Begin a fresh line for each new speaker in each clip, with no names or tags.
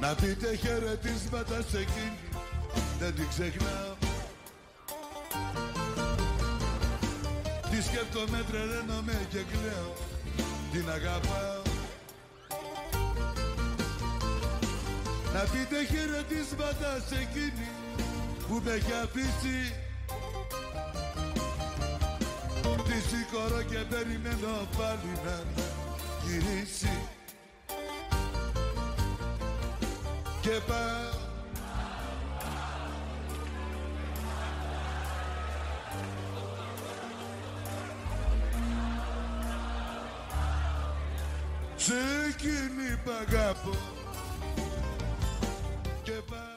Να πείτε χαιρετίσματα σε εκείνη, δεν την ξεχνάω. Τη σκέφτομαι, τρελαίνομαι και κλαίω, την αγαπάω. Να πείτε χαιρετίσματα σε εκείνη που με έχει αφήσει Τη συγχωρώ και περιμένω πάλι να γυρίσει Και πάω Σε εκείνη π' αγαπώ Και πάω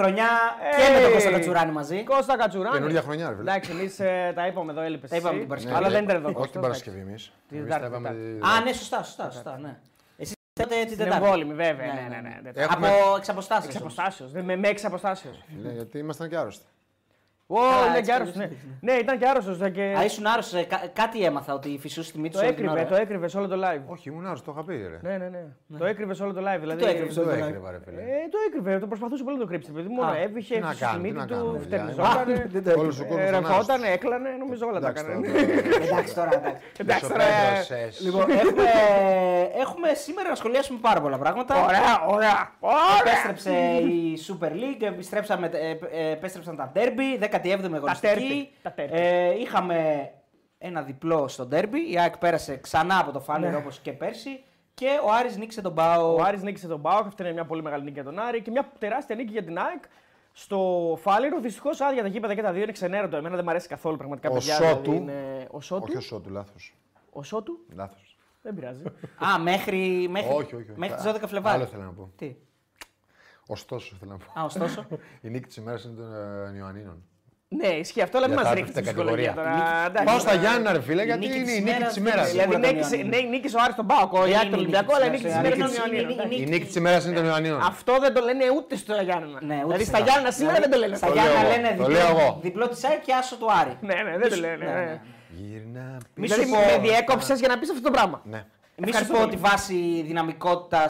χρονιά
Hey!
και με τον Κώστα Κατσουράνη μαζί.
Κώστα Κατσουράνη.
Καινούργια χρονιά, ρε φίλε.
Εντάξει, εμείς τα είπαμε εδώ, έλειπες.
Τα είπαμε την Παρασκευή.
Αλλά δεν ήταν εδώ.
Όχι
Κώστα,
την Παρασκευή εμείς.
Τετάρτη, Τετάρτη.
Α, ναι, σωστά, σωστά, σωστά, ναι. Εσείς τότε την
Στην
Τετάρτη.
εμβόλυμη, βέβαια. Ναι, ναι, ναι.
Ε,
Τετάρτη.
Έχουμε-
Από εξ αποστάσεως.
Εξ αποστάσεως, δεν- Με με εξ αποστάσεως.
Ναι, Γιατί ήμασταν και άρρωστοι.
Ναι. Ω,
Α,
είναι
έτσι
και άρρωστος,
καλώς
ναι.
είναι.
Ναι, ήταν και άρρωστος.
Α, ήσουν άρρωστος, ε, κα- κάτι έμαθα ότι φυσούσε τη μύτη
Το
σου όλη την
έκρυβε,
ώρα.
το έκρυβε σε όλο το live.
Όχι, ήμουν άρρωστος, το είχα πει. Ρε.
Ναι, ναι, ναι. Το έκρυβε όλο το live. Δηλαδή...
το έκρυβες
Δεν το
όλο το
έκρυβα, ρε φίλε.
Ε, το έκρυβε, το προσπαθούσε πολύ να το κρύψει. Παιδί μου,
Α,
έβηχε,
τι να
έφυγε στη
κάνουμε, τι
μύτη
να κάνουμε,
του,
παιδιά.
Α,
φτερνιζόταν.
δεν το έκρυβε.
Όλος ο κόσμος
ε,
ήταν
Ρευόταν,
άρρωστος.
έκλανε, νομίζω όλα τα Ναι. κάνανε.
Εντάξει, τώρα, τώρα, τώρα.
Εντάξει
Εντάξει
τώρα, εντάξει.
τώρα. ε,
Σοπαίδωσες.
Λοιπόν, έχουμε, έχουμε σήμερα να σχολιάσουμε πάρα πολλά πράγματα.
Ωραία, ωραία, ωραία.
Επέστρεψε η Super League, επιστρέψαμε, ε, ε, επέστρεψαν τα ντέρμπι, 17η αγωνιστική.
τέρπι, τα τέρπι.
Ε, είχαμε ένα διπλό στο ντέρμπι, η ΑΕΚ πέρασε ξανά από το φάνερ όπως και πέρσι και ο Άρης νίκησε τον Πάο.
Ναι. Ο Άρης νίκησε τον Μπάουκ, αυτή είναι μια πολύ μεγάλη νίκη για τον Άρη και μια τεράστια νίκη για την ΑΕΚ. Στο Φάληρο, δυστυχώς άδεια τα γήπεδα και τα δύο είναι ξενέρωτο. Εμένα δεν μου αρέσει καθόλου πραγματικά.
Ο
παιδιά,
Σότου.
δηλαδή είναι- Ο Σότου.
Όχι ο Σότου, λάθος.
Ο Σότου.
Λάθος.
Δεν πειράζει.
Α, μέχρι, μέχρι,
Όχι, όχι, όχι.
μέχρι τις
Α,
12 Φλεβάρι.
άλλο θέλω να πω.
Τι.
Ωστόσο, θέλω να πω.
Α, ωστόσο.
Η νίκη της ημέρας είναι των ε, Ιωαννίνων.
ναι, ισχύει αυτό, αλλά μην
Για
μα
τα
ρίχνει τη
τέταρτη
δυσκολία
κατηγορία.
τώρα. Εντάξει,
Πάω στα
τώρα.
Γιάννα, ρε φίλε,
η
γιατί
νίκη
είναι
της
η νίκη
ημέρας
τη ημέρα.
δεν
Δηλαδή
Σίγουρα τον
νίκησε, ναι,
Ιωαννίνο.
νίκησε ο Άρης τον Πάοκ, ο Ιάκ
είναι
τον
η
Ολυμπιακό,
νίκη
αλλά η
της
νίκη τη
ημέρας,
ημέρα ήταν ο Ιωαννίνο. εντάξει.
είναι η νίκη- η νίκη-
Η νίκη τη ημέρα είναι των Ιωαννίνων.
Αυτό δεν το λένε ούτε στο Γιάννα.
Ναι, ούτε
δηλαδή
στα
στα Γιάννα
Γιάννενα.
σήμερα δεν το λένε.
Στα
αυτό.
λέω
Γιάννα
εγώ,
λένε
το λέω
διπλό,
εγώ.
διπλό της ΑΕΚ και άσο το Άρη.
Ναι, ναι, δεν το λένε.
Ναι, ναι,
ναι.
ναι.
Γυρνά
Μη
πίσω.
Δηλαδή
σου πω-
με διέκοψες για να πεις αυτό το πράγμα.
Ναι.
Μη σου
Ευχαριστώ
πω
πολύ.
ότι βάσει δυναμικότητας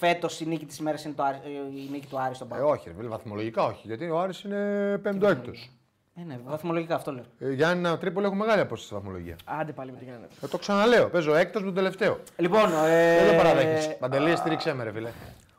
φέτος η νίκη της ημέρα είναι το Άρη- ε, η νίκη του Άρη στον
Ε,
Πάο.
όχι, ρε φίλε, βαθμολογικά όχι. Γιατί ο Άρης είναι πέμπτο-έκτο.
Ε, ναι, βαθμολογικά αυτό λέω.
Ε, Γιάννα Τρίπολη έχουν μεγάλη απόσταση στη βαθμολογία.
Άντε πάλι με τη Γιάννα.
Ε, το ξαναλέω. Παίζω έκτος με τον τελευταίο.
Λοιπόν, ε,
Δεν το παραδέχεσαι. Παντελή, στήριξε με, ρε φίλε.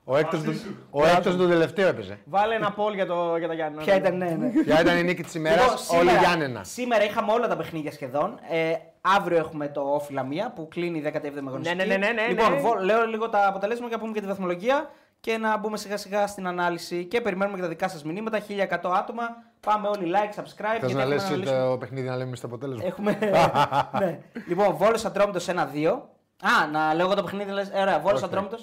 Ο έκτος του- Ο έκτος με τον τελευταίο έπαιζε.
Βάλε ένα πόλ για, το, για τα Γιάννα.
Ποια ήταν, ναι, ναι.
Ποια ήταν η νίκη της ημέρας,
Λοιπόν,
όλοι Γιάννενα.
Σήμερα είχαμε όλα τα παιχνίδια σχεδόν. Ε, αύριο έχουμε το όφιλα μία που κλείνει η 17η αγωνιστική.
Ναι, ναι, ναι, ναι, ναι,
λοιπόν,
ναι.
βο- λέω λίγο τα αποτελέσματα και να πούμε και τη βαθμολογία και να μπούμε σιγά σιγά στην ανάλυση και περιμένουμε και τα δικά σας μηνύματα. 1100 άτομα. Πάμε όλοι like, subscribe.
Θες
γιατί
να
έχουμε
λες
αναλύσουμε-
το παιχνίδι να λέμε στο αποτέλεσμα.
Έχουμε. ναι. Λοιπόν, Βόλος Ατρόμητος 1-2. Α, να λέω εγώ το παιχνίδι, λες. Ωραία, Βόλος
Όχι.
Ατρόμητο.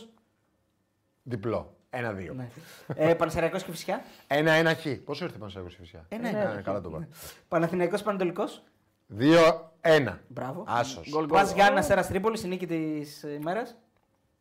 Διπλό. Ένα-δύο.
ε, Πανεσαιριακό και φυσικά.
Ένα-ένα χ. Πόσο ήρθε πάνω σε 20 φυσικά.
Ένα-ένα Ναι. χ.
ναι, Καλά το πάω.
Παναθηναϊκός Πανατολικό.
Δύο-ένα.
Μπράβο.
Άσο.
Πα Γιάννα Αστέρα Τρίπολη, η νίκη τη ημέρα.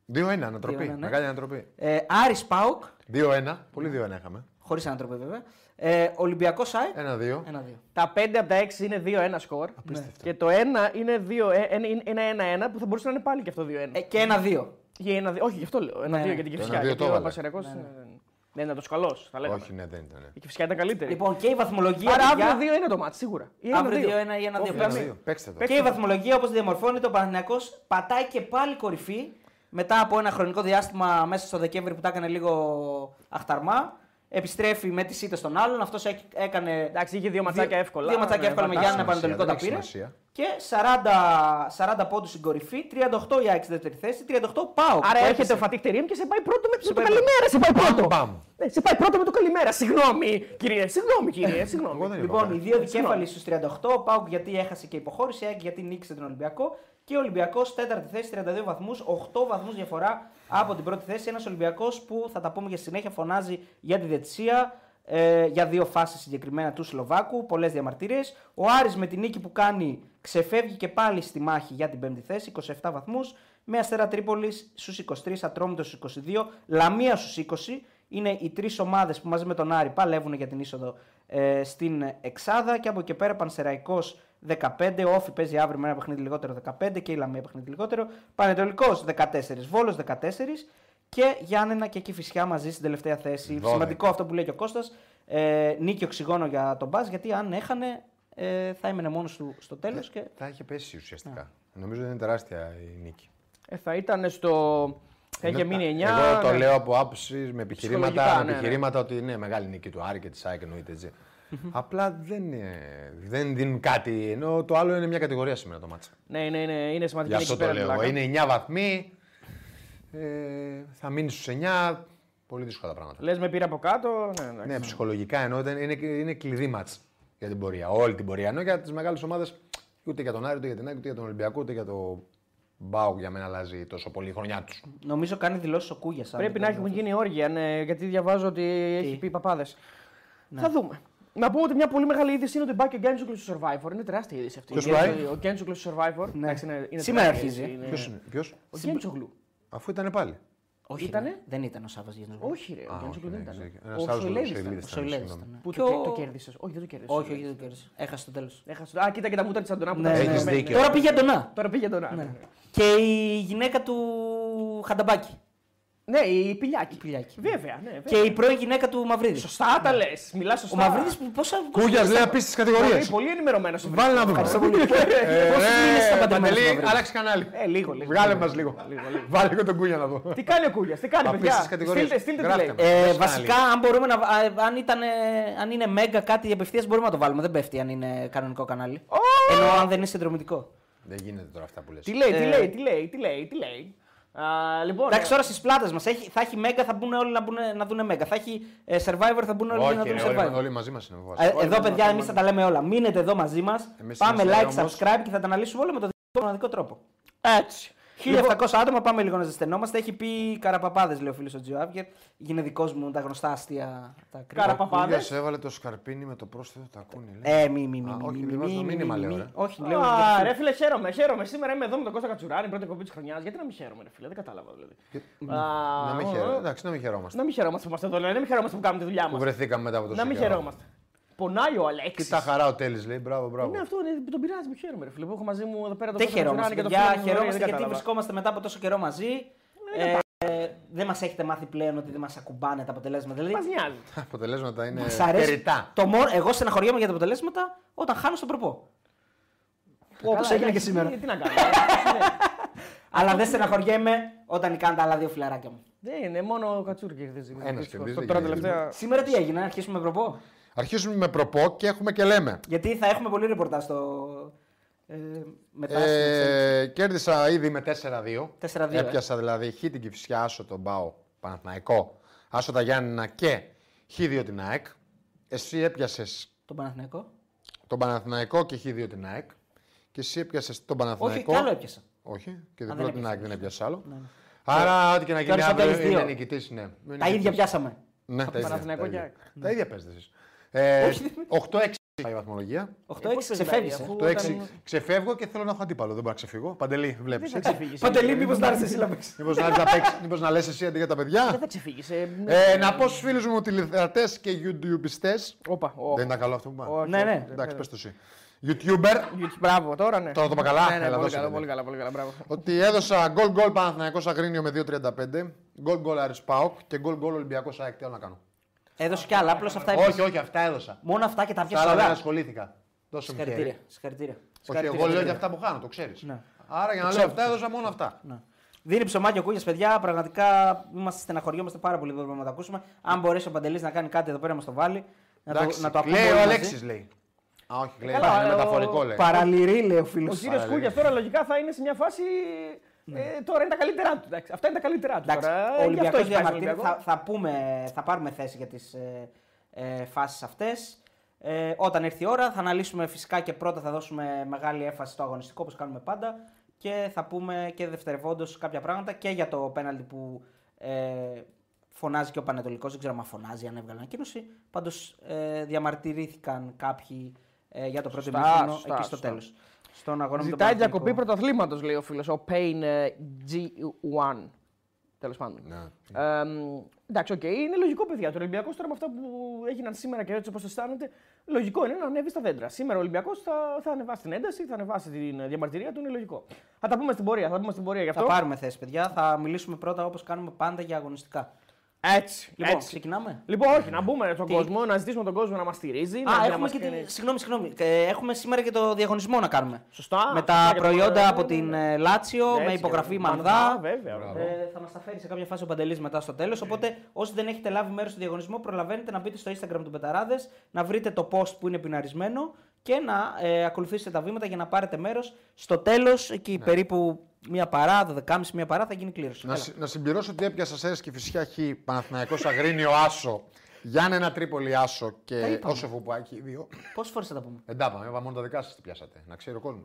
Δύο-ένα, ανατροπή.
Δύο-ένα, ναι.
Μεγάλη ανατροπή.
Ε, Άρης Πάουκ,
Δύο-ένα. Πολύ δύο-ένα είχαμε.
χωρίς ανατροπή βέβαια. Ε, Ολυμπιακός ΣΑΕΚ.
Ένα-δύο.
1-2.
Τα 5 από τα 6 είναι 2-1 σκορ.
Απίστευτο.
Και το 1 είναι 2, ε, ε, είναι ένα 1-1 που θα μπορούσε να είναι πάλι και αυτό 2-1.
Ε, και 1-2.
Για ένα, δύο- όχι, γι' αυτό λέω. Ένα-δύο
ναι.
για την
Το
Κυφσιά.
ένα-δύο
Γιατί
το
ο Ναι,
έβαλε.
Πασαριακό δεν ήταν τόσο καλό. Θα λέγαμε.
Όχι, ναι, δεν ήταν.
Η Κυφσιά ήταν καλύτερη.
Λοιπόν, και η βαθμολογία.
Ε. Άρα
παιδιά,
αύριο 2 είναι το μάτι, σίγουρα. Ή ένα-δύο.
Αύριο 2-1 ή ένα-δύο.
Όφυλα
Ένα-δύο.
μία.
Παίξτε το.
Και η βαθμολογία όπως διαμορφώνεται, ο Παναθυνιακό πατάει και πάλι κορυφή μετά από ένα χρονικό διάστημα μέσα στο Δεκέμβρη που τα έκανε λίγο αχταρμά. Επιστρέφει με τις ήττες των άλλων. Αυτός έκανε.
Εντάξει, είχε δύο ματσάκια εύκολα.
Δύο ματσάκια
Ναι,
εύκολα με
εντάξει,
Γιάννη
σημασία,
Πανατολικό
δεν
τα
έχει
πήρε.
σημασία.
Και 40, 40 πόντους στην κορυφή. 38 η ΑΕΚ στη δεύτερη θέση. 38 πάω.
Άρα έρχεται ο Φατίχ Τερίμ και σε πάει πρώτο με, με το
πάει
καλημέρα. Σε πάει πρώτο.
μπαμ.
Ναι, σε πάει πρώτο με το καλημέρα. Συγγνώμη, κύριε. Συγγνώμη, κύριε. Συγγνώμη.
Εγώ δεν είπα.
Λοιπόν, οι δύο δικέφαλοι
Συγγνώμη.
στους 38. Ο Πάουκ γιατί έχασε και υποχώρησε, η ΑΕΚ γιατί νίκησε τον Ολυμπιακό. Και ο Ολυμπιακός τέταρτη θέση, 32 βαθμού, 8 βαθμούς διαφορά από την πρώτη θέση. Ένας Ολυμπιακός που θα τα πούμε και στη συνέχεια φωνάζει για τη διετησία, ε, για δύο φάσεις συγκεκριμένα του Σλοβάκου, πολλές διαμαρτυρίες. Ο Άρης με την νίκη που κάνει ξεφεύγει και πάλι στη μάχη για την πέμπτη θέση, 27 βαθμούς. με Αστέρα Τρίπολης στους 23, Ατρόμητος στους 22, Λαμία στους 20. Είναι οι τρεις ομάδες που μαζί με τον Άρη παλεύουν για την είσοδο ε, στην Εξάδα. Και από εκεί πέρα Πανσεραϊκός 15, ο Όφη παίζει αύριο με ένα παιχνίδι λιγότερο 15 και η Λαμία παιχνίδι λιγότερο. Πανετολικός 14, Βόλο 14 και Γιάννενα και εκεί φυσικά μαζί στην τελευταία θέση.
12.
Σημαντικό αυτό που λέει και ο Κώστας. Ε, νίκη οξυγόνο για τον Μπα, γιατί αν έχανε ε, θα έμενε μόνος του στο τέλος.
Ε.
Και...
Θα είχε πέσει ουσιαστικά. Νομίζω ότι είναι τεράστια η νίκη.
Ε, θα ήταν στο. Θα είχε
Ενώ-
μείνει ναι. 9.
Εγώ το λέω από άποψη με επιχειρήματα,
Ψυχολογικά,
με
ναι, ναι.
επιχειρήματα ότι είναι μεγάλη νίκη του Άρη και της ΑΕΚ εννοείται έτσι. Απλά δεν, ε, δεν δίνουν κάτι. Ενώ το άλλο είναι μια κατηγορία σήμερα το μάτσα.
Ναι, ναι, ναι, είναι
Γι'
σημαντική
αυτό
νίκη
το
πέρα
λέω.
από
εγώ.
πλάκα.
Είναι 9 βαθμοί. Ε, θα μείνει στους 9. Πολύ δύσκολα τα πράγματα.
Λες με πήρε από κάτω. Ναι, εντάξει.
Ναι, ψυχολογικά εννοώ ήταν- είναι, είναι κλειδί μάτς για την πορεία. Όλη την πορεία. Ενώ για τις μεγάλες ομάδες ούτε για τον Άρη, ούτε για την ΑΕΚ, ούτε για τον Ολυμπιακό, ούτε για το Μπάουκ για μένα αλλάζει τόσο πολύ η χρονιά τους.
Νομίζω κάνει δηλώσεις ο Κούγιας.
Πρέπει
ναι,
να έχουν γίνει όργια, ναι, γιατί διαβάζω ότι έχει πει παπάδες.
Ναι.
Θα δούμε. Να πω ότι μια πολύ μεγάλη είδηση είναι ότι πάει και ο Γκέντζουκλ στο Survivor. Είναι τεράστια είδηση αυτή.
Ποιος
Ο Γκέντζουκλ-
πάει?
Ο Γκέντζουκλ στο Survivor.
Ναι.
Εντάξει, είναι- είναι
Σήμερα
τεράστια
αρχίζει.
είδηση, είναι-
Ποιος είναι, ποιος?
Ναι. Ο Γκέντζουκλ.
Αφού ήταν πάλι.
Όχι,
Ήτανε?
ρε. δεν ήταν ο Σάβα Γιάννη.
Όχι, ρε, ο
Α, όχι,
Γκέντζουκλ δεν
ναι,
ήταν.
ξέρω. Ένας
Ο
άλλος
Σοηλέδης
Σοηλίδης
ήταν.
ήταν.
Ο Σοηλέδης
συγγνώμη.
ήταν.
Που
Και ο-
το, το κέρδισε. Όχι, δεν το κέρδισε.
Όχι, όχι, δεν το Ναι, κέρδισε. Έχασε το τέλος.
Έχασε το- Α, κοίτα και τα μούτρα τη Αντωνά που τα
Έχεις
σκεμμένα.
δίκιο.
Τώρα πήγε Αντωνά.
Τώρα πήγε τον Άντρα.
Ναι. Και η γυναίκα του Χανταμπάκη.
Ναι, η Πηλιάκη.
Η Πηλιάκη.
Βέβαια, ναι.
Και
βέβαια.
η πρώην γυναίκα του Μαυρίδη.
Σωστά τα λες. Μιλάς
Ο
σωστά.
Μαυρίδης που πόσα.
Κούγια λέει απίστευτε κατηγορίες.
Πολύ- Πολύ ενημερωμένος.
Βάλε να δούμε.
Ευχαριστώ πολύ.
Ε,
Πόσους
ρε,
μήνες ήταν παντρεμένος ο
Παντελή,
Μαυρίδης?
άλλαξε κανάλι.
Ε, λίγο, λίγο.
Βγάλε μας λίγο. Βάλε λίγο τον κούγια να δω.
Τι κάνει ο Κούγιας, τι κάνει, παιδιά.
Απίστευτες κατηγορίες.
Στείλτε, στείλτε τι
Γράφτε
λέει.
Ε,
μας. Πες
βασικά, αν, μπορούμε να, α, ε, αν, ήταν, ε, αν είναι μέγα κάτι απευθείας, μπορούμε να το βάλουμε. Δεν πέφτει αν είναι κανονικό κανάλι. Ενώ αν δεν είναι συνδρομητικό.
Δεν γίνεται τώρα αυτά που λες.
Ε, Τι λέει, τι
Ε.
λέει, τι λέει, τι λέει, τι λέει. Α, λοιπόν,
Εντάξει,
ε,
τώρα στις πλάτες μας θα έχει μέγα, θα μπουν όλοι να, μπουνε- να δουν μέγα. Θα έχει ε, survivor, θα μπουν όλοι να
Όχι,
δουν
ρε,
survivor.
όλοι, όλοι μαζί μας είναι.
Ε,
βάση.
Εδώ, παιδιά, εμεί θα τα λέμε όλα. Μείνετε εδώ μαζί μας.
Εμείς
Πάμε like,
είμαστε όμως. Λοιπόν-
subscribe και θα τα αναλύσουμε όλα με το δικό μοναδικό τρόπο.
Έτσι.
1700 άτομα, πάμε λίγο να ζεσθενόμαστε. Έχει πει καραπαπάδες, λέει ο φίλος ο Τζιουάβγερ. Είναι δικός μου τα γνωστά αστεία. Τα κρύβα.
Καραπαπάδε.
Κούγιας έβαλε το σκαρπίνι με το πρόσθετο τακούνι. λέει.
Ε, μη, μη, μη.
Α,
μη,
όχι,
μη,
διαβάζω
μη,
το
μη,
μήνυμα,
μη,
λέω, ε.
μη.
ρε.
Όχι, λέω.
Α,
δεν-
ρε φίλε, χαίρομαι, χαίρομαι. Σήμερα είμαι εδώ με τον Κώστα Κατσουράνη, η πρώτη εκπομπή της χρονιάς. Γιατί να μην χαίρομαι, ρε φίλε, δεν κατάλαβα δηλαδή. Α,
Να μην
α,
χαιρόμαστε.
α.
Εντάξει, να μην χαιρόμαστε.
Να μην χαιρόμαστε που είμαστε εδώ, δηλαδή, να μην χαιρόμαστε που κάνουμε τη δουλειά
Που
μας.
βρεθήκαμε μετά από το
Να μην χαιρόμαστε. Πονάει ο Αλέξης.
Κοίτα χαρά ο Τέλης λέει. Μπράβο, μπράβο.
Ναι, αυτό είναι, τον πειράζει, με χαίρομαι, ρε φίλε. Που έχω μαζί μου εδώ πέρα τον
Δεν
Κώστα Κατσουράνη
χαιρόμαστε,
και τον
παιδιά.
φίλο μου,
Χαιρόμαστε
δεν
γιατί
κατάλαβα.
βρισκόμαστε μετά από τόσο καιρό μαζί. Ε, δεν μας έχετε μάθει πλέον ότι δεν μας ακουμπάνε τα αποτελέσματα.
Μας
Δηλαδή,
νοιάζει.
Τα αποτελέσματα είναι
σ' αρέσει.
περιτά.
Το μόνο, εγώ στεναχωριέμαι για τα αποτελέσματα όταν χάνω στον προπό. Όπω
Καλά,
Ε,
έγινε και
εντάξει,
σήμερα.
τι- Τι να κάνω. ε, ναι.
ε,
Αλλά δεν στεναχωριέμαι όταν κάνουν τα άλλα δύο φιλαράκια μου.
Δεν είναι, μόνο ο Κατσούρ κερδίζει.
Ένας
Το-
κερδίζει,
το-
δεν
Τώρα
κερδίζει.
τελευταία.
Σήμερα τι έγινε, να αρχίσουμε με προπό.
Αρχίζουμε με προπό και έχουμε και λέμε.
Γιατί θα έχουμε πολύ ρεπορτάζ στο. Ε, μετά. στην εξέλιξη.
Ε, κέρδισα ήδη με 4-2.
4-2, ε.
Έπιασα δηλαδή χ την Κυφσιά, άσο τον Πάο Παναθηναϊκό, άσο τα Γιάννηνα και χ2 την ΑΕΚ. Εσύ έπιασες
Τον Παναθηναϊκό.
τον Παναθηναϊκό και χ2 την ΑΕΚ. Και εσύ έπιασες τον
Όχι,
Παναθηναϊκό.
κι άλλο έπιασα.
Όχι, και
δεν Ναι,
διπλό την
έπιασε.
ΑΕΚ δεν έπιασε άλλο. Άρα, ό,τι και να γίνει
Τώρα στο
αύριο
τέλος
είναι
δύο.
νικητής. Ναι. Είναι
Τα ίδια
νικητής.
πιάσαμε.
Ναι, τα ίδια.
Παναθηναϊκό
τα
και
ίδια.
ΑΕΚ.
Τα ίδια παίζετε εσείς. Ε,
Ναι. Όχι,
8-6 πάει η βαθμολογία.
8-6
πώς δεν
ξεφεύγησε.
δηλαδή, αφού-
Το
Όταν-
6 ξεφεύγω και θέλω να έχω αντίπαλο. Δεν μπορώ να ξεφύγω. Παντελή, βλέπει.
Δεν θα ξεφύγει.
Παντελή, μήπως να έρθεις εσύ να παίξεις.
Μήπως να, παίξεις- μήπως να λες εσύ αντί για τα
Δεν
παιδιά.
θα ξεφύγεις. Ε,
ναι.
ε, να πω στους φίλους μου τηλεθεατές και YouTubeιστέ.
Όπα. ω.
Δεν ήταν καλό αυτό που είπα.
Όχι,
Ναι, ναι.
όχι,
Εντάξει, πες το εσύ. YouTuber,
YouTube, Μπράβο, τώρα ναι.
Τώρα το είπα καλά.
Ναι, ναι,
Έλα,
πολύ
δώσε,
καλά,
ναι.
πολύ καλά, πολύ καλά. Μπράβο.
ότι έδωσα γκολ γκολ Παναθηναϊκός Αγρίνιο με 2.35. Γκολ γκολ Άρης ΠΑΟΚ και γκολ γκολ Ολυμπιακός ΑΕΚ. Τι άλλο να κάνω.
Έδωσε κι άλλα, απλώς αυτά είπες.
Όχι, όχι, αυτά έδωσα.
Μόνο αυτά και τα
Τα άλλα
πιάσα
δεν
όλα.
ασχολήθηκα. Δώσε μου χέρι.
Συγχαρητήρια. Συγχαρητήρια.
Όχι, εγώ λέω για αυτά που χάνω, το ξέρεις.
Ναι.
Άρα για να λέω
ξέρω.
αυτά έδωσα μόνο αυτά.
Ναι. Δίνει ψωμάκι ο Κούγια, παιδιά. Πραγματικά είμαστε στεναχωριόμαστε πάρα πολύ που δεν μπορούμε να τα ακούσουμε. Αν μπορέσει ο Παντελής να κάνει κάτι εδώ πέρα, μας το βάλει. Να το,
Εντάξει,
να το ακούμε.
Λέει ο
όλοι μαζί.
Αλέξης λέει. Α, όχι, λέει.
Καλά,
Καλά, είναι
ο-
μεταφορικό λέει.
Παραλυρεί, λέει ο
Ο
φίλο.
κύριο Κούγια τώρα λογικά θα είναι σε μια φάση. Ε, τώρα είναι τα καλύτερά του. εντάξει. Αυτά είναι τα καλύτερά του.
Ναι. Εντάξει,
τώρα.
ο
Ε, γι' αυτό
Ολυμπιακός
έχει πάει στον
διαμαρτύρεται. Θα,
Ολυμπιακό.
θα, πούμε, θα πάρουμε θέση για τις ε, ε, φάσεις αυτές. Ε, όταν έρθει η ώρα, θα αναλύσουμε φυσικά και πρώτα θα δώσουμε μεγάλη έμφαση στο αγωνιστικό όπως κάνουμε πάντα και θα πούμε και δευτερευόντως κάποια πράγματα και για το πέναλτι που ε, φωνάζει και ο Πανατολικό. Δεν ξέρω αν φωνάζει, αν έβγαλε ανακοίνωση. Πάντως ε, διαμαρτυρήθηκαν κάποιοι ε, για το πρώτο
Σωστά,
μήχρονο
σωστά,
εκεί στο
σωστά.
τέλος. στον λοιπόν, αγώνα με τον
Ζητάει
Παναθηναϊκό.
διακοπή πρωταθλήματος, λέει ο φίλος. Ο Payne ε, G1. Τέλος πάντων. Ε, μ, εντάξει, οκ, είναι λογικό, παιδιά. Το Ολυμπιακό τώρα με αυτά που έγιναν σήμερα και έτσι όπως αισθάνεται, λογικό είναι να ανέβει στα δέντρα. Σήμερα ο Ολυμπιακός θα, θα ανεβάσει την ένταση, θα ανεβάσει την ε, διαμαρτυρία του, είναι λογικό. Θα τα πούμε στην πορεία, θα τα πούμε στην πορεία γι'
Θα
αυτό.
πάρουμε θέση, παιδιά. Θα μιλήσουμε πρώτα όπως κάνουμε πάντα για αγωνιστικά.
Έτσι,
Λοιπόν,
έτσι.
ξεκινάμε.
Λοιπόν, όχι, να μπούμε στον
Τι?
κόσμο, να ζητήσουμε τον κόσμο να μας στηρίζει. να-
Α,
να
έχουμε
μας
και
κάνει-
τη... Συγγνώμη, συγγνώμη. Ε, έχουμε σήμερα και το διαγωνισμό να κάνουμε.
Σωστά.
με
σωστά
τα
και το-
προϊόντα
ναι,
από
ναι,
την
ναι.
ε, Λάτσιο, με
Έτσι,
υπογραφή
και-
Μανδά.
Βέβαια,
Μπράβο.
βέβαια. Ε.
Ε, θα μας τα φέρει σε κάποια φάση ο Παντελής μετά στο τέλος. Οπότε, όσοι δεν έχετε λάβει μέρος στο διαγωνισμό, προλαβαίνετε να μπείτε στο Instagram του Πεταράδε, να βρείτε το post που είναι πιναρισμένο και να ε, ακολουθήσετε τα βήματα για να πάρετε μέρος. Στο τέλος,
Ναι.
εκεί περίπου μία παρά, 12.30 μία παρά, θα γίνει κλήρωση.
Να,
Έλα.
συ- να συμπληρώσω ότι έπιασα σέρες και φυσικά χ Παναθηναϊκός Αγρίνιο Άσο. Γιάννενα Τρίπολη Άσο
Τα
και
είπαμε.
Όσο Φουπουάκη. Δύο.
Πόσες φορές θα τα πούμε.
Δεν τα είπαμε, είπαμε μόνο τα δικά σας τι πιάσατε. Να ξέρει ο κόσμος.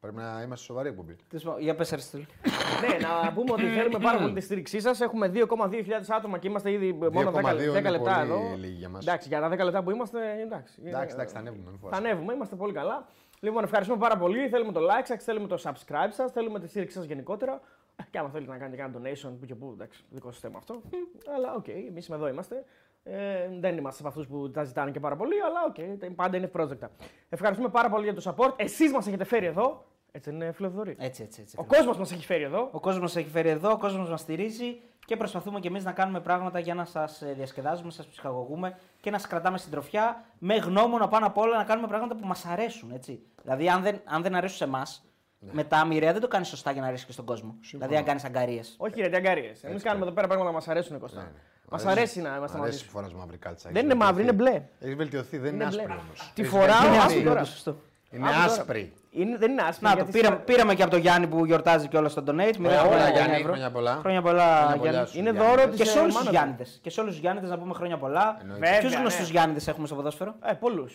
Πρέπει να είμαστε σοβαροί εκπομπή.
Τέλος πάντων, Για πες, Αριστοτέλη.
Ναι, να πούμε ότι θέλουμε πάρα πολύ τη στήριξή σας. Έχουμε 2,2 άτομα και είμαστε ήδη μόνο 10,
2,2 είναι
λεπτά
πολύ
εδώ.
λίγοι για μας.
Εντάξει, για τα 10 λεπτά που είμαστε. Εντάξει,
Εντάξει, εντάξει, θα ανέβουμε. μην
θα
φοβάσαι.
ανέβουμε, είμαστε πολύ καλά. Λοιπόν, ευχαριστούμε πάρα πολύ. Θέλουμε το like σας, θέλουμε το subscribe σας, θέλουμε τη στήριξή σας γενικότερα. Ε, Και άμα θέλετε να κάνετε κάνα donation που και που, εντάξει, δικό σας θέμα αυτό. αλλά οκ, εμείς εδώ είμαστε. Ε, δεν είμαστε από αυτούς που τα ζητάνε και πάρα πολύ, αλλά οκ, τα- πάντα είναι πρόσδεκτα. Ευχαριστούμε πάρα πολύ για το support. Εσείς μας έχετε φέρει εδώ. Έτσι δεν είναι, φιλοδορή.
Έτσι, έτσι, έτσι.
Ο κόσμος μας έχει φέρει εδώ.
Ο κόσμος έχει φέρει εδώ, ο κόσμος μας στηρίζει και προσπαθούμε κι εμείς να κάνουμε πράγματα για να σας διασκεδάζουμε, σας ψυχαγωγούμε και να σας κρατάμε συντροφιά με γνώμονα πάνω απ' όλα να κάνουμε πράγματα που μας αρέσουν. Έτσι. Δηλαδή, αν δεν, αν δεν αρέσουν σε εμάς, μετά μοιραία δεν το κάνεις σωστά για να αρέσεις και στον κόσμο. Δηλαδή, αν κάνεις αγκαρίες.
Όχι, ρε, τι αγκαρίες. Εμεί κάνουμε εδώ πέρα πράγματα που μας αρέσουν, Κώστα. Μας αρέσει να είμαστε μαζί
Ναι, Ε, Αρέσει
σου.
που φοράς μαύρη κάλτσα.
Δεν είναι μαύρη, είναι μπλε.
Έχεις βελτιωθεί, δεν είναι
μπλε.
άσπρη όμως.
Τη φοράω,
Είναι
άσπρη
άσπρη
τώρα.
όντως, σωστό.
Είναι
Άκου τώρα.
άσπρη.
Είναι, δεν είναι άσπρη.
Να το
γιατί
πήραμε,
σήμερα-
πήραμε και από τον Γιάννη που γιορτάζει και όλα στον Donate.
Χρόνια
Μοιραία
πολλά,
πολλά,
Γιάννη.
ευρώ.
Χρόνια πολλά.
Χρόνια πολλά,
Χρόνια πολλά
Γιάννη.
σου,
Είναι
Γιάννη.
δώρο τη
Και σε όλους του Γιάννηδες. Και σε όλους τους Γιάννηδες να πούμε χρόνια πολλά.
Εννοείται.
Ποιου
Βέβαια,
γνωστού
ναι.
Γιάννηδες έχουμε στο ποδόσφαιρο.
Ε, Πολλούς.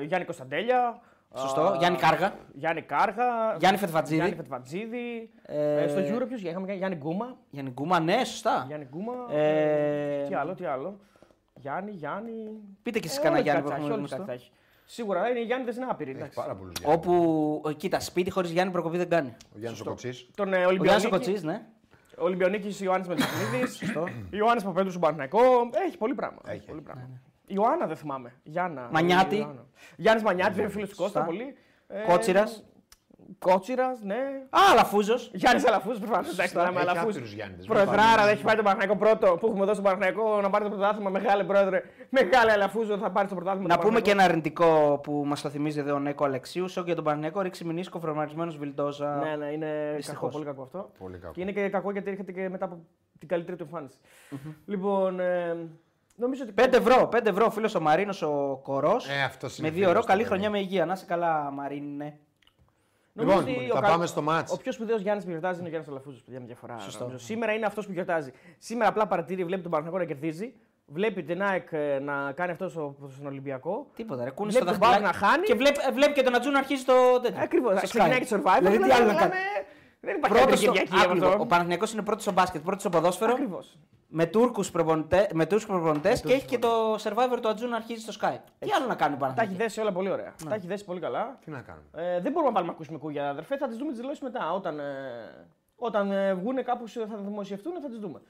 Ε, Γιάννη Κωνσταντέλια.
Σωστό.
α,
Γιάννη Κάργα.
Γιάννη Κάργα.
Γιάννη Φετβατζίδη.
Γιάννη Φετβατζίδη.
Ε,
Ε, στο Euro ποιος είχαμε κάνει, Γιάννη Γκούμα.
Γιάννη Γκούμα, ναι, σωστά.
Γιάννη Γκούμα.
Ε,
Τι άλλο, τι άλλο. Γιάννη, Γιάννη.
Πείτε κι εσείς
Ε,
κανένα
όλοι
Γιάννη που
κάτι
έχουμε
θα έχει, όλοι
γνωστό.
κάτι θα έχει. Σίγουρα είναι οι Γιάννη δεν είναι άπειροι.
Έχει
εντάξει.
πάρα πολλούς Γιάννη.
Όπου, ε, κοίτα, σπίτι χωρίς Γιάννη προκοπή δεν κάνει.
Ο Γιάννης ο Κοτσής.
Τον ε,
Ο Γιάννης ο
Ολυμπιονίκη.
Κοτσής, ναι.
Ο Ολυμπιονίκης Ιωάννης Μετσανίδη. Ιωάννης Παπέντου στον Παναθηναϊκό. Έχει πολύ πράγμα. Έχει, πολύ πράγμα. Ιωάννα δεν θυμάμαι. Γιάννα.
Μανιάτη.
Γιάννης Μανιάτη, δεν φίλος του Κώστα
Σωστά.
πολύ. Ε,
Κότσιρας.
Κότσιρας, ναι.
Α, Αλαφούζος.
Γιάννης Αλαφούζος, προφανώς. Εντάξει, τώρα με
Έχει
Αλαφούζο.
άπειρους Γιάννηδες, μην
Προεδράρα, δεν έχει πάει τον Παναθηναϊκό πρώτο που έχουμε εδώ στον Παναθηναϊκό να πάρει το πρωτάθλημα. Μεγάλε πρόεδρε, μεγάλε Αλαφούζο θα πάρει το πρωτάθλημα.
Να
του
πούμε και
Παναθηναϊκού.
ένα αρνητικό που μας το θυμίζει εδώ ο Νέκο Αλεξίου. Σοκ για τον Παναγενικό, ρίξει μηνίσκο, φρομαρισμένο Βιλντόζα.
Ναι, ναι, είναι κακό,
Δυστυχώς.
πολύ κακό αυτό.
Πολύ κακό.
Και είναι και κακό γιατί έρχεται και μετά από την καλύτερη του εμφανιση Λοιπόν, ε, νομίζω ότι.
5 ευρώ, 5 ευρώ φίλος ο Μαρίνος ο Κορός.
Ε, αυτός είναι
με 2
φίλος
ευρώ.
του,
Καλή
παιδί.
χρονιά με υγεία. Να είσαι καλά, ναι. Μαρίνε.
Λοιπόν,
Νομίζω ότι
θα
ο κα-
πάμε στο μάτς.
Ο πιο σπουδαίος Γιάννης που γιορτάζει είναι ο Γιάννης Αλαφούζος. Παιδιά, με διαφορά. νομίζω. Σήμερα είναι αυτός που γιορτάζει. Σήμερα απλά παρατηρεί, βλέπει τον Παναγιώτο να κερδίζει. Βλέπει την ΑΕΚ ε, να κάνει αυτός στο- στον Ολυμπιακό.
Τίποτα, ρε. Κούνησε το
Βλέπει τον
δαχτυλάκι.
Πάοκ να χάνει.
Και βλέπει, ε, βλέπει και τον Ατζού να αρχίζει το. τέτοιο.
Ακριβώς.
Στο
Ξεκινάει
Sky.
και το survivor.
Δηλαδή, τι
λέμε,
άλλο να
μιλάμε-
κάνει.
Δεν υπάρχει
Πρώτος
κάτι
στο...
Κυριακή
άκουβο. Ο
αυτό.
Παναθηναϊκός είναι πρώτος στο μπάσκετ, πρώτος στο ποδόσφαιρο.
Ακριβώς.
με Τούρκους προπονητέ με Τούρκους προπονητές και έχει και το survivor του Ατζού να αρχίζει στο Sky. Τι άλλο να κάνει ο
Τα έχει
Παναθηναϊκός.
δέσει όλα πολύ ωραία.
Ναι.
Τα έχει δέσει πολύ καλά.
Τι να κάνουμε.
Ε, δεν μπορούμε να βάλουμε ακούσουμε κούγια, αδερφέ. Θα τις δούμε τις δηλώσεις μετά. Όταν, ε, όταν ε, βγουν κάπου, σε- θα δημοσιευτούν, θα τις δούμε.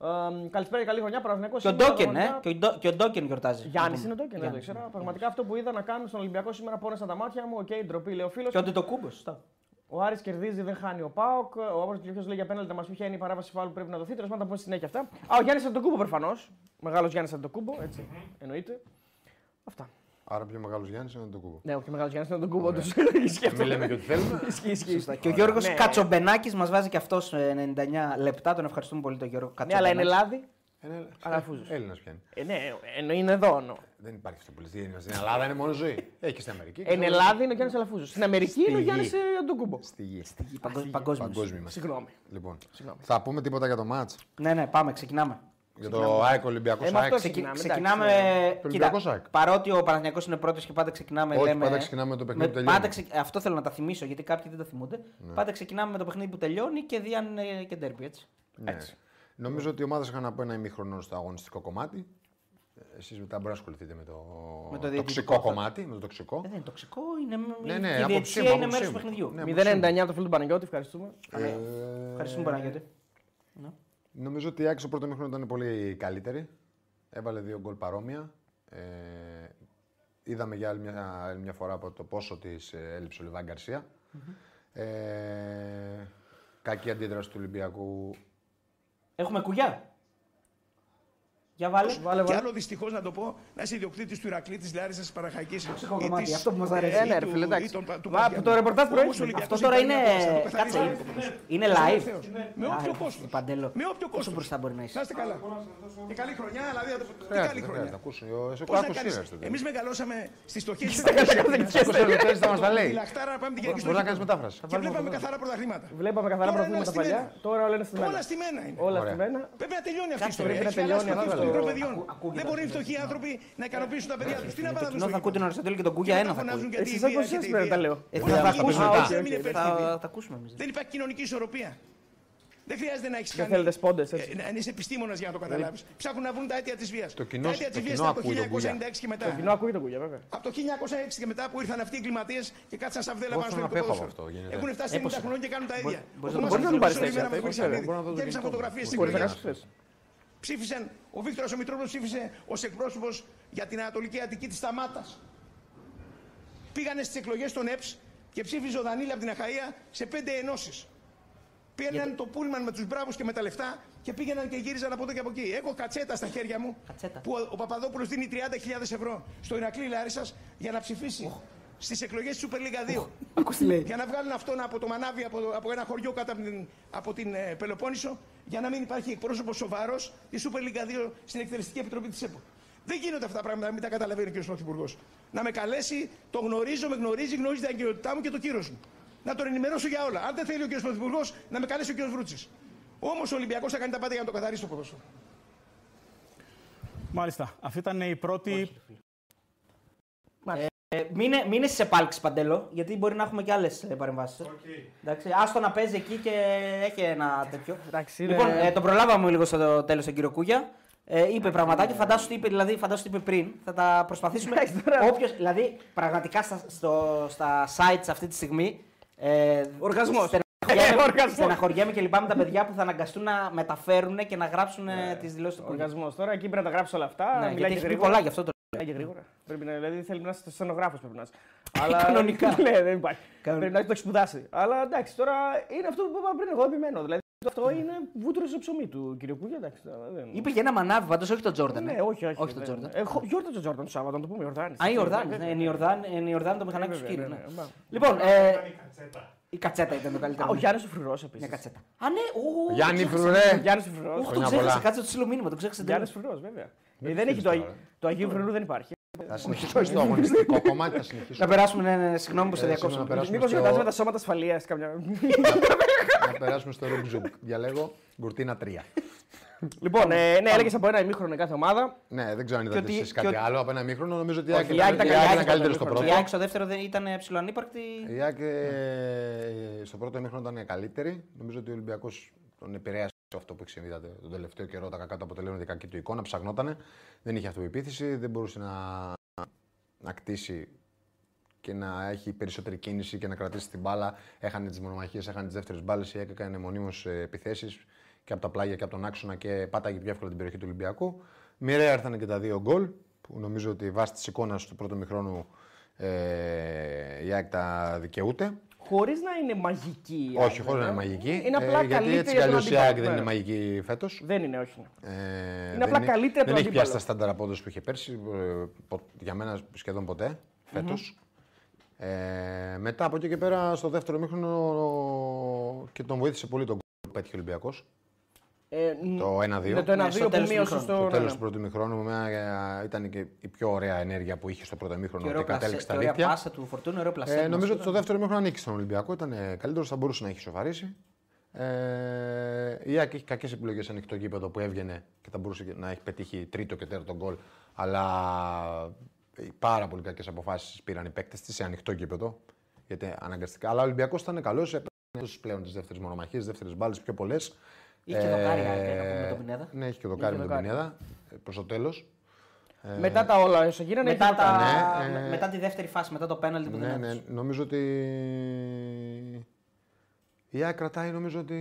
Ε, καλησπέρα και καλή χρονιά, Παναθυνακό.
Και ο Ντόκεν, ε. Και ο Ντο- Και ο Ντόκεν γιορτάζει.
Γιάννης
Λοιπόν,
είναι ο Ντόκεν, δεν το
Γιάννης.
ήξερα. Πραγματικά αυτό που είδα να κάνουν στον Ολυμπιακό σήμερα πόνεσαν τα μάτια μου. Οκ, ντροπή, λέει ο φίλος.
Και ο Ντετοκούμπο, σωστά.
Ο Άρης κερδίζει, δεν χάνει ο Πάοκ. Ο Άπρο Τηλεφιό λέει για πέναλτι να μας πει ποια είναι η παράβαση φάλου που πρέπει να δοθεί. Τέλος πάντων, θα πούμε στη συνέχεια αυτά. Α, ο Γιάννης Αντοκούμπο προφανώς. Μεγάλος Γιάννης Αντοκούμπο, έτσι. Εννοείται. Αυτά.
Άρα πιο μεγάλος Γιάννης είναι το κούβο.
Ναι, όχι μεγάλος Γιάννης Αντοκούμπο, του ισχύει αυτό.
Μην λέμε και ότι θέλουμε.
Ισχύει, ισχύει.
Και ο Γιώργος
Ναι.
Κατσομπενάκης μας βάζει και αυτός 99 λεπτά. Τον ευχαριστούμε πολύ τον Γιώργο
Ναι, αλλά
Κατσομπενάκη.
είναι Ελλάδη.
Ε, ναι,
Αλαφούζος.
Έλληνας πιάνει.
Ε, ναι, εννοεί είναι εδώ. εννοώ.
Δεν υπάρχει αυτό που λέει. Στην Ελλάδα είναι μόνο ζωή. Έχει και στην Αμερική.
Εν Ελλάδα είναι ο Γιάννης Αλαφούζος. Στην Αμερική είναι ο
Στη
Γιάννη
γη.
Αντοκούμπο.
Στη γη.
Παγκόσμιος.
Παγκόσμιος μας.
Συγγνώμη.
Λοιπόν, θα πούμε τίποτα για το μάτς.
Ναι, ναι, πάμε, ξεκινάμε.
Για το ΑΕΚ Ολυμπιακός
Ε, με αυτό
ΑΕΚ.
ξεκι- Ξεκινάμε,
ξεκινάμε. Κοίτα,
Το Ολυμπιακό σάκ.
παρότι ο Παναθηναϊκός είναι πρώτος και πάντα ξεκινάμε.
Όχι,
λέμε,
πάντα ξεκινάμε με το παιχνίδι που τελειώνει. Ναι.
πάντα ξε- Αυτό θέλω να τα θυμίσω γιατί κάποιοι δεν τα θυμούνται. Πάντα ξεκινάμε με το παιχνίδι που τελειώνει και δίαν είναι και ντέρμπι, έτσι.
Ναι. Νομίζω ότι οι ομάδες είχαν από ένα ημίχρονο στο αγωνιστικό κομμάτι. Εσείς μετά μπορεί να ασχοληθείτε με το,
Με το διαιτητικό
τοξικό
αυτό.
κομμάτι. Με το τοξικό.
Ε, δεν είναι τοξικό, είναι.
ναι,
η
άποψή μου,
διαιτησία
άποψή
είναι μέρος του
μου.
παιχνιδιού.
Ναι.
0,99 από το φίλο του Παναγιώτη, ευχαριστούμε.
Καλά.
Ε,
Ευχαριστούμε, Παναγιώτη.
Νομίζω ότι η Άκη στο πρώτο μήχρονο ήταν πολύ καλύτερη. Έβαλε δύο γκολ παρόμοια. Ε, είδαμε για άλλη μια, άλλη μια φορά από το πόσο της έλειψε ο Λιβάν Γκαρσία. Ε, κακή αντίδραση του Ολυμπιακού.
Έχουμε κουγιά. Για βάλε.
Βάλε,
Και
βάλε.
άλλο δυστυχώς να το πω, να είσαι ιδιοκτήτης του Ηρακλή της Λάρισας Παραχακή.
κομμάτι, αυτό που μας αρέσει.
Ε, ναι, ρε φίλε, εντάξει. Μα, από το ρεπορτάζ που
προέκυψε.
έτσι,
Αυτό τώρα είναι. Κάτσε. είναι- Είναι live.
Με όποιο
Άρα,
κόσμο.
Παντέλο.
Με όποιο κόσμο.
Πόσο μπροστά μπορεί να
Να
είσαι.
είστε καλά. Και καλή χρονιά, δηλαδή. να το- Τι
Χρειάζεται,
καλή
δεν χρειάζεται να
χρονιά.
ακούσει. Ο Εσοκ
Πώ να
άκουσε.
κάνει.
ρε, στο τέλος.
Εμεί μεγαλώσαμε στι στοχέ τη.
Στο τέλος θα μας τα λέει.
Τη λαχτάρα να πάμε την Κυριακή
Μπορεί να
στο
κάνεις μετάφραση.
Και βλέπαμε καθαρά πρωταθλήματα.
Βλέπαμε καθαρά
Τώρα είναι
προβλήματα
όλα
παλιά.
στημένα.
Τώρα όλα είναι στη
Όλα
μένα.
στη μένα είναι.
Όλα
Ωραία.
στη μένα.
Πρέπει να τελειώνει αυτή η
Κάτσε,
ιστορία.
πρέπει να
Έχει χαλάσει
τελειώνει
το
αυτό.
μικρό
Ακού-
παιδιών.
ακούγεται
Δεν μπορεί οι
αυτός.
φτωχοί άνθρωποι να ικανοποιήσουν τα παιδιά τους. Τι να πάνε να
Ενώ θα ακούει τον Αριστοτέλη και τον Κούγια ένα Ε, θα ακούει.
Εσείς ακούτε εσείς πρέπει να τα λέω.
Ε,
Όλα
θα τα
θα τα
ακούσουμε.
πεις μετά.
όχι,
Α,
όχι,
οκ,
Θα
οκ.
θα τα ακούσουμε εμεί.
Δεν υπάρχει κοινωνική ισορροπία. Δεν χρειάζεται να έχεις
Δεν
κάνει.
θέλετε σπόντες, έτσι.
ε, να- Να είσαι επιστήμονας για να το καταλάβεις. Ψάχνουν να βρουν τα αίτια της βίας.
Το κοινό-
τα αίτια
το
της βία
κοινό
ήταν από το
ακούει τον Κούλια.
1996 και
Το
μετά.
κοινό ακούει τον Κούγια, βέβαια.
Από το 1906 και μετά που ήρθαν αυτοί οι εγκληματίες και κάτσαν στα βδέλα
Εγώ
πάνω στο
θέλω να
ελληνικό
απέχω από
ποδόσφαιρο.
αυτό, γίνεται.
Έχουν φτάσει 90
Έποψα.
χρόνια και κάνουν τα ίδια.
μπορείς να το-
Ο Θωμάς
μπορείς να το
Ανδρουλάκης
παρεστέσεις
όλη μέρα
αυτό,
με
ξέρω,
Χρυσανίδη.
μπορώ να το
Και έριξαν
δοκιμάσω.
φωτογραφίε στην
Μπορείς να
Κούλια.
κάνεις χθες.
Ψήφισαν, ο Βίκτορας ο Μητρόπουλος ψήφισε ως εκπρόσωπος για την Ανατολική Αττική της Σταμάτας. Πήγανε στις εκλογές των ΕΠΣ και ψήφιζε ο Δανίλη από την Αχαία σε πέντε ενώσεις. Πήγαιναν το πούλμαν με τους μπράβους και με τα λεφτά και πήγαιναν και γύριζαν από εδώ και από εκεί. Έχω κατσέτα στα χέρια μου
Κατσέτα.
που ο, ο Παπαδόπουλος δίνει 30.000 ευρώ στο Ηρακλή Λάρισας για να ψηφίσει στις εκλογές της Super League 2.
Ακούς τι λέει.
Για να βγάλουν αυτόν από το Μανάβι, από, το- από ένα χωριό κάτω από την, από την ε, Πελοπόννησο, για να μην υπάρχει εκπρόσωπος σοβαρός της Super League 2 στην Εκτελεστική Επιτροπή της ΕΠΟ. Δεν γίνονται αυτά τα πράγματα, μην τα καταλαβαίνει ο κ. Πρωθυπουργός. Να με καλέσει, το γνωρίζω, με γνωρίζει, γνωρίζει την αγκαιότητά μου και το κύριο μου. Να τον ενημερώσω για όλα. Αν δεν θέλει ο κ. Πρωθυπουργός, να με καλέσει ο κ. Βρούτσης. Όμως ο Ολυμπιακός θα κάνει τα πάντα για να το καθαρίσει το ποδόσφαιρο.
Μάλιστα. Αυτή ήταν η πρώτη.
Ε, μείνε, μείνε στις επάλξεις παντέλο, γιατί μπορεί να έχουμε και άλλες παρεμβάσεις. ε. Εντάξει, άστο να παίζει εκεί και έχει ένα τέτοιο.
Εντάξει, είναι-
λοιπόν, ε, τον προλάβαμε λίγο στο τέλος τον κύριο Κούγια. Ε, είπε
ναι.
πραγματάκια, φαντάσου τι είπε, δηλαδή, φαντάσου τι είπε πριν. Θα τα προσπαθήσουμε. Όποιος, δηλαδή, πραγματικά στα, στο, στα sites αυτή τη στιγμή. Ε, Οργασμός.
Οργασμός.
Στεναχωριέμαι και λυπάμαι τα παιδιά που θα αναγκαστούν να μεταφέρουν και να γράψουν τις δηλώσεις του Κούγια.
Οργασμός τώρα, εκεί πρέπει να τα γράψω όλα
Ναι,
αυτά.
γιατί
Ναι. Μιλάει και
έχει πει
γρήγορα.
πολλά γι' αυτό το
Μιλάει και γρήγορα. Πρέπει να, δηλαδή θέλει να είσαι στενογράφος πρέπει να είσαι. Αλλά...
Κανονικά.
ναι, δεν υπάρχει.
Κανονικά.
Πρέπει να έχει το σπουδάσει. Αλλά εντάξει, τώρα είναι αυτό που είπα πριν. Εγώ επιμένω. Δηλαδή αυτό είναι βούτυρο στο ψωμί του κ. Κούγια. Εντάξει, τώρα δεν...
Ναι. Είπε για ένα μανάβι, πάντως όχι τον Τζόρνταν.
Ναι, όχι, όχι.
όχι τον
δεν-
Τζόρνταν.
Ε, χω- Γιόρτασε τον Τζόρνταν το Σάββατο, να το πούμε. Ιορδάνη.
Α, η Ορδάνη. Ναι, είναι η Ορδάνη, είναι η Ορδάνη το μηχανάκι του
βέβαια,
Σκύρου.
ναι,
ναι.
ναι, μπράβο.
Λοιπόν, ε, η κατσέτα ήταν το
Α,
καλύτερο.
ο
ναι.
Γιάννης ο Φρουρός
Μια
επίση.
κατσέτα. Α, ναι, ου,
Γιάννη
ξέχασα.
Φρουρέ.
Γιάννη ο Φρουρό.
Οχ, το
Χρόνια
ξέχασα,
πολλά.
κάτσε να του στείλω μήνυμα, το ξέχασα
Γιάννη
τελείως.
Φρουρός, βέβαια.
Δεν
Ε, Δεν έχει το
πιστεύεις τώρα,
Αγίου-
ε.
το Αγίου Φρουρού δεν υπάρχει.
Θα συνεχίσω στο αγωνιστικό κομμάτι. Θα συνεχίσω.
Να περάσουμε, ναι, ναι, ναι, συγγνώμη που σε
Ε, συγγνώμη,
διακόψαμε.
να περάσουμε
Μήπως
στο-
γιορτάζουμε τα σώματα ασφαλείας καμιά.
να περάσουμε στο Ρουμπ Ζουμπ. Διαλέγω γκουρτίνα 3.
Λοιπόν, ε, ναι, έλεγες από ένα ημίχρονο κάθε ομάδα.
Ναι, δεν ξέρω αν
Και
είδατε
ότι-
εσείς
και
κάτι
ότι-
άλλο. Από ένα μήχρονο νομίζω ότι η
Όχι,
Άκη
η
ήταν-
Άκη ήταν
η Άκη
καλύτερη
ήταν καλύτερη
στο
στο
πρώτο.
πρώτο.
Η Άκη στο δεύτερο δεν ήταν ε, ψηλοανύπαρκτη.
Η Άκη ε, στο πρώτο μήχρονο ήταν καλύτερη. Νομίζω ότι ο Ολυμπιακός τον επηρέασε αυτό που εξηγήσατε τον τελευταίο καιρό. Τα κακά του αποτελέσματα, η κακή του εικόνα ψαχνότανε. Δεν είχε αυτοπεποίθηση, δεν μπορούσε να, να κτίσει και να έχει περισσότερη κίνηση και να κρατήσει την μπάλα. Έχανε τις μονομαχίες, έχανε τις δεύτερες μπάλες. Η ΑΕΚ έκανε μονίμως επιθέσεις και από τα πλάγια και από τον άξονα και πάταγε πιο εύκολα την περιοχή του Ολυμπιακού. Μοιραία ήρθαν και τα δύο γκολ που νομίζω ότι βάσει της εικόνας του πρώτου μηχρόνου ε, η ΑΕΚ τα δικαιούται.
Χωρίς να είναι μαγική. η
Όχι,
ΑΕΚ,
χωρίς να
βέβαια.
είναι μαγική. Ε,
Είναι απλά
γιατί
καλύτερη
έτσι κι
από τον
αλλιώς η ΑΕΚ δεν
αντίπαλο. Ναι.
είναι μαγική φέτος.
Δεν είναι, όχι. ναι.
Ε,
απλά
δεν
καλύτερη από τον
Δεν έχει
αντίπαλο.
πιάσει τα στάνταρ απόδοση που είχε πέρσι. ε, πο- Για μένα σχεδόν ποτέ φέτος. Ε, μετά από εκεί και πέρα στο δεύτερο μήχρονο και τον βοήθησε πολύ τον γκολ που πέτυχε ο Ολυμπιακός.
Ε,
Το 1-2.
με το 1-2
στο
που
τέλος του
μείωσε
χρόνου.
στο.
Το
ναι,
τέλο
ναι.
του πρώτου μηχρόνου με μια- ε, ήταν και η πιο ωραία ενέργεια που είχε στο πρώτο
Και
μήχρονο
ωραίο
και
πλασέ-
κατέληξε
και
τα
ωραία
δίκτυα.
πάσα του φορτούνου, ωραίο πλασέ.
Ε, νομίζω ότι στο δεύτερο μήχρονο ανήκει στον Ολυμπιακό. Ήταν καλύτερος, θα μπορούσε να έχει σοβαρήσει. Ε, η Άκη έχει κακές επιλογές σε ανοιχτό γήπεδο που έβγαινε και θα μπορούσε και να έχει πετύχει τρίτο και τέταρτο γκολ. Αλλά ε, πάρα πολύ κακές αποφάσεις πήραν οι παίκτες της σε ανοιχτό γήπεδο. Γιατί αναγκαστικά. Αλλά ο Ολυμπιακός ήταν καλός. Έπαιρνε πλέον τις δεύτερες μονομαχίες, δεύτερες μπάλες πιο πολλές.
Είχε δοκάρι, Άκη, να πούμε, με τον Πινέδα.
Ναι, έχει και δοκάρι
Είχε
με τον
δοκάρι.
Πινέδα προς το τέλος.
Μετά τα όλα όσα γίνανε.
Μετά,
έγινε
τα...
Ναι, ε,
με- μετά τη δεύτερη φάση, μετά το πέναλτι που
Ναι,
δεν
ναι,
έδωσε.
νομίζω ότι. Η ΑΕΚ κρατάει, νομίζω ότι.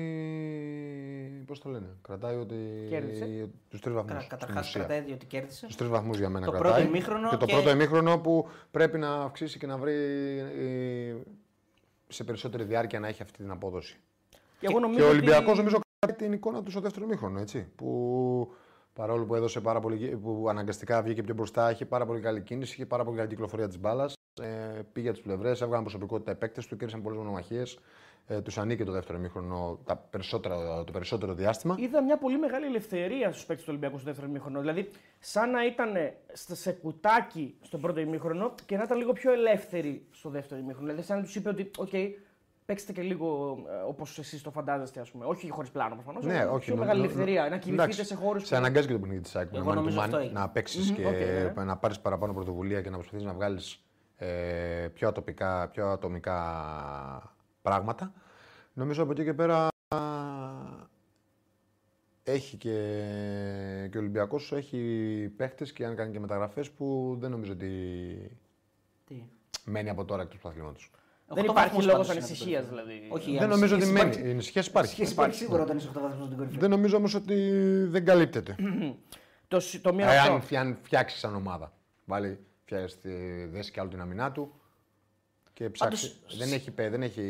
Πώς το λένε, κρατάει ότι.
Κέρδισε.
Τους τρεις βαθμούς.
Καταρχά κρατάει διότι κέρδισε.
Στου τρεις βαθμούς για μένα
Το
κρατάει.
πρώτο ημίχρονο
και το
και-
πρώτο ημίχρονο που πρέπει να αυξήσει και να βρει ε, σε περισσότερη διάρκεια να έχει αυτή την απόδοση.
Και, εγώ νομίζω
Και ο
ότι-
Ολυμπιακός νομίζω κρατάει την εικόνα του στο δεύτερο ημίχρονο. Έτσι, που παρόλο που έδωσε πάρα πολύ. που αναγκαστικά βγήκε πιο μπροστά, είχε πάρα πολύ καλή κίνηση, είχε πάρα πολύ καλή κυκλοφορία της μπάλας. Ε, πήγε τις πλευρές, έβγαλαν προσωπικότητα επέκτε του, κέρδισαν πολλές μονομαχίες. Ε, τους ανήκε το δεύτερο ημίχρονο τα περισσότερα, το περισσότερο διάστημα.
Είδα μια πολύ μεγάλη ελευθερία στους παίκτες του Ολυμπιακού στο δεύτερο ημίχρονο. Δηλαδή, σαν να ήταν σε κουτάκι στον πρώτο ημίχρονο και να ήταν λίγο πιο ελεύθεροι στο δεύτερο ημίχρονο. Δηλαδή, σαν να τους είπε ότι, οκ, παίξτε και λίγο όπως εσείς το φαντάζεστε, ας πούμε. Όχι χωρίς πλάνο προφανώς.
Ναι, όχι.
Πιο
νο-
μεγάλη
νο-
ελευθερία. Να
εντάξει,
κινηθείτε σε χώρους.
Σε αναγκάζει και το παιχνίδι της ΑΕΚ.
Εγώ νομίζω αυτό έγινε.
να παίξει και
οκ, ναι.
να πάρεις παραπάνω πρωτοβουλία και να προσπαθείς να βγάλεις ε, πιο, ατοπικά, πιο ατομικά πράγματα. Νομίζω από εκεί και πέρα έχει και, και ο Ολυμπιακός έχει παίχτες και αν κάνει και μεταγραφές που δεν νομίζω ότι
Τι.
μένει από τώρα εκτός του αθλήματο.
Δεν
Οκτώ
υπάρχει
βαθμούς
λόγο
πάντως είναι από το
ανησυχία
δεύτερο.
δηλαδή.
Όχι,
Δεν νομίζω ότι μένει.
υπάρχει.
Η ανησυχία υπάρχει.
Σχέση υπάρχει σίγουρα όταν είσαι 8 βαθμού στην κορυφή.
Δεν νομίζω όμως ότι δεν καλύπτεται.
Το, σι- το μείον
Εάν
αυτό.
φι- Ε, αν φτιάξεις σαν ομάδα. Βάλει, φτιάξεις, δέσει κι άλλο την αμυνά του και ψάξει. δεν έχει. πέ- Δεν έχει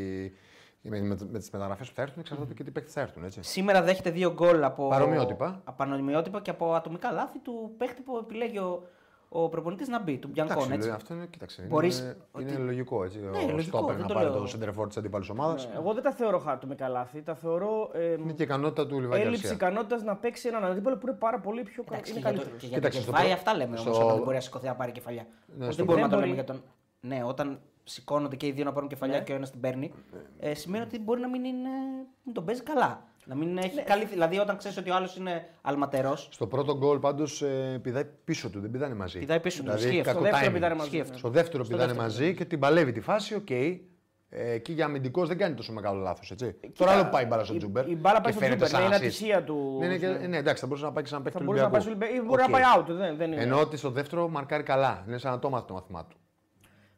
με, με, με τις μεταγραφές που θα έρθουν, εξαρτάται και τι παίκτες θα έρθουν. Έτσι.
Σήμερα δέχεται δύο γκολ από.
Παρομοιότυπα.
από παρομοιότυπα και από ατομικά λάθη του παίχτη που επιλέγει ο, ο προπονητής να μπει, του Μπιανκόν.
Εντάξει,
Λοιπόν, Έτσι.
λέει, αυτό είναι, κοίταξε,
Μπορείς
είναι,
ότι- Ναι,
είναι λογικό. Έτσι, ο
λογικό,
Στόπερ
δεν
να
το
πάρει
λέω. Ναι.
το σεντερφόρ τη αντίπαλη ομάδα.
Εγώ δεν τα θεωρώ ατομικά λάθη. Τα θεωρώ ε,
Είναι και η ικανότητα του Λιβάγια.
έλλειψη ικανότητας να παίξει έναν αντίπαλο που είναι πάρα πολύ πιο κα-
Εντάξει,
είναι
και για το-
καλύτερος.
και για τον
Κοίταξε, στο
κεφάλι
προ-
αυτά λέμε
στο- Ναι,
όμως, όταν δεν μπορεί να σηκωθεί να πάρει κεφαλιά. Πώς
στο
δεν μπορούμε
πρώτο-
να το
Δεν
λέμε για τον. Ναι, όταν σηκώνονται και οι δύο να πάρουν κεφαλιά και ο ένας την παίρνει,
Ναι.
ε, σημαίνει ότι μπορεί να μην, είναι, να τον παίζει καλά. Να μην έχει καλή. Δηλαδή, όταν ξέρεις ότι ο άλλος είναι αλματερός,
Στο πρώτο γκολ πάντως πηδάει πίσω του, δεν πηδάνε μαζί.
Πηδάει πίσω του,
Δηλαδή,
ισχύει
έχει
αυτό.
κακό
Στο δεύτερο
timing.
πηδάνε μαζί,
Ισχύει
ναι.
αυτό. Στο δεύτερο
Στο
πηδάνε
δεύτερο
μαζί και την παλεύει τη φάση, οκ. Ε, εκεί για αμυντικός δεν κάνει τόσο μεγάλο λάθος. Τώρα άλλο πάει η μπάλα στο
Ε, η-
Τζούμπερ.
η μπάλα πάει
και
στο
φαίνεται
Τζούμπερ,
σαν
ναι, είναι
assist.
ατυχία του.
Ναι, ναι, και-
Ναι.
ναι, εντάξει, θα μπορούσε να πάει και σαν παίχτη
Θα
του
μπορούσε να πάει στο
Ολυμπιακού.
Ολυμπιακό ή μπορεί να πάει
Οκ.
out. Δεν, δεν είναι.
Ενώ ότι στο δεύτερο μαρκάρει καλά. Είναι σαν ατόμα το μάθημά του.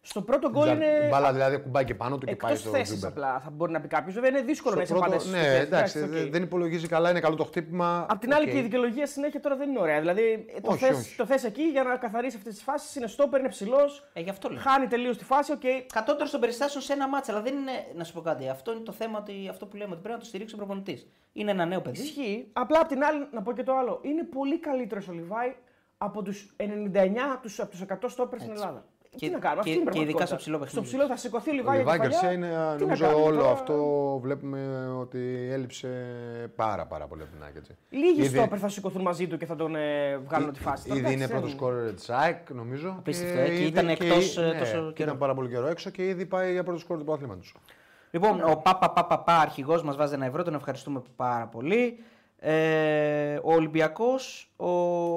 Στο πρώτο γκολ
Η
είναι
μπάλα δηλαδή κουμπάει και πάνω του και
εκτός
πάει στο
θέσης
Τζούμπερ.
απλά. Θα μπορεί να πει κάποιος. Βέβαια είναι δύσκολο να
Στο
είσαι πάντα
πρώτο-
στη
Ναι,
θέση,
εντάξει,
οκ.
δε- δεν υπολογίζει καλά, είναι καλό το χτύπημα.
Απ' την άλλη
οκ.
και η δικαιολογία συνέχεια τώρα δεν είναι ωραία. Δηλαδή ε, το,
Όχι,
θες,
όχι.
το θες εκεί για να καθαρίσει αυτές τις φάσεις. Είναι στόπερ, είναι ψηλός.
ε, γι' αυτό λέω.
Χάνει τελείως τη φάση. Οκ.
Κατώτερο των περιστάσεων σε ένα μάτσα. Αλλά δεν είναι. Να σου πω κάτι. Αυτό είναι το θέμα ότι, αυτό που λέμε ότι πρέπει να το στηρίξει ο προπονητής. Είναι ένα νέο παιδί.
Ισχύει. Απλά απ' την άλλη, να πω και το άλλο. Είναι πολύ καλύτερος ο Λιβάη από τους 99 από τους 100 στόπερ στην Ελλάδα.
Και-
τι να κάνουμε,
και-
αυτή είναι η
και ειδικά
πραγματικότητα.
στο ψηλό παιχνίδι.
Στο ψηλό θα σηκωθεί ο
Ο
Λιβάη. για
Λιβάη
κεφαλιά.
Γκαρσία είναι,
Τι να
νομίζω,
κάνουμε
όλο
τώρα.
αυτό βλέπουμε ότι έλειψε πάρα πάρα πολύ από την ΑΕΚ, έτσι.
Λίγοι
Ήδη-
στόπερ θα σηκωθούν μαζί του και θα τον ε, βγάλουν από τη φάση. Τώρα,
Ήδη είναι
εντάξει, ε.
πρώτο
δεν-
σκόρ της ΑΕΚ, νομίζω.
Απίστευτο,
και
ε, και
ήδη-
ήταν εκτός, ε,
ναι,
τόσο καιρό.
και Ήταν πάρα πολύ καιρό έξω και ήδη πάει για πρώτο σκόρ του πρωταθλήματο.
Λοιπόν, ο Παπα Παπα Πα, αρχηγός μας, βάζει ένα ευρώ, τον ευχαριστούμε πάρα πολύ. Ε, ο Ολυμπιακός, ο,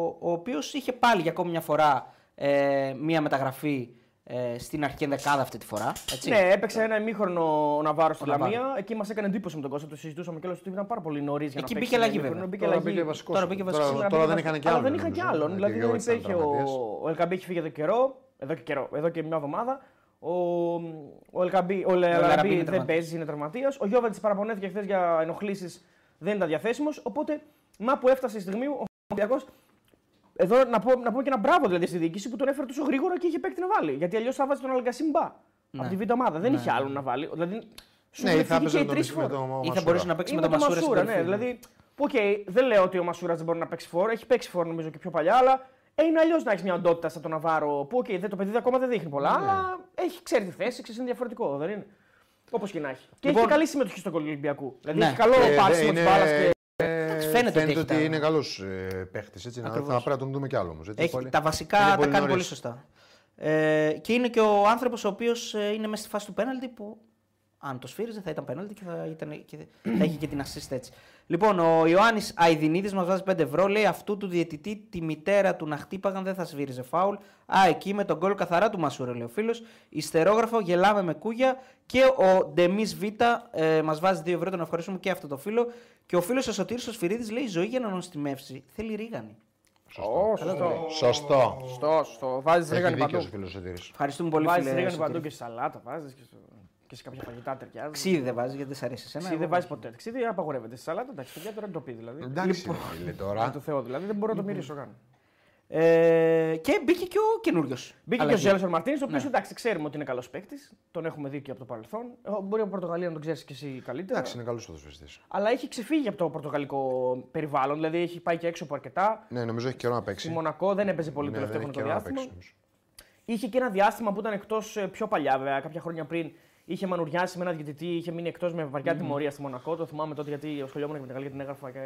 ο οποίος είχε πάλι για ακόμη μια φορά ε, μια μεταγραφή ε, στην αρχική ενδεκάδα αυτή τη φορά. Έτσι.
Ναι, έπαιξε ένα ημίχρονο ο Ναβάρος στη
Ναβάρο.
Λαμία. Εκεί μας έκανε εντύπωση με τον Κώστα, το συζητούσαμε και ότι ήταν πάρα πολύ νωρίς για να
Εκεί
παίξει
μπήκε
ένα
αλλαγή,
ημίχρονο,
βέβαια.
Μπήκε
Τώρα
αλλαγή.
μπήκε βασικό.
Τώρα μπήκε βασικός.
Τώρα,
Σήμερα
τώρα δεν
μπήκε
είχαν και
Αλλά
άλλον.
δεν είχαν και
νομίζω.
άλλον.
Ναι,
Δηλαδή
και
δεν
εγώ έτσι
υπήρχε
ήταν
ο,
τραυματίας.
ο Ελκαμπή έχει φύγει εδώ και καιρό. Εδώ και καιρό, εδώ και μια εβδομάδα. Ο, ο Ελκαμπή, ο
Ελαραμπή Ναι, είναι
Λαραμπή δεν
τραυματίας.
παίζει, είναι τραυματίας. Ο Γιώβετ παραπονέθηκε χθες για ενοχλήσεις, δεν ήταν διαθέσιμος. Οπότε, μα που έφτασε η στιγμή, ο Ολυμπιακός. Εδώ να πω, να πω και ένα μπράβο δηλαδή στη διοίκηση που τον έφερε τόσο γρήγορα και είχε παίκτη να βάλει. Γιατί αλλιώς θα βάζει τον Αλγκασίμπα
Ναι.
από τη β' ομάδα. Δεν είχε άλλον να βάλει. Δηλαδή, σου
Ναι,
ναι,
ή θα
και
έπαιζε
οι
με τον
τρεις
Μισή- με
φορέ.
τον
Ή θα
Μασούρα.
μπορούσε να παίξει
Ή
με τον
το
Μασούρα. στην
ναι.
κορυφή.
Δηλαδή, οκ, δεν λέω ότι ο Μασούρας δεν μπορεί να παίξει φόρ, έχει παίξει φόρ νομίζω και πιο παλιά, αλλά ε, είναι αλλιώς να έχεις μια οντότητα σαν τον Ναβάρο που, οκ, δεν το παιδί δεν- ακόμα δεν δείχνει πολλά,
Ναι.
αλλά έχει, ξέρει τη θέση, ξέρει, είναι διαφορετικό, δεν είναι. Όπως και να έχει. Και έχει και καλή συμμετοχή στον κόλλο Ολυμπιακού. Δηλαδή,
Λοιπόν- Ναι.
έχει καλό
Ε,
πάσιμο
δεν
της
είναι-
μπάλας και.
Ε,
φαίνεται ότι
Φαίνεται
έχει
ότι
τα-
είναι καλός παίχτη. Θα
Ακριβώς.
πρέπει να τον δούμε κι άλλος όμω.
Έχει, τα βασικά
είναι
τα
πολύ
κάνει πολύ
νωρίς.
σωστά. Ε, και είναι και ο άνθρωπος ο οποίος είναι μέσα στη φάση του πέναλτι που αν το σφύριζε θα ήταν πέναλτι και θα, ήταν, και θα είχε και την assist έτσι. Λοιπόν, ο Ιωάννης Αιδινίδη μας βάζει 5 ευρώ. Λέει αυτού του διαιτητή τη μητέρα του να χτύπαγαν δεν θα σφύριζε φάουλ. Α, εκεί με τον γκολ καθαρά του Μασούρα, λέει ο φίλος. Ιστερόγραφο, γελάμε με κούγια. Και ο Ντεμής Β ε, μας βάζει 2 ευρώ, τον ευχαριστούμε και αυτό το φίλο. Και ο φίλος ο Σωτήρης ο Σφυρίδης λέει: «Η Ζωή για να νοστιμεύσει θέλει ρίγανη.
Ω, σωστό.
Σωστό.
Σωστό, σωστό. Βάζεις
Έχει
ρίγανη
δίκιο ο
παντού.
φίλος Σωτήρης.
Ευχαριστούμε πολύ,
Βάζεις
φίλε.
ρίγανη παντού
Σωτήρη.
και στη σαλάτα, βάζεις και, στο... και σε κάποια φαγητά ταιριάζει.
Ξύδι δεν βάζεις γιατί δεν σ' αρέσει εσένα.
Ξύδι δεν
εγώ
βάζεις ποτέ. Ξύδι απαγορεύεται στη σαλάτα. Εντάξει, παιδιά τώρα το πει δηλαδή.
Εντάξει,
Λοιπόν,
ρε φίλε,
Με
τώρα.
το Θεό δηλαδή δεν μπορώ να το μυρίσω καν.
Ε, και μπήκε και ο καινούριος.
Μπήκε και ο Ζέλσον Μαρτίνη, ο οποίος
Ναι.
εντάξει, ξέρουμε ότι είναι καλός παίκτης. Τον έχουμε δει και από το παρελθόν. Ε, Μπορεί από Πορτογαλία να τον ξέρεις και εσύ καλύτερα.
Εντάξει, ναι. είναι καλός ποδοσφαιριστής.
Αλλά έχει ξεφύγει από το πορτογαλικό περιβάλλον, δηλαδή έχει πάει και έξω από αρκετά.
Ναι, νομίζω έχει καιρό να
Στη
παίξει.
Μονακό δεν έπαιζε πολύ
Ναι,
το
δεν
τελευταίο
έχει
χρονικό
καιρό να
διάστημα.
παίξει. νομίζω.
Είχε και ένα διάστημα που ήταν εκτός πιο παλιά, βέβαια, κάποια χρόνια πριν. Είχε μανουριάσει με ένα διαιτητή, είχε μείνει εκτός με βαριά τιμωρία στη Μονακό. Το θυμάμαι τότε γιατί ασχολιόμουν και με την Γαλλία την έγραφα και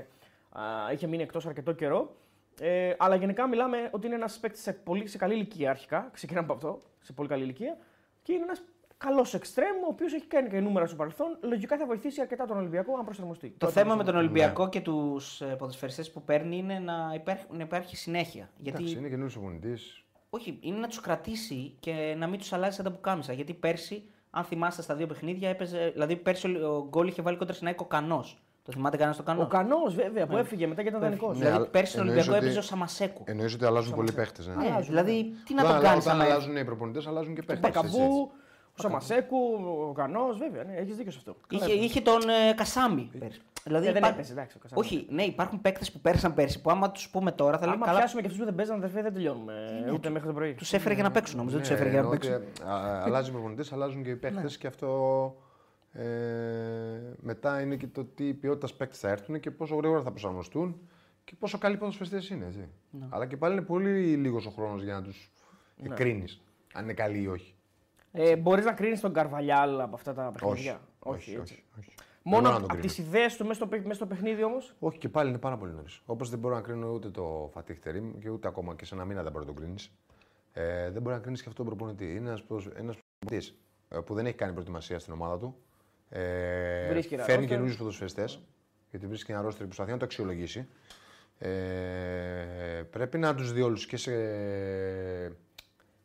α, είχε μείνει εκτός αρκετό καιρό. Ε, αλλά γενικά μιλάμε ότι είναι ένας παίκτης σε, πολύ- σε καλή ηλικία αρχικά. Ξεκινάμε από αυτό, σε πολύ καλή ηλικία. Και είναι ένας καλός εξτρέμ, ο οποίος έχει κάνει και νούμερα στο παρελθόν. Λογικά θα βοηθήσει αρκετά τον Ολυμπιακό αν προσαρμοστεί.
Το
Όταν
θέμα με
προσαρμοστεί.
τον Ολυμπιακό
Ναι.
και τους ποδοσφαιριστές που παίρνει είναι να, υπέρ- να υπάρχει συνέχεια. Γιατί
Εντάξει, είναι καινούριο προπονητής.
Όχι, είναι να τους κρατήσει και να μην τους αλλάζει σαν τα πουκάμισα. Γιατί πέρσι, αν θυμάστε στα δύο παιχνίδια, έπαιζε. Δηλαδή, πέρσι ο- ο γκολ είχε βάλει κόντρα στην ΑΕΚ ο Κανός. Το θυμάται κανένας το Κανό.
Ο Κανός, βέβαια, που έφυγε μετά και ήταν δανεικό.
Ναι,
δηλαδή,
αλλά
πέρσι τον
εννοείς
Ολυμπιακό
ότι-
έπαιζε ο Σαμασέκου.
Εννοείς ότι αλλάζουν πολλοί παίχτες. Ναι.
ναι, δηλαδή, τι να
Όταν
τον
αλλα-
κάνεις.
Όταν αλλάζουν οι προπονητές, αλλάζουν και παίχτες.
Ναι,
Πακαμπού, ο Σαμασέκου, ο Κανός, βέβαια, ναι, έχεις δίκιο σε αυτό.
Είχε, είχε τον ε, Κασάμι πέρσι. Δηλαδή,
ε, δεν
υπά-
έπαιζε, εντάξει, ο Κασάμι.
Όχι, ναι, υπάρχουν παίκτες που πέρασαν πέρσι που άμα τους πούμε τώρα θα λέμε
Άμα
καλά.
πιάσουμε και αυτούς που δεν παίζαν, αδερφέ, δεν τελειώνουμε. ούτε μέχρι το πρωί.
Τους έφερε
Ναι,
για να παίξουν νομίζω, δεν του
Ε,
έφερε για να παίξουν.
Αλλάζουν οι προπονητές, αλλάζουν και οι παίχτε και αυτό. Ε, μετά είναι και το τι ποιότητας παίκτη θα έρθουν και πόσο γρήγορα θα προσαρμοστούν και πόσο καλοί ποδοσφαιριστές είναι. Έτσι. Αλλά και πάλι είναι πολύ λίγος ο χρόνος για να τους κρίνεις αν είναι καλοί ή όχι.
Ε, Μπορείς να κρίνεις τον Καρβαλιάλ από αυτά τα
Όχι.
παιχνίδια.
Όχι, όχι,
Ναι, έτσι.
όχι, όχι. Δεν
Μόνο
μπορώ να
από,
τον κρίνω.
τις ιδέες του μέσα στο, παί- μέσα στο παιχνίδι όμως.
Όχι, και πάλι είναι πάρα πολύ νωρίς. Όπως δεν μπορώ να κρίνω ούτε το Φατίχ Τερήμ και ούτε ακόμα και σε ένα μήνα δεν μπορεί να τον κρίνεις. Ε, δεν μπορεί να κρίνεις και αυτόν τον προπονητή. Είναι ένας προπονητής ε, που δεν έχει κάνει προετοιμασία στην ομάδα του. Ε,
Βρίσκει ένα
φέρνει
roster.
καινούριους ποδοσφαιριστές. Γιατί βρίσκει ένα ρόστερ που προσπαθεί να το αξιολογήσει. Ε, πρέπει να τους δει όλους και σε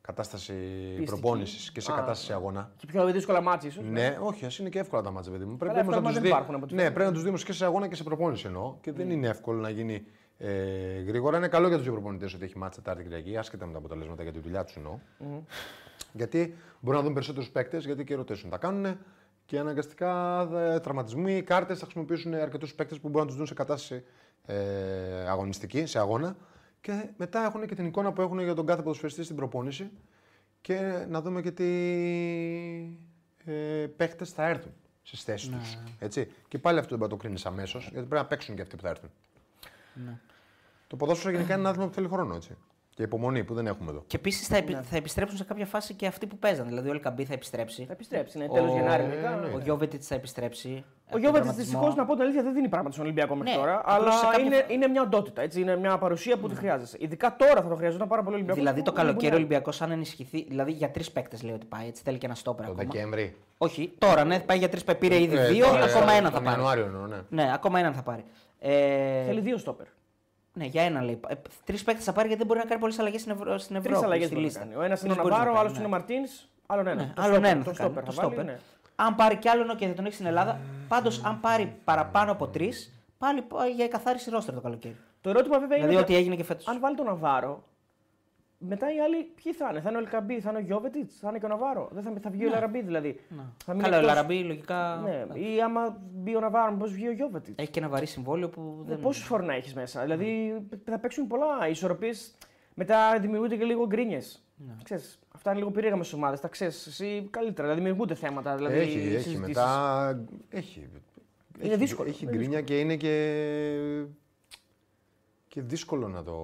κατάσταση προπόνησης και σε
Α,
κατάσταση αγώνα.
Και πιο δύσκολα μάτια, ίσως.
Ναι, όχι, ας είναι και εύκολα τα μάτια, παιδί μου. Πρέπει
Καλά,
όμως να
εύκολα
τους
δεν
δει.
υπάρχουν από τη Mm.
Ναι,
στιγμή.
πρέπει να τους δει και σε αγώνα και σε προπόνηση εννοώ. Και δεν είναι εύκολο να γίνει ε, γρήγορα. Είναι καλό για τους δύο προπονητές ότι έχει μάτια Τετάρτη Κυριακή, άσχετα με τα αποτελέσματα για τη δουλειά τους εννοώ. Γιατί μπορούν να δουν περισσότερους παίκτες, γιατί και rotation τα κάνουν και αναγκαστικά ε, τραυματισμοί, κάρτες θα χρησιμοποιήσουν αρκετούς παίκτες που μπορούν να τους δουν σε κατάσταση ε, αγωνιστική, σε αγώνα. Και μετά έχουν και την εικόνα που έχουν για τον κάθε ποδοσφαιριστή στην προπόνηση και να δούμε και τι ε, παίχτες θα έρθουν στις θέσεις
Ναι.
τους. Έτσι. Και πάλι αυτό δεν μπορεί να το κρίνεις αμέσως, γιατί πρέπει να παίξουν και αυτοί που θα έρθουν.
Ναι.
Το ποδόσφαιρο γενικά είναι ένα άθλημα που θέλει χρόνο. Έτσι. Και υπομονή που δεν έχουμε εδώ.
Και επίσης θα, επι-
Ναι.
θα επιστρέψουν σε κάποια φάση και αυτοί που παίζαν. Δηλαδή, ο Ελκαμπή θα επιστρέψει.
Θα επιστρέψει, ναι, τέλος Γενάρη. ειδικά.
Ο
ναι.
Γιώβετιτ θα επιστρέψει.
Ο Γιώβετ δυστυχώς να πω την αλήθεια δεν δίνει πράγματα στον Ολυμπιακό μέχρι
Ναι,
τώρα,
απλώς
αλλά
σε κάποια
είναι,
φα- Ναι.
είναι μια οντότητα. Έτσι, είναι μια παρουσία που τη χρειάζεσαι. Ειδικά τώρα θα το χρειαζόταν πάρα πολύ ο Ολυμπιακός.
Δηλαδή το καλοκαίρι ο Ολυμπιακός, αν ενισχυθεί. Δηλαδή για τρεις παίκτες λέει ότι πάει. Έτσι θέλει και ένα στόπερ
Το
ακόμα.
Δεκέμβρη.
Όχι, τώρα ναι, πάει για τρεις παίκτε. Πήρε ήδη
Ε,
δύο,
τώρα,
ακόμα
ε,
έναν θα
τον
πάρει.
Ιανουάριο εννοώ, ναι.
Ναι, ακόμα έναν θα πάρει. Ε,
Θέλει δύο στόπερ.
Ναι, για έναν λέει. Τρεις παίκτες θα πάρει γιατί δεν μπορεί να κάνει πολλές αλλαγές στην, Ευρω... στην Ευρώπη.
Τρει αλλαγές
στη
μπορεί να
λίστα.
κάνει. Ο ένας είναι
Τρεις
ο
μπορείς να
Ναβάρο, ο
κάνει,
άλλος
ναι.
είναι ο Μαρτίν, άλλον έναν.
Ναι,
Το
άλλον
στόπερ,
ένα θα
τον
κάνει.
στόπερ
Το
θα βάλει,
στόπερ.
ναι.
Αν πάρει κι άλλον και δεν τον έχεις στην Ελλάδα, πάντως αν πάρει παραπάνω από τρεις, πάλι πάει για καθάριση ρόστερ το καλοκαίρι.
Το ερώτημα βέβαια
Δηλαδή
Ε, είναι.
ό,τι έγινε και φέτος.
Αν βάλει τον Ναβάρο, μετά οι άλλοι ποιοι θα είναι. Θα είναι ο Ελκαμπή, θα είναι ο Γιώβετιτ, θα είναι και ο Ναβάρο. Δεν θα, θα βγει ο
Ναι.
Λαραμπή δηλαδή. Θα μείνει
Καλά, ο
εκτός.
Λαραμπή λογικά.
Ναι. Ή άμα μπει ο Ναβάρο, πώ βγει ο Γιώβετιτ.
Έχει και ένα βαρύ συμβόλαιο που Ε, δεν. Ναι.
Πόσου φορού να έχεις μέσα. Δηλαδή θα παίξουν πολλά. Οι ισορροπίες μετά δημιουργούνται και λίγο γκρίνιες.
Ναι.
Ξέρεις, Αυτά είναι λίγο περίεργα στις ομάδες. Τα ξέρεις εσύ καλύτερα. Δηλαδή δημιουργούνται θέματα. Δηλαδή,
Ε, έχει, έχει
συζητήσεις.
μετά. Έχει.
Είναι
έχει-
δύσκολο,
Έχει
είναι
γκρίνια και είναι και. και δύσκολο να το.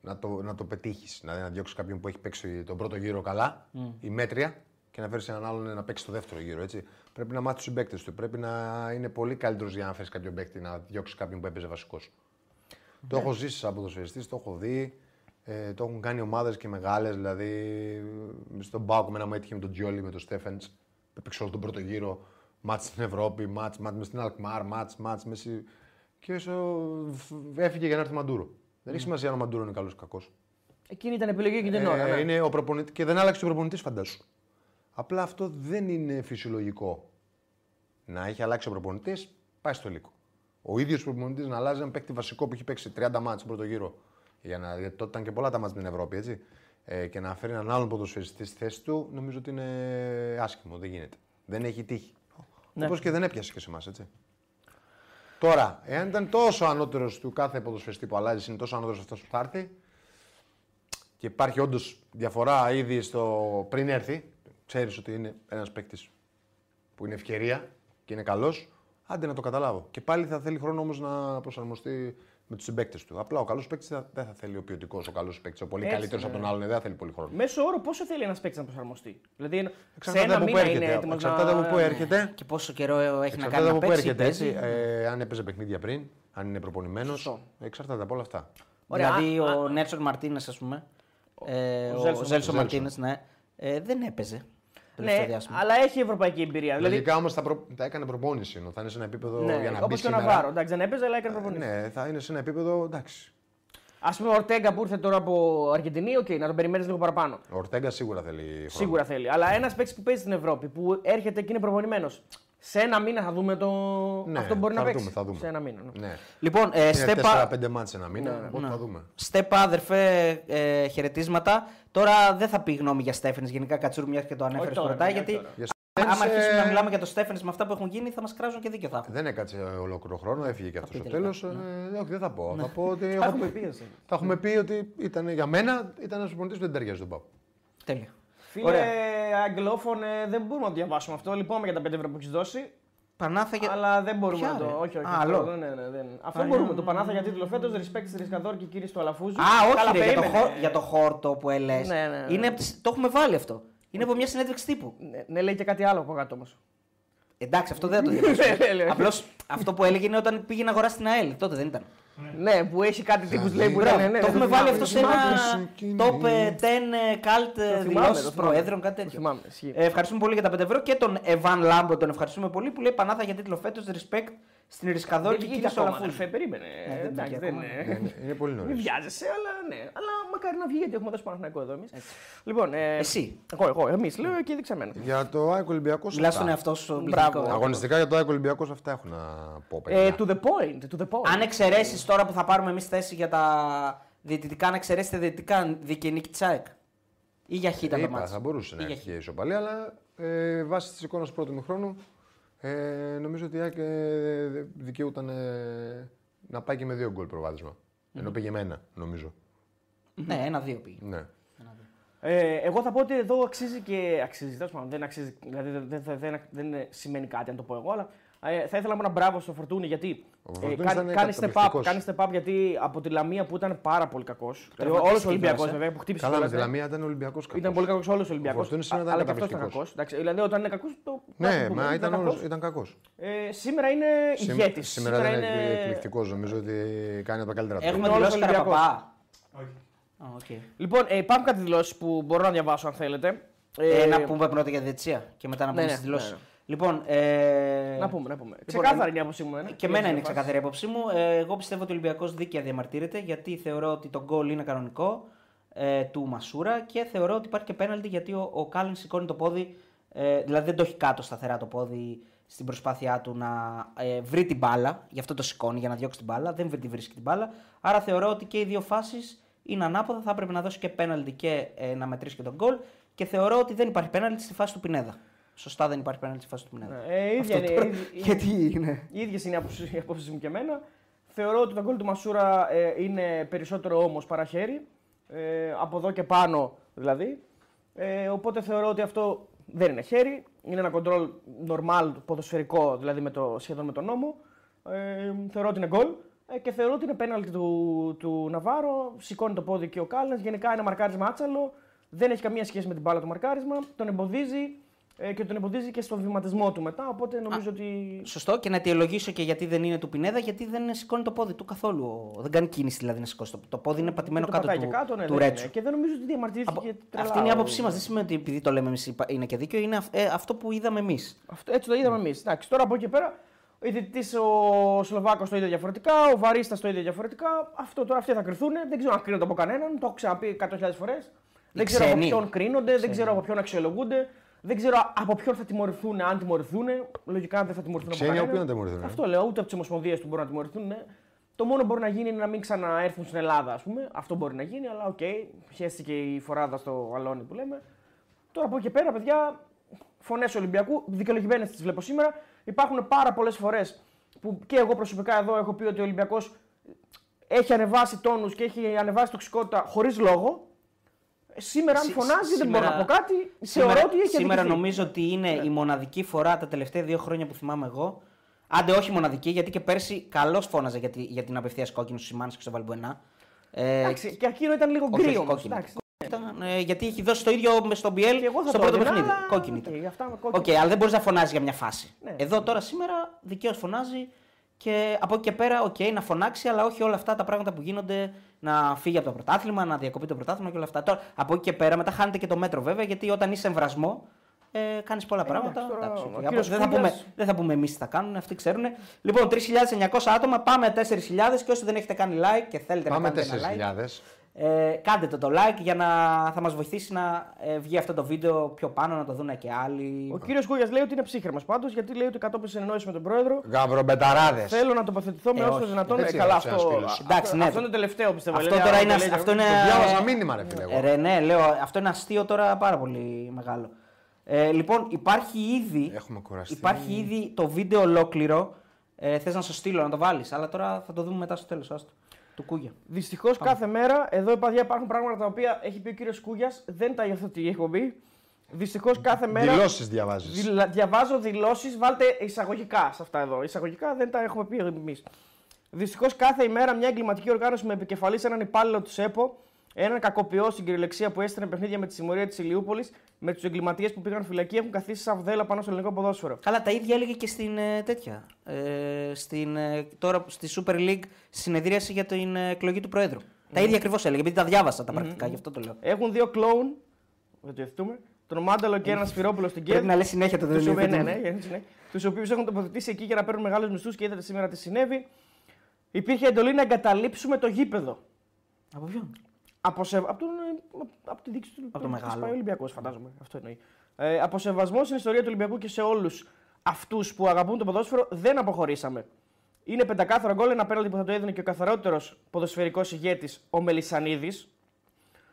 να το, να το πετύχεις. Δηλαδή να διώξεις κάποιον που έχει παίξει τον πρώτο γύρο καλά, η μέτρια, και να φέρεις έναν άλλον να παίξει το δεύτερο γύρο. Έτσι. Πρέπει να μάθεις τους συμπαίκτες του. Πρέπει να είναι πολύ καλύτερος για να φέρεις κάποιον παίκτη, να διώξεις κάποιον που έπαιζε βασικός. Το έχω ζήσει σαν ποδοσφαιριστής, το έχω δει. Ε, το έχουν κάνει ομάδες και μεγάλες. Δηλαδή, ε, στον Πάουκ με ένα μου έτυχε με τον Τζιόλι, με τον Στέφεν. Έπαιξε όλο τον πρώτο γύρο. Μάτ στην Ευρώπη, μάτ με στην Αλκμαρ, μάτ, μάτ με στη... Και όσο φ- έφυγε για να έρθει Μαντούρο. Δεν έχει σημασία αν ο Μαντούρο είναι καλός ή κακός.
Εκείνη ήταν επιλογή εκείνη την ώρα. ναι.
Ε, είναι ο προπονητή και δεν άλλαξε ο προπονητής, φαντάσου. Απλά αυτό δεν είναι φυσιολογικό. Να έχει αλλάξει ο προπονητής, πάει στο λύκο. ο ίδιος προπονητής να αλλάζει έναν παίκτη βασικό που έχει παίξει 30 μάτς στον πρώτο γύρο. Για να, γιατί τότε ήταν και πολλά τα μάτς στην Ευρώπη, έτσι. Ε, και να φέρει έναν άλλον ποδοσφαιριστή στη θέση του, νομίζω ότι είναι άσχημο. Δεν γίνεται. Δεν έχει τύχη. Ναι. Όπως και δεν έπιασε και σε εμάς, έτσι. Τώρα, εάν ήταν τόσο ανώτερος του κάθε ποδοσφαιριστή που αλλάζει, είναι τόσο ανώτερος αυτός που θα έρθει, και υπάρχει όντως διαφορά ήδη στο πριν έρθει, ξέρεις ότι είναι ένας παίκτης που είναι ευκαιρία και είναι καλός, άντε να το καταλάβω. Και πάλι θα θέλει χρόνο όμως να προσαρμοστεί με τους συμπαίκτες του. Απλά ο καλός παίκτης δεν θα θέλει ο ποιοτικός, ο καλός παίκτης, ο πολύ
Έτσι,
καλύτερος
ναι.
από τον άλλον, δεν θα θέλει πολύ χρόνο.
Μέσο όρο πόσο θέλει ένας παίκτης να προσαρμοστεί. Δηλαδή εν- σε
Εξαρτάται
ένα
από πού
μήνα είναι
έρχεται.
έτοιμο να.
Εξαρτάται από πού έρχεται.
Και πόσο καιρό ε, έχει να κάνει
Εξαρτάται
να
από πού
παίξει.
έρχεται. Έτσι.
παίζει.
Ε, αν έπαιζε παιχνίδια πριν, αν είναι προπονημένος. Εξαρτάται από όλα αυτά.
Ωραία,
δηλαδή
α- α-
ο Νέρσον Μαρτίνες, ας πούμε. ε,
ο
ο
Ζέλσον
Ζέλσον Μαρτίνες,
Μαρτίνες,
ναι. Ε, δεν έπαιζε.
Ναι,
τελευταίο διάστημα.
αλλά έχει ευρωπαϊκή εμπειρία. Δηλαδή,
Λογικά όμως τα, προ... τα έκανε προπόνηση. Ενώ θα είναι σε ένα επίπεδο για
ναι,
να μπει.
όπω και ο
σήμερα.
Ναβάρο. Εντάξει, δεν έπαιζε, αλλά έκανε
Ε,
προπονητή.
Ναι, θα είναι σε ένα επίπεδο εντάξει.
Ας πούμε, ο Ορτέγκα που ήρθε τώρα από Αργεντινή, οκ, να τον περιμένεις λίγο παραπάνω.
Ο Ορτέγκα σίγουρα θέλει. χρόνο.
Σίγουρα θέλει. Αλλά ένας παίκτης που παίζει στην Ευρώπη, που έρχεται και είναι προπονημένος. Σε ένα μήνα θα δούμε το.
Ναι,
Αυτό μπορεί
θα
να παίξει.
δούμε, θα δούμε.
Σε ένα μήνα. ναι.
Ναι.
Λοιπόν, ε,
Είναι
Στέπα, Ναι,
4-5 μάτσε ένα μήνα. οπότε θα δούμε.
Στέπα, αδερφέ, ε, χαιρετίσματα. Τώρα δεν θα πει γνώμη για Στέφενη. Γενικά, Κατσούρ, μιας και το ανέφερες
τώρα,
πρώτα.
όχι
Γιατί
τώρα.
Για
άμα
Στέφανης,
αρχίσουμε
ε,
να μιλάμε για το Στέφενη με αυτά που έχουν γίνει, θα μας κράζουν και δίκιο θα έχουν.
Δεν έκατσε ολόκληρο χρόνο, έφυγε και αυτό στο
πει Ναι.
τέλο. Όχι, δεν θα πω. Θα πω ότι. έχω-
έχουμε πει, εσύ.
Θα έχουμε πει ότι ήταν για μένα ήταν ένας προπονητής που δεν ταιριάζει τον Παπ.
Τέλεια.
Φίλε, αγγλόφωνε, δεν μπορούμε να το διαβάσουμε αυτό. Λυπάμαι για τα 5 ευρώ που έχεις δώσει.
Πανάθα για.
Αλλά δεν μπορούμε
Ποια,
να το.
ρε?
Όχι, όχι.
Α,
αυτό,
άλλο.
ναι, ναι, δεν. αυτό μπορούμε. Το Πανάθα για τίτλο φέτος, respect στη Ρισκαδόρ και κύριε του Αλαφούζου.
Α, όχι,
Καλά,
ρε, για, το
περίμενε.
χο... για το χόρτο που ελε.
Ναι, ναι, ναι.
Είναι... απ' τις- Το έχουμε βάλει αυτό. Είναι από μια συνέντευξη τύπου.
Ναι, ναι, λέει και κάτι άλλο από κάτω όμως.
Εντάξει, αυτό δεν θα το διαβάσουμε.
Ναι, Λέω.
Απλώς αυτό που έλεγε είναι όταν πήγε να αγοράσει την ΑΕΛ. Τότε δεν ήταν.
Ναι, που έχει κάτι τύπου λέει που
Μπράβο,
λένε, ναι,
το
δεν
έχουμε
θυμάμαι,
βάλει
το
αυτό σε ένα
θυμάμαι.
top ε, 10 καλτ
θυμάμαι, το
δηλώσει
θυμάμαι.
προέδρων, κάτι
Το
τέτοιο.
θυμάμαι, ισχύει.
Ε, ευχαριστούμε πολύ για τα 5 ευρώ και τον Εβάν Λάμπο τον ευχαριστούμε πολύ που λέει Πανάθα για τίτλο φέτος. Respect στην Ρισκαδόρη
Δεν
και
βγήκε
κύριος
ακόμα.
Σολαφούζη.
αδερφέ, ε, Περίμενε.
δεν
Εντάξει,
βγήκε
δεν
ακόμα.
Ναι,
είναι.
ναι, Είναι πολύ
Μην
νωρίς.
βιάζεσαι, αλλά ναι. Αλλά μακάρι να βγει γιατί έχουμε δώσει Παναθηναϊκό εδώ εμείς. Λοιπόν, ε,
Εσύ.
Εγώ, εγώ. Εμείς λέω και δείξαμε εμένα.
Για το Άικο Ολυμπιακός.
Μιλάς στον εαυτό σου στον
Μπράβο.
πληθυντικό.
Αγωνιστικά για το Άικο Ολυμπιακός αυτά έχω να πω.
Ε,
παιδιά.
to the point. To the point.
Αν εξαιρέσεις τώρα που θα πάρουμε εμείς θέση για τα διαιτητικά, αν εξαιρέσετε διαιτητικά, δίκαιη νίκη τσάικ. Ή για χ ήταν το
Είπα,
μάτς.
θα μπορούσε να
Ή για
έχει και ισοπαλία, αλλά ε, βάσει της εικόνας του πρώτου μηχρόνου, ε, νομίζω ότι η ΑΕΚ ε, δε- δικαιούταν ε, να πάει και με δύο γκολ προβάδισμα. Ενώ πήγε με ένα, νομίζω.
Ναι, ένα-δύο πήγε.
Ναι.
Ε, εγώ θα πω ότι εδώ αξίζει και. Αξίζει, τέλος πάντων. Δεν αξίζει. Δηλαδή δεν, δεν, δεν, δεν ε, σημαίνει κάτι αν το πω εγώ, αλλά ε, θα ήθελα μόνο μπράβο στο Φορτούνι γιατί. ε,
Ο Φορτούνης ήταν
κάνει step up,
καταπληκτικός.
κάνει step up γιατί από τη Λαμία που ήταν πάρα πολύ κακός.
χτύπησε
Όλο ο Ολυμπιακό
κιόλας, ε.
βέβαια που χτύπησε.
Καλά, με
κιόλας,
τη
ναι.
Λαμία ήταν Ολυμπιακός κακό.
Ήταν πολύ κακός όλος ο Ολυμπιακός.
Φορτούνης σήμερα ήταν
Αλλά και αυτός ήταν κακό.
καταπληκτικός.
Δηλαδή όταν είναι κακός. Το...
Ναι,
το-
μα ήταν,
κακός.
όλος- ήταν κακός.
Ε, σήμερα είναι ηγέτης.
Σήμερα, ήταν εκπληκτικός. Νομίζω ότι κάνει από τα καλύτερα του.
Έχουμε
όλος
δηλώσει κανένα
Ολυμπιακός.
παπά. Α, οκ.
Λοιπόν, ε, υπάρχουν κάτι δηλώσεις που μπορώ να διαβάσω αν θέλετε.
Ε, να πούμε πρώτα για διετσία και μετά να πούμε
ναι,
στις
ναι,
δηλώσεις.
ναι.
Λοιπόν, ε,
Να πούμε, να πούμε.
Λοιπόν,
Ξεκάθαρη είναι η άποψή μου. ε, ναι.
Και εμένα είναι ξεκάθαρη η άποψή μου. Ε, εγώ πιστεύω ότι ο Ολυμπιακός δίκαια διαμαρτύρεται γιατί θεωρώ ότι το γκολ είναι κανονικό ε, του Μασούρα και θεωρώ ότι υπάρχει και πέναλτι γιατί ο, ο Κάλλιν σηκώνει το πόδι. Ε, δηλαδή δεν το έχει κάτω σταθερά το πόδι στην προσπάθειά του να ε, βρει την μπάλα. Γι' αυτό το σηκώνει για να διώξει την μπάλα. Δεν βρει- τη βρίσκει την μπάλα. Άρα θεωρώ ότι και οι δύο φάσεις είναι ανάποδα. Θα έπρεπε να δώσει και πέναλτι και ε, να μετρήσει και τον γκολ. Και θεωρώ ότι δεν υπάρχει πέναλτι στη φάση του Πινέδα. Σωστά δεν υπάρχει πέναλτι στη φάση του Πινέδα.
Ε, ίδια
Αυτό
είναι,
τώρα.
ίδια- ίδια-
Γιατί είναι.
Οι ίδιες είναι οι άποψεις- οι απόψει μου και εμένα. Θεωρώ ότι το γκολ του Μασούρα ε, είναι περισσότερο όμως παραχέρι. Ε, από εδώ και πάνω δηλαδή. Ε, οπότε θεωρώ ότι αυτό δεν είναι χέρι. Είναι ένα κοντρόλ normal ποδοσφαιρικό, δηλαδή με το, σχεδόν με τον νόμο. Ε, θεωρώ ότι είναι γκολ. Ε, και θεωρώ ότι είναι πέναλτι του, του Ναβάρο. Σηκώνει το πόδι και ο Κάλλας. Γενικά είναι μαρκάρισμα άτσαλο. Δεν έχει καμία σχέση με την μπάλα το μαρκάρισμα. Τον εμποδίζει ε, και τον εμποδίζει και στο βηματισμό του μετά. Οπότε νομίζω ότι.
Σωστό και να αιτιολογήσω και γιατί δεν είναι του Πινέδα, γιατί δεν σηκώνει το πόδι του καθόλου. Δεν κάνει κίνηση δηλαδή να σηκώσει το Το πόδι είναι πατημένο
Και το
κάτω
πατάει
του,
και κάτω, ναι,
του
δεν είναι.
Ρέτσου.
Και δεν νομίζω ότι διαμαρτυρήθηκε
Από-
τρελά
Αυτή είναι η
ο-
άποψή μας. Δεν σημαίνει ότι επειδή το λέμε εμείς είναι και δίκιο, είναι αυ- ε, αυτό που είδαμε εμείς.
Αυτό, έτσι το είδαμε εμείς. Εντάξει, τώρα από εκεί και πέρα. Ο διαιτητή ο Σλοβάκος το είδε διαφορετικά, ο Βαρίστας το είδε διαφορετικά. Αυτό τώρα αυτοί θα κρυθούν. Δεν ξέρω αν κρίνονται από κανέναν. Το έχω ξαναπεί 100.000 φορές. Δεν ξέρω από
ξένοι.
ποιον κρίνονται, δεν ξέρω από ποιον αξιολογούνται. Δεν ξέρω από ποιον θα τιμωρηθούν, αν τιμωρηθούν. Λογικά δεν θα τιμωρηθούν
Ξένοι
από
από ποιον
κανέναν.
να τιμωρηθούν, ε?
Αυτό λέω, ούτε από τις ομοσπονδίες του μπορούν να τιμωρηθούν. Ναι. Το μόνο που μπορεί να γίνει είναι να μην ξαναέρθουν στην Ελλάδα, ας πούμε. Αυτό μπορεί να γίνει, αλλά οκ, χαίστηκε η φοράδα στο αλόνι που λέμε. Τώρα από εκεί και πέρα, παιδιά, φωνές Ολυμπιακού, δικαιολογημένες τις βλέπω σήμερα. Υπάρχουν πάρα πολλές φορές που και εγώ προσωπικά εδώ έχω πει ότι ο Ολυμπιακός έχει ανεβάσει τόνους και έχει ανεβάσει τοξικότητα χωρίς λόγο. Σήμερα, αν
Σή-
φωνάζει, δεν μπορώ να
σήμερα-
πω κάτι.
Σήμερα,
Θεωρώ ότι έχει Ναι.
σήμερα
αδικηθεί.
νομίζω ότι είναι η μοναδική φορά τα τελευταία δύο χρόνια που θυμάμαι εγώ. Άντε, όχι μοναδική, γιατί και πέρσι καλώς φώναζε για, τη- για την απευθείας κόκκινη στους Σιμάνσκι και στο Βαλμπουενά. Ε,
Εντάξει, και εκείνο ήταν λίγο
όχι,
γκρι
όχι,
όμως,
κόκκινη.
εντάξει.
ήταν, ε, γιατί έχει δώσει το ίδιο με στον Μπιέλ
Και εγώ θα
στο
το
πρώτο
έδινα,
παιχνίδι.
αλλά,
Κόκκινη
οκ,
ήταν.
αυτά με
Οκ,
κόκκινη.
αλλά δεν μπορείς να φωνάζεις για μια φάση.
Ναι.
Εδώ τώρα σήμερα δικαίως φωνάζει και από εκεί και πέρα, οκ, να φωνάξει, αλλά όχι όλα αυτά τα πράγματα που γίνονται να φύγει από το πρωτάθλημα, να διακοπεί το πρωτάθλημα και όλα αυτά. Τώρα, από εκεί και πέρα, μετά χάνεται και το μέτρο βέβαια, γιατί όταν είσαι εμβρασμό, ε, κάνεις πολλά πράγματα.
τώρα,
Εντάξει,
ο
οκ.
κύριος
Από- δεν, θα
Κούγιας-
πούμε, δεν θα πούμε εμείς τι θα κάνουν, αυτοί ξέρουν. Λοιπόν, 3.900 άτομα, πάμε 4.000 και όσοι δεν έχετε κάνει like και θέλετε
Πάμε
να κάνετε ένα like.
4.000.
Ε, κάντε το το like για να θα μας βοηθήσει να ε, βγει αυτό το βίντεο πιο πάνω, να το δουν και άλλοι.
Ο κύριος Κούγια λέει ότι είναι ψύχρεμος πάντως, γιατί λέει ότι κατόπιν συνεννόησης με τον πρόεδρο.
Γαβρομπεταράδε.
Θέλω να τοποθετηθώ με
Ε,
όσο
όχι.
δυνατόν.
Έτσι
Ε, καλά,
έγραψε ένας
αυτό,
φίλος.
Εντάξει, ναι.
αυτό είναι το τελευταίο πιστεύω.
Αυτό
λέει,
τώρα
αν
είναι-
το λέει,
αυτό
λέει,
είναι-
Διάβασα
Ε,
μήνυμα, ρε φίλε.
Ε,
εγώ.
ρε, ναι, λέω, αυτό είναι αστείο τώρα πάρα πολύ μεγάλο. Ε, λοιπόν, υπάρχει ήδη,
Έχουμε κουραστεί.
υπάρχει ήδη το βίντεο ολόκληρο. Ε, θες να σου στείλω, να το βάλεις, αλλά τώρα θα το δούμε μετά στο τέλος, άστο. Του Κούγια.
Δυστυχώς κάθε μέρα εδώ παιδιά υπάρχουν πράγματα τα οποία έχει πει ο κύριος Κούγιας, δεν τα υιοθετεί η εκπομπή. Δυστυχώς κάθε μέρα.
Δηλώσεις διαβάζεις.
Δηλα- διαβάζω δηλώσεις, βάλτε εισαγωγικά σε αυτά εδώ. Εισαγωγικά δεν τα έχουμε πει εμείς. Δυστυχώς κάθε ημέρα μια εγκληματική οργάνωση με επικεφαλής έναν υπάλληλο του ΣΕΠΟ, έναν κακοποιό στην κυριολεξία που έστειλε παιχνίδια με τη συμμορία της Ηλιούπολης, με τους εγκληματίες που πήγαν φυλακή, έχουν καθίσει σαν βδέλα πάνω στο ελληνικό ποδόσφαιρο.
Καλά, τα ίδια έλεγε και στην ε, τέτοια. Ε, στην, ε, τώρα στη Super League συνεδρίαση για την ε, εκλογή του Προέδρου.
Ναι.
Τα ίδια ακριβώς έλεγε, επειδή τα διάβασα τα πρακτικά, γι' αυτό το λέω.
Έχουν δύο κλόουν, δεν το ευθούμε, τον Μάνταλο και έναν Σφυρόπουλο στην
Πρέπει
Κέντρο.
να λες συνέχεια το
Τους
δεν
οποίους- ναι, ναι, έτσι, ναι. Τους οποίους έχουν τοποθετήσει εκεί για να παίρνουν μεγάλους μισθούς και είδατε σήμερα τι συνέβη. Υπήρχε εντολή να εγκαταλείψουμε το γήπεδο.
Από ποιον.
Από, σε... από, τον... ε, από τη δίκη του
το
του-
μεγάλο.
της Πάει ο Ολυμπιακός, φαντάζομαι. Αυτό εννοεί. Ε, από σεβασμό στην ιστορία του Ολυμπιακού και σε όλους αυτούς που αγαπούν το ποδόσφαιρο, δεν αποχωρήσαμε. Είναι πεντακάθαρο γκολ ένα πέναλτι που θα το έδινε και ο καθαρότερος ποδοσφαιρικός ηγέτης, ο Μελισανίδης.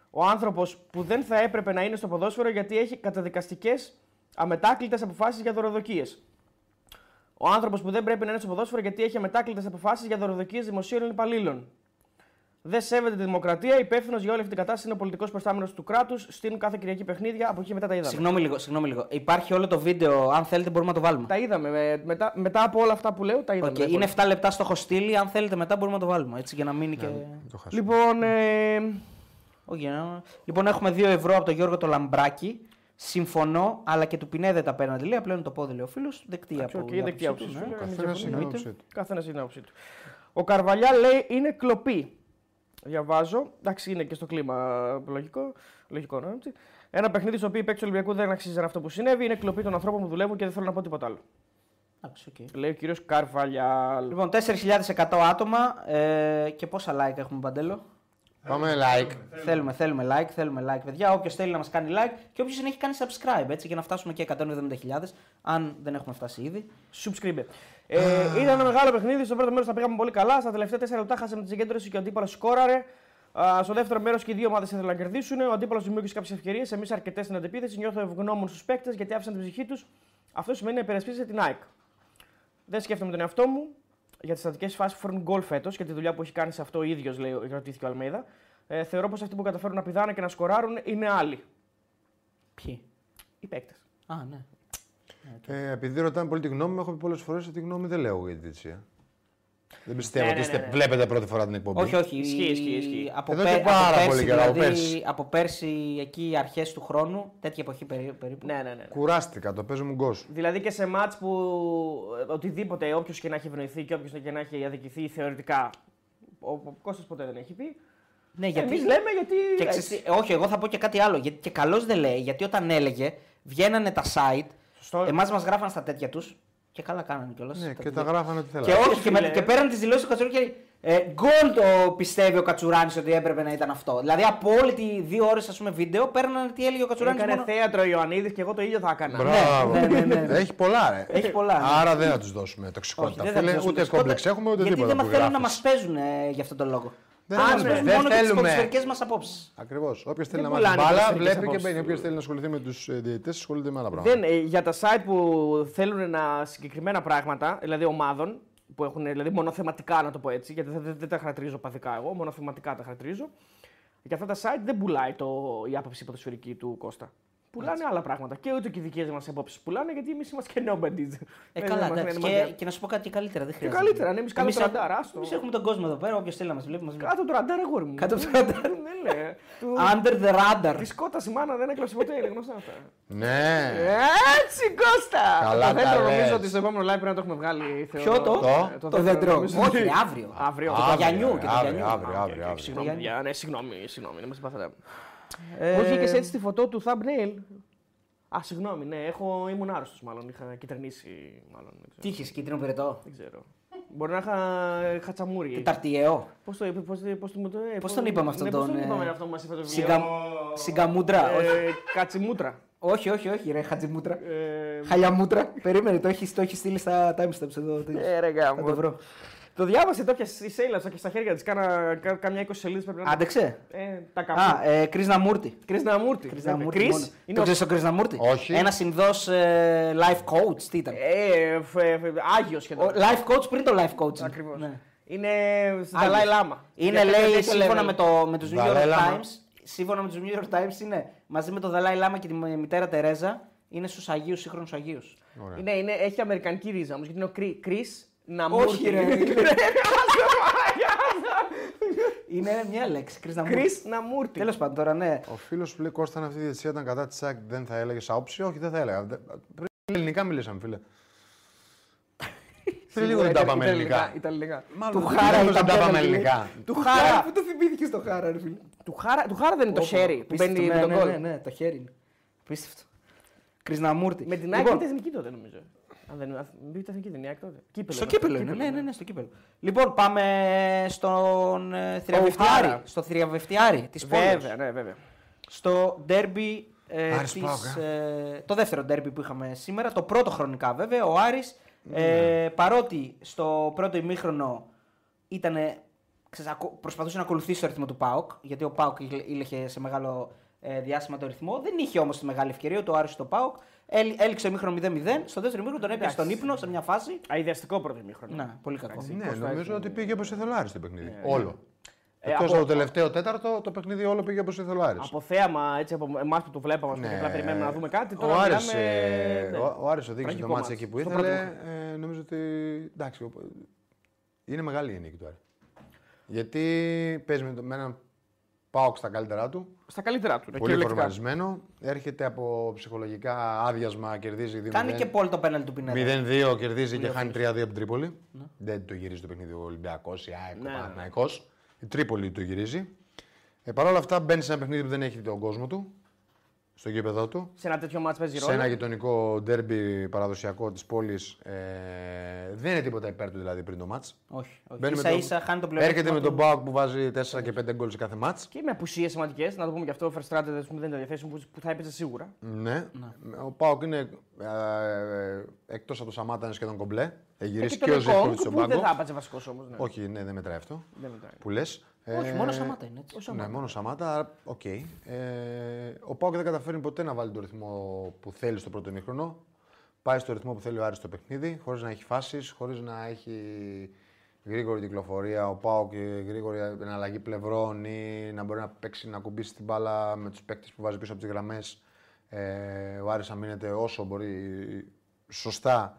Ο άνθρωπος που δεν θα έπρεπε να είναι στο ποδόσφαιρο γιατί έχει καταδικαστικές αμετάκλητες αποφάσεις για δωροδοκίες. Ο άνθρωπος που δεν πρέπει να είναι στο ποδόσφαιρο γιατί έχει αμετάκλητες αποφάσεις για δωροδοκίες δημοσίων υπαλλήλων. Δεν σέβεται τη δημοκρατία. Υπεύθυνος για όλη αυτή την κατάσταση είναι ο πολιτικός προστάμενος του κράτους. Στείλουν κάθε Κυριακή παιχνίδια. Από εκεί και μετά τα είδαμε.
Συγγνώμη λίγο, συγγνώμη λίγο. Υπάρχει όλο το βίντεο, αν θέλετε μπορούμε να το βάλουμε.
Τα είδαμε. με- μετά, μετά από όλα αυτά που λέω, τα είδαμε. Ε,
Οκ,
Δεν
Είναι
μπορώ.
7 λεπτά στο έχω στείλει, αν θέλετε μετά μπορούμε να το βάλουμε. Έτσι για να μείνει και.
Λοιπόν. Ε,
Όχι, ναι. Λοιπόν, έχουμε 2 ευρώ από τον Γιώργο το Λαμπράκη. Συμφωνώ, αλλά και του Πινέδε τα πέναντι. Λέει, απλά είναι το πόδι, λέει ο φίλος. Δεκτή από
οκ,
η
δεκτή
άποψή
άποψη
του,
σου, ναι.
ναι.
Καθένα είναι
Εννοείται.
άποψή του.
Καθένας είναι την άποψή του. Ο Καρβαλιά λέει είναι κλοπή. Διαβάζω. Εντάξει, είναι και στο κλίμα ε, λογικό. λογικό ναι. έτσι. Ένα παιχνίδι στο οποίο οι παίκτες του Ολυμπιακού δεν αξίζαν αυτό που συνέβη. Είναι κλοπή των ανθρώπων που δουλεύουν και δεν θέλω να πω τίποτα άλλο.
Εντάξει, οκ.
Λέει ο κύριος Καρβαλιά.
Λοιπόν, 4.100 άτομα ε, και πόσα like έχουμε, Παντέλο.
Πάμε like.
Θέλουμε, θέλουμε like, θέλουμε like, παιδιά. Όποιος θέλει να μας κάνει like και όποιος δεν έχει κάνει subscribe, έτσι, για να φτάσουμε και 170.000, αν δεν έχουμε φτάσει ήδη.
Subscribe. Ε, ήταν ένα μεγάλο παιχνίδι. Στο πρώτο μέρος τα πήγαμε πολύ καλά. Στα τελευταία 4 λεπτά χάσαμε τη συγκέντρωση και ο αντίπαλος σκόραρε. Α, στο δεύτερο μέρος και οι δύο ομάδες ήθελαν να κερδίσουν. Ο αντίπαλος δημιούργησε κάποιες ευκαιρίες. Εμείς αρκετές στην αντεπίθεση. Νιώθω ευγνώμων στους παίκτες γιατί άφησαν την ψυχή τους. Αυτό σημαίνει να υπερασπίζεται την ΑΕΚ. Δεν σκέφτομαι τον εαυτό μου για τις στατικές φάσεις που φέρνουν γκολ φέτος και τη δουλειά που έχει κάνει σε αυτό ο ίδιος, λέει ο- ρωτήθηκε ο Αλμέιδα. Ε, θεωρώ πως αυτοί που καταφέρουν να πηδάνε και να σκοράρουν είναι άλλοι.
Ποιοι.
Οι παίκτες.
Α, ναι.
Ε, επειδή ρωτάνε πολύ τη γνώμη μου, έχω πει πολλές φορές ότι τη γνώμη δεν λέω εγώ για την Τιτσία. Δεν
Ναι,
πιστεύω ότι είστε- βλέπετε πρώτη φορά την εκπομπή.
Όχι, όχι.
Ισχύει, ισχύει, ισχύει.
Από,
Εδώ
πέ-
και πάρα
από πέρσι,
πολύ καιρό, από
δηλαδή,
πέρσι.
από πέρσι, εκεί αρχές του χρόνου, τέτοια εποχή περί- περίπου.
Ναι, ναι, ναι.
Κουράστηκα, το παίζω μου γκος.
Δηλαδή και σε μάτς που ε, οτιδήποτε, όποιος και να έχει ευνοηθεί και όποιος και να έχει αδικηθεί θεωρητικά. Ο, ο Κώστας ποτέ δεν έχει πει.
Ναι,
Γιατί... Εμείς λέμε γιατί. ε,
Και
έτσι.
ξέρεις τι, όχι, εγώ θα πω και κάτι άλλο. Γιατί και καλώ δεν λέει, γιατί όταν έλεγε, βγαίνανε τα site,
Σωστό.
εμάς μας γράφαν στα τέτοια τους Και καλά κάνανε κιόλας.
Ναι, και τα γράφανε ό,τι
Και
θέλανε.
όχι, και, με, και πέραν τι δηλώσει του Κατσουράνη και. Ε, γκολ το πιστεύει ο Κατσουράνης ότι έπρεπε να ήταν αυτό. Δηλαδή από όλη τη δύο ώρες ας πούμε βίντεο παίρνανε τι έλεγε ο Κατσουράνης.
Έκανε θέατρο ο Ιωαννίδης και εγώ το ίδιο θα έκανα.
Μπράβο.
ναι, ναι, ναι, ναι.
Έχει πολλά, ρε.
Έχει πολλά, ναι.
Άρα δεν θα τους δώσουμε
Όχι,
τοξικότητα.
δεν θα
Φίλε,
πιάσουμε
ούτε
τα σκότα,
κόμπλεξ έχουμε, ούτε
γιατί
τίποτα.
δεν θέλουν να μα παίζουν ε, γι' αυτόν τον λόγο.
Δεν
Θέλουν να
θέλουμε.
μας παίζουν
Δεν
μόνο για τις
θέλουμε.
ποδοσφαιρικές μας απόψεις.
Ακριβώς. Όποιος θέλει
Δεν
να μάθει
πουλάνε
μπάλα,
ποδοσφαιρικές
βλέπει και μπαίνει.
απόψεις.
Όποιος θέλει να ασχοληθεί με τους διαιτητές, ασχολείται με άλλα πράγματα.
Δεν, ε, για τα site που θέλουν να συγκεκριμένα πράγματα, δηλαδή ομάδων, που έχουν δηλαδή μονοθεματικά να το πω έτσι, γιατί δεν, δεν, δεν τα χαρακτηρίζω παθικά εγώ, μονοθεματικά τα χαρακτηρίζω. Για αυτά τα site δεν πουλάει το, η άποψη ποδοσφαιρική του Κώστα. Πουλάνε άλλα πράγματα. Και ούτε και οι δικές μας απόψεις πουλάνε, γιατί εμείς είμαστε και νόμπαντιζ.
Ε, καλά, εντάξει. Και, και, να σου πω κάτι και καλύτερα. Δεν χρειάζεται.
καλύτερα, ναι, εμείς κάτω
Εμείς
από το
έχ-
ραντάρ, άστο.
εμείς έχουμε τον κόσμο εδώ πέρα, όποιος θέλει να μας βλέπει. Μας βλέπει.
Κάτω από το ραντάρ, αγόρι μου.
Κάτω από το ραντάρ.
Ναι, ναι. Του-
Under the radar.
Της κότα η μάνα δεν έκλαψε ποτέ, είναι γνωστά αυτά.
Ε,
Ναι.
Έτσι, Κώστα!
Καλά
το δέντρο
τα λες.
νομίζω ότι στο επόμενο live πρέπει να το έχουμε βγάλει. θεωρώ.
Ποιο το?
Το?
Ε,
Το δέντρο.
νομίζω.
Όχι, ρε, αύριο.
Αύριο. Ε,
το Γιαννιού, και το
Αύριο,
Γιαννιού.
αύριο,
Α, οκ,
αύριο,
οκ,
αύριο.
Συγγνώμη,
Γιάννη.
παιδιά, ναι, συγγνώμη, συγγνώμη, δεν μας συμπαθάτε.
Ε,
ναι. Μου βγήκε έτσι τη φωτό του thumbnail. Α, συγγνώμη, ναι, έχω, ήμουν άρρωστος μάλλον, είχα κυτρινήσει μάλλον, δεν ξέρω.
Τι είχες, κίτρινο πυρετό.
Δεν ξέρω. Μπορεί να είχα, είχα τσαμούρι.
Τεταρτιαίο.
Πώς το είπε, πώς, πώς, το- ε,
Ε, Πώς τον είπαμε αυτόν
ναι, Πώς
τον,
τον
ε,
είπαμε αυτό που μας είπε το βιβλίο.
Σιγκα- Σιγκαμούτρα. όχι.
Ε, Κατσιμούτρα.
Όχι, όχι, όχι, ρε, χατζιμούτρα.
Ε,
Χαλιαμούτρα. Περίμενε, το έχεις, το έχεις στείλει στα timestamps εδώ.
Ε, ρε
Θα
γάμο.
το βρω.
Το διάβασε το πιασε η Σέιλα στο- και στα χέρια της. Κάνα κα- καμιά 20 σελίδες πρέπει να.
Άντεξε.
Ε, τα
Α,
καπνά.
ε, Κρίσνα Μούρτη.
Κρίσνα Μούρτη.
Κρίσνα Μούρτη.
Κρίς,
μόνος.
είναι
Το
ο-
ξέρεις ο Κρίσνα Μούρτη.
Όχι.
Ένα συνδός life coach, τι ήταν.
Ε, φ- ε, φ- Άγιος
Ο
σχεδόν.
life coach πριν το life coach.
Ακριβώς.
Ναι.
Είναι στην
Άγιος.
Δαλάη Λάμα.
Είναι,
Για κάποιο
λέει,
τέτοιο
σύμφωνα
level.
με, το, με τους New
Δαλάη
York
Λάμα.
Times, σύμφωνα με τους New York Times είναι μαζί με τον Δαλάη Λάμα και τη μητέρα Τερέζα, είναι στους Αγίους, σύγχρονους Αγίους.
Ωραία.
Είναι, είναι, έχει αμερικανική ρίζα όμως γιατί είναι ο Κρι. Ναι, Κρι Ναμούρτη.
Όχι, ρε. είναι μια λέξη, Κρίς να μου.
Κρι Ναμούρτη.
Τέλος πάντων τώρα, ναι.
Ο φίλος που λέει Κώστα, αν αυτή η διαιτησία ήταν κατά της ΣΑΚ, δεν θα έλεγες άποψη. Όχι, δεν θα έλεγα. Δε- Πριν ελληνικά μιλήσαμε, φίλε. Πριν λίγο δεν τα πάμε ελληνικά.
ελληνικά.
Μάλλον
Του
δεν
χάρα
δεν
ήταν
τα πάμε
πέναλτι.
ελληνικά.
Του χάρα.
το θυμήθηκε στο χάρα, ρε φίλε.
Του χάρα, του χάρα δεν είναι το χέρι που μπαίνει με τον
ναι,
κόλ.
ναι, ναι, το χέρι είναι. Απίστευτο. Κρυσναμούρτη.
Με την Άκη
λοιπόν,
ήταν εθνική τότε νομίζω. Αν δεν αν δεν ήταν εθνική, δεν είναι η Άκη τότε. Κύπελο
Στο
ήταν.
κύπελο είναι, ναι, ναι, ναι, στο κύπελο. Λοιπόν, πάμε στον ε,
Χάρα.
θριαβευτιάρη. Στο θριαβευτιάρη της πόλης.
Βέβαια, ναι, βέβαια.
στο ντέρμπι ε,
Άρης
της,
Πάοκ,
ε, το δεύτερο ντέρμπι που είχαμε σήμερα, το πρώτο χρονικά βέβαια, ο Άρης ε, παρότι στο πρώτο ημίχρονο ήταν, προσπαθούσε να ακολουθήσει το ρυθμό του ΠΑΟΚ γιατί ο ΠΑΟΚ ήλε- ήλεχε σε μεγάλο ε, διάστημα το ρυθμό, δεν είχε όμως τη μεγάλη ευκαιρία του Άρης στο ΠΑΟΚ, Έλ- έληξε ημίχρονο 0-0, στο δεύτερο ημίχρονο τον έπιασε στον ύπνο σε μια φάση,
Αειδιαστικό πρώτο ημίχρονο.
να, πολύ κακό.
Ναι, νομίζω ότι πήγε όπως ήθελε ο Άρης το παιχνίδι. Όλο.
Ε,
Εκτός
από-
από το τελευταίο τέταρτο, το παιχνίδι όλο πήγε όπως ήθελε ο Άρης.
Από θέαμα έτσι από εμάς που το βλέπαμε, ας πούμε, και απλά περιμένουμε να δούμε κάτι. Τώρα
Ναι. ο Άρης,
μιλάμε,
ε,
ναι.
ο- ο Άρης οδήγησε
Τραγικό
το μάτς
μάτς.
εκεί που
Στο
ήθελε.
πρώτο
Ε, νομίζω ότι. Εντάξει, ο- είναι μεγάλη η νίκη του Άρη. Γιατί παίζει με, το- με έναν Πάοξ στα καλύτερά του.
Στα καλύτερα του. ναι,
Πολύ
κυριολεκτικά.
κορμαρισμένο. Έρχεται από ψυχολογικά άδειασμα, κερδίζει 2-0.
Κάνει και πόλ το πέναλ του Πινέδα.
0-2 κερδίζει και χάνει 3-2 από την Τρίπολη. Δεν το γυρίζει το παιχνίδι ο Ολυμπιακός ή ΑΕΚ, ο
Ναι, ναι.
Παναθηναϊκός. Η Τρίπολη το γυρίζει. Ε, Παρ' όλα αυτά μπαίνει σε ένα παιχνίδι που δεν έχει τον κόσμο του, στο γήπεδο του.
Σε ένα τέτοιο μάτς παίζει
Σε ένα
ρόλο.
γειτονικό ντέρμπι παραδοσιακό της πόλης ε, δεν είναι τίποτα υπέρ του δηλαδή πριν το μάτ.
Όχι, όχι. Ίσα ίσα χάνει το πλεονέκτημα.
Έρχεται με
του-
τον Μπάουκ που βάζει 4 και 5 γκολ σε κάθε μάτ.
Και με απουσίες σημαντικές, να το πούμε και αυτό, ο Φερστράτε δεν είναι διαθέσιμο που- που θα έπαιζε σίγουρα.
Ναι. Ο Πάουκ είναι ε, εκτός από το Σαμάτα είναι σχεδόν κομπλέ. Έχει γυρίσει και, ο
τον Εκόνγκ
Ζήκοβιτ στον
που
πάγκο.
δεν θα έπαιζε βασικός όμως. Ναι.
Όχι, ναι, δεν μετράει αυτό.
Δεν μετράει.
Που λες.
Όχι, μόνο Σαμάτα είναι έτσι.
Ναι, μόνο Σαμάτα. άρα, Οκ. Ε, ο Πάουκ δεν καταφέρνει ποτέ να βάλει τον ρυθμό που θέλει στο πρώτο ημίχρονο. Πάει στο ρυθμό που θέλει ο Άρης στο παιχνίδι, χωρίς να έχει φάσεις, χωρίς να έχει γρήγορη κυκλοφορία. Ο Πάουκ ε, γρήγορη εναλλαγή πλευρών ή να μπορεί να παίξει, να κουμπίσει την μπάλα με τους παίκτες που βάζει πίσω από τις γραμμές. Ε, ο Άρης αμήνεται όσο μπορεί σωστά.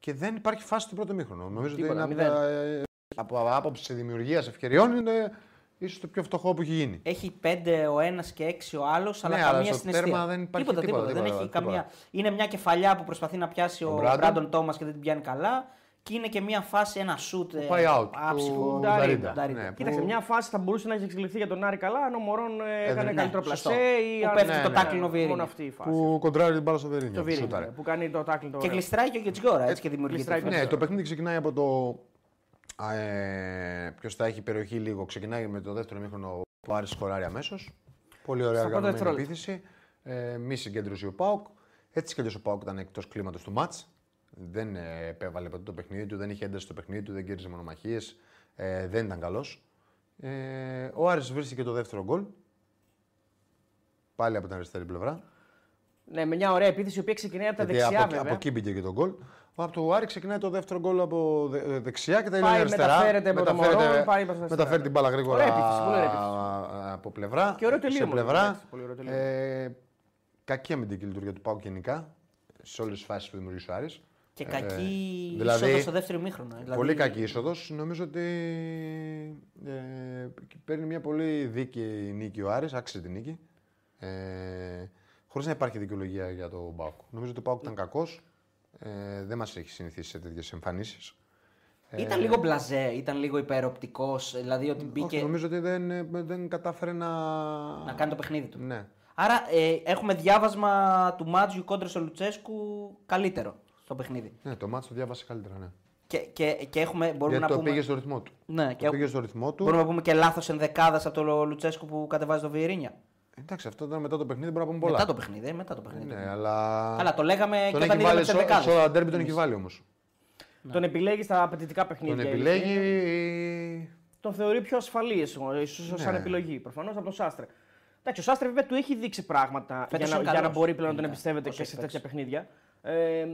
Και δεν υπάρχει φάση στο πρώτο μήχρονο. Νομίζω ότι
Τίποτα,
είναι από
μηδέν.
τα, ε, από άποψη δημιουργίας ευκαιριών είναι ίσως το πιο φτωχό που έχει γίνει.
Ε,
Έχει πέντε ο ένας και έξι ο άλλος, αλλά
Ναι, αλλά
καμία
στο
στην αιστεία.
τέρμα δεν υπάρχει
τίποτα,
τίποτα,
δεν
τίποτα,
έχει
τίποτα.
καμία. Είναι μια κεφαλιά που προσπαθεί να πιάσει ο,
Brandon.
Μπράντον Τόμα και δεν την πιάνει καλά. και είναι και μια φάση, ένα σουτ. ε,
Πάει out.
Άψυχο.
του
Νταρίντα,
Νταρίντα.
Νταρίντα.
Ναι, που-
Κοίταξε, μια φάση θα μπορούσε να έχεις εξελιχθεί για τον Άρη καλά, αν ο Μωρόν ε, έκανε
ναι,
καλύτερο
σωστό.
πλασέ ή
Που
αν-
πέφτει
Ναι,
το
ναι,
τάκλινο
ναι,
Βιερίνια.
Μόνο αυτή η φάση.
Που κοντράρει την μπάλα στο Βερίνιο.
Το ναι. Βιερίνια,
Σούταρε.
που κάνει το τάκλινο το
Και
ωραίο.
γλιστράει και ο Κετζιγκόρα, έτσι και δημιουργείται.
γλιστράει
η φάση.
Ναι, το παιχνίδι ξεκινάει από το. α, Ε, Ποιος θα έχει περιοχή λίγο. Ξεκινάει με το δεύτερο μήχρονο. Ο Άρης σκοράρει αμέσως. Πολύ ωραία
Στα πρώτα
γραμμένη
δευτερόλεπτα.
επίθεση. Ε, μη συγκέντρωση ο Πάουκ. Έτσι κι αλλιώς ο Πάουκ ήταν εκτός κλίματος του μάτ. Δεν ε, επέβαλε ποτέ το παιχνίδι του, δεν είχε ένταση στο παιχνίδι του, δεν κέρδιζε μονομαχίες. Ε, δεν ήταν καλός. Ε, ο Άρης βρίσκει και το δεύτερο γκολ. Πάλι από την αριστερή πλευρά.
Ναι, με μια ωραία επίθεση η οποία ξεκινάει από τα
Γιατί
δεξιά
από,
βέβαια.
από εκεί μπήκε και το γκολ. Από το Άρη ξεκινάει το δεύτερο γκολ από δε- ε, δεξιά και τα
Πάει,
είναι αριστερά.
μεταφέρεται από το Μωρόν, πάει προς τα αριστερά.
μεταφέρει την μπάλα γρήγορα
Ωραία επίθεση, πολύ ωραία επίθεση.
α, από πλευρά.
Και ωραίο
σε
τελείωμα,
πλευρά.
εντάξει, πολύ ωραίο τελείωμα.
Ε, κακή αμυντική λειτουργία του Πάου γενικά σε όλες τις φάσεις που δημιουργεί ο Άρης.
Και
Ε,
κακή
δηλαδή,
είσοδος στο δεύτερο ε, δηλαδή μήχρονο.
Πολύ κακή είσοδος. Νομίζω ότι ε, παίρνει μια πολύ δίκαιη νίκη ο Άρης, άξιζε την νίκη. Ε, Χωρίς να υπάρχει δικαιολογία για τον Πάουκ. Νομίζω ότι ο Πάουκ ήταν
Ναι.
κακός. Ε, δεν μας έχει συνηθίσει σε τέτοιες εμφανίσεις. Ε,
Ήταν λίγο μπλαζέ, ήταν λίγο υπεροπτικός. Δηλαδή ότι μπήκε
Νομίζω ότι δεν, ε, δεν κατάφερε να.
να κάνει το παιχνίδι του.
Ναι.
Άρα ε, έχουμε διάβασμα του Μάτζιου κόντρα στο Λουτσέσκου καλύτερο στο παιχνίδι.
ναι, το μάτσο το διάβασε καλύτερα. Ναι.
Και, και, και έχουμε, μπορούμε
Γιατί το
να πούμε.
πήγε στο ρυθμό του.
Ναι,
το
και-
πήγε στο ρυθμό του.
Μπορούμε να πούμε και λάθος ενδεκάδας από το Λουτσέσκου που κατεβάζει το Βιερίνια.
Εντάξει, αυτό ήταν μετά το παιχνίδι, μπορούμε να πούμε πολλά.
Μετά το παιχνίδι, ε, μετά το παιχνίδι.
Ναι, αλλά.
Αλλά το λέγαμε
τον
και
έχει
όταν είδαμε
βάλει
τις
σε όλα- σε
ενδεκάδε.
όλα τα ντέρμπι, τον έχει βάλει όμω.
Τον επιλέγει στα απαιτητικά παιχνίδια.
Τον
η
επιλέγει.
αλήθεια.
η-
Τον θεωρεί πιο ασφαλή, ίσω σαν
Ναι.
επιλογή προφανώς από τον Σάστρε. Εντάξει, ο Σάστρε βέβαια του έχει δείξει πράγματα
Φέτος
για να,
είναι
για να
καλός,
μπορεί πλέον να τον
γενικά,
εμπιστεύεται
όσο
και σε
έχει
τέτοια παιχνίδια. Ε,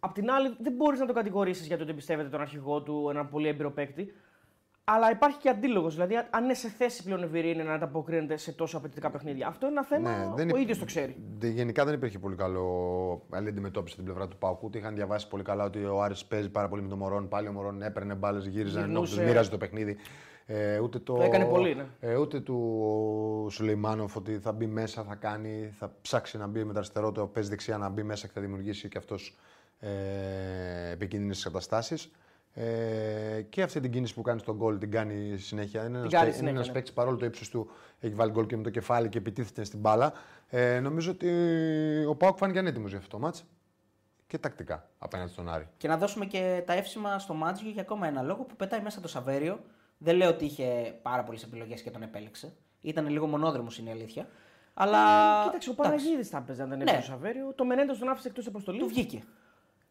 απ' την άλλη, δεν μπορείς να τον κατηγορήσει γιατί ότι εμπιστεύεται τον αρχηγό του, έναν πολύ έμπειρο παίκτη. Αλλά υπάρχει και αντίλογος. Δηλαδή, αν είναι σε θέση πλέον η Βιερίνη να ανταποκρίνεται σε τόσο απαιτητικά παιχνίδια. Αυτό είναι ένα θέμα.
Ναι, δεν
ο
υπ-
ίδιος το ξέρει.
δε- Γενικά δεν υπήρχε πολύ καλό καλή αντιμετώπιση από την πλευρά του Πάουκ. Ούτε είχαν διαβάσει πολύ καλά ότι ο Άρης παίζει πάρα πολύ με τον Μωρόν. Πάλι ο Μωρόν έπαιρνε μπάλες, γύριζαν ενώ
Γυρνούσε.
του μοίραζε το παιχνίδι. Ε, ούτε το,
Το έκανε πολύ, ναι.
ε, ούτε του Σουλεϊμάνοφ ότι θα μπει μέσα, θα κάνει, θα ψάξει να μπει με το αριστερό το παίζει δεξιά να μπει μέσα και θα δημιουργήσει και αυτός ε, επικίνδυνες καταστάσεις. Ε, και αυτή την κίνηση που κάνει στον γκολ την κάνει συνέχεια. Είναι
κάνει
ένα
συνέχεια, ναι.
παίκτης παρόλο το ύψος του έχει βάλει γκολ και με το κεφάλι και επιτίθεται στην μπάλα. Ε, νομίζω ότι ο Πάουκ φάνηκε ανέτοιμος για αυτό το μάτς και τακτικά απέναντι στον Άρη.
Και να δώσουμε και τα εύσημα στο Μάτζιο για ακόμα ένα λόγο που πετάει μέσα το Σαβέριο. Δεν λέω ότι είχε πάρα πολλές επιλογές και τον επέλεξε. Ήταν λίγο μονόδρομος είναι η αλήθεια. Αλλά.
Ε,
Κοίταξε, ο
εντάξει,
Παναγίδης θα έπαιζε αν δεν
Ναι.
έπαιζε ο Σαβέριο. Το Μενέντε τον άφησε εκτός αποστολής.
Του βγήκε.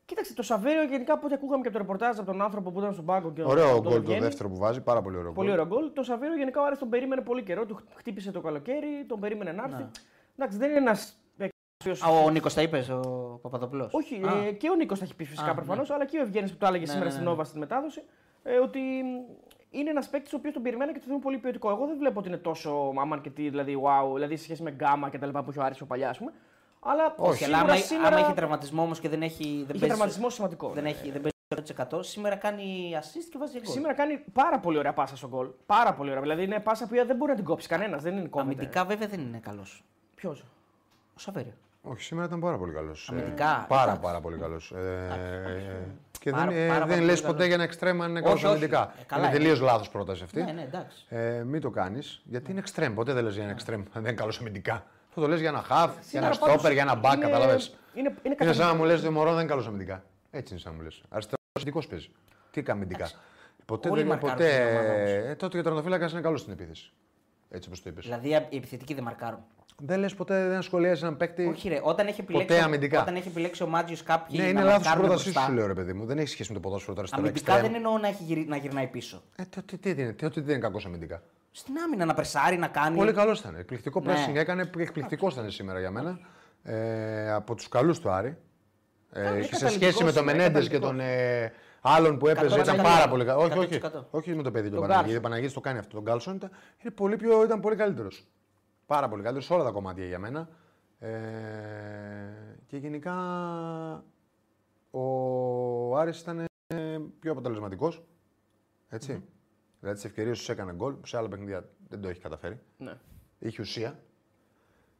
Κοίταξε, το Σαβέριο γενικά από ό,τι ακούγαμε και από το ρεπορτάζ από τον άνθρωπο που ήταν στον πάγκο και τον
Ωραίο
τον
γκολ το
Ευγένη,
δεύτερο που βάζει, πάρα πολύ ωραίο
Πολύ
γκολ.
ωραίο γκολ. Το Σαβέριο γενικά ο Άρης τον περίμενε πολύ καιρό. Του χτύπησε το καλοκαίρι, τον περίμενε να έρθει. Εντάξει, δεν είναι ένας.
Ναι. Α, Ο Νίκος τα είπες, ο Παπαδοπλός.
Όχι, ε, και ο Νίκος τα έχει πει φυσικά
Α,
προφανώς, αλλά και ο Ευγέννη που το έλεγε
Ναι,
σήμερα
ναι,
στην
ναι.
Nova στην μετάδοση. Ε, ότι είναι ένας παίκτης ο οποίος τον περιμένει και το θεωρούν πολύ ποιοτικό. Εγώ δεν βλέπω ότι είναι τόσο αμάν και τι, δηλαδή wow, δηλαδή σε σχέση με γκάμα και τα λοιπά που είχε ο Άρης πιο παλιά, ας πούμε. Αλλά
Όχι, αλλά
σίγουρα
άμα,
σήμερα
άμα έχει τραυματισμό όμως και δεν έχει. Δεν
είχε
παίζει-
τραυματισμό σημαντικό.
Δεν,
ναι.
έχει, δεν παίζει 100%. Σήμερα κάνει assist και βάζει γκολ.
Σήμερα κάνει πάρα πολύ ωραία πάσα στον γκολ. Πάρα πολύ ωραία. Δηλαδή είναι πάσα που δεν μπορεί να την κόψει κανένας. Δεν είναι κόμμα.
Αμυντικά βέβαια δεν είναι καλός.
Ποιος.
Ο Σαβέριο.
Όχι, σήμερα ήταν πάρα πολύ καλός.
Αμυντικά,
πάρα,
εντάξει.
πάρα πολύ καλός. και
Πάρα-
δεν, ε,
πάρα
δεν
πολύ
λε
καλός.
ποτέ για ένα εξτρέμ αν είναι
Όχι,
καλός
όχι.
αμυντικά.
Ε, καλά
είναι
είναι.
τελείως λάθος πρόταση αυτή.
Ναι, ναι, εντάξει. Ναι.
Ε, μην το κάνεις, γιατί είναι εξτρέμ. Ποτέ δεν λες για ένα εξτρέμ αν δεν είναι καλός αμυντικά. Αυτό το λες για ένα χαφ, για ένα
Σήμερα πάντως
στόπερ, για ένα μπακ,
είναι-
κατάλαβε.
Είναι, είναι,
Είναι σαν να
κατα-
μου λε ότι ο Μωρόν δεν είναι καλός αμυντικά. Έτσι είναι σαν να μου λες. Αριστερός αμυντικός παίζει. Τι κάνει αμυντικά. Ποτέ
Όλοι
δεν είναι
μαρκάρουν
ποτέ.
στην ομάδα όμως.
Ε, τότε και ο τερματοφύλακα είναι καλός στην επίθεση. Έτσι όπως το είπες.
Δηλαδή οι επιθετικοί δεν μαρκάρουν.
Δεν λες ποτέ, δεν σχολιάζει έναν
Ε,
παίκτη.
Όχι, ρε, όταν έχει επιλέξει,
Ποτέ
ο-
αμυντικά.
Όταν έχει επιλέξει ο Μάτζιος κάποιοι.
ναι,
να
είναι λάθο η
μαρκάρουν
πρότασή
μπροστά,
σου, λέω ρε παιδί μου. Δεν έχει σχέση με το ποδόσφαιρο τώρα αριστερό.
Αμυντικά
εξτρέμ.
δεν εννοώ να, έχει γυρι... να γυρνάει πίσω.
Ε, τι, τι, τι, είναι, τι, τι δεν είναι κακό αμυντικά.
Στην άμυνα να περσάρει, να κάνει.
Πολύ καλός ήταν. Εκπληκτικό
Ναι.
pressing έκανε. Εκπληκτικός ήταν σήμερα για μένα. Ε, από τους καλούς του Άρη. Ε,
είναι
και σε σχέση
καταλητικός,
με τον
είναι
Μενέντες και
καταλητικός.
τον ε, άλλον που έπαιζε, ήταν
100%.
πάρα πολύ καλό. Όχι, όχι,
100%.
όχι με το παιδί του
Τον
Παναγίδη. Ο
Κάρλσον.
Παναγίδης το κάνει αυτό. Τον Κάλσον ήταν, είναι πολύ πιο, ήταν πολύ καλύτερος. Πάρα πολύ καλύτερος σε όλα τα κομμάτια για μένα. Ε, και γενικά ο Άρης ήταν ε, πιο αποτελεσματικός. Έτσι. Δηλαδή τις ευκαιρίες τους έκανε γκολ που σε άλλα παιχνίδια δεν το έχει καταφέρει.
Ναι.
Είχε ουσία.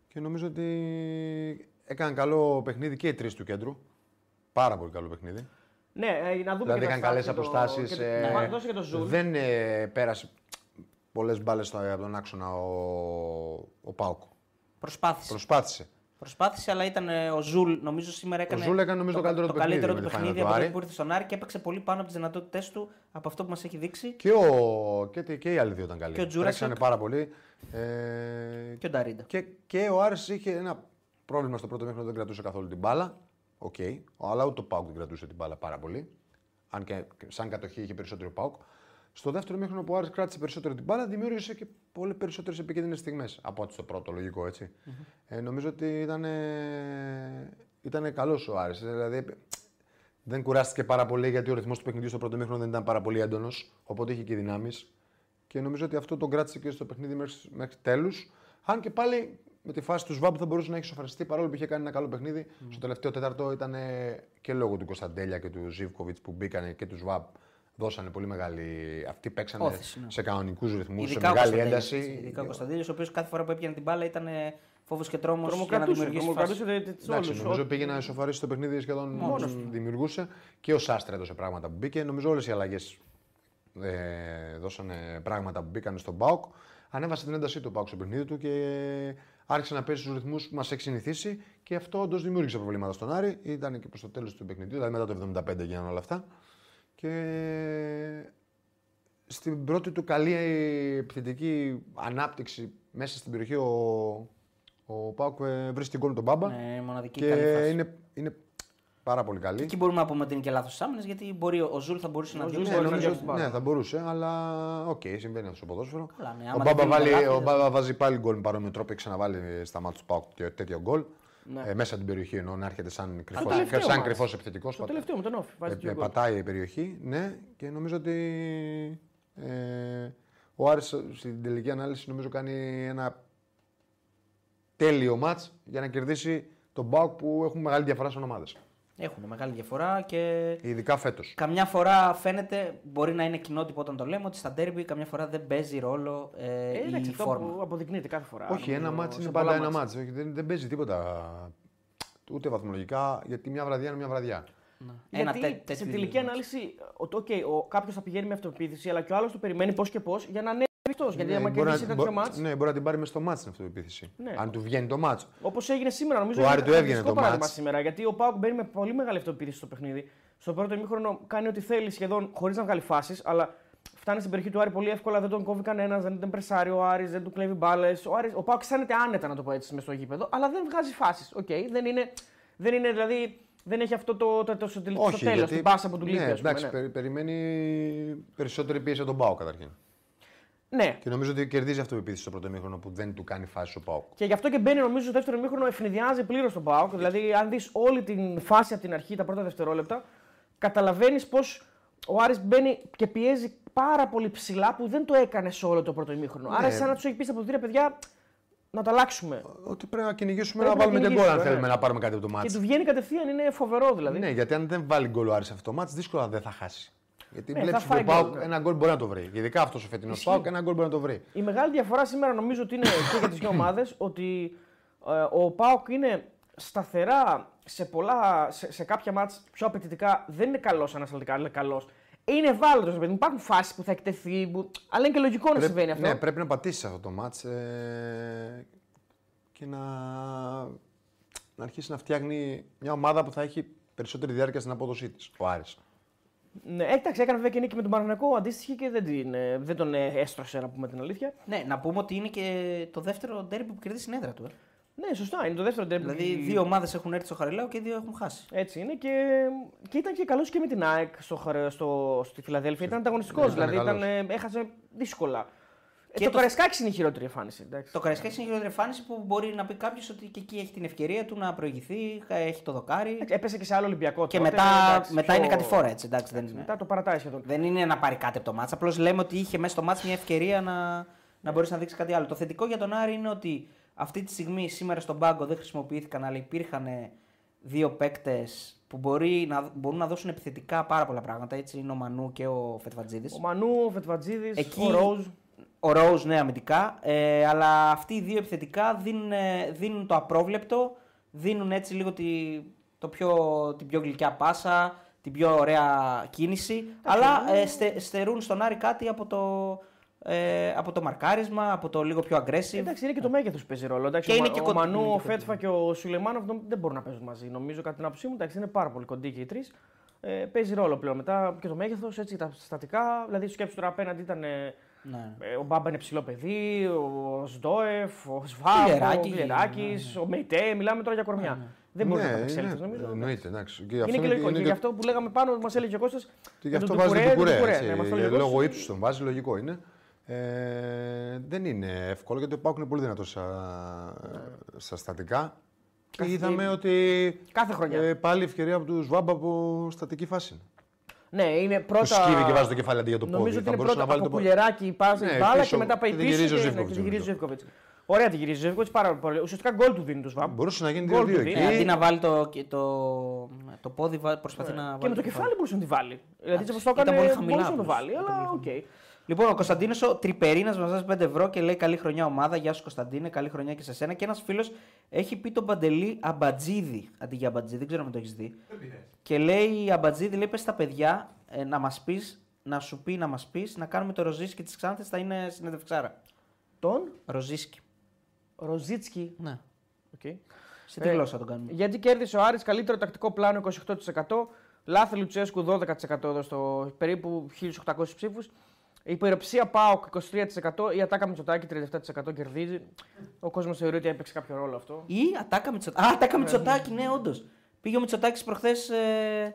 Και νομίζω ότι έκαναν καλό παιχνίδι και οι τρεις του κέντρου. Πάρα πολύ καλό παιχνίδι.
Ναι, ε, να δούμε
Δηλαδή
και τα
είχαν
stats
καλέ
και το-
αποστάσεις.
και το- Να μας δώσει και το zoom.
δεν ε, πέρασε πολλές μπάλες από τον άξονα ο, ο Πάοκ.
Προσπάθησε.
Προσπάθησε.
Προσπάθησε, αλλά ήταν ε, ο Ζουλ. Νομίζω σήμερα έκανε.
Ζουλ έκανε νομίζω το καλύτερο του παιχνίδι
του
με τη Φάνη
παιχνίδι
του
από τότε
Άρη.
που ήρθε στον Άρη και έπαιξε πολύ πάνω από τις δυνατότητές του από αυτό που μας έχει δείξει.
Και, ο, και, τι- και οι άλλοι δύο ήταν καλοί.
Και ο Τζούρασεκ.
Τρέξανε πάρα πολύ. Ε,
Και ο Νταρίντα.
και, και ο Άρης είχε ένα πρόβλημα στο πρώτο μήχρονο, δεν κρατούσε καθόλου την μπάλα. Οκ. Αλλά ούτε ο Πάουκ δεν κρατούσε την μπάλα πάρα πολύ. Αν και σαν κατοχή είχε περισσότερο ο Πάουκ. Στο δεύτερο μήχρονο που ο Άρης κράτησε περισσότερο την μπάλα, δημιούργησε και πολύ περισσότερες επικίνδυνες στιγμές από ό,τι στο πρώτο, λογικό έτσι. Ε, νομίζω ότι ήταν, ε, ήταν καλός ο Άρης. Δηλαδή δεν κουράστηκε πάρα πολύ γιατί ο ρυθμός του παιχνιδιού στο πρώτο μήχρονο δεν ήταν πάρα πολύ έντονος. Οπότε είχε και δυνάμεις. Και νομίζω ότι αυτό τον κράτησε και στο παιχνίδι μέχρι, μέχρι τέλους. Αν και πάλι με τη φάση του Σβάμπ θα μπορούσε να έχει σοφαριστεί παρόλο που είχε κάνει ένα καλό παιχνίδι. Στο τελευταίο τέταρτο ήταν ε, και λόγω του Κωνσταντέλια και του Ζίβκοβιτ που μπήκανε και του Σβάμπ δώσανε πολύ μεγάλη. Αυτοί παίξανε
Όθηση, ναι.
σε κανονικούς ρυθμούς, σε
Ειδικά ο
μεγάλη
Κωνσταντέλης,
ένταση.
έτσι, Ειδικά ο Κωνσταντέλιο, ο οποίος κάθε φορά που έπιανε την μπάλα ήταν φόβος και τρόμος για να
Τρομοκρατούσε,
δημιουργήσει. φάση.
τρομοκρατούσε του
Εντάξει, νομίζω
όλου.
πήγε να ισοφαρίσει το παιχνίδι σχεδόν μόνος δημιουργούσε και ο Σάστρα έδωσε πράγματα που μπήκε. Νομίζω όλες οι αλλαγές ε, δώσανε πράγματα που μπήκαν στον Πάοκ. Ανέβασε την έντασή του ο Πάοκ στο παιχνίδι του και άρχισε να παίζει στους ρυθμούς που μας έχει συνηθίσει και αυτό όντως δημιούργησε προβλήματα στον Άρη. Ήταν και προς το τέλος του παιχνιδιού, δηλαδή μετά το 75 γίνανε όλα αυτά. Και στην πρώτη του καλή επιθετική ανάπτυξη μέσα στην περιοχή ο, ο Πάουκ ε, βρίσκει την κόλλη τον Μπάμπα.
Ναι, μοναδική
Και
καλή φάση.
είναι, είναι πάρα πολύ καλή.
Εκεί μπορούμε να πούμε ότι είναι και λάθος άμυνες, γιατί μπορεί ο ο Ζουλ θα μπορούσε να
Ο
διώξει.
Ζουλ
Ναι,
μπορεί να
νομίζω-
διώξει την μπάλα.
ναι, θα μπορούσε, αλλά οκ, συμβαίνει αυτό στο ποδόσφαιρο.
Καλά, ναι, άμα
ο,
δεν
Μπάμπα
δίνει
βάλει,
καλάθι,
ο
δεν-
Μπάμπα βάζει πάλι γκολ με παρόμοιο τρόπο και ξαναβάλει στα μάτια του Πάουκ τέ- τέτοιο γκολ.
Ναι.
Ε, μέσα την περιοχή ενώ να έρχεται σαν κρυφός
τελευταίο
σαν
μάτς.
κρυφός επιθετικός.
Το
πατ-
τελευταίο με τον Όφη. Βάζει
Ε,
δύο γκολ.
πατάει η περιοχή, ναι, και νομίζω ότι ε, ο Άρης στην τελική ανάλυση νομίζω κάνει ένα τέλειο μάτς για να κερδίσει τον ΠΑΟΚ που έχουν μεγάλη διαφορά σαν ομάδες.
ναι.
Έχουν μεγάλη διαφορά και
Ειδικά φέτος.
Καμιά φορά φαίνεται, μπορεί να είναι κοινό τύπο όταν το λέμε, ότι στα ντέρμπι καμιά φορά δεν παίζει ρόλο ε,
Ε,
η
Εντάξει, αυτό
φόρμα.
που αποδεικνύεται κάθε φορά.
Όχι, ένα
νομίζω,
μάτς
σε
είναι
πολλά
πάντα ένα
μάτς.
μάτς. Όχι, Δεν, δεν παίζει τίποτα ούτε βαθμολογικά, γιατί μια βραδιά είναι μια βραδιά.
Ένα
Γιατί
τέ- τέτοιο
στην
είδους
τελική
μάτς.
ανάλυση, ότι okay, ο κάποιος θα πηγαίνει με αυτοπεποίθηση, αλλά και ο άλλος το περιμένει πώς και πώς για να ανέβει αυτό. Γιατί άμα
Ε, μπορεί,
κερδίσει
να,
ένα
μπο-
τέτοιο μάτς,
ναι, μπορεί να την πάρει μέσα στο μάτς την αυτοεπίθεση.
Ναι.
Αν του βγαίνει το μάτς.
Όπως έγινε σήμερα, νομίζω.
Του
είναι
Άρη του
ένα
έβγαινε
κλασικό
το
παράδειγμα
μάτς.
σήμερα. Γιατί ο Πάουκ μπαίνει με πολύ μεγάλη αυτοποίθηση στο παιχνίδι. Στο πρώτο ημίχρονο κάνει ό,τι θέλει σχεδόν χωρίς να βγάλει φάσεις, αλλά φτάνει στην περιοχή του Άρη πολύ εύκολα. Δεν τον κόβει κανένας, δεν τον πρεσάρει ο Άρης, δεν του κλέβει μπάλες. Ο, Άρης, ο Πάουκ αισθάνεται άνετα, να το πω έτσι, μες στο γήπεδο, αλλά δεν βγάζει φάσεις. Οκ, δεν, είναι, δεν είναι δηλαδή. Δεν έχει αυτό το, το, το, το, το
Όχι,
τέλος,
γιατί-
την πάσα που του λείπει.
ναι,
ας πούμε,
εντάξει,
ναι.
περι- περιμένει περισσότερη πίεση από τον Πάο καταρχήν.
ναι.
Και νομίζω ότι κερδίζει αυτοεπίθεση στο πρώτο μήχρονο που δεν του κάνει φάση ο Πάοκ.
Και γι' αυτό και μπαίνει νομίζω στο δεύτερο μήχρονο, ευνηδιάζει πλήρως τον Πάοκ. Δηλαδή, αν δεις όλη την φάση από την αρχή, τα πρώτα δευτερόλεπτα, καταλαβαίνεις πως ο Άρης μπαίνει και πιέζει πάρα πολύ ψηλά που δεν το έκανε σε όλο το πρώτο ημίχρονο. Άρα, σαν να τους έχει πει στα αποδητήρια, παιδιά, να τα αλλάξουμε.
Ότι πρέπει να κυνηγήσουμε
Πρέπει
να
να
βάλουμε την γκολ αν
κυνηγήσουμε,
θέλουμε
ναι.
να πάρουμε κάτι από το
Και
μάτς.
του βγαίνει κατευθείαν, είναι φοβερό δηλαδή.
Ναι, γιατί αν δεν βάλει γκολ ο Άρης σε αυτό το μάτς, δύσκολα δεν θα χάσει. Γιατί
Ναι,
βλέπεις
θα
ότι
φάει
ο Πάοκ
γκολ, ναι.
ένα γκολ μπορεί να το βρει. Ειδικά αυτός ο φετινός Πάοκ ένα γκολ μπορεί να το βρει.
Η μεγάλη διαφορά σήμερα νομίζω ότι είναι και για τις δύο ομάδες ότι ε, ο Πάοκ είναι σταθερά σε, πολλά, σε, σε κάποια μάτς πιο απαιτητικά. Δεν είναι καλός ανασταλτικά, αλλά καλός. Είναι ευάλωτος, παιδί μου. Υπάρχουν φάσεις που θα εκτεθεί, που... αλλά είναι και λογικό να συμβαίνει αυτό.
Ναι, πρέπει να πατήσεις αυτό το μάτς ε, και να, να αρχίσει να φτιάχνει μια ομάδα που θα έχει περισσότερη διάρκεια στην απόδοσή της. Ο Άρης.
Ναι, εντάξει, έκανε βέβαια και νίκη με τον Παναγενικό αντίστοιχη και δεν, την, ε, δεν τον ε, έστρωσε, να πούμε την αλήθεια.
Ναι, να πούμε ότι είναι και το δεύτερο ντέρμπι που κερδίζει στην έδρα του. Ε.
Ναι, σωστά, είναι το δεύτερο τέρμα.
Δηλαδή, δύο ομάδες έχουν έρθει στο Χαριλάο και δύο έχουν χάσει.
Έτσι είναι και, και ήταν και καλός και με την ΑΕΚ στο, χαρε- στο, στη Φιλαδέλφια. Ήταν ανταγωνιστικό,
ήταν
δηλαδή
καλός.
ήταν, ε, έχασε δύσκολα.
Και
Και το,
Ε, το-
Καρεσκάκης είναι η χειρότερη εμφάνιση. Εντάξει.
Το Καραϊσκάκη είναι η χειρότερη εμφάνιση που μπορεί να πει κάποιος ότι και εκεί έχει την ευκαιρία του να προηγηθεί, έχει το δοκάρι.
Εντάξει, Έπεσε και σε άλλο Ολυμπιακό.
Και
τότε,
μετά,
εντάξει,
μετά
πιο-
είναι κάτι φορά έτσι. Εντάξει, δεν είναι.
Μετά το παρατάει σχεδόν.
Δεν είναι να πάρει κάτι από το μάτς. Απλώς λέμε ότι είχε μέσα στο μάτς μια ευκαιρία να, να μπορέσει να δείξεις κάτι άλλο. Το θετικό για τον Άρη είναι ότι αυτή τη στιγμή σήμερα στον πάγκο δεν χρησιμοποιήθηκαν, αλλά υπήρχαν δύο παίκτες που μπορεί να, μπορούν να δώσουν επιθετικά πάρα πολλά πράγματα. Έτσι είναι ο Μανού και ο Φετβατζίδης.
Ο Μανού, ο Φετβατζίδης,
Εκεί-
ο Ρόζ.
Ο Ρόουζ, ναι, αμυντικά. Ε, αλλά αυτοί οι δύο επιθετικά δίνουν, ε, δίνουν το απρόβλεπτο, δίνουν έτσι λίγο τη, το πιο, την πιο γλυκιά πάσα, την πιο ωραία κίνηση. Αλλά ε, στε- στερούν στον Άρη κάτι από το, ε, από το μαρκάρισμα, από το λίγο πιο aggressive.
Εντάξει, είναι και το μέγεθος που παίζει ρόλο. Εντάξει,
Και
ο,
είναι
Μα-
και
ο
κοντ- είναι
Μανού,
και
ο
κοντινή.
Φέτφα και ο Σουλειμάνοφ νομ- δεν μπορούν να παίζουν μαζί. Νομίζω κατά την άποψή μου, εντάξει, είναι πάρα πολύ κοντοί και οι τρεις. Ε, παίζει ρόλο πλέον μετά και το μέγεθος, έτσι τα στατικά. Δηλαδή, σκέψου τώρα απέναντι ήταν. ε,
Ναι.
ε, ο Μπάμπα είναι ψηλό παιδί, ο Σντόεφ, ο Σβάμπ, ο
Γλεράκη,
Γλεράκης,
Ναι,
ο Μεϊτέ. Μιλάμε τώρα για κορμιά. Δεν μπορεί
Ναι,
να τα απεξέλθει, νομίζω.
Εννοείται, εντάξει. Και
Είναι
αυτό
και λογικό.
είναι
Και γι' αυτό που λέγαμε πάνω, μας έλεγε ο Κώστας,
Και γι'
με
αυτό
τον
βάζει τον
τον
Τουκουρέ.
Ναι,
έτσι,
μας έλεγε ο
λόγω
Κώστας.
ύψους τον βάζει, λογικό είναι. Ε, δεν είναι εύκολο γιατί ο Πάουκ είναι πολύ δυνατός στα, στα στατικά. Και είδαμε ότι.
ε, Κάθε χρονιά.
ε, πάλι ευκαιρία από του Βάμπα από στατική φάση. είναι.
Ναι, είναι
Που
πρώτα.
σκύβει και βάζει το κεφάλι αντί για το πόδι.
Νομίζω ότι
Θα
είναι
μπορούσε
πρώτα
να βάλει
από
το πόδι.
κουλεράκι η πάση
Ναι,
η μπάλα
πίσω,
και μετά πάει
και
πίσω.
την γυρίζει ο
και- ναι,
Ζήφκοβιτς,
και την
νομίζω.
γυρίζει ο Ζήφκοβιτς. Ωραία τη γυρίζει ο Ζήφκοβιτς, πάρα πολύ. Ουσιαστικά γκολ του δίνει τους Σβάμπ.
Μπορούσε να γίνει
Γκολ
2-2
του δίνει.
Ναι,
εκεί.
αντί να βάλει το, και το, το πόδι, βα- προσπαθεί να βάλει.
Ε. Και με το κεφάλι μπορούσε να τη βάλει. Δηλαδή έτσι όπως το
ήταν
έκανε
πολύ χαμηλά,
μπορούσε να το
απλώς.
βάλει, αλλά οκ.
Λοιπόν, ο Κωνσταντίνος ο Τρυπερίνας μας βάζει 5 ευρώ και λέει Καλή χρονιά ομάδα. Γεια σου Κωνσταντίνε, καλή χρονιά και σε σένα. Και ένας φίλος έχει πει τον Παντελή Αμπατζίδη αντί για Αμπατζίδη, δεν ξέρω αν το έχεις δει. Και λέει Αμπατζίδη, λέει πες στα παιδιά ε, να μας πεις, να σου πει, να μας πεις, να κάνουμε το Ροζίσκι της Ξάνθης, θα είναι συνεδευξάρα.
Τον
Ροζίσκι.
Ροζίτσκι.
Ναι.
Οκ.
Σε τι
Ε,
γλώσσα τον κάνουμε.
Γιατί κέρδισε ο Άρης καλύτερο τακτικό πλάνο 28%, λάθη Λουτσέσκου 12% εδώ στο περίπου 1800 ψήφους, υπεροψία ΠΑΟΚ 23%, η Ατάκα Μητσοτάκη 37% κερδίζει. Ο κόσμος θεωρεί ότι έπαιξε κάποιο ρόλο αυτό.
Ή Ατάκα Μητσοτάκη. Α, Ατάκα Μητσοτάκη, ναι, όντως. Πήγε ο Μητσοτάκης προχθές.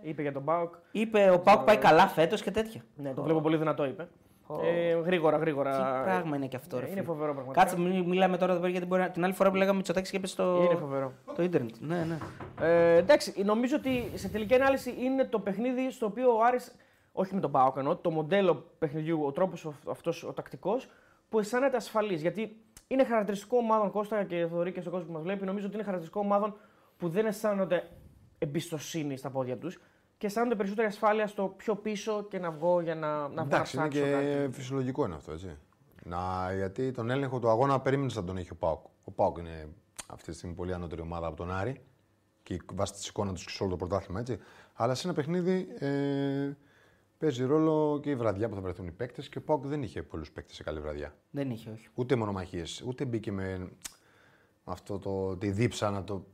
Είπε για τον ΠΑΟΚ.
είπε ο Πάουκ πάει καλά φέτος και τέτοια.
Ε, Ναι, το βλέπω πολύ δυνατό, είπε.
Ω.
Ε, γρήγορα, γρήγορα. Ε,
Τι πράγμα είναι και αυτό, ρε.
Ναι, είναι
φίλε.
φοβερό πραγματικά.
Κάτσε, μι, μιλάμε τώρα εδώ πέρα γιατί μπορεί να. Την άλλη φορά που λέγαμε Μητσοτάκης και έπεσε στο.
Είναι φοβερό.
Το ίντερνετ. Ναι, ναι.
Ε, εντάξει, νομίζω ότι σε τελική ανάλυση είναι το παιχνίδι στο οποίο ο Άρης, όχι με τον Πάοκ εννοώ, το μοντέλο παιχνιδιού, ο τρόπος αυτός ο τακτικός, που αισθάνεται ασφαλής. Γιατί είναι χαρακτηριστικό ομάδων, Κώστα και Θοδωρή και στον κόσμο που μας βλέπει, νομίζω ότι είναι χαρακτηριστικό ομάδων που δεν αισθάνονται εμπιστοσύνη στα πόδια τους και αισθάνονται περισσότερη ασφάλεια στο πιο πίσω και να βγω για να, να βγω να
Εντάξει, είναι
ψάξω κάτι.
και φυσιολογικό είναι αυτό, έτσι. Να, γιατί τον έλεγχο του αγώνα περίμενε να τον έχει ο Πάουκ. Ο Πάουκ είναι αυτή τη στιγμή πολύ ανώτερη ομάδα από τον Άρη και βάσει της εικόνας τους και σε όλο το πρωτάθλημα, έτσι. Αλλά σε ένα παιχνίδι ε, παίζει ρόλο και η βραδιά που θα βρεθούν οι παίκτες και ο Πάουκ δεν είχε πολλούς παίκτες σε καλή βραδιά.
Δεν είχε, όχι.
Ούτε μονομαχίες, ούτε μπήκε με αυτό το, τη δίψα να το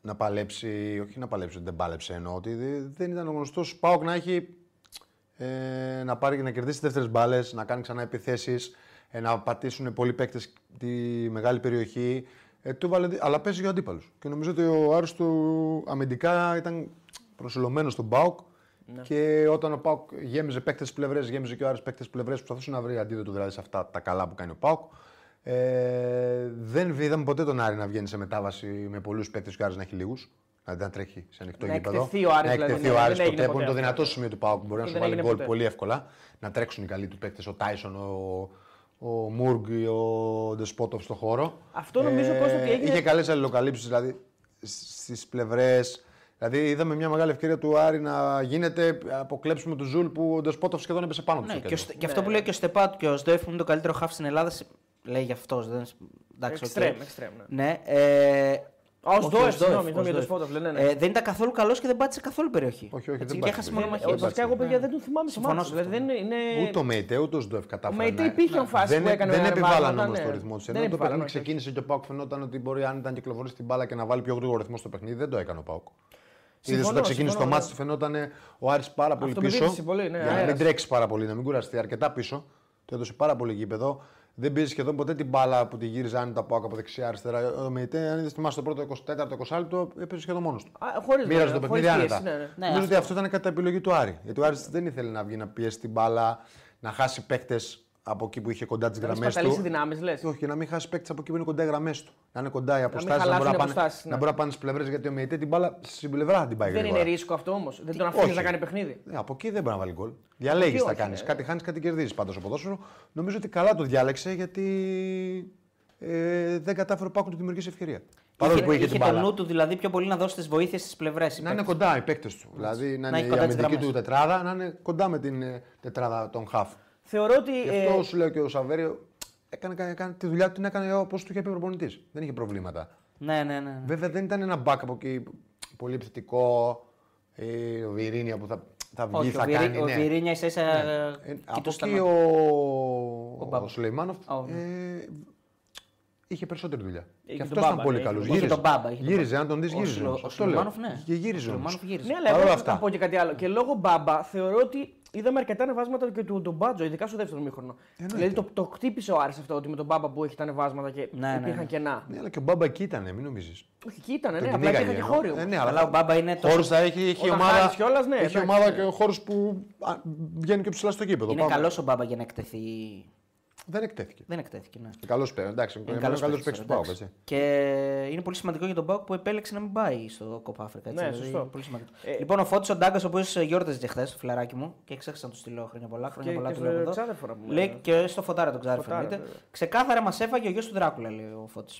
να παλέψει, όχι να παλέψει, ότι δεν πάλεψε εννοώ, ότι δε- δεν ήταν ο γνωστός Πάοκ να έχει ε, να πάρει και να κερδίσει δεύτερες μπάλες, να κάνει ξανά επιθέσεις, ε, να πατήσουν πολλοί παίκτες τη μεγάλη περιοχή. Ε, του βάλε, αλλά παίζει για αντίπαλους. Και νομίζω ότι ο Άρης του αμυντικά ήταν προσιλωμένος στον Πάοκ.
Ναι.
Και όταν ο Πάοκ γέμιζε παίκτες πλευρές, γέμιζε και ο Άρης παίκτες πλευρές, προσπαθούσε να βρει αντίδοτο δηλαδή σε αυτά τα καλά που κάνει ο Πάοκ. Ε, δεν είδαμε ποτέ τον Άρη να βγαίνει σε μετάβαση με πολλούς παίκτες και ο Άρης να έχει λίγους. Δηλαδή να τρέχει σε ανοιχτό
Να
γήπεδο.
εκτεθεί ο Άρης,
να
δηλαδή,
εκτεθεί
ναι,
ο
δεν
Άρης
έγινε
ποτέ, που
ποτέ
είναι το
αυτό.
δυνατό σημείο του Πάουκ. Μπορεί να
Αυτό δεν
σου βάλει
έγινε
γκολ
ποτέ.
πολύ εύκολα. Να τρέξουν οι καλοί του παίκτες. Ο Τάισον, ο, ο Μούργκ, ή ο Ντεσπότοφ στο χώρο. Ε,
Αυτό νομίζω, Κώστα, ότι έγινε-
Είχε καλές αλληλοκαλύψεις δηλαδή στις πλευρές. Δηλαδή είδαμε μια μεγάλη ευκαιρία του Άρη να γίνεται αποκλέψουμε του Ζουλ που ο Ντεσπότοφ σχεδόν έπεσε πάνω του.
Ναι,
στο
και, ο
κέντρο.
Στε- και αυτό που λέει και ο Στεπάτ και ο Σντοεφ που είναι το καλύτερο χάφ στην Ελλάδα. σε- Λέει γι' αυτός. Δεν... Εντάξει, οκ.
Εξτρέμ, εξτρέμ, ναι.
Ναι. Ε...
Α, ο
όχι,
Σντοεφ,
ο
συγγνώμη,
ο
για το
Σντοεφ.
Σπότοφ, λένε, ναι.
Ε, δεν ήταν καθόλου καλός και δεν πάτησε καθόλου περιοχή.
Όχι, όχι,
Έτσι,
δεν
και
πάτησε
έχασε
περιοχή.
μονομαχία.
Ε,
Βασικά,
Βασικά, εγώ παιδιά δεν τον θυμάμαι σε
Συμφωνώ
μάτς,
σε
Δηλαδή,
αυτό.
δεν είναι.
Ούτε ο Μεϊτέ, ούτε ο Σντοεφ κατάφεραν.
Μεϊτέ
να-
υπήρχαν
να-
φάση
δεν,
που έκανε
Δεν
ένα
επιβάλλαν
ρεμάρμα,
όμω
ναι.
το ρυθμό του.
Δεν
Ενώ το
επιβάλλαν,
παιχνίδι
όχι, όχι.
ξεκίνησε και ο Πάουκ φαινόταν ότι μπορεί αν ήταν να κυκλοφορήσει την μπάλα και να βάλει πιο γρήγορο ρυθμό στο παιχνίδι. Δεν το έκανε ο Πάουκ. Είδε
Συμφωνώ,
όταν ξεκίνησε το
συμφωνώ, ναι.
μάτι, φαινόταν ο Άρης πάρα πολύ
Αυτοπεποίθηση
πίσω.
πολύ, ναι,
για να μην
αέρας.
τρέξει πάρα πολύ, να μην κουραστεί αρκετά πίσω. Το έδωσε πάρα πολύ γήπεδο. Δεν πήρε σχεδόν ποτέ την μπάλα που τη γύριζε άνετα από από δεξιά-αριστερά. Ο Μεϊτέ, αν είδε θυμάσαι το πρώτο 24ο 20 λεπτό, έπαιζε σχεδόν μόνος του.
Α, χωρίς
Μοίραζε
βέβαια,
το παιχνίδι
χωρίς πίεση,
άνετα.
ναι, ναι.
Ναι,
Νομίζω
αυτό.
ότι αυτό ήταν κατά επιλογή του Άρη. Γιατί ο Άρης δεν ήθελε να βγει να πιέσει την μπάλα, να χάσει παίκτες από εκεί που είχε κοντά τις
Να μην
γραμμέ
σπαταλήσει
του.
δυνάμεις, λες.
Όχι, να μην χάσεις παίκτη από εκεί που είναι κοντά οι γραμμές του. Να είναι κοντά οι αποστάσεις, να,
χαλάσουν
μπορεί να,
οι
πάνε-
αποστάσεις, ναι.
να μπορεί να πάνε στις πλευρές. Γιατί ο Μεϊτέ την μπάλα στην πλευρά την πάει
Δεν
γρήγορα.
είναι ρίσκο αυτό όμως. Δεν τον αφήνει
όχι.
να κάνει παιχνίδι.
Ε, από εκεί δεν μπορεί να βάλει γκολ. Διαλέγεις
εκεί
θα
όχι,
κάνεις.
ναι.
Κάτι χάνεις, κάτι κερδίζεις πάντως ο ποδόσφαιρο. Νομίζω ότι καλά το διάλεξε γιατί ε, δεν κατάφερε ο Πάκου να του δημιουργήσει ευκαιρία. Παρόλο που είχε, την
το
μπάλα.
νου του δηλαδή πιο πολύ να δώσει τις βοήθειες στις πλευρές.
Να είναι κοντά οι παίκτες του. Δηλαδή να,
Να έχει
είναι η
κοντά τις
αμυντική του
γραμμές.
τετράδα να είναι κοντά με την ε, τετράδα των Χαφ.
Θεωρώ ότι.
Γι'
ε,
αυτό σου λέω και ο Σαβέριο έκανε, έκανε, έκανε τη δουλειά του την έκανε όπως του είχε πει ο προπονητής. Δεν είχε προβλήματα.
Ναι, ναι, ναι. ναι.
Βέβαια δεν ήταν ένα back από εκεί πολύ επιθετικό, ε, ο Ειρήνια που θα θα βγει,
Όχι,
θα
ο, Βιρι...
κάνει.
ο
ναι.
Βιρίνια ίσα-ίσα
Ε, από
κοιτούσε τα
εκεί
μάτια.
ο,
Ο
ο,
Μπάμπα.
Σουλεϊμάνοφ
Α, ναι.
ε, είχε περισσότερη δουλειά.
Είχε
και
τον
αυτός ήταν
Μπάμπα,
πολύ
ναι,
καλό.
είχε τον- είχε τον Μπάμπα, είχε τον
Γύριζε,
Μπάμπα.
αν τον δεις,
Ο
γύριζε.
Σουλο-
όμως.
ο
Αυτό λέω.
Σουλεϊμάνοφ, ναι.
Και γύριζε.
Ο
όμως.
Σουλεϊμάνοφ γύριζε.
Ναι, αλλά
Παρόλα
εγώ
αυτά.
να πω και κάτι άλλο. Και λόγω μπάμπα θεωρώ ότι είδαμε αρκετά ανεβάσματα και του Ντομπάτζο, ειδικά στο δεύτερο μήχρονο. Δηλαδή το, το χτύπησε ο Άρης αυτό ότι με τον μπάμπα που έχει τα ανεβάσματα και
Ναι, ναι,
υπήρχαν
ναι.
κενά.
Ναι, αλλά και ο Μπάμπα εκεί ήταν, μην νομίζεις.
Όχι, εκεί ήταν, ναι, απλά
κυνήγαγε,
είχαν και
εγώ.
χώριο.
Ε, ναι,
Αλλά ο Μπάμπα είναι
Χώρο
τόσο...
θα έχει, έχει η
Όταν
ομάδα.
χάνεις κιόλας, ναι,
έχει η
εντάξει,
ομάδα
ναι.
και ο χώρος που α, βγαίνει και ψηλά στο κήπεδο.
Είναι
Πάμε.
καλός ο Μπάμπα για να εκτεθεί.
Δεν εκτέθηκε.
Δεν εκτέθηκε, ναι.
Καλό παίρνει. Εντάξει, είναι
καλός
καλό παίκτης
παίκτης,
του Πάουκ.
εντάξει. Και είναι πολύ σημαντικό για τον Πάουκ που επέλεξε να μην πάει στο Κόπα Αφρικα.
Ναι, σωστό.
Δηλαδή, Πολύ σημαντικό.
Ε,
λοιπόν, ο Φώτης ο Ντάγκας, ο οποίος γιόρταζε και χθες, φιλαράκι μου, και ξέχασα να του στείλω χρόνια πολλά. Χρόνια
Και-
πολλά
και
του
στο
λέω εδώ.
ξάδερφο να πούμε.
Λέει και στο φωτάρα τον ξάδερφο.
Φωτάρα,
εννοείται.
βέβαια.
Ξεκάθαρα μας έφαγε ο γιος του Δράκουλα, λέει ο Φώτης.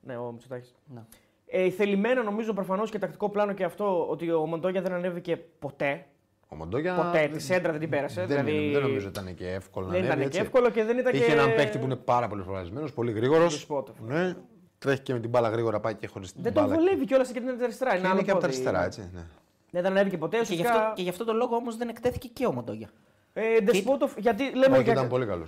Ναι, ο Μητσοτάκης.
Ναι.
Ε, θελημένο νομίζω προφανώς και τακτικό πλάνο και αυτό ότι ο Μοντόγια δεν ανέβηκε ποτέ.
Ο Μοντόγια.
Ποτέ. Τη σέντρα δεν την πέρασε.
Δεν,
δηλαδή...
δεν νομίζω ότι ήταν και εύκολο
Δεν
να
ήταν
ανέβει,
και
έτσι.
εύκολο και δεν ήταν
Είχε
και.
έναν παίκτη που είναι πάρα πολύ φορασμένο, πολύ γρήγορος.
Δεσπότοφ.
Ναι, τρέχει και με την μπάλα γρήγορα, πάει και χωρίς την
Δεν τον
μπάλα.
βολεύει κιόλας και την αριστερά.
Και
ένα
είναι
άλλο
και από
πόδι.
τα αριστερά, έτσι. Ναι.
Δεν τον ανέβηκε ποτέ.
Και, γι
Ουσιαστικά.
αυτό, και γι' αυτό τον λόγο όμως δεν εκτέθηκε και ο Μοντόγια.
Ε, Ντεσπότοφ, γιατί λέμε.
Όχι,
για-
ήταν πολύ καλό.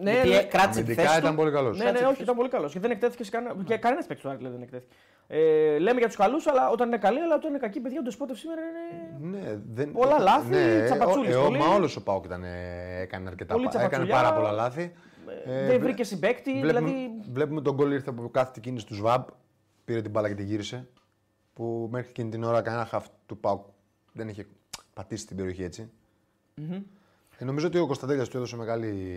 Ναι,
Γιατί
ναι.
ε, κράτησε τη
Αμυντικά
θέση
ήταν
του.
πολύ καλός.
Ναι, ναι, όχι, ήταν πολύ καλός. Και δεν εκτέθηκε σε κανένα. Και κανένας παίκτης του Άρη δηλαδή, δεν εκτέθηκε. Ε, λέμε για τους καλούς, αλλά όταν είναι καλοί, αλλά όταν είναι κακοί, παιδιά, ο Ντεσπότοφ σήμερα είναι.
Ναι, δεν...
Πολλά λάθη, τσαπατσούλες
ε, ο-
πολύ.
Μα όλος ο Πάοκ ήταν, ε, έκανε αρκετά
Πολύ
πα- Έκανε
τσαπατσουλιά.
πάρα πολλά λάθη. Ε,
δεν
βλέ-
βρήκε συμπέκτη,
Βλέπουμε,
δηλαδή.
βλέπουμε τον κόλλ ήρθε από κάθε την κίνηση του ΣΒΑΜ. Πήρε την μπάλα και την γύρισε. Που μέχρι εκείνη την ώρα κανένα χαφ του Πάουκ δεν είχε πατήσει την περιοχή έτσι. Ε, νομίζω ότι ο Κωνσταντέλιας του έδωσε μεγάλη.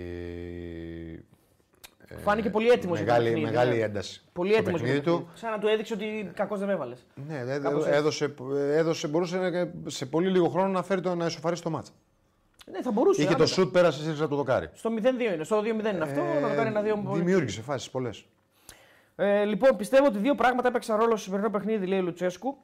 ε,
Φάνηκε πολύ έτοιμος για το
Μεγάλη,
παιχνίδι,
μεγάλη
ναι.
ένταση.
Πολύ
στο
έτοιμος.
παιχνίδι του.
Σαν να του έδειξε ότι κακό δεν με έβαλες.
Ναι, δε-
Κάπως έτσι.
έδωσε, έδωσε, μπορούσε να- σε πολύ λίγο χρόνο να φέρει το να ισοφαρίσει το μάτσα.
Ναι, θα μπορούσε.
Είχε το
άνετα.
σουτ, πέρασε σύριξα το δοκάρι.
Στο 0-2 είναι. Στο 2-0 είναι αυτό. να το κάνει ένα 2
Ε, Δημιούργησε φάσεις πολλές.
Ε, λοιπόν, πιστεύω ότι δύο πράγματα έπαιξαν ρόλο στο σημερινό παιχνίδι, λέει ο Λουτσέσκου.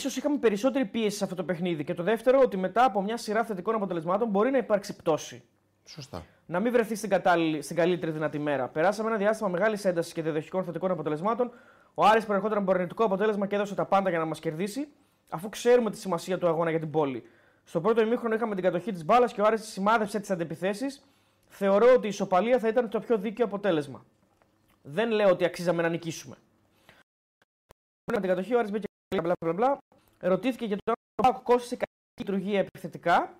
σω είχαμε περισσότερη πίεση σε αυτό το παιχνίδι. Και το δεύτερο, ότι μετά από μια σειρά θετικών αποτελεσμάτων μπορεί να υπάρξει πτώση.
Σωστά.
Να μην βρεθεί στην, κατάλληλη, στην καλύτερη δυνατή μέρα. Περάσαμε ένα διάστημα μεγάλης έντασης και διαδοχικών θετικών αποτελεσμάτων. Ο Άρης προερχόταν από αρνητικό αποτέλεσμα και έδωσε τα πάντα για να μας κερδίσει, αφού ξέρουμε τη σημασία του αγώνα για την πόλη. Στο πρώτο ημίχρονο είχαμε την κατοχή της μπάλας και ο Άρης σημάδευσε τις αντεπιθέσεις. Θεωρώ ότι η ισοπαλία θα ήταν το πιο δίκαιο αποτέλεσμα. Δεν λέω ότι αξίζαμε να νικήσουμε. Με την κατοχή ο Άρης μπήκε μπλα μπλα μπλα. μπλα. Ρωτήθηκε για το αν ο Πάουκ κόστησε καλή λειτουργία επιθετικά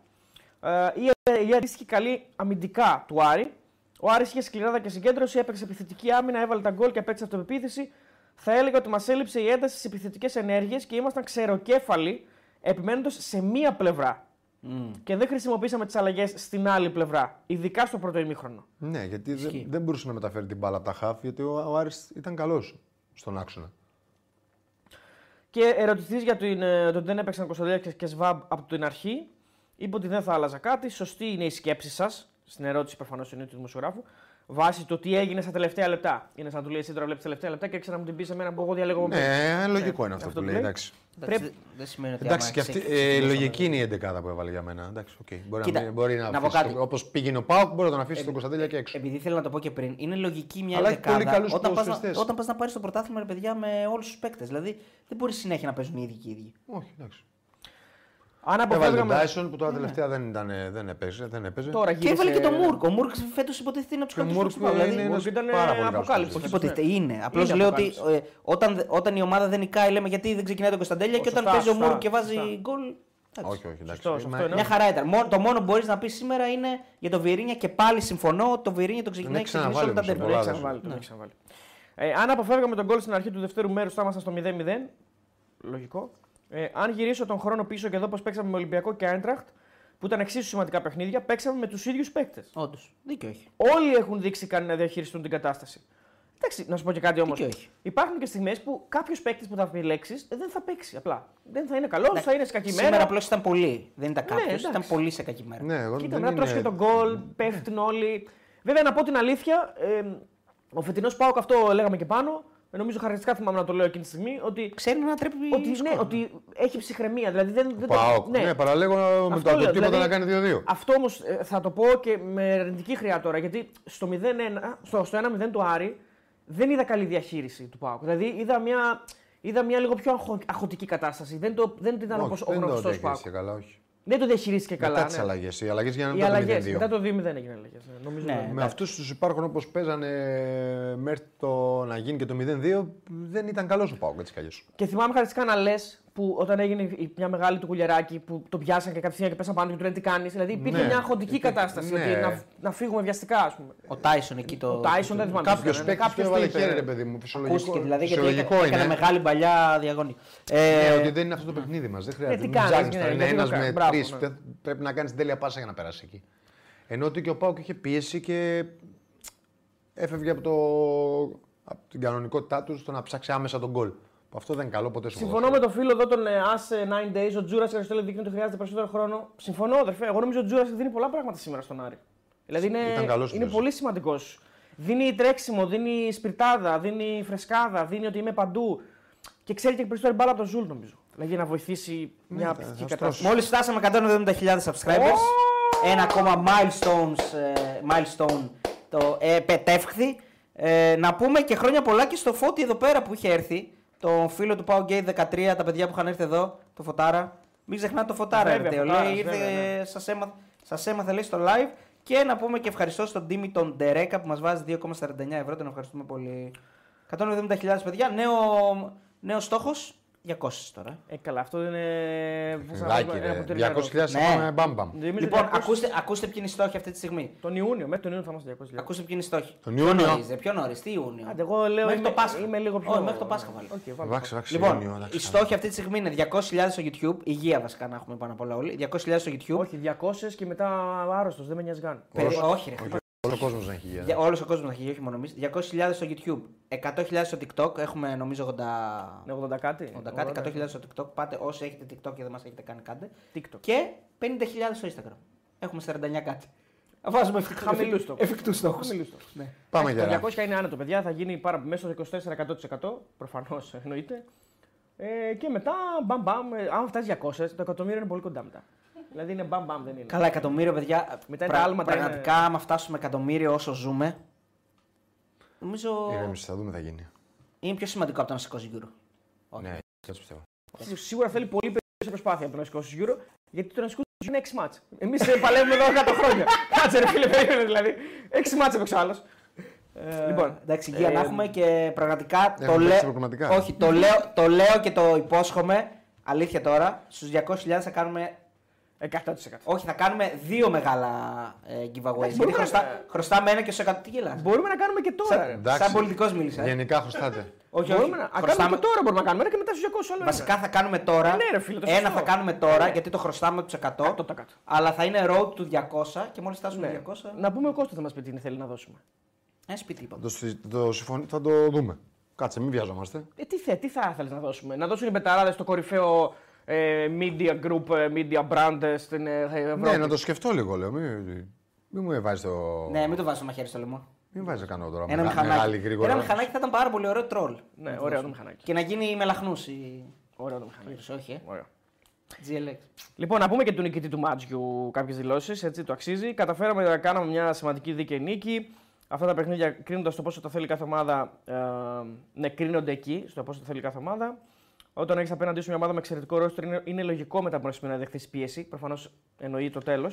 ε, ή η αντίστοιχη καλή αμυντικά του Άρη. Ο Άρης είχε σκληράδα και συγκέντρωση, έπαιξε επιθετική άμυνα, έβαλε τα γκολ και απέκτησε αυτοπεποίθηση. Θα έλεγα ότι μας έλειψε η ένταση στις επιθετικές ενέργειες και ήμασταν ξεροκέφαλοι, επιμένοντας σε μία πλευρά. Και δεν χρησιμοποίησαμε τις αλλαγές στην άλλη πλευρά, ειδικά στο πρώτο ημίχρονο.
Ναι, γιατί δεν, δεν μπορούσε να μεταφέρει την μπάλα από τα χαφ, γιατί ο, ο Άρης ήταν καλός στον άξονα.
Και ερωτηθείς για την, ε, το ότι δεν έπαιξαν Κωνσταντέλια και- και Σβάμπ από την αρχή. Είπε ότι δεν θα άλλαζα κάτι. Σωστή είναι η σκέψη σας. Στην ερώτηση προφανώς είναι του δημοσιογράφου. Βάσει το τι έγινε στα τελευταία λεπτά. Είναι σαν να του λέει εσύ τώρα βλέπεις τα τελευταία λεπτά και ξέρει να μου την πεις σε μένα που εγώ διαλέγω. πριν».
Ναι, λογικό είναι αυτό,
Ε, αυτό
που
που
λέει.
λέει.
Εντάξει,
Εντάξει,
Πρέπει-
δεν- Δεν σημαίνει ότι.
εντάξει
άμα
και αυτή
έχεις
ε,
εκτεθειμένο-
λογική είναι η 11 που έβαλε για μένα. Εντάξει, οκ. Μπορεί,
Κοίτα,
να, μην- μπορεί να,
να πω
αφήσει
κάτι.
το- όπως πήγαινε ο Πάουκ, μπορεί να τον
Ε,
αφήσει τον Κωνσταντέλια και έξω.
Επειδή ήθελα να το πω και πριν, είναι λογική μια
Αλλά έχει πολύ
δεκάδα.
καλούς
Όταν πας, να,
ποδοσφαιριστές.
όταν πας να πάρεις το πρωτάθλημα, ρε παιδιά, με όλους τους παίκτες. Δηλαδή, δεν μπορείς συνέχεια να παίζουν οι ίδιοι και οι ίδιοι.
ε,
Όχι, εντάξει.
Αν
Έβαλε τον
αποφεύγαμε.
Τάισον που τώρα τελευταία δεν, ήταν, ε, δεν έπαιζε. Δεν έπαιζε.
Ναι, Τώρα
Και
γύρισε.
έβαλε και τον Μουρκ. Ο Μουρκ φέτος υποτίθεται είναι από τους
Και ο
καλύτερους
Μουρκ
του Πάου. Δηλαδή,
είναι
Μουρκ
ένας
ήταν, ε,
πάρα πολύ καλός
αποκάλυψη.
παίκτης.
όχι υποτίθεται, είναι. Απλώ
Είναι
λέω ότι
αποκάλυψη.
ε, όταν, όταν η ομάδα δεν νικάει, λέμε γιατί δεν ξεκινάει τον Κωνσταντέλια και όταν
σωστά,
παίζει ο
σωστά,
Μουρκ και βάζει
σωστά.
γκολ. εντάξει.
Όχι, όχι, εντάξει.
Σωστό,
Μα-
αυτό εννοώ.
Μια χαρά ήταν. Μόνο- το μόνο που μπορείς να πεις σήμερα είναι για τον Βιερίνια και πάλι συμφωνώ ότι το Βιερίνια τον ξεκινάει
έχει
και ξεκινήσει όλα τα
ξαναβάλει όμως
τέρμα.
τον
Τον έχει
Λάδος.
Ναι, ξαναβάλει, τον έχει ξαναβάλει. Ε, αν αποφεύγαμε τον γκολ στην αρχή του δευτέρου μέρους, θα ήμασταν στο 0-0. Λογικό. Ε, αν γυρίσω τον χρόνο πίσω και εδώ πώ παίξαμε με Ολυμπιακό και Άιντραχτ, που ήταν εξίσου σημαντικά παιχνίδια, παίξαμε με τους ίδιους παίκτες.
Όντως. Δίκιο έχει.
Όλοι έχουν δείξει κάνει να διαχειριστούν την κατάσταση. Εντάξει, να σου πω και κάτι όμως.
Δίκιο έχει.
Υπάρχουν και στιγμές που κάποιος παίκτης που θα επιλέξει δεν θα παίξει απλά. Δεν θα είναι καλό, θα είναι σκακιμένο.
Ναι. Σήμερα απλώς ήταν πολύ. Δεν ήταν κάποιος.
εντάξει.
ήταν πολύ σε κακή μέρα.
Ναι, εγώ
Κοίτα,
δεν
να τρως και
είναι- Ναι.
τον γκολ, πέφτουν όλοι. Βέβαια, να πω την αλήθεια, ε, ο φετινός Πάοκ αυτό λέγαμε και πάνω. ε, Νομίζω χαρακτηριστικά θυμάμαι να το λέω εκείνη τη στιγμή. Ότι,
Ξέρει να τρέπει.
ότι, ναι,
σκορ.
ότι έχει ψυχραιμία. Δηλαδή δεν, δεν το-
Πάοκ. Ναι, παραλέγω με
Αυτό
το
λέω,
αποτύπωμα
δηλαδή,
να κάνει 2-2.
Αυτό όμως θα το πω και με αρνητική χρειά τώρα. Γιατί στο 0-1, στο, στο 1-0 του Άρη δεν είδα καλή διαχείριση του Πάουκ. Δηλαδή είδα μια, είδα μια λίγο πιο αγχω- αγχωτική κατάσταση. Δεν, το, δεν ήταν
Όχι,
όπως ο
δεν το
γνωστός Πάουκ.
διαχειρίστηκε καλά, όχι.
Δεν το διαχειρίστηκε καλά.
Μετά τις
ναι.
αλλαγές. Οι αλλαγές γίνανε
Οι
μετά το
αλλαγές.
0-2.
Μετά το 2-0 έγιναν αλλαγές. Νομίζω
Ναι.
ναι.
Με
εντάξει.
αυτούς τους υπάρχουν όπως παίζανε ε, μέχρι το να γίνει και το 0-2, δεν ήταν καλός ο Πάουκ έτσι κι αλλιώς.
Και θυμάμαι χαρακτηριστικά να λες που όταν έγινε η- μια μεγάλη του κουλεράκι που τον πιάσαν και κάποια στιγμή και πέσαν πάνω του και του λένε τι κάνεις. Δηλαδή υπήρχε
Ναι.
μια χοντική
Υπήρχε-
κατάσταση.
ναι.
Ότι να, να φύγουμε βιαστικά, ας πούμε.
Ο Τάισον εκεί το.
Ο Τάισον δεν θυμάμαι.
Κάποιος
ποιος ήταν,
παίκτης του
ναι, κάποιος
έβαλε
το
χέρι,
είπε.
ρε παιδί μου. Φυσιολογικό,
Ακούστηκε δηλαδή γιατί
φυσιολογικό
έκανε,
είναι.
έκανε μεγάλη παλιά διαγωνή. Ε,
Ναι, ότι δεν είναι αυτό το παιχνίδι μας. Δεν χρειάζεται.
τι
Μην
κάνεις,
ψάχνεις
ναι,
τώρα. Είναι
γιατί το
ένας
κάνεις.
με
Μπράβο,
τρεις.
ναι.
Πρέπει να κάνεις τέλεια πάσα για να περάσεις εκεί. Ενώ ότι και ο Πάουκ είχε πίεση και έφευγε από, το... από την κανονικότητά τους στο να ψάξει άμεσα τον γκολ. Που Αυτό δεν είναι καλό ποτέ στο
Συμφωνώ με τον φίλο εδώ, τον ε, As 9 Days. Ο Τζούρας και ο Αριστοτέλη δείχνει ότι χρειάζεται περισσότερο χρόνο. Συμφωνώ, αδερφέ. Εγώ νομίζω ότι ο Τζούρας δίνει πολλά πράγματα σήμερα στον Άρη. Δηλαδή είναι,
Ήταν καλός
είναι
σήμερα.
πολύ σημαντικός. Δίνει τρέξιμο, δίνει σπιρτάδα, δίνει φρεσκάδα, δίνει ότι είμαι παντού. Και ξέρει και περισσότερο μπάλα από τον Ζουλ, νομίζω. Δηλαδή να βοηθήσει μια
θα-
απτική
θα
κατάσταση.
Μόλις φτάσαμε 170.000 subscribers. Ένα ακόμα milestones, ε, milestone το επετεύχθη. Ε, να πούμε και χρόνια πολλά και στο Φώτη εδώ πέρα που είχε έρθει. Το φίλο του Pau Gate 13, τα παιδιά που είχαν έρθει εδώ, το Φωτάρα. Μην ξεχνάτε το Φωτάρα,
Βέβαια,
ρε Τέο.
Φωτάρας,
Λέει, ήρθε,
βέβαια, ναι.
σας, έμαθε, σας έμαθε, λέει, στο live. Και να πούμε και ευχαριστώ στον Τίμη τον Ντερέκα που μας βάζει 2,49 ευρώ. Τον ευχαριστούμε πολύ. 170.000 παιδιά. Νέο, νέος στόχος, 200 τώρα.
Ε, καλά, αυτό είναι. θα σας
Λάκι,
πω, ε, ένα
ρε.
αποτελεσμένο.
200.000
Ναι.
είπαμε μπαμπαμ.
Νομίζω
Λοιπόν,
200
ακούστε, ακούστε ποιοι είναι οι στόχοι αυτή τη στιγμή.
Τον Ιούνιο, μέχρι τον Ιούνιο θα είμαστε 200.000.
Ακούστε ποιοι είναι οι στόχοι.
Τον Ιούνιο.
Πιο νωρίς, ρε, πιο νωρίς. Τι Ιούνιο.
Άντε, εγώ λέω.
Μέχρι
είμαι,
το Πάσχα.
είμαι λίγο πιο.
Όχι, μέχρι το Πάσχα βάλε.
Οκ, βάλε.
Βάξε, βάξε.
Λοιπόν,
Ιούνιο, εντάξει,
οι στόχοι αυτή τη στιγμή είναι 200.000 στο YouTube. Υγεία βασικά να έχουμε πάνω απ' όλα όλοι. 200.000 στο YouTube.
Όχι, 200 και μετά άρρωστος, δεν με νοιάζει καν.
Περι- όχι, ρε.
Όλο ο κόσμος να έχει γίνει.
Όλος ο κόσμος να έχει, όχι μόνο εμείς. 200.000 στο YouTube. 100.000 στο TikTok. Έχουμε νομίζω 80.
Ναι, 80 κάτι.
80 κάτι, 100.000 στο TikTok. Πάτε όσοι έχετε TikTok και δεν μας έχετε κάνει, κάντε.
TikTok.
Και 50.000 στο Instagram. Έχουμε 49 κάτι. Βάζουμε
Χαμηλούς στόχους.
εφικτούς στόχους.
Χαμηλούς στόχους.
Ναι.
Ναι,
Πάμε για
Το
ράφι.
200 είναι άνετο, παιδιά. Θα γίνει πάρα, μέσα στο 24% προφανώς εννοείται. Ε, και μετά, μπαμ μπαμ, ε, αν φτάσει 200, το εκατομμύριο είναι πολύ κοντά μετά. δηλαδή είναι μπαμ μπαμ, δεν είναι.
Καλά, εκατομμύριο παιδιά.
Μετά είναι τα άλματα,
Πραγματικά,
είναι-
άμα φτάσουμε εκατομμύριο όσο ζούμε. Νομίζω
Ηρέμησε, Ε, θα δούμε τι θα γίνει.
είναι πιο σημαντικό από το να σηκώσει γκουρού.
Ναι, έτσι πιστεύω.
Σί- Σίγουρα θέλει πολύ περισσότερη προσπάθεια από τον Ασκό Euro, γιατί τον Ασκό είναι 6 μάτς. Εμείς παλεύουμε εδώ 100 χρόνια. Κάτσε, ρε φίλε, περίμενε δηλαδή. 6 μάτς έπαιξε άλλο.
Λοιπόν, εντάξει, υγεία
ε,
να έχουμε και πραγματικά το
έχουμε
λέω.
παίξει προκριματικά.
Όχι, το λέω, το λέω και το υπόσχομαι. Αλήθεια τώρα, στους 200.000 θα κάνουμε.
100%.
Όχι, θα κάνουμε δύο μεγάλα ε, giveaways. Γιατί
μπορούμε
χρωστά,
να-
χρωστάμε ένα και στου 100. Τι γελάς?
Μπορούμε να κάνουμε και τώρα. ρε.
Σαν, σαν πολιτικός μίλησα. ε.
Γενικά χρωστάτε.
Όχι, όχι.
Μπορούμε να... Α, κάνουμε
Χρωστάμε-
και τώρα μπορούμε να κάνουμε ένα και μετά στους 200 όλο ένα.
Ναι, Βασικά θα κάνουμε τώρα.
Ναι, ρε φίλε, το
ένα
σωστό.
θα κάνουμε τώρα
Ναι.
γιατί το χρωστάμε του 100.
το κάτω.
Αλλά θα είναι road του 200 και μόλις φτάσουμε
Ναι.
200.
Να πούμε ο Κώστας θα μας πει τι θέλει να δώσουμε.
Ένα Ε, σπίτι λοιπόν. είπαμε.
Το, συ- το συμφωνεί, θα το δούμε. Κάτσε, μην βιαζόμαστε.
Ε, τι, θε, τι θα ήθελε να δώσουμε, Να δώσουν οι πεταράδες το κορυφαίο ε, media group, ε, media brand ε, στην ε, ε, Ευρώπη.
Ναι, να το σκεφτώ λίγο, λέω. Μην, μην μου βάζει το.
Ναι, μην το βάζω το μαχαίρι στο λαιμό.
Μην βάζεις κανένα τώρα.
Ένα
μεγα- Μεγάλη,
μηχανάκι.
γρήγορα.
Ένα μηχανάκι θα ήταν πάρα πολύ ωραίο τρόλ.
Ναι, ωραίο το μηχανάκι.
Και να γίνει με λαχνούς η.
Ωραίο το μηχανάκι.
Πλήρως, όχι, ε.
Ωραίο.
GLX.
Λοιπόν, να πούμε και του νικητή του Μάτζιου κάποιες δηλώσεις. Έτσι, το αξίζει. Καταφέραμε να κάναμε μια σημαντική δίκαιη νίκη. Αυτά τα παιχνίδια κρίνοντας το πόσο το θέλει κάθε ομάδα, ε, ναι, κρίνονται εκεί, στο πόσο το θέλει κάθε ομάδα. Όταν έχεις απέναντί σου μια ομάδα με εξαιρετικό ρόστρο, είναι, είναι λογικό μετά από ένα σημείο να δεχθείς πίεση. Προφανώς εννοεί το τέλος.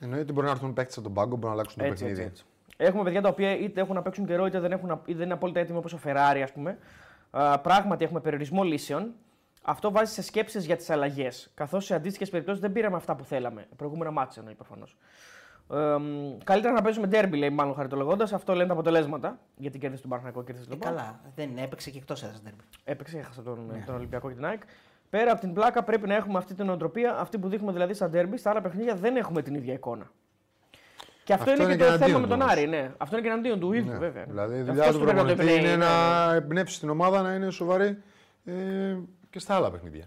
Εννοείται ότι μπορεί να έρθουν παίκτες από τον πάγκο, μπορεί να αλλάξουν το
Έτσι,
παιχνίδι.
έτσι, έτσι. Έχουμε παιδιά τα οποία είτε έχουν να παίξουν καιρό είτε δεν, έχουν, να- είτε δεν είναι απόλυτα έτοιμοι όπως ο Ferrari, ας πούμε. Α, πράγματι, έχουμε περιορισμό λύσεων. Αυτό βάζει σε σκέψεις για τις αλλαγές. Καθώς σε αντίστοιχες περιπτώσεις δεν πήραμε αυτά που θέλαμε. Προηγούμενα μάτια εννοεί προφανώς. Ε, μ, καλύτερα να παίζουμε ντέρμπι, λέει μάλλον χαριτολογώντας. Αυτό λένε τα αποτελέσματα. Γιατί κέρδισε τον Παναγενικό, κέρδισε
Ε,
τον Παναγενικό.
καλά, δεν έπαιξε και εκτός έδρας ντέρμπι.
Έπαιξε, έχασε τον,
Ναι.
τον Ολυμπιακό και την ΑΕΚ. Πέρα από την πλάκα πρέπει να έχουμε αυτή την οτροπία, αυτή που δείχνουμε δηλαδή στα ντέρμπι. Στα άλλα παιχνίδια δεν έχουμε την ίδια εικόνα. Και αυτό, είναι, και το
εναντίον
θέμα με τον
του όμως.
Άρη, ναι. Αυτό είναι και εναντίον του ίδιου,
Ναι.
βέβαια.
Δηλαδή, η
Αυτός
δουλειά του
πρέπει να το
προπονητή
εμπνέει, ναι.
είναι να εμπνεύσει την ομάδα να είναι σοβαρή ε, και στα άλλα παιχνίδια.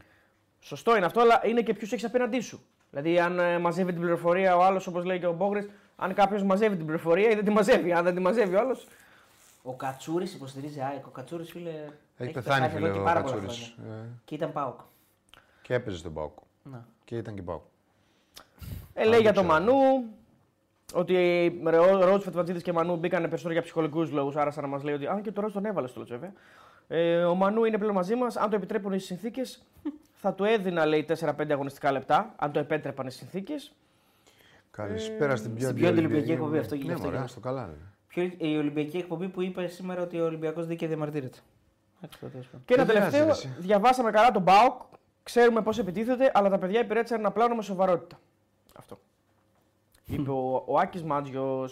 Σωστό είναι αυτό, αλλά είναι και ποιου έχεις απέναντί σου. Δηλαδή, αν ε, μαζεύει την πληροφορία ο άλλος, όπως λέει και ο Μπόγκρε, αν κάποιος μαζεύει την πληροφορία ή δεν τη μαζεύει. Αν δεν τη μαζεύει ο άλλος.
Ο Κατσούρης υποστηρίζει ΑΕΚ. Ο Κατσούρης, φίλε.
Έχει Ε, πεθάνει,
εδώ
φίλε
και
ο Ε.
πάρα πολλά
Κατσούρης.
χρόνια. Και ήταν Πάοκ.
Και έπαιζε στον πάγκο.
Να.
Και ήταν και πάγκο.
Ε, λέει για
το
τον
ξέρω.
Μανού. Ότι Ρότσφετ, Βατζίδη και Μανού μπήκαν περισσότερο για ψυχολογικούς λόγους. Άρα, σαν να μας λέει ότι. Αν και το Ρότσφετ τον έβαλε στο Λότσο, βέβαια. Ε, ο Μανού είναι πλέον μαζί μας. Αν το επιτρέπουν οι συνθήκες, Θα του έδινα, λέει, 4-5 αγωνιστικά λεπτά, αν το επέτρεπαν οι συνθήκες.
Καλησπέρα στην πιο
Ε, στην πιο αντιολυμπιακή εκπομπή, αυτό γι'
γίνεται.
αυτό
Ναι, μωρέ,
γίνεται.
άστο καλά. ρε.
Ποιο, η Ολυμπιακή εκπομπή που είπε σήμερα ότι ο Ολυμπιακός δίκαιο διαμαρτύρεται. Εντάξει, το τέλος πάντων.
Και ένα
Δεν πειράζει,
τελευταίο,
ρε, εσύ.
διαβάσαμε καλά τον Μπάουκ. Ξέρουμε πώς επιτίθεται, αλλά τα παιδιά υπηρέτησαν ένα πλάνο με σοβαρότητα. Αυτό. Είπε ο, ο Άκης Μάτζιο.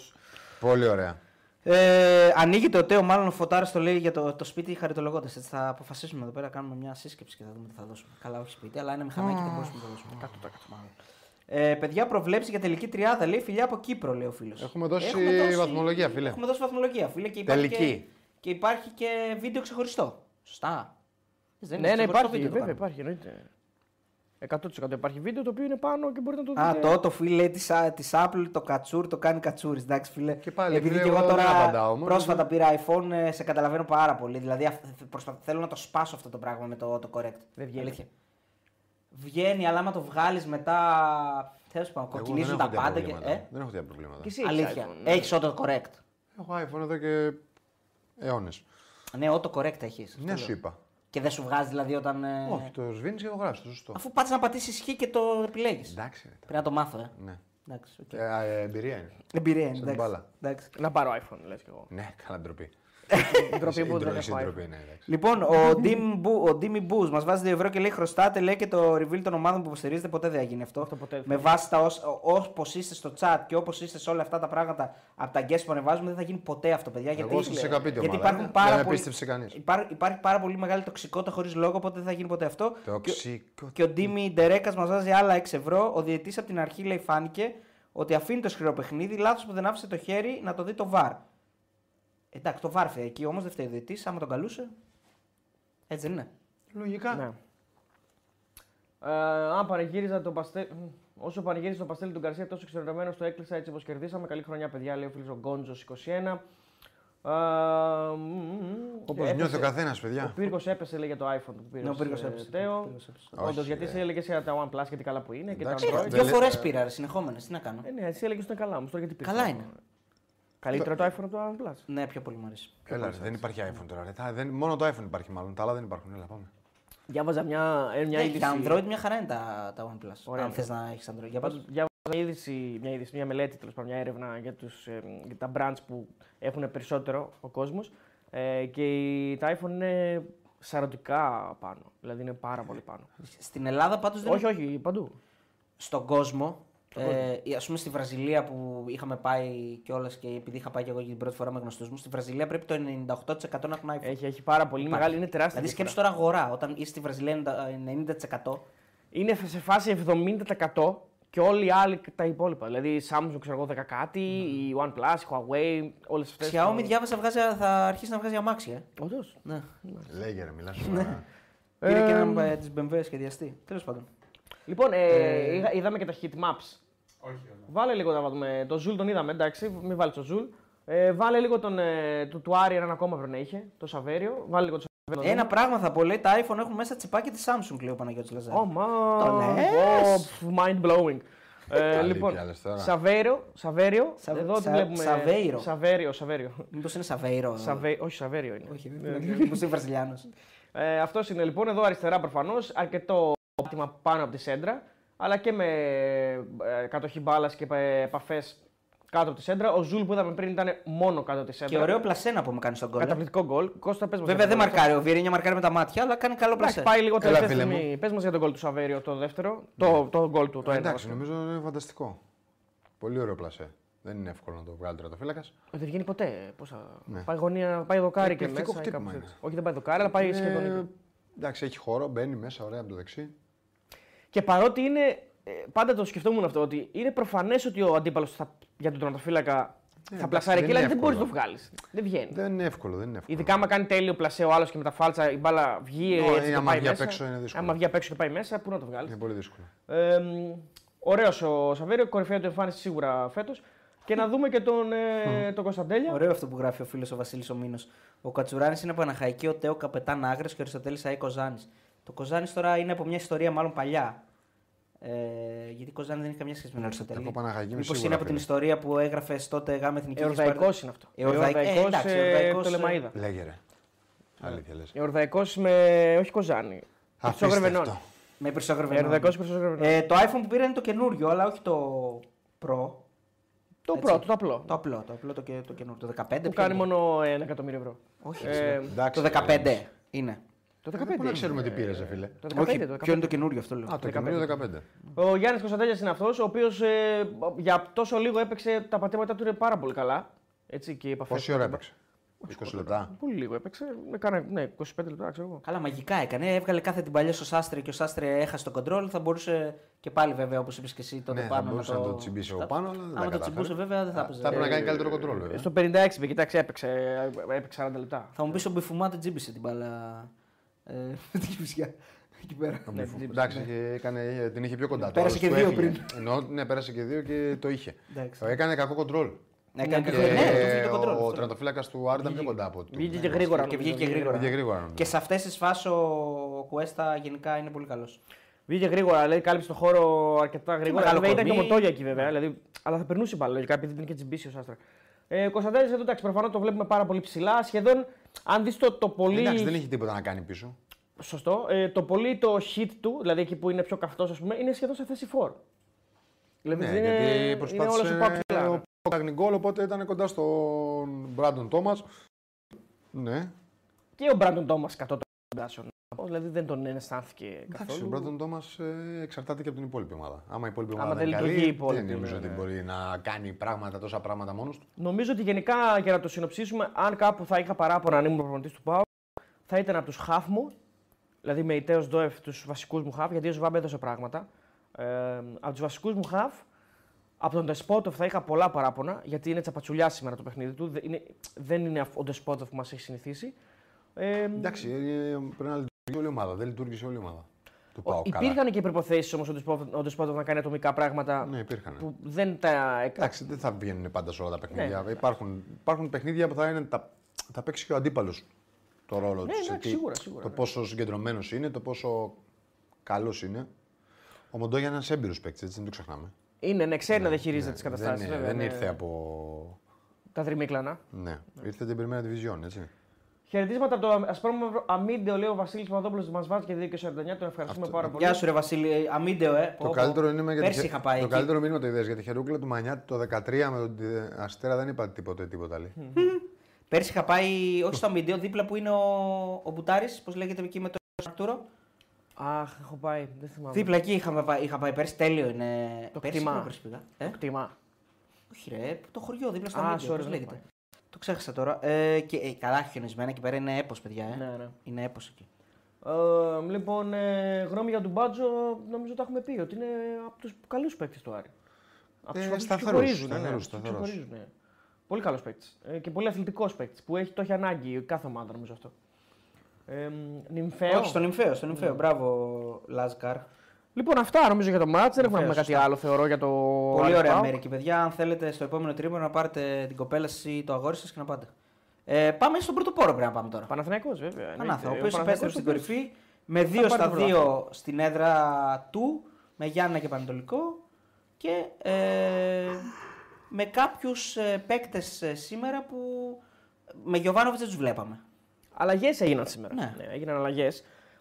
Πολύ ωραία.
Ε, ανοίγει το τέο, μάλλον ο Φωτάρης το λέει για το, το σπίτι χαριτολογώντας. Έτσι θα αποφασίσουμε εδώ πέρα, κάνουμε μια σύσκεψη και θα δούμε τι θα δώσουμε. Καλά, όχι σπίτι, αλλά ένα μηχανάκι δεν μπορούσαμε να το δώσουμε. Κάτω τα κάτω, μάλλον. Ε, παιδιά, προβλέψει για τελική τριάδα, λέει φιλιά από Κύπρο, λέει ο φίλος.
Έχουμε δώσει βαθμολογία, φίλε.
Έχουμε δώσει βαθμολογία, φίλε. Και υπάρχει
Τελική.
Και, και υπάρχει και βίντεο ξεχωριστό. Σωστά. Δεν
Ναι, ναι,
ξεχωριστό
υπάρχει.
βίντεο το
Βέβαια,
κάνουμε.
υπάρχει. Εννοείται. 100% υπάρχει βίντεο το οποίο είναι πάνω και μπορείτε να το δείτε.
Ναι.
Α, το, το φίλε λέει της, Α- της Apple, το κατσούρ, το κάνει κατσούρι. Εντάξει, φίλε.
Και πάλι,
Επειδή
φίλε,
και εγώ
εγώ δεν
τώρα
απαντάω, μόνο
πρόσφατα πήρα iPhone, ε, σε καταλαβαίνω πάρα πολύ. Δηλαδή, αυ- προσπα- θέλω να το σπάσω αυτό το πράγμα με το, το correct.
Δεν βγαίνει.
Αλήθεια. Βγαίνει, αλλά άμα το βγάλεις μετά. Θέλω να
Εγώ
κοκκινίζουν
δεν
τα
έχω τέτοια
πάντα. Και,
προβλήματα.
ε,
Δεν έχω τέτοια προβλήματα.
Και εσύ έχεις
αλήθεια.
iPhone, ναι.
Έχεις auto correct.
Έχω iPhone εδώ και αιώνες.
Ναι, auto correct έχεις.
Ναι, σου είπα.
Και δεν σου βγάζει δηλαδή όταν. ε,
Όχι, το σβήνεις και το γράφεις. Το σωστό.
Αφού πάτσε να πατήσεις χ και το επιλέγεις.
Εντάξει. ρε.
Πρέπει να το μάθω, ε.
Ναι.
Εντάξει, οκ.
Ε, α, ε, εμπειρία είναι.
Εμπειρία είναι.
Σαν
εντάξει.
μπάλα.
Εντάξει.
Να πάρω iPhone, λες κι εγώ.
Ναι, καλά ντροπή.
Η ντροπή
Εσύ-
που
η
δεν
ντροπή- εσύ
έχω
η
iPhone.
ντροπή, ναι, εντάξει.
Λοιπόν, ο Dim Boo- ο Dimmy Booz μας βάζει 2 ευρώ και λέει: Χρωστάτε, λέει και το reveal των ομάδων που υποστηρίζετε. Ποτέ δεν θα γίνει αυτό.
Αυτό ποτέ δεν θα
Με βάση τα όπως είστε στο chat και όπως είστε σε όλα αυτά τα πράγματα από τα guest που ανεβάζουμε, δεν θα γίνει ποτέ αυτό, παιδιά.
Εγώ
Γιατί,
σας είχα πει τη
γιατί
ομάδα,
υπάρχουν
ναι.
πάρα
Δεν
πολύ-
πίστεψε κανείς.
υπάρ- υπάρχει πάρα πολύ μεγάλη τοξικότητα χωρίς λόγο, οπότε δεν θα γίνει ποτέ αυτό.
Τοξικότητα.
Και ο Ντίμι Ντερέκας μας βάζει άλλα 6 ευρώ. Ο διαιτή από την αρχή λέει: Φάνηκε ότι αφήνει το σκληρό παιχνίδι. Λάθος που δεν άφησε το χέρι να το δει το βαρ. Εντάξει, το βάρ φταίει εκεί όμως, δεν φταίει ο διαιτή. Άμα τον καλούσε. Έτσι δεν είναι.
Λογικά.
Ναι. Ε, αν παραγύριζα το παστέλ. Μμ. Όσο παραγύριζα το παστέλι του Γκαρσία, τόσο ξενερωμένο το έκλεισα έτσι όπως κερδίσαμε. Καλή χρονιά, παιδιά, λέει ο φίλος ο Γκόντζος 21. Ε, μμ, μμ.
Όπω
Έπεσε-
νιώθει ο καθένα,
Ε, Ο
παιδιά.
πύργος έπεσε, λέει, για το iPhone που πήρε.
Ναι, ο πύργος έπεσε, ο πύργος έπεσε.
Όντω,
Όχι,
ε, γιατί
ρε.
εσύ έλεγες για τα OnePlus και τι καλά που είναι. Και τα
Εντάξει,
Android.
δεν
Ε, Δύο
λέ-
φορές πήρα ρε, συνεχόμενες, τι να κάνω.
Ε, ναι, εσύ έλεγες ότι είναι καλά, όμως τώρα γιατί πήρε.
Καλά είναι.
Καλύτερο το iPhone από το OnePlus.
Ναι, πιο πολύ μου αρέσει.
Έλα, ρε, δεν υπάρχει iPhone τώρα. ρε. Τα- δεν- Μόνο το iPhone υπάρχει μάλλον. Τα άλλα δεν υπάρχουν. Έλα, πάμε.
Διάβαζα μια, ε, μια
Ναι,
είδηση.
και τα Android μια χαρά είναι τα, τα OnePlus.
Ωραία.
Αν θες να έχεις Android. Για
Πάντως,
πάντως,
διάβαζα μια είδηση, μια, είδηση, μια μελέτη, τέλος πάντων, μια έρευνα για, τους, ε, για τα brands που έχουν περισσότερο ο κόσμος ε, και η- τα iPhone είναι σαρωτικά πάνω, δηλαδή είναι πάρα πολύ πάνω.
στην Ελλάδα πάντως δεν
όχι, όχι, παντού.
στον κόσμο. Ε, ας πούμε στη Βραζιλία που είχαμε πάει κιόλας και επειδή είχα πάει και εγώ για την πρώτη φορά με γνωστούς μου, στη Βραζιλία πρέπει το 98% να έχουν iPhone.
Έχει, έχει πάρα πολύ
Υπάρχει.
μεγάλη, είναι τεράστια.
Δηλαδή
διαφορά.
σκέψου τώρα αγορά, όταν είσαι στη Βραζιλία 90%.
Είναι σε φάση 70% και όλοι οι άλλοι τα υπόλοιπα. Δηλαδή η Samsung, ξέρω εγώ, 10 κάτι, η OnePlus, η Huawei, όλες αυτές.
Ναι. Xiaomi διάβασα βγάζει, θα αρχίσει να βγάζει αμάξια. ε.
Όντως.
Ναι.
Λέγε, ρε, μιλάς
Ναι.
σοβαρά.
Πήρε και ε, ένα τη BMW σχεδιαστή. Τέλος πάντων.
Λοιπόν, ε, είδα- είδαμε και τα heat maps. Βάλε λίγο να βάλουμε. Το Ζουλ τον είδαμε, εντάξει, μην βάλει το Ζουλ. Ε, βάλε λίγο τον, ε, του, του Άρη έναν ακόμα πρέπει να είχε, το Σαβέριο. Βάλε λίγο το Σαβέριο.
Ένα πράγμα θα πω, λέει τα iPhone έχουν μέσα τσιπάκι της Samsung, λέει ο Παναγιώτης Λαζάρη.
Oh, man.
Το Ε, λες.
Oh, pff, mind blowing. ε,
Καλή
λοιπόν,
πιάλες τώρα.
Σαβέριο, Σαβέριο,
Σα-
εδώ τι
σα-
βλέπουμε.
Σαβέιρο.
Σαβέριο, Σαβέριο.
Μήπως είναι Σαβέιρο. ε,
Σαβέ- όχι, Σαβέριο είναι.
Όχι, μήπως είναι Βραζιλιάνος.
Ναι. Ε, Αυτός είναι λοιπόν εδώ αριστερά προφανώς. Αρκετό πάτημα πάνω από τη σέντρα, αλλά και με ε, κατοχή μπάλας και επαφές κάτω από τη σέντρα. Ο Ζουλ που είδαμε πριν ήταν μόνο κάτω από τη σέντρα.
Και ωραίο πλασένα που μου κάνει στον κόλλο.
Καταπληκτικό γκολ. Κώστα, πες μας
Βέβαια
για
δεν
τον γκολ.
μαρκάρει ο Βιερίνια, μαρκάρει με τα μάτια, αλλά κάνει καλό
Εντάξει,
πλασέ.
πάει λίγο
Έλα,
τελευταία
φίλε Ναι.
στιγμή. Πες μας για τον γκολ του Σαβέριο, το δεύτερο. Το, το γκολ του, το ένα.
Ε, Εντάξει, νομίζω είναι φανταστικό. Πολύ ωραίο πλασέ. Δεν είναι εύκολο να το βγάλει τώρα το φύλακα.
Ε, Δεν βγαίνει ποτέ. Πώς θα...
Ναι. Ε,
Πάει γωνία, πάει δοκάρι και
Εκπληκτικό
μέσα.
χτύπημα
κάπως
είναι. Ε,
έτσι. Όχι, δεν πάει δοκάρι, αλλά πάει σχεδόν. εκεί.
Εντάξει, έχει χώρο, μπαίνει μέσα, ωραία από το δεξί.
Και παρότι είναι. ε, Πάντα το σκεφτόμουν αυτό, ότι είναι προφανές ότι ο αντίπαλος για τον τερματοφύλακα θα
εντάξει,
πλασάρει
δεν
εκεί, αλλά
είναι
δεν μπορείς να το
εύκολο.
βγάλεις. Δεν βγαίνει.
Δεν είναι εύκολο, δεν είναι εύκολο.
Ειδικά άμα κάνει τέλειο πλασέ ο άλλος και με τα φάλτσα η μπάλα βγει.
Ναι,
έτσι
είναι
και
άμα
πάει
βγει απ'
μέσα.
έξω είναι δύσκολο. Ναι.
Άμα βγει απ' έξω και πάει μέσα, πού να το βγάλεις.
Είναι πολύ δύσκολο.
Ε, Ωραίος ο Σαβέριο, κορυφαία του εμφάνιση σίγουρα φέτος. Και να δούμε και τον, ε, τον Κωνσταντέλια.
Ωραίο αυτό που γράφει ο φίλος ο Βασίλης ο Μήνος. Ο Κατσουράνης είναι Παναχαϊκή, ο Τέο Καπετάν Άγρε και ο Αριστοτέλης Αή Κοζάνη. Το Κοζάνης τώρα είναι από μια ιστορία μάλλον παλιά. Ε, γιατί Κοζάνης δεν έχει καμιά σχέση με τον Αριστοτέλη.
Εγώ Παναχαϊκή είμαι
Μήπως
σίγουρα,
είναι από
φίλε.
την ιστορία που έγραφες τότε γάμε εθνική.
Εορδαϊκό Ε, είναι αυτό.
Εορδαϊκός, ε, εντάξει, εορδαϊκός,
το Λεμαίδα. Ναι.
Λέγε ρε. Αλήθεια λες.
Εορδαϊκό με. όχι Κοζάνη.
Αφήστε
Τσόγρεβενών.
αυτό.
Με
Ε,
περισσότερο
200 περισσότερο
Ε, το iPhone που πήρα είναι το καινούριο, αλλά όχι το Pro.
Το
Έτσι.
πρώτο, το απλό.
Το απλό, το, απλό, το, και, το καινούριο. Το 15.
που
ποιο
κάνει
είναι?
μόνο ένα εκατομμύριο ευρώ.
Όχι.
Ε,
Εντάξει,
το
ρε.
15 είναι.
το 15.
Δεν
είναι. ε,
πολύ ξέρουμε τι πήρες, ρε φίλε.
Το 15,
Όχι,
το 15.
ποιο είναι το καινούριο αυτό λέω.
Α, το καινούριο 15.
Ο Γιάννης Κωνσταντέλιας είναι αυτός, ο οποίος για τόσο λίγο έπαιξε τα πατήματά του είναι πάρα πολύ καλά. Έτσι, και οι επαφές
Πόση
του-
ώρα έπαιξε. 20 λεπτά.
Πολύ λίγο έπαιξε. με κάνα- ναι, 25 λεπτά, ξέρω εγώ.
Καλά, μαγικά έκανε. Έβγαλε κάθε την παλιά στο Σάστρε και ο Σάστρε έχασε τον κοντρόλ. Θα μπορούσε και πάλι βέβαια, όπως είπες και εσύ τότε
Ναι, θα
πάνω.
μπορούσε να το τσιμπήσει ο πάνω, αλλά δεν τα
Αν το
κατάφερε.
τσιμπούσε, βέβαια δεν θα έπαιζε.
Θα έπρεπε να κάνει
Ε,
καλύτερο κοντρόλ, βέβαια.
Στο 56 με κοιτάξτε, έπαιξε, έπαιξε 40 λεπτά.
Θα μου πεις ο Μπιφουμά δεν τσίμπησε την μπάλα. ε, Με την κυψιά. Εκεί πέρα. Ναι,
Τον Μπιφού. Εντάξει, είχε- Ναι, έκανε, την είχε πιο κοντά.
Πέρασε
Όλος
και
του
δύο
έφυγε.
πριν.
Ενώ, ναι, πέρασε και δύο και το είχε.
Εντάξει.
Έκανε κακό κοντρόλ.
Να κάνει
Και-
και ναι, το
ο
κοντρόλ.
τρατοφύλακας του Άρντα πιο κοντά από Ναι, του.
Βγήκε και γρήγορα.
ναι, Και
νομίζω,
βγήκε γρήγορα.
Βγήκε γρήγορα, ναι. νομίζω.
Και σε αυτές τις φάσεις ο Κουέστα γενικά είναι πολύ καλός.
Βγήκε γρήγορα, δηλαδή κάλυψε το χώρο αρκετά γρήγορα.
μεγάλο
Βέβαια, ήταν και
κορμί.
μοτόγια εκεί βέβαια,
Ναι.
δηλαδή, αλλά θα περνούσε πάλι λογικά επειδή ήταν και τσιμπήσει ο Σάστρα. Ε, ο Κωνσταντέλης εδώ εντάξει, προφανώς το βλέπουμε πάρα πολύ ψηλά. Σχεδόν, αν δεις το, το πολύ.
Ε, Εντάξει, δεν είχε τίποτα να κάνει πίσω.
Σωστό. Ε, το πολύ το hit του, δηλαδή εκεί που είναι πιο καυτός, ας πούμε, είναι σχεδόν σε θέση 4. Δηλαδή
Ε,
Ναι,
είναι,
γιατί
είναι όλος ο
προσπάθησε
Πάπ ψηλά.
ο Παπαγνιγκόλ, οπότε ήταν κοντά στον Μπράντον Τόμας. Ναι,
Και ο Μπράντον Τόμας κατώ των προτάσεων. Δηλαδή δεν τον αισθάνθηκε
Εντάξει, ο
καθόλου.
Μπράντον Τόμας ε, εξαρτάται και από την υπόλοιπη ομάδα. Άμα η υπόλοιπη
Άμα
ομάδα
δεν
είναι
λειτουργεί
καλή,
η υπόλοιπη,
δεν νομίζω
ναι,
ότι
ναι.
μπορεί να κάνει πράγματα, τόσα πράγματα μόνος του.
Νομίζω ότι γενικά για να το συνοψίσουμε, αν κάπου θα είχα παράπονα αν ήμουν προπονητής του ΠΑΟ, θα ήταν από τους χαφ μου, δηλαδή με ιτέος Ντόεφ, τους βασικούς μου χαφ, γιατί ο Σβάμπ έδωσε πράγματα. Ε, από τους βασικούς μου χαφ, από τον Ντεσπότοφ θα είχα πολλά παράπονα, γιατί είναι τσαπατσουλιά σήμερα το παιχνίδι του. Δε- είναι- Δεν είναι, αυ- ο Ντεσπότοφ που μας έχει συνηθίσει. Ε,
Εντάξει, ε, πρέπει να λειτουργεί όλη η ομάδα. Δεν λειτουργήσε όλη η ομάδα. Του
ο-
πάω καλά.
υπήρχαν και προποθέσει όμω ο Ντεσπότοφ να κάνει ατομικά πράγματα
Ναι, υπήρχαν.
που Ναι. δεν τα έκανε.
Εντάξει, δεν θα βγαίνουν πάντα σε όλα τα παιχνίδια. υπάρχουν, υπάρχουν παιχνίδια που θα, είναι, τα, θα παίξει και ο αντίπαλος το ρόλο του. σε
εντάξει,
τι-
ναι, σίγουρα, σίγουρα,
Το
ναι.
πόσο συγκεντρωμένος είναι, το πόσο καλός είναι. Ο Μοντόγια είναι ένας έμπειρος παίκτης, έτσι, δεν το ξεχνάμε.
Είναι, ναι, ξέρει να διαχειρίζεται τι
δεν,
καταστάσει.
είναι- δεν ήρθε από.
ναι, Τα τριμίκλανα.
Ναι, ήρθε την Πριμέρα Division, έτσι.
Χαιρετίσματα από το Ασπρόμαυρο Αμίντεο, λέει ο Βασίλης Παπαδόπουλος τη Μασβάτ και 2 και 49. Τον ευχαριστούμε πάρα πολύ.
Γεια σου, ρε Βασίλη. Αμίντεο, ε.
Το καλύτερο, είναι για τη
Πέρσι
χε-
είχα πάει.
το
εκεί.
καλύτερο μήνυμα το είδες για τη χερούκλα του Μανιάτη το 13 με τον Τε- Αστέρα δεν είπα τίποτα τίποτα. άλλη. Ναι,
Πέρσι είχα πάει, όχι στο Αμίντεο, δίπλα που είναι ο, ο Μπουτάρης, πώς λέγεται εκεί με τον Αρτούρο.
Αχ, έχω πάει. Δεν θυμάμαι.
Δίπλα εκεί είχαμε πάει- είχα πάει πέρσι, τέλειο είναι.
Το
πέρσι
κτήμα.
ή πρόπερσι πήγα. Ε?
Κτήμα.
Όχι, ρε, το χωριό δίπλα στο
Α,
Αμίντεο.
sorry,
πώς
δεν
λέγεται.
έχω πάει.
Το ξέχασα τώρα. Ε, και, ε, καλά, χιονισμένα εκεί πέρα είναι έπος, παιδιά. Ε.
Ναι, ναι.
Είναι έπος εκεί.
Ε, λοιπόν, ε, γνώμη για τον Μπάτζο, νομίζω τα έχουμε πει ότι είναι από τους καλούς παίκτες του Άρη. Από
Ε,
τους οποίους
σταθερός,
ξεχωρίζουν, ναι,
σταθερός,
από τους οποίους
σταθερός.
ξεχωρίζουν, ναι. Πολύ καλός παίκτης. Ε, και πολύ αθλητικός παίκτης που έχει, το έχει ανάγκη κάθε ομάδα, νομίζω αυτό. Ε, μ, νυμφαίο.
Όχι, στον Ιμφαίο, στον Ιμφαίο.
Ναι.
Μπράβο, Λάζκαρ.
Λοιπόν, αυτά νομίζω για το μάτς. Δεν έχουμε να πούμε κάτι
σωστά.
άλλο, θεωρώ, για το.
Πολύ
Άρη
ωραία
Πάο.
Αμερική, παιδιά. Αν θέλετε στο επόμενο τρίμηνο να πάρετε την κοπέλα σας ή το αγόρι σας και να πάτε. Ε, πάμε στον πρώτο πόρο πρέπει να πάμε τώρα.
Παναθηναϊκός, βέβαια. εννοείται.
Ανάθεμα, ο
Ο
οποίο
Παναθηναϊκός
επέστρεψε στην
το
κορυφή με 2 στα
πάρει το πρωτάθλημα.
2 στην έδρα του, με Γιάννα και Πανετολικό και ε, με κάποιους παίκτες ε, σήμερα που με Γιωβάνοβιτ δεν τους βλέπαμε.
Αλλαγές έγιναν σήμερα.
Ναι.
έγιναν αλλαγές.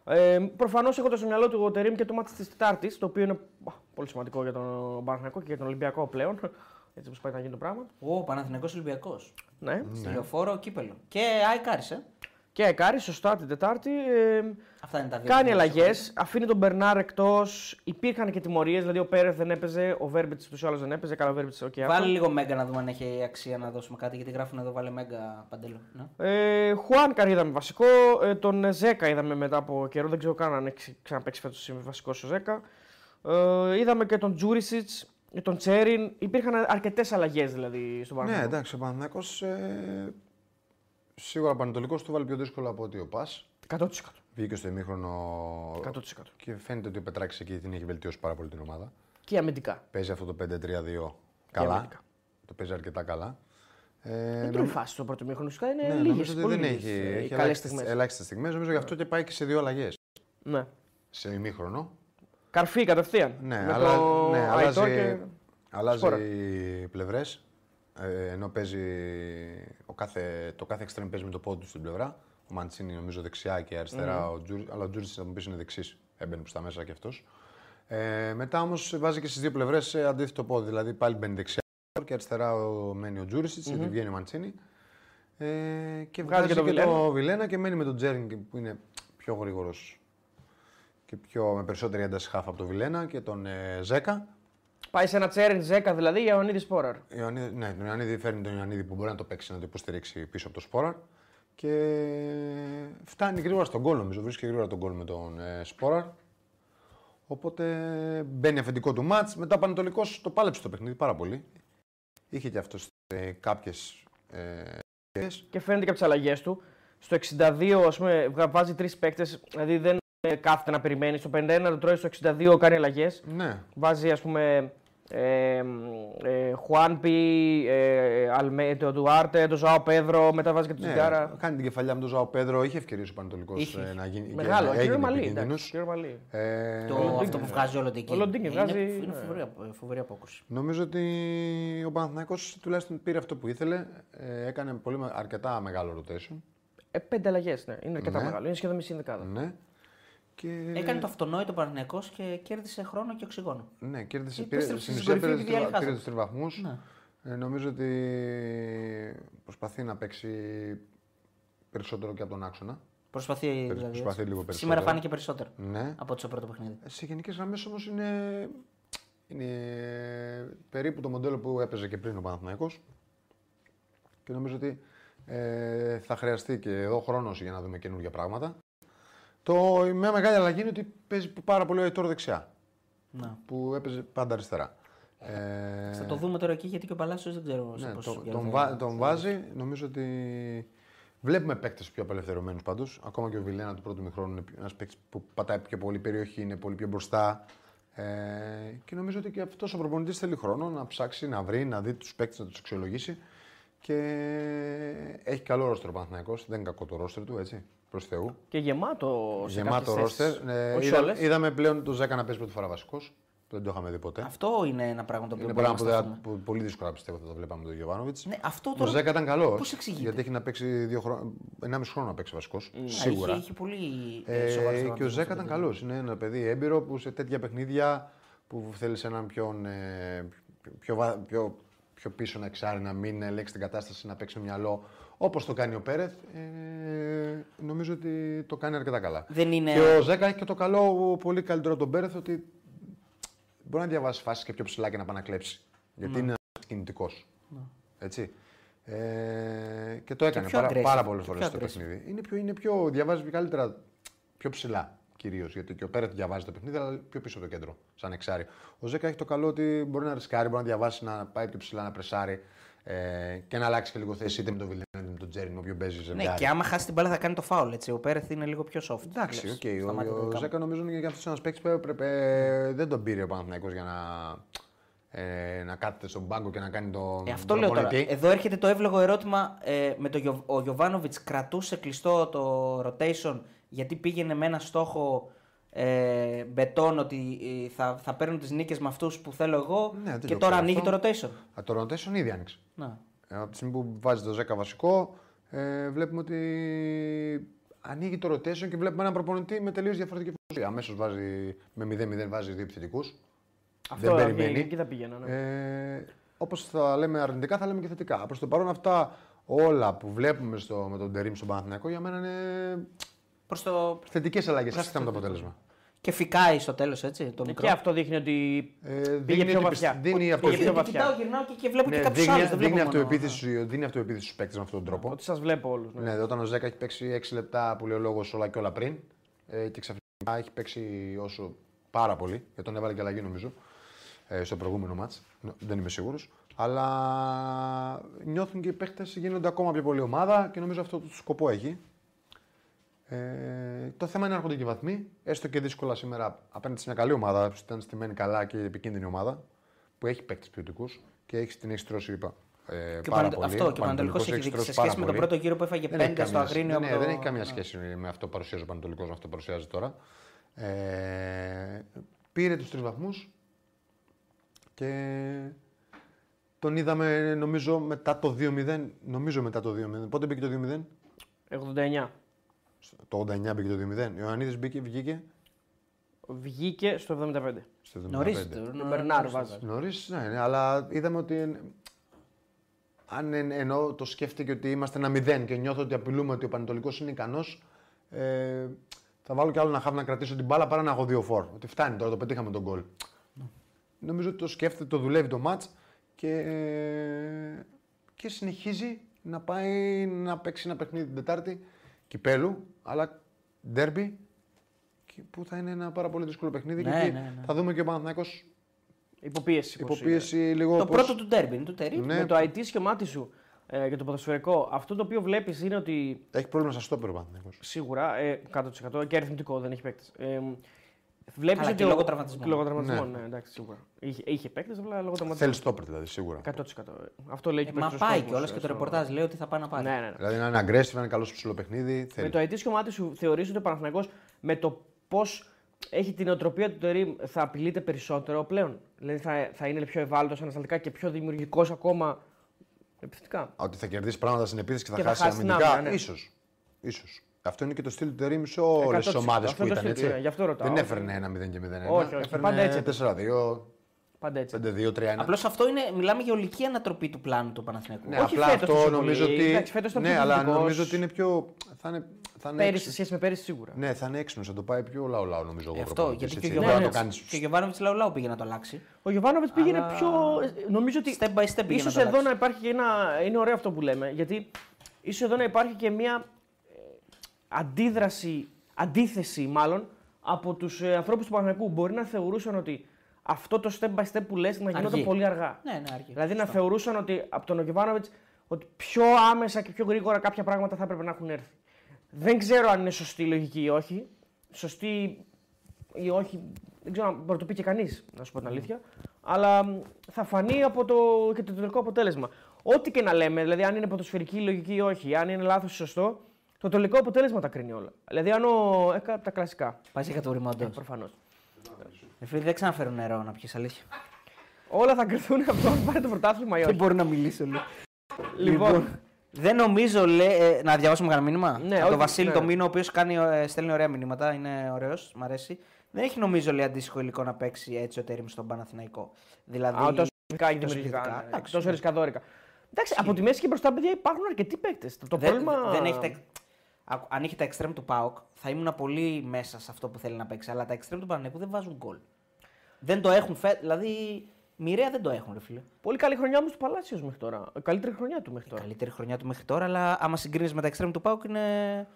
Ε, Προφανώ έχοντα στο μυαλό του ο Τερήμ και το μάτι της Τετάρτης, το οποίο είναι α, πολύ σημαντικό για τον Παναθηναϊκό και για τον Ολυμπιακό πλέον. Έτσι όπως πάει να γίνει το πράγμα.
Ο Παναθηναϊκός Ολυμπιακός.
Ναι.
Στη λεωφόρο κύπελο. Και Άικάρισε.
Και Εκάρη, σωστά την Τετάρτη. Ε,
Αυτά είναι τα δύο.
Κάνει
που
αλλαγές,
έχουμε.
αφήνει τον Μπερνάρ εκτός. Υπήρχαν και τιμωρίες, δηλαδή ο Πέρεθ δεν έπαιζε, ο Βέρμπιτ του άλλου δεν έπαιζε. Καλά, ο Βέρμπιτ, οκ. αυτό.
Βάλε λίγο Μέγκα να δούμε αν έχει αξία να δώσουμε κάτι. Γιατί γράφουν εδώ βάλε Μέγκα παντελώ. Ναι.
Ε, Χουάνκαρ είδαμε βασικό. Ε, τον Ζέκα είδαμε μετά από καιρό. Δεν ξέρω καν αν έχει ξαναπέξει φέτος βασικό ο Ζέκα. Ε, είδαμε και τον Τζούρισιτ, τον Τσέριν. Υπήρχαν αρκετές αλλαγές δηλαδή στον
Ναι,
Παναγιώτο.
εντάξει, ο Παναθυνακό. Ε, σίγουρα ο Πανατολικό του βάλει πιο δύσκολο από ότι ο Πας.
100%.
Βγήκε στο ημίχρονο
100%.
και φαίνεται ότι ο Πετράκης εκεί την έχει βελτιώσει πάρα πολύ την ομάδα.
Και αμυντικά.
Παίζει αυτό το 5-3-2 καλά.
αμυντικά.
Το παίζει αρκετά καλά. Ε,
Δεν τρώει φάση στο πρώτο μήχρονο. Φυσικά είναι
ναι,
λίγες,
νομίζω ότι
πολύ
δεν
λίγες,
έχει,
ε, οι
έχει
καλές
ελάχιστες,
στιγμές.
ελάχιστες στιγμές. Νομίζω γι' αυτό και πάει και σε δύο αλλαγές.
Ναι.
Σε ημίχρονο.
Καρφί κατευθείαν.
Ναι,
με
αλλά,
το
ναι,
Αϊτόρ
αλλάζει,
και- Σπόρα.
αλλάζει πλευρές. Ε, ενώ παίζει ο κάθε, το κάθε extreme παίζει με το πόδι του στην πλευρά. Ο Μαντσίνη νομίζω δεξιά και αριστερα ο Τζούρι, αλλά ο Τζούρι θα μου πεις είναι δεξής. Έμπαινε προ τα μέσα κι αυτός. Ε, μετά όμως βάζει και στις δύο πλευρές αντίθετο πόδι. Δηλαδή πάλι μπαίνει δεξιά και αριστερά ο, μένει ο τζουρισιτ γιατί βγαίνει ο Μαντσίνη. Ε, και βγάζει και,
τον
το
Βιλένα.
Βιλένα και μένει με τον Τζέρινγκ που είναι πιο γρήγορος και πιο, με περισσότερη ένταση χάφ από τον Βιλένα και τον ε, Ζέκα.
Πάει σε ένα τσέριν 10 δηλαδή για Ιωαννίδη Σπόραρ.
Ιωαννίδη, ναι, τον Ιωαννίδη φέρνει τον Ιωαννίδη που μπορεί να το παίξει, να το υποστηρίξει πίσω από το Σπόραρ. Και ε, φτάνει γρήγορα στον κόλ, νομίζω. Βρίσκει γρήγορα τον κόλ με τον ε, Σπόραρ. Οπότε μπαίνει αφεντικό του μάτ. Μετά ο Πανατολικό το πάλεψε το παιχνίδι πάρα πολύ. Είχε και αυτός ε, κάποιες. Ε, ευκαιρίες.
Και φαίνεται και από τις αλλαγές του. Στο 62, ας πούμε, βγα- βάζει τρεις παίκτες, δηλαδή δεν ε, κάθεται να περιμένει. Στο 51 το τρώει, στο 62 κάνει αλλαγές.
ναι,
Βάζει, ας πούμε, ε, ε, Χουάνπι, ε, Αλμέ, το Ντουάρτε, τον Ζάο Πέδρο, μετά βάζει και τον
ναι.
Τσιγκάρα.
Κάνει την κεφαλιά με τον Ζαο Πέδρο. Είχε ευκαιρίες ο Πανατολικό
Είχε, είχε.
να γίνει. και
Μεγάλο,
να
κύριος
έγινε
Μαλή.
επικίνδυνος.
εντάξει, κύριος Μαλή.
Ε,
Το, αυτό που βγάζει ο Λοντίνγκι.
Ο Λοντίνγκι βγάζει,
Είναι, είναι
ναι.
φοβερή, απο- φοβερή απόκριση.
Νομίζω ότι ο Παναθηναϊκός τουλάχιστον πήρε αυτό που ήθελε. Ε, έκανε πολύ, με- αρκετά μεγάλο rotation.
Ε, πέντε αλλαγές, ναι. Είναι αρκετά
Ναι.
μεγάλο. Είναι σχεδόν μισή δεκάδα.
Ναι. Και...
Έκανε το αυτονόητο Παναγενικό και κέρδισε χρόνο και οξυγόνο.
Ναι, κέρδισε.
Είπε
Πήρε,
στην-
στην
στην
ουσία
κορυφή
πήρε,
τη
τους τρι-
διάλεξα.
πήρε του τρεις βαθμούς.
Ναι.
Ε, νομίζω ότι προσπαθεί να παίξει περισσότερο και από τον άξονα.
Προσπαθεί, δηλαδή,
προσπαθεί
έτσι.
λίγο περισσότερο.
Σήμερα φάνηκε περισσότερο
Ναι.
από το πρώτο παιχνίδι.
Σε γενικές γραμμές όμως είναι, είναι περίπου το μοντέλο που έπαιζε και πριν ο Παναθηναϊκός. Και νομίζω ότι ε, θα χρειαστεί και εδώ χρόνος για να δούμε καινούργια πράγματα. Το, μια μεγάλη αλλαγή είναι ότι παίζει πάρα πολύ ο Αιτόρ δεξιά.
Να.
Που έπαιζε πάντα αριστερά. Ε,
Θα το δούμε τώρα εκεί γιατί και ο Παλάσιος δεν ξέρω
ναι,
σε πώς
τον,
για
τον,
να- ναι.
βά- τον βάζει. Νομίζω ότι βλέπουμε παίκτες πιο απελευθερωμένους πάντως. Ακόμα και ο Βιλένα του πρώτου μηχρόνου είναι ένας παίκτης που πατάει πιο πολύ περιοχή, είναι πολύ πιο μπροστά. Ε, και νομίζω ότι και αυτός ο προπονητής θέλει χρόνο να ψάξει, να βρει, να δει τους παίκτες, να τους αξιολογήσει. Και έχει καλό ρόστερ ο Παναθηναϊκός, δεν είναι κακό το ρόστερ του, έτσι, προς Θεού.
Και γεμάτο σε
Γεμάτο
κάποιες θέσεις.
ρόστερ. Ε,
Όχι
είδα-
όλες.
είδαμε πλέον τον Ζέκα να παίζει πρώτη φορά βασικός, που δεν το είχαμε δει ποτέ.
Αυτό είναι ένα πράγμα το οποίο
Είναι
μπορούμε
πράγμα
να
που, δεν-
σταθούμε.
που πολύ δύσκολα πιστεύω θα το βλέπαμε με τον Γιωβάνοβιτ.
Ναι, αυτό
Ο
τώρα
Ζέκα ήταν καλό.
πώς εξηγείται? Ναι.
Γιατί έχει να παίξει δύο χρόνια, ενάμιση χρόνο να παίξει βασικός.
Α,
Σίγουρα.
Είχε, είχε πολύ ε, σοβαρό
ε, και ο
τραυματισμό
Ζέκα
στο
ήταν
παιδί.
καλό. Είναι ένα παιδί έμπειρο που σε τέτοια παιχνίδια που θέλεις έναν πιο, πιο, βα- πιο, πιο πίσω να εξάρει, να μην ελέγξει την κατάσταση, να παίξει με μυαλό. Όπως το κάνει ο Πέρεθ, ε, νομίζω ότι το κάνει αρκετά καλά.
Δεν είναι-
Και ο Ζέκα έχει και το καλό, πολύ καλύτερο από τον Πέρεθ, ότι μπορεί να διαβάσει φάσεις και πιο ψηλά και να πάει να κλέψει. Γιατί
Ναι.
είναι κινητικός. Έτσι. Ε, και το έκανε
πιο
πάρα,
aggressive,
πάρα
Ναι. και
πολλέ
πιο
φορέ το
aggressive.
παιχνίδι. Είναι πιο, είναι πιο, διαβάζει καλύτερα, πιο ψηλά κυρίως. Γιατί και ο Πέρετ διαβάζει το παιχνίδι, αλλά πιο πίσω από το κέντρο, σαν εξάρι. Ο Ζέκα έχει το καλό ότι μπορεί να ρισκάρει, μπορεί να διαβάσει, να πάει πιο ψηλά, να πρεσάρει ε, και να αλλάξει και λίγο θέση είτε με τον Βιλένα είτε με τον Τζέρι, με όποιον παίζει.
Ναι,
ζευγάρι.
και άμα χάσει την μπάλα θα κάνει το φάουλ. Έτσι. Ο Πέρεθ είναι λίγο πιο soft.
Εντάξει,
λες.
οκ. ο-
Σταμάτα το
Ο,
κάμπο.
Ζέκα νομίζω είναι και αυτός ένας παίκτης που έπρεπε. Δεν τον πήρε ο Παναθηναϊκός για να, ε, να κάθεται στον πάγκο και να κάνει τον.
Ε, αυτό λέω τώρα.
προπονητή.
Εδώ έρχεται το εύλογο ερώτημα. Ε, με το Γιω... Ο Γιωβάνοβιτ κρατούσε κλειστό το rotation γιατί πήγαινε με ένα στόχο ε, μπετόν ότι ε, θα, θα παίρνω τις νίκες με αυτούς που θέλω εγώ
Ναι, δεν
και
το
τώρα
ξέρω
ανοίγει
αυτό.
το rotation.
Α, το rotation ήδη άνοιξε.
Να.
Ε, από τη στιγμή που βάζει το 10 βασικό, ε, βλέπουμε ότι ανοίγει το rotation και βλέπουμε έναν προπονητή με τελείως διαφορετική φιλοσοφία. Αμέσως βάζει με 0-0 βάζει δύο επιθετικούς.
Αυτό
δεν
εκεί-
περιμένει.
Εκεί θα πήγαινα. ναι.
Ε, Όπως θα λέμε αρνητικά, θα λέμε και θετικά. Προς το παρόν, αυτά όλα που βλέπουμε στο, με τον Τερήμ στον Παναθηναϊκό για μένα είναι
Προς το...
θετικές αλλαγές. Σχετικά με το αποτέλεσμα.
Και φυκάει στο τέλος, έτσι. Το
Ε,
μικρό.
Και αυτό δείχνει ότι
Ε,
πήγε πιο
δείχνει ότι
βαθιά.
πιστε- δίνει
Ότι
αυτοπεποίθηση.
Πήγε πιο
Κοιτάω,
βαθιά.
γυρνάω και, και βλέπω και
Ναι,
κάποιου άλλου.
δείχνει, δείχνει
ναι.
αυτοεπίθεση, δίνει αυτοεπίθεση στους παίκτες με αυτόν τον τρόπο.
Ότι σας βλέπω όλους.
Ναι, δηλαδή, όταν ο Ζέκα έχει παίξει 6 λεπτά που λέει ο λόγος όλα και όλα πριν ε, και ξαφνικά έχει παίξει όσο πάρα πολύ, γιατί τον έβαλε και αλλαγή νομίζω ε, στο προηγούμενο μάτς, Νο- δεν είμαι σίγουρος, αλλά νιώθουν και οι παίχτες γίνονται ακόμα πιο πολύ ομάδα και νομίζω αυτό το σκοπό έχει. Ε, το θέμα είναι να έρχονται και οι βαθμοί, έστω και δύσκολα σήμερα απέναντι σε μια καλή ομάδα, που ήταν στημένη καλά και επικίνδυνη ομάδα, που έχει παίκτες ποιοτικούς και έχει την έχεις τρώσει, είπα, ε,
Και ο
πάρα
Πανατο-
πολύ.
Αυτό και ο Πανατολικό
Πανατολικός
έχει δείξει
τρώσει
σε
πάρα
σχέση με τον
πολύ.
πρώτο γύρο που έφαγε
Δεν έχει
πέντε στο
καμία σχέση.
Αγρίνιο. από
Ναι,
το-
δεν έχει καμία
Ναι.
σχέση με αυτό που παρουσιάζει ο Πανατολικός, με αυτό που παρουσιάζει τώρα. Ε, πήρε τους τρεις βαθμούς και τον είδαμε νομίζω μετά το 2-0. Νομίζω μετά το 2-0. Πότε μπήκε το 2-0,
89.
Ναι. το 89 μπήκε το 2-0. Ο Ιωαννίδης μπήκε, βγήκε.
βγήκε στο 75.
Στο 75.
Νωρί.
Τον Μπερνάρ βάζει.
Νωρίς, ναι, ναι, αλλά είδαμε ότι. εν- Αν εν, ενώ το σκέφτηκε ότι είμαστε ένα μηδέν και νιώθω ότι απειλούμε ότι ο Πανετολικός είναι ικανός, ε, θα βάλω κι άλλο να χάβω να κρατήσω την μπάλα παρά να έχω δύο φορ. Ότι φτάνει τώρα, το πετύχαμε τον γκολ. Νομίζω ότι το σκέφτεται, το δουλεύει το μάτ και, ε, και συνεχίζει να πάει να παίξει ένα παιχνίδι την Τετάρτη κυπέλου, αλλά ντέρμπι και- που θα είναι ένα πάρα πολύ δύσκολο παιχνίδι.
Ναι,
και εκεί
ναι, ναι.
θα δούμε και ο Παναθηναϊκός
Υποπίεση. πως
Υποπίεση λίγο.
Το
πώς-
πρώτο του ντέρμπι είναι του Τερί.
είναι.
ναι.
Με το IT σχεμάτι σου ε, για το ποδοσφαιρικό, αυτό το οποίο βλέπεις είναι ότι
Έχει πρόβλημα στα στόπερ ο Παναθηναϊκός.
Σίγουρα, ε, 100% και αριθμητικό δεν έχει παίκτες. Ε, Βλέπεις
Αλλά
ότι.
και
ο-
λόγω τραυματισμών.
Λόγω τραυματισμών, ναι, εντάξει, σίγουρα. Είχε, είχε παίκτες, απλά λόγω
Θέλει
τραυματισμών.
στόπερ δηλαδή, σίγουρα.
100%. Αυτό λέει και
Ε,
ο
Μα
περισσότερος
πάει
κόσμος,
κιόλα
ε,
και το
στο-
ρεπορτάζ λέει ότι θα πάει να πάρει.
Ναι, ναι, ναι.
Δηλαδή να είναι aggressive, να είναι καλός στο ψηλό παιχνίδι.
Με
Θέλει.
το αιτήσιο κομμάτι σου θεωρείς ότι ο Παναθηναϊκός με το πώς έχει την οτροπία του Τερήμ θα απειλείται περισσότερο πλέον. Δηλαδή θα, θα είναι πιο ευάλωτος ανασταλτικά και πιο δημιουργικός ακόμα επιθετικά.
Ότι θα κερδίσει πράγματα στην επίθεση και θα
Και θα
χάσει
χάσει την
αμυντικά.
άμυνα, ναι.
ίσως. ίσως. Αυτό είναι και το στυλ του Τερήμ σε όλες τις
100%.
ομάδες
Αυτό
που
το
ήταν.
στυλ του,
Έτσι.
ναι, γι' αυτό ρωτάω.
Δεν έφερνε ένα 0 και 0.
Όχι, όχι, πάντα έτσι έπαιζε.
4-2,
Πάντα έτσι.
5-2, 3-1.
Απλώς αυτό είναι, μιλάμε για ολική ανατροπή του πλάνου του Παναθηναϊκού.
Ναι,
όχι
απλά
φέτος
αυτό
τόσο
νομίζω
πολύ.
ότι.
Εντάξει, φέτος ήταν
ναι,
πιο
αλλά
δημιουργικός.
νομίζω ότι είναι πιο. Θα είναι, θα είναι
Πέρυσι, σε
έξυπνο.
σχέση με πέρυσι σίγουρα. Ε,
Ναι, θα είναι έξυπνος, θα το πάει πιο λαό-λαό νομίζω. εγώ,
Γι' αυτό,
προπονητής,
γιατί και ο
έτσι. Δεν
Ναι,
μπορεί να το
Γιωβάνοβιτς-
κάνεις
και ο Γιωβάνοβιτς Λαουλάου πήγε να το αλλάξει.
Ο Γιωβάνοβιτ πήγαινε
Αλλά-
πιο. Νομίζω ότι.
Step by step πήγε
ίσως
να τα
εδώ
αλλάξει.
να υπάρχει και ένα. Είναι ωραίο αυτό που λέμε. Γιατί ίσως εδώ να υπάρχει και μια ε, αντίδραση, αντίθεση μάλλον από τους, ε, ανθρώπους του ανθρώπου του Παναγενικού. Μπορεί να θεωρούσαν ότι αυτό το step by step που λες να γινόταν
Αργεί.
πολύ αργά.
Ναι, ναι, αργεί.
Δηλαδή να θεωρούσαν ότι από τον Γιωβάνοβιτ ότι πιο άμεσα και πιο γρήγορα κάποια πράγματα θα έπρεπε να έχουν έρθει. Δεν ξέρω αν είναι σωστή η λογική ή όχι. Σωστή ή όχι, δεν ξέρω αν μπορεί να το πει και κανείς, να σου πω την αλήθεια. Αλλά μ, θα φανεί από το, και το τελικό αποτέλεσμα. Ό,τι και να λέμε, δηλαδή αν είναι ποδοσφαιρική η λογική ή όχι, αν είναι λάθος ή σωστό, το τελικό αποτέλεσμα τα κρίνει όλα. Δηλαδή αν ο. Ε, κα- τα κλασικά.
Πα για το ρημαντό.
Προφανώ.
Φίλοι, Ε,
ναι.
δεν ξαναφέρουν νερό να πιεις αλήθεια.
Όλα θα κρυθούν από το αν πάρει το πρωτάθλημα ή
Δεν
όχι.
μπορώ να μιλήσω, ναι. λέει.
λοιπόν,
Δεν νομίζω, λέει. ε, να διαβάσουμε κανένα μήνυμα.
Ναι,
Από
όχι,
τον Βασίλη
ναι.
το μήνο, ο οποίος στέλνει ωραία μηνύματα. Είναι ωραίος, μ' αρέσει. Δεν έχει νομίζω λέει, αντίστοιχο υλικό να παίξει έτσι ο Τέριμ στον Παναθηναϊκό. Δηλαδή.
Α, τόσο ρισκά και
τόσο
δημιουργικά.
ρισκικά,
ναι,
εντάξει,
Τόσο
ναι.
ρισκαδόρικα. Εντάξει, από τη μέση και μπροστά, παιδιά, υπάρχουν αρκετοί παίκτες. Το
δεν,
πρόβλημα.
δεν έχει τα... εκ- Άκου, Αν είχε τα extreme του Πάοκ, θα ήμουν πολύ μέσα σε αυτό που θέλει να παίξει. Αλλά τα extreme του Παναθηναϊκού δεν βάζουν γκολ. Δεν το έχουν φε... Δηλαδή, μοιραία δεν το έχουν, ρε φίλε.
Πολύ καλή χρονιά όμως του Παλάσιος μέχρι τώρα. Καλύτερη χρονιά του μέχρι τώρα.
Καλύτερη χρονιά του μέχρι τώρα, αλλά άμα συγκρίνεις με τα extreme του Πάοκ είναι.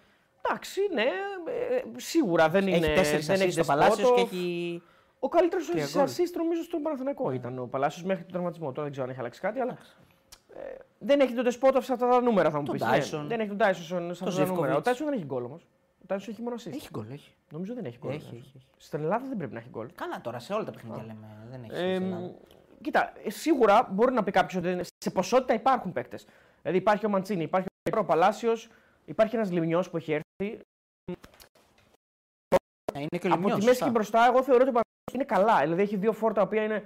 Εντάξει, ναι, ε, σίγουρα δεν είναι.
έχει τέσσερις
δεν
ασίε στο
despot
Παλάσιος
off.
και έχει.
Ο καλύτερος
τρία
σε
γκολ.
assist νομίζω στον Παναθηναϊκό ήταν ο Παλάσιος μέχρι τον τραυματισμό. Τώρα δεν ξέρω αν έχει αλλάξει κάτι, αλλά. ε, δεν έχει τον Τεσπότοφ σε αυτά τα νούμερα, θα μου
Τον
πεις.
Dyson.
δεν έχει τον Τάισον σε αυτά τα
Ζivkovic.
νούμερα. Ο Τάισον δεν έχει γκολ όμως. Ο Τάισον έχει μόνο assist.
Έχει γκολ, έχει.
Νομίζω δεν έχει γκολ.
Έχει,
ο Dyson.
έχει, έχει.
Στην Ελλάδα δεν πρέπει να έχει γκολ.
Καλά τώρα, σε όλα τα παιχνίδια λέμε. Δεν έχει.
Ε,
στην Ελλάδα.
κοίτα, ε, σίγουρα μπορεί να πει κάποιος ότι σε ποσότητα υπάρχουν παίκτες. Δηλαδή υπάρχει ο Μαντσίνη, υπάρχει ο Πετρό Παλάσιο, υπάρχει ένας Λιμνιός που έχει έρθει.
Ε, είναι και ο
από
Λιμιός,
τη μέση
σωστά.
και μπροστά, εγώ θεωρώ ότι ο Παναθηναϊκός είναι καλά. Δηλαδή έχει δύο φόρτα τα οποία είναι.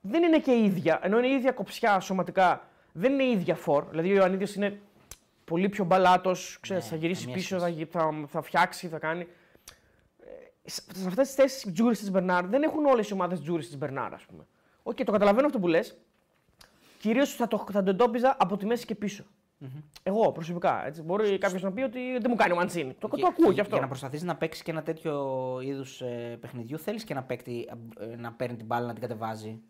Δεν είναι και ίδια. Ενώ είναι η ίδια κοψιά σωματικά, δεν είναι η ίδια φόρ. Δηλαδή ο Ιωαννίδης είναι πολύ πιο μπαλάτος, ξέρεις,
Ναι,
θα γυρίσει
καμία
πίσω, θα,
σχέση.
γυ- θα, θα φτιάξει, θα κάνει. Ε, σε- Σε αυτές τις θέσεις Τζούρι της Μπερνάρ δεν έχουν όλες οι ομάδες Τζούρι της Μπερνάρ, ας πούμε. Οκ, το καταλαβαίνω αυτό που λες. Κυρίως θα, το, θα τον τόπιζα από τη μέση και πισω Εγώ προσωπικά. Έτσι. Μπορεί κάποιο να πει ότι δεν μου κάνει ο Μαντσίνη. Το, το ακούω και αυτό.
Για να προσπαθείς να παίξεις και ένα τέτοιο είδους παιχνιδιού, θέλεις και ένα παίκτη ε, να παίρνει την μπάλα να την κατεβάζει.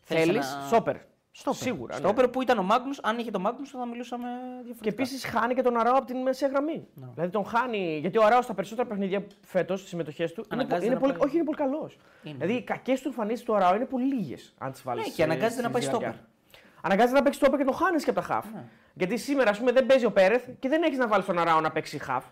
Θέλεις
Θέλει
ένα-
σόπερ.
Στόπερ.
Σίγουρα. ναι.
Στόπερ που ήταν ο Μάγνους, αν είχε τον Μάγνους θα μιλούσαμε διαφορετικά.
Και επίσης χάνει και τον Αράο από την μεσαία γραμμή.
Ναι.
Δηλαδή τον χάνει. Γιατί ο Αράο στα περισσότερα παιχνίδια φέτος, στις συμμετοχές του. Είναι,
Αναγκάζεται
είναι
να
πολύ,
πάει.
όχι, είναι πολύ καλός. Δηλαδή οι κακές του εμφανίσεις του Αράο είναι πολύ λίγες. Αν τις βάλεις.
Ναι, και αναγκάζεται να πάει στόπερ. Ναι.
Αναγκάζεται να παίξει στόπερ και τον χάνεις και από τα χαφ. Γιατί σήμερα, ας πούμε, δεν παίζει ο Πέρεθ και δεν έχεις να βάλεις τον Αράο να παίξει χαφ.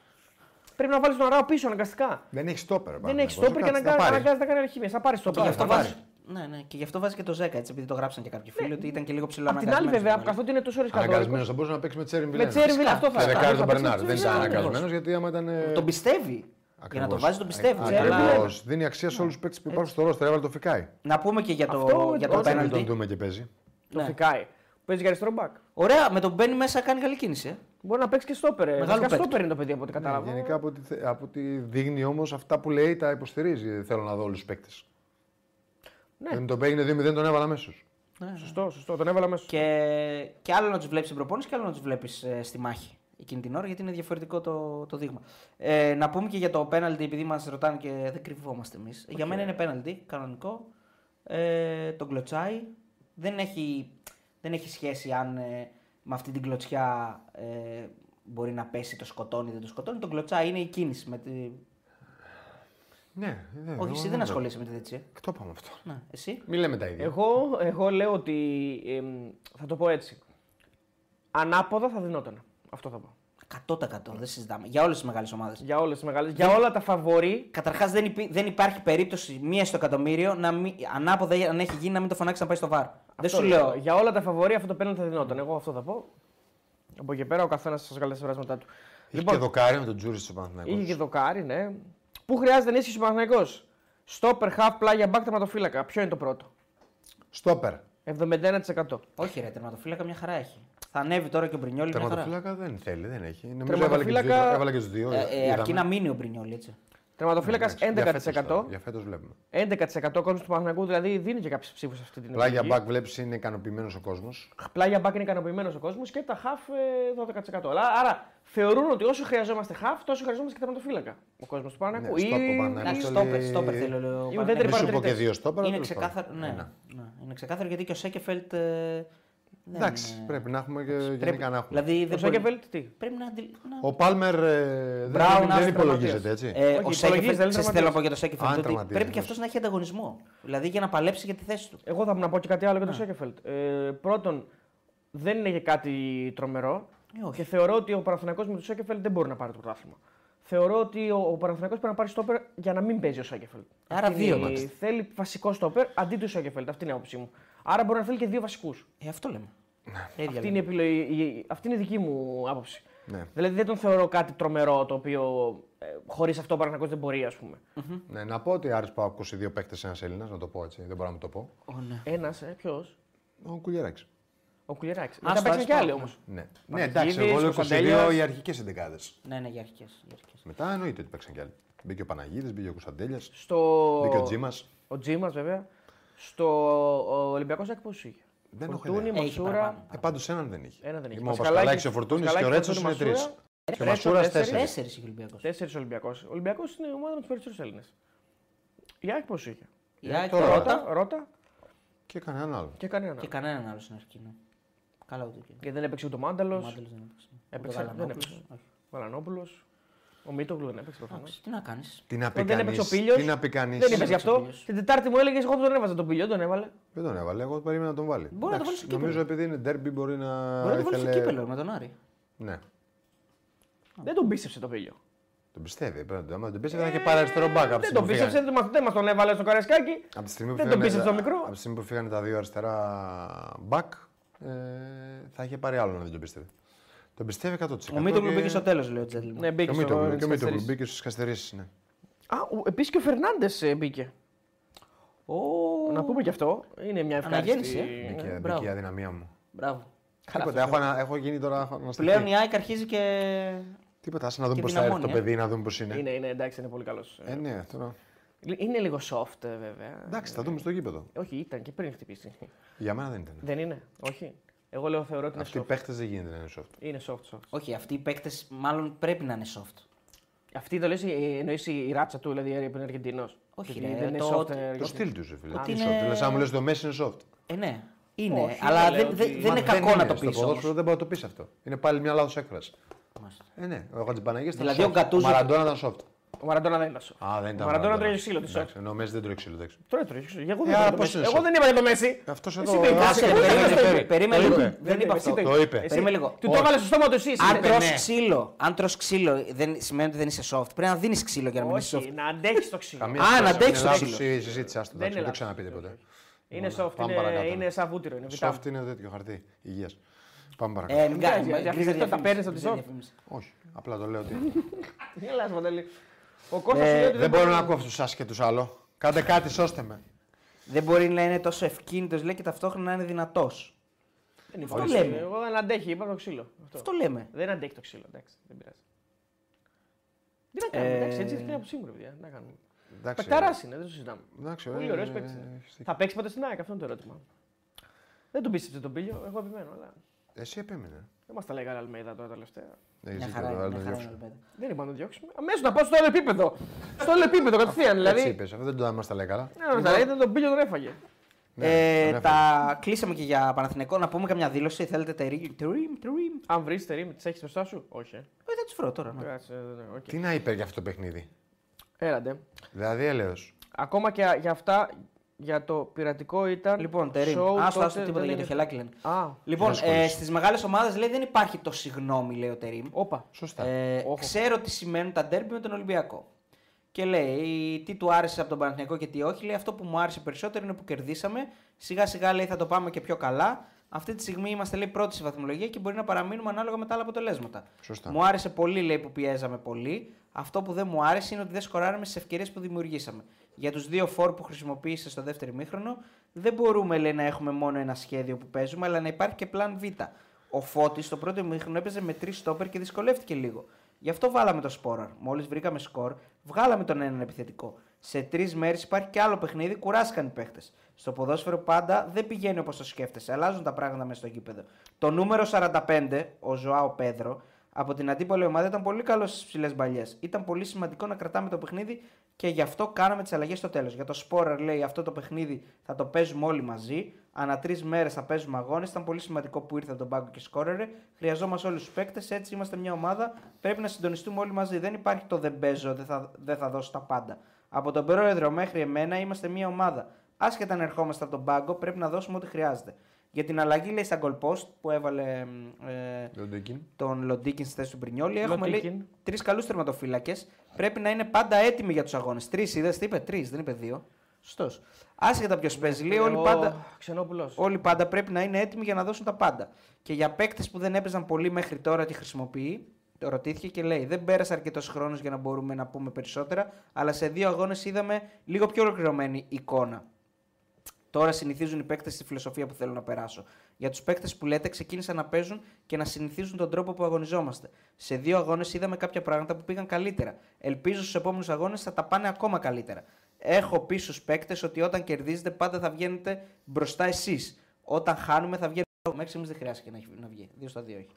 Πρέπει να βάλεις τον Αράο πίσω αναγκαστικά.
Δεν έχει στόπερ.
Δεν έχει στόπερ και αναγκα- αναγκάζεται να κάνει αρχημίε. Θα πάρει
Και γι'
στόπερ.
αυτό
θα πάρει.
βάζει. Ναι, ναι, και γι' αυτό βάζει και το 10 έτσι, επειδή το γράψαν και κάποιοι φίλοι ότι ήταν και λίγο ψηλό
Ναι. Απ' την άλλη,
αναγκασμένος
βέβαια,
να βάλει.
καθότι είναι τόσο ρισκαδόρικο.
Αναγκασμένο θα μπορούσε να παίξει με Τσέριν
Με
Βιλένας.
τσέρι Βιλένας, αυτό θα
Και
θα-
δεκάρι
θα-
τον
θα-
Μπερνάρ.
θα-
Δεν
θα-
ήταν
θα-
αναγκασμένος γιατί άμα ήταν. ε,
Τον πιστεύει. Για να το
ακριβώς.
βάζει, τον πιστεύει.
Α,
Τσέριν
Αλλά-
Βιλένα.
Ακριβώς. Δίνει αξία σε όλους τους παίκτες που υπάρχουν στο ρόστερ. Έβαλε το φικάι.
Να πούμε και για το,
Αυτό
για Ε, το
έτσι
Δεν
πέναλτι.
τον δούμε και παίζει.
Το
Ναι.
φυκάει. Παίζει για αριστερό μπακ.
Ωραία, με τον μπαίνει μέσα κάνει καλή κίνηση. ε.
Μπορεί να παίξει και στόπερ. ε.
Μεγάλο
Βασικά
παίκτη.
στόπερ είναι το παιδί από ό,τι κατάλαβα.
Γενικά από ό,τι, θε- από ό,τι δείχνει όμως αυτά που λέει τα υποστηρίζει. Θέλω να δω όλους τους παίκτες.
Ναι.
Δεν τον παίγνει 2-0, τον έβαλα αμέσω.
Σωστό, σωστό. Τον έβαλα μέσα.
Και, και άλλο να τους βλέπεις στην προπόνηση και άλλο να τους βλέπεις στη μάχη εκείνη την ώρα, γιατί είναι διαφορετικό το, το δείγμα. Ε, να πούμε και για το πέναλτι, επειδή μας ρωτάνε και δεν κρυβόμαστε εμείς. Για μένα είναι πέναλτι, κανονικό. Ε, τον κλωτσάει. Δεν έχει, δεν έχει σχέση αν ε, με αυτή την κλωτσιά ε, μπορεί να πέσει το σκοτώνει ή δεν το σκοτώνει. Τον κλωτσάει, είναι η κίνηση. Με τη...
Ναι, ναι.
Όχι, εσύ δεν ασχολείσαι με τη δίτσι. ε.
Το είπαμε αυτό.
Να, εσύ.
Μην λέμε τα ίδια.
Εγώ, εγώ λέω ότι. εμ, θα το πω έτσι. Ανάποδα θα δινόταν. Αυτό θα πω.
100% δεν συζητάμε. Για όλες τις μεγάλες ομάδες.
Για όλες τις μεγάλες. Για όλα τα φαβορή.
Καταρχάς, δεν, υπή- δεν υπάρχει περίπτωση μία στο εκατομμύριο να μην, ανάποδα ή αν έχει γίνει να μην το φωνάξει να πάει στο βαρ. δεν
Αυτό
σου λέω.
Για όλα τα φαβορή αυτό το πέναλτι θα δινόταν. Εγώ αυτό θα πω. Από εκεί πέρα ο καθένας σας βγάλει τα συμπεράσματά του. Λοιπόν,
Είχε
Λοιπόν-
και δοκάρι με τον Τζούρι στο Παναθηναϊκό.
Είχε και δοκάρι, ναι. Πού χρειάζεται ενίσχυση ο Παναθυναϊκό. Στόπερ, half, πλάγια, μπακ, τερματοφύλακα. Ποιο είναι το πρώτο.
Στόπερ.
71%.
Όχι, ρε, τερματοφύλακα μια χαρά έχει. Θα ανέβει τώρα και ο Μπρινιόλη μια χαρά.
Τερματοφύλακα δεν θέλει, δεν έχει. Νομίζω έβαλε και τους
Τερματοφύλακα-
δύο. Έβαλε και τους δύο.
Ε, ε,
είδαμε.
αρκεί να μείνει ο Μπρινιόλη, έτσι.
Τερματοφύλακας
Εντάξει, Ναι, για φέτος τώρα,
11%.
Για φέτος βλέπουμε.
11% κόσμος του Παναθυναϊκού δηλαδή δίνει και κάποιες ψήφους αυτή την
Πλάγια
επιλογή.
μπακ βλέπεις είναι ικανοποιημένος ο κόσμος.
Πλάγια μπακ είναι ικανοποιημένος ο κόσμος και τα half ε, 12%. Αλλά, άρα θεωρούν ότι όσο χρειαζόμαστε half, τόσο χρειαζόμαστε και τερματοφύλακα. Ο κόσμος του Παναθυναϊκού.
Ναι, στο από Παναθηναϊκό.
Εντάξει,
θέλει-
στόπερ, στόπερ θέλει ο
η
Παναθηναϊκός.
ουδέτερη
Μη σου πω και
παρατηρητές.
δύο στόπερ.
Είναι
τέλος πάντων.
ξεκάθαρο, ναι,
Ένα.
ναι, είναι ξεκάθαρο γιατί και ο Σέκεφελτ. ε, δεν
Εντάξει,
είναι-
πρέπει να έχουμε και γενικά να έχουμε.
ναι. Δηλαδή,
Ο
δεν μπορεί-
Σόκεβελτ τι.
Πρέπει να. αντι- να-
Ο Πάλμερ ε, δεν-
Μπράουν,
δεν
άστρα,
υπολογίζεται
Ματίας.
έτσι.
Ε,
Όχι,
ο
υπολογίζει,
Σέκεφελτ,
δεν
ξέρεις τι
τραυματίζεται.
θέλω να πω για το
Αν
Σέκεφελτ. Ότι
τραυματίζεται,
πρέπει και
εντάξει.
αυτός να έχει ανταγωνισμό. Δηλαδή για να παλέψει για τη θέση του.
Εγώ θα να πω και κάτι άλλο για τον Σέκεφελτ. Ε, πρώτον, δεν είναι και κάτι τρομερό.
Ε, όχι.
Και θεωρώ ότι ο Παναθηναϊκός με τον Σέκεφελτ δεν μπορεί να πάρει το πρωτάθλημα. Θεωρώ ότι ο, ο Παναθηναϊκός πρέπει να πάρει στόπερ για να μην παίζει ο Σέκεφελτ.
Άρα
Αυτή
δύο,
είναι η-
μάλιστα.
Θέλει βασικό στόπερ αντί του Σέκεφελτ. Αυτή είναι η άποψή μου. Άρα μπορεί να θέλει και δύο βασικούς.
Ε, αυτό λέμε. Τα ίδια
Αυτή,
λέμε.
είναι η επιλογή- η- αυτή είναι η δική μου άποψη.
Ναι.
Δηλαδή δεν τον θεωρώ κάτι τρομερό το οποίο ε, χωρίς αυτό ο Παναθηναϊκός δεν μπορεί, ας πούμε.
Ναι, να πω ότι Άρης Πάου ακούσει δύο παίκτες ένας Έλληνας, να το πω έτσι. Δεν μπορώ να μου το πω.
Ω, ναι.
Ένας, ε, ποιος.
Ο Κουλιεράκη.
Ο Κουλιεράκη.
στο
Μετά παίξαν και
Άρης
άλλοι
Πάου,
όμως.
Ναι. ναι, εντάξει, εγώ λέω
Κωνσταντέλιας.
22 οι αρχικές εντεκάδες.
Ναι, ναι, για αρχικέ. Για αρχικές.
Μετά εννοείται ότι παίξαν κι άλλοι. Μπήκε ο Παναγίδης, μπήκε ο Κωνσταντέλιας,
Στο...
μπήκε ο Τζίμας.
Ο Τζίμας, βέβαια. Στο Ολυμπιακό Σάκη πόσου είχε.
Δεν έχω
Φορτούνη,
ιδέα.
Έχει παραπάνω.
Μασούρα.
Ε, Πάντως έναν δεν είχε.
Ένα δεν είχε.
Μα Ο
Πασχαλάκης-
Πασκαλάκη, ο Φορτούνης και ο
Πασχαλάκης,
Ρέτσος είναι τρει.
Φορτούνης,
Και ο
Ρέτσος
Μασούρα
τέσσερις. Ε,
τέσσερις.
Τέσσερις είχε ο Ολυμπιακός.
Τέσσερις Ολυμπιακός. Ο Ολυμπιακός είναι η ομάδα με τους περισσότερους Έλληνες. Η ΑΕΚ πόσου είχε.
Η ΑΕΚ,
τώρα.
το Ρότα
Ρότα, Ρότα
Και κανέναν άλλο.
και κανένα.
και κανέναν άλλο στην αρχή. ναι. Καλά ούτε και.
Γιατί δεν έπαιξε ούτε ο
Ο ναι.
Μάνταλο,
Μάντελος δεν έπαιξε.
Έπαιξε,
Ούτε ο
δεν
Γαλανόπουλος.
έπαιξε. Ναι.
Όχι.
ο Βαλανόπουλο. Ο Μίτογλου δεν έπαιξε προφανώς.
Εντάξει, Τι να κάνεις.
Τι να πει
Δεν έπαιξε ο
κανείς,
Πίλιο.
Τι να πει κανείς.
Δεν έπαιξε γι'
ο
αυτό.
Πίλιος.
Την Τετάρτη μου έλεγες: Εγώ τον έβαζα τον πιλιό, τον έβαλε.
Δεν τον έβαλε. Εγώ περίμενα να τον βάλει.
Μπορεί να τον
Εντάξει,
βάλει στο κύπελλο.
Νομίζω επειδή είναι ντέρμπι μπορεί να.
Μπορεί να το βάλει στο
ήθελε-
κύπελο με τον Άρη.
Ναι.
Δεν τον πίστευσε τον πιλιό.
Τον πιστεύει. πρέπει να τον- άμα Τον πίστευε θα
Ε,
είχε πάρει αριστερό μπακ. από τη
Δεν
στιγμή
τον
που
πίστευσε,
φύγανε-
δεν μας- δεν μας τον έβαλε στο καρεσκάκι.
από τη στιγμή που
δεν τον
φύγανε
πίστευσε
τα-
το μικρό.
Από τη στιγμή που φύγανε τα δύο αριστερά μπακ, ε, θα είχε πάρει άλλο να δεν τον πίστευε. Τον πιστεύει 100%.
Ο Μίτογκλου
και-
μπήκε στο τέλος, λέει ο Τζέντλμαν.
Ναι,
Και
μπήκε
ο
στο
Μίτογκλου, και ο Μίτογκλου
24.
μπήκε στις καθυστερήσει. Ναι.
Α, επίσης και ο Φερνάντες μπήκε.
Ω,
Να πούμε και αυτό. Είναι μια ευχάριστη.
Αναγέννηση, ε.
Μπήκε,
Ναι,
μπήκε
μπράβο.
η αδυναμία μου.
Μπράβο.
Τίποτα, έχω, ανα- έχω γίνει τώρα. έχω
Ε.
αναστηθεί.
Πλέον η ΑΕΚ αρχίζει και.
Τίποτα, άσε να δούμε
και
πώς θα έρθει το
δυναμώνει, ε.
παιδί, να δούμε πώς είναι.
Είναι, είναι, εντάξει, είναι πολύ καλός.
ναι. Ε, ναι, τώρα.
Είναι λίγο soft, ε, βέβαια.
Εντάξει, θα δούμε στο γήπεδο.
Ε, Όχι, ήταν και πριν χτυπήσει.
Για μένα δεν ήταν.
δεν είναι, όχι. Εγώ λέω θεωρώ ότι είναι
Αυτοί οι
soft.
παίχτε δεν γίνεται να είναι soft.
Είναι soft, soft.
Όχι, αυτοί οι παίκτες μάλλον πρέπει να είναι soft.
Αυτή το λες, ε, εννοείς η η ράτσα του, δηλαδή ε, που είναι Αργεντινός.
Όχι,
Δηλαδή,
ρε,
δεν είναι
το
soft.
ότι-
ε,
Το
Αργεντινός.
στυλ τους, ρε φίλε.
Ότι
Τι
είναι-
soft. Λε, αν μου λες το Messi είναι soft.
Ε, ναι. Είναι,
Όχι,
αλλά
λέω
δεν,
ότι-
δεν- δεν
Μα
είναι κακό
είναι.
να το
Στο
πεις.
ποδόσφαιρο δεν μπορεί να το πεις αυτό. Είναι πάλι μια λάθος έκφραση. Ε, ναι, ο Χατζηπαναγία ήταν
Δηλαδή, ο
soft.
Γκατούζο-
Μαραντόνα ήταν soft.
Ο Μαραντόνα δεν είναι soft.
Α, δεν ήταν.
Ο Μαραντόνα τρώει ξύλο της soft.
Εντάξει, Ενώ ο Messi δεν τρώει ξύλο. εντάξει.
Τώρα τρώει ξύλο. Εγώ
άρα
δεν είπα
πώς
το
είναι
Messi. Εγώ
soft.
δεν είπα για το Μέση.
Αυτός
Εσύ
εδώ, ε,
το είπες.
άσε,
Εγώ δεν
περίμενε,
είπα, εσύ το είπες.
περίμενε,
Το
λίγο.
είπε.
Δεν είπα
Εσύ
αυτό.
Το είπε. ναι.
Εσύ-
Περίμενε λίγο.
Του το έβαλες στο στόμα του εσύ.
Αν
συγγνώμη.
τρως ξύλο, αν τρως ξύλο δεν σημαίνει ότι δεν είσαι soft. Πρέπει να δίνεις ξύλο για να μην είσαι soft.
Όχι, να αντέχεις το ξύλο.
Καμία
Α,
σχέση.
να αντέξει
Είναι
το
λάθος
ξύλο.
η συζήτηση, άστο, εντάξει,
είναι
δεν το
λάθος. Ε,
ξαναπείτε ποτέ.
Είναι soft,
Πάμε
είναι-
παρακάτω.
είναι σαν βούτυρο. Είναι βιτάμ.
Soft είναι τέτοιο χαρτί υγείας. Πάμε
Ε,
παρακάτω.
μην
Εντάξει,
κάνεις,
γιατί
γκρίζα
αυτά τα
διαφήμιση,
παίρνεις από τη
γκρίζα
soft.
διαφήμιση.
Όχι, απλά το λέω ότι.
Έλα, Σμανταλή. Ο Κώστας σου λέει ότι
Δεν μπορώ να ακούω αυτού του άσχετου άλλο. Κάντε κάτι, σώστε με.
Δεν μπορεί να είναι τόσο ευκίνητος λέει και ταυτόχρονα να είναι δυνατός. Αυτό λέμε.
Εγώ δεν αντέχει, είπα το ξύλο. Αυτό.
Αυτό λέμε.
Δεν αντέχει το ξύλο, εντάξει, δεν πειράζει. Τι να κάνουμε,
Ε,
εντάξει, έτσι είναι από σίγουρο, παιδιά. τι Να κάνουμε.
Εντάξει, ε.
Πεκταρά είναι, δεν το συζητάμε.
Εντάξει,
Πολύ
ε,
ωραίος
ε,
παίκτης.
ε, ε,
Θα παίξει ποτέ στην ΑΕΚ, αυτό είναι το ερώτημα. Δεν τον πίστεψε τον πήλιο, εγώ επιμένω, αλλά
Εσύ επέμεινε.
δεν μας τα λέγανε Αλμέιδα τώρα τελευταία.
Έχεις
Μια
δίκιο,
χαρά
το
είναι,
άλλο
μια χαρά
διώξω.
είναι ο Ελπέδα.
Δεν είπα να τον διώξουμε. Αμέσως να πάω στο άλλο επίπεδο. στο άλλο επίπεδο κατευθείαν
Έτσι Λοιπόν.
δηλαδή.
είπες, αυτό δεν το μας τα λέει καλά.
Ναι, ρε, τα λέγεται, τον πήλιο τον έφαγε.
Ναι,
Ε,
τον
τα κλείσαμε και για Παναθηναϊκό. Να πούμε καμιά δήλωση. Θέλετε τα ρίμ, τα ρίμ, τα ρίμ.
Αν βρεις τη ρήμη, τις έχεις μπροστά σου. Όχι. ε.
Ε, θα του βρω τώρα. ναι.
Κάτσε, δεν είναι, οκ.
Τι να είπε για αυτό το παιχνίδι.
Έλαντε.
Δηλαδή, έλεος.
Ακόμα και για αυτά, για το πειρατικό ήταν.
Λοιπόν, τα ρίμ.
show,
Άστο,
τότε
άστο τίποτα
δεν
για το
είναι-
χελάκι λένε.
Α,
Λοιπόν,
να
ε,
ασχολείσαι.
στι μεγάλες ομάδες λέει δεν υπάρχει το συγγνώμη, λέει ο Τερήμ.
όπα.
Σωστά.
Ε,
Όχο.
ξέρω τι σημαίνουν τα ντέρμπι με τον Ολυμπιακό. Και λέει τι του άρεσε από τον Παναθηναϊκό και τι όχι. Λέει αυτό που μου άρεσε περισσότερο είναι που κερδίσαμε. Σιγά σιγά λέει θα το πάμε και πιο καλά. Αυτή τη στιγμή είμαστε λέει πρώτοι στη βαθμολογία και μπορεί να παραμείνουμε ανάλογα με τα άλλα αποτελέσματα.
Σωστά.
Μου άρεσε πολύ λέει που πιέζαμε πολύ. Αυτό που δεν μου άρεσε είναι ότι δεν σκοράραμε στις ευκαιρίες που δημιουργήσαμε. Για τους δύο φόρ που χρησιμοποίησε στο δεύτερο μήχρονο, δεν μπορούμε λέει, να έχουμε μόνο ένα σχέδιο που παίζουμε, αλλά να υπάρχει και πλάν Β. Ο Φώτης στο πρώτο μήχρονο έπαιζε με τρεις στόπερ και δυσκολεύτηκε λίγο. Γι' αυτό βάλαμε το σπόραρ. Μόλις βρήκαμε σκορ, βγάλαμε τον έναν επιθετικό. Σε τρεις μέρες υπάρχει και άλλο παιχνίδι, κουράστηκαν οι παίχτες. Στο ποδόσφαιρο πάντα δεν πηγαίνει όπως το σκέφτεσαι, αλλάζουν τα πράγματα μέσα στο γήπεδο. Το νούμερο 45, ο Ζωάο Πέδρο, από την αντίπαλη ομάδα ήταν πολύ καλός στις ψηλές μπαλιές. Ήταν πολύ σημαντικό να κρατάμε το παιχνίδι και γι' αυτό κάναμε τις αλλαγές στο τέλος. Για το Σπόρερ λέει αυτό το παιχνίδι θα το παίζουμε όλοι μαζί. Ανά τρεις μέρες θα παίζουμε αγώνες. Ήταν πολύ σημαντικό που ήρθε από τον πάγκο και σκόρερε. Χρειαζόμαστε όλους τους παίκτες. Έτσι είμαστε μια ομάδα. Πρέπει να συντονιστούμε όλοι μαζί. Δεν υπάρχει το δεν παίζω, δεν θα, δεν θα δώσω τα πάντα. Από τον πρόεδρο μέχρι εμένα είμαστε μια ομάδα. Άσχετα αν ερχόμαστε από τον πάγκο, πρέπει να δώσουμε ό,τι χρειάζεται. Για την αλλαγή λέει στα goal post που έβαλε μ, ε,
Λοντοκίν.
τον Λοντίκιν στη θέση του Μπρινιόλη. Έχουμε
Λοντίκιν.
λέει τρεις καλούς τερματοφύλακες. Πρέπει να είναι πάντα έτοιμοι για τους αγώνες. Τρεις είδες, τι είπε, τρεις, δεν είπε δύο. Σωστός. Άσχετα ποιος παίζει, λέει, όλοι λοιπόν, πάντα,
Ξενόπουλος.
όλοι πάντα πρέπει να είναι έτοιμοι για να δώσουν τα πάντα. Και για παίκτες που δεν έπαιζαν πολύ μέχρι τώρα τη χρησιμοποιεί, το ρωτήθηκε και λέει: Δεν πέρασε αρκετός χρόνος για να μπορούμε να πούμε περισσότερα, αλλά σε δύο αγώνες είδαμε λίγο πιο ολοκληρωμένη εικόνα. Τώρα συνηθίζουν οι παίκτες τη φιλοσοφία που θέλω να περάσω. Για τους παίκτες που λέτε, ξεκίνησαν να παίζουν και να συνηθίζουν τον τρόπο που αγωνιζόμαστε. Σε δύο αγώνες είδαμε κάποια πράγματα που πήγαν καλύτερα. Ελπίζω στους επόμενους αγώνες θα τα πάνε ακόμα καλύτερα. Έχω πει στους παίκτες ότι όταν κερδίζετε πάντα θα βγαίνετε μπροστά εσείς. Όταν χάνουμε θα βγαίνετε. Μέχρι στιγμής δεν χρειάζεται να, έχει- να βγει. Δύο στα δύο έχει.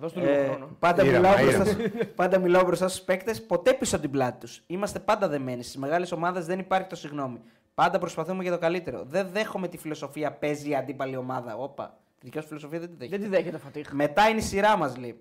Δώσ' του
Ε,
λίγο χρόνο.
πάντα,
Ήρεμα,
μιλάω
ήρεμα.
μπροστά, στους- πάντα μιλάω μπροστά στους παίκτες, ποτέ πίσω από την πλάτη τους. Είμαστε πάντα δεμένοι. Στις μεγάλες ομάδες δεν υπάρχει το συγγνώμη. Πάντα προσπαθούμε για το καλύτερο. Δεν δέχομαι τη φιλοσοφία παίζει η αντίπαλη ομάδα. Όπα. Τη δικιά σου φιλοσοφία δεν τη δέχεται.
Δεν τη δέχεται ο Φατίχ.
Μετά είναι η σειρά μας, λέει.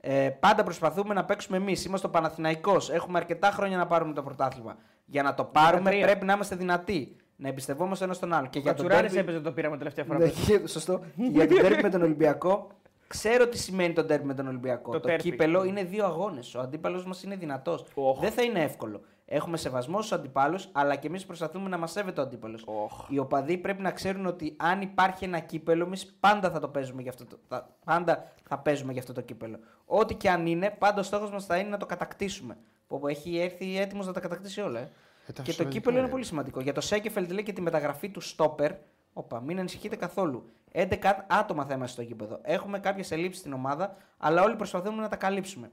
Ε, πάντα προσπαθούμε να παίξουμε εμείς. Είμαστε ο Παναθηναϊκός. Έχουμε αρκετά χρόνια να πάρουμε το πρωτάθλημα. Για να το πάρουμε
13.
πρέπει να είμαστε δυνατοί. Να εμπιστευόμαστε ένα τον άλλον. Και
Ο
για το
Κατσουράνη
derby-
έπαιζε το πείραμα τελευταία φορά.
ναι, και- σωστό. Για το τέρμι με τον Ολυμπιακό, ξέρω τι σημαίνει το τέρμι με τον Ολυμπιακό.
Το
Το,
τέρπι.
κύπελο είναι δύο αγώνες. Ο αντίπαλος μας είναι δυνατός.
Οχ.
Δεν θα είναι εύκολο. Έχουμε σεβασμό στους αντιπάλους, αλλά και εμείς προσπαθούμε να μας σέβεται ο αντίπαλος.
Οχ.
Οι οπαδοί πρέπει να ξέρουν ότι αν υπάρχει ένα κύπελο, εμείς πάντα θα το παίζουμε γι' αυτό το, θα, πάντα θα παίζουμε γι' αυτό το κύπελο. Ό,τι και αν είναι, πάντα ο στόχος μας θα είναι να το κατακτήσουμε. Που έχει έρθει έτοιμος να τα κατακτήσει όλα. ε.
Ε,
και
τα
το
σημαντικό
κύπελο είναι
είναι.
πολύ σημαντικό. Για το Σέκεφελτ λέει και τη μεταγραφή του Στόπερ. Όπα, μην ανησυχείτε καθόλου. 11 άτομα θα είμαστε στο γήπεδο. Έχουμε κάποιες ελλείψεις στην ομάδα, αλλά όλοι προσπαθούμε να τα καλύψουμε.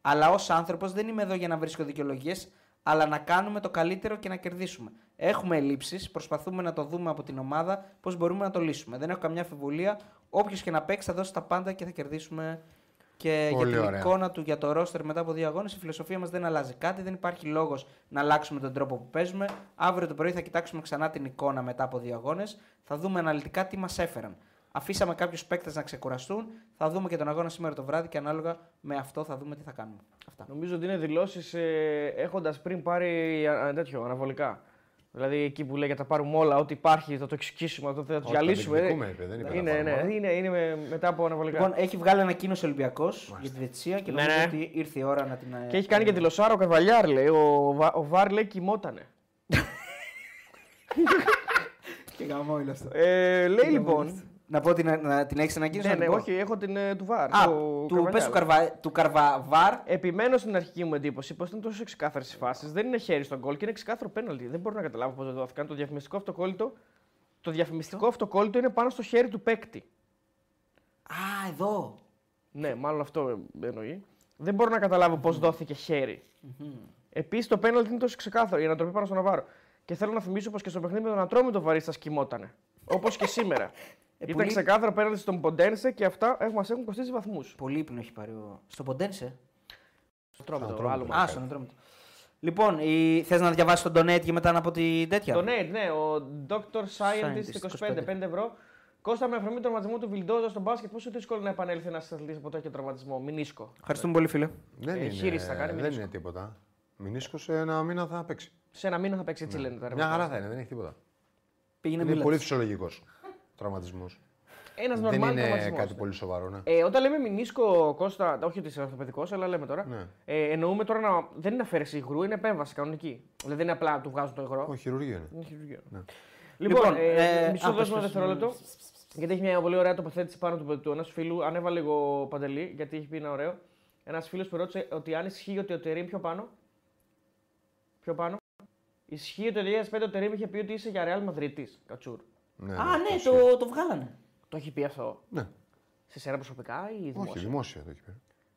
Αλλά ως άνθρωπος δεν είμαι εδώ για να βρίσκω δικαιολογίες, αλλά να κάνουμε το καλύτερο και να κερδίσουμε. Έχουμε ελλείψεις, προσπαθούμε να το δούμε από την ομάδα πώς μπορούμε να το λύσουμε. Δεν έχω καμιά αμφιβολία. Όποιος και να παίξει θα δώσει τα πάντα και θα κερδίσουμε. Και
Πολύ
για την
ωραία.
εικόνα του για το ρόστερ μετά από δύο αγώνες, η φιλοσοφία μας δεν αλλάζει κάτι. Δεν υπάρχει λόγος να αλλάξουμε τον τρόπο που παίζουμε. Αύριο το πρωί θα κοιτάξουμε ξανά την εικόνα μετά από δύο αγώνες. Θα δούμε αναλυτικά τι μας έφεραν. Αφήσαμε κάποιους παίκτες να ξεκουραστούν. Θα δούμε και τον αγώνα σήμερα το βράδυ και ανάλογα με αυτό θα δούμε τι θα κάνουμε. Αυτά.
Νομίζω ότι είναι δηλώσεις ε, έχοντας πριν πάρει α, τέτοιο αναβολικά. Δηλαδή εκεί που λέει για τα πάρουμε όλα, ό,τι υπάρχει θα το εξοικήσουμε, αυτό θα το
Όχι, τα
διαλύσουμε.
διεκδικούμε, είπε, δεν είπε να
είναι,
πάρουμε
ναι,
όλα.
είναι, είναι με- μετά από αναβολικά.
Λοιπόν, έχει βγάλει ανακοίνωση Ολυμπιακός για τη διετησία και
Ναι,
νομίζω
ναι.
ότι ήρθε η ώρα να την. ε,
και έχει κάνει και τη Λοσάρα ο Καρβαλιάρ, λέει. Ο, Βα- ο Βαρ λέει κοιμότανε.
Και γαμόιλο αυτό.
Ε, λέει λοιπόν.
Να πω την, να, την έχεις ανακοίνωση.
Ναι,
να
ναι,
την πω?
όχι, έχω την ε, του Βαρ.
Α,
του
του, πες
Καρβαλιάρ.
του, καρβα, του Καρβαβάρ
Επιμένω στην αρχική μου εντύπωση πως ήταν τόσο ξεκάθαρες οι φάσεις. Δεν είναι χέρι στον κόλ και είναι ξεκάθαρο πέναλτι. Δεν μπορώ να καταλάβω πώς δεν δόθηκαν. Το διαφημιστικό αυτοκόλλητο, το διαφημιστικό αυτοκόλλητο είναι πάνω στο χέρι του παίκτη.
Α, εδώ.
Ναι, μάλλον αυτό εννοεί. Δεν μπορώ να καταλάβω πώς δόθηκε χέρι. Επίσης το πέναλτι είναι τόσο ξεκάθαρο. Η ανατροπή πάνω στον Ναβάρο. Και θέλω να θυμίσω πως και στο παιχνίδι με τον Ατρόμητο Βαρίστα κοιμότανε. Όπως και σήμερα. Ήταν
πολύ-
ξεκάθαρο πέναλτι στον Ποντένσε και αυτά μας έχουν κοστίσει βαθμούς.
Πολύ ύπνο έχει πάρει ο. Στο Ποντένσε.
Ατρόμητο,
Ατρόμητο.
άλλο
Μα
Α, στον Αντρόμητο. Λοιπόν, η... θες να διαβάσεις τον Ντονέτ και μετά να πω την τέτοια.
Το Nate, ναι, ο Dr. Scientist
Scientist,
25, 5 ευρώ. Κόστα με αφορμή του τραυματισμού του Βιλντόζα στον μπάσκετ, πόσο δύσκολο να επανέλθει ένας αθλητής από τέτοιο τραυματισμό. Μηνίσκο.
Ευχαριστούμε πολύ, φίλε.
Δεν,
Ε,
είναι,
χείριση θα κάνει,
δεν
μηνίσκο.
είναι τίποτα. Μηνίσκος σε ένα μήνα θα παίξει.
Σε ένα μήνα θα παίξει έτσι, λένε τα
Μια
ρεπορτάζ.
χαρά θα είναι, δεν έχει τίποτα.
Πήγαινε
Είναι,
μίλα.
πολύ φυσιολογικό τραυματισμό.
Ένας
Δεν
νορμάλ
είναι
τραυματισμός.
κάτι πολύ σοβαρό, ναι.
Ε, όταν λέμε μηνίσκο, Κώστα, όχι ότι είσαι ορθοπαιδικός, αλλά λέμε τώρα.
Ναι.
Ε, εννοούμε τώρα να. Δεν είναι αφαίρεση υγρού, είναι επέμβαση κανονική. Δηλαδή δεν είναι απλά να του βγάζουν το υγρό.
Όχι, Ναι. χειρουργείο είναι.
Είναι χειρουργείο. Λοιπόν,
Λοιπόν,
ε,
ε,
μισό
α, πες,
δώσουμε ένα
πες,
δευτερόλεπτο. Γιατί έχει μια πολύ ωραία τοποθέτηση πάνω του, του ενό φίλου. Ανέβα λίγο παντελή, γιατί έχει πει ένα ωραίο. Ένας φίλος που ρώτησε ότι αν ισχύει ότι ο Τερήμ πιο πάνω. Πιο πάνω. Ισχύει ότι το 2005 ο Τερήμ είχε πει ότι είσαι για Real Μαδρίτη. Κατσούρ.
Ναι,
Α,
ναι.
ναι, το, το βγάλανε.
Το έχει πει αυτό
ναι.
σε σένα προσωπικά ή δημόσια.
Όχι, δημόσια το έχει πει.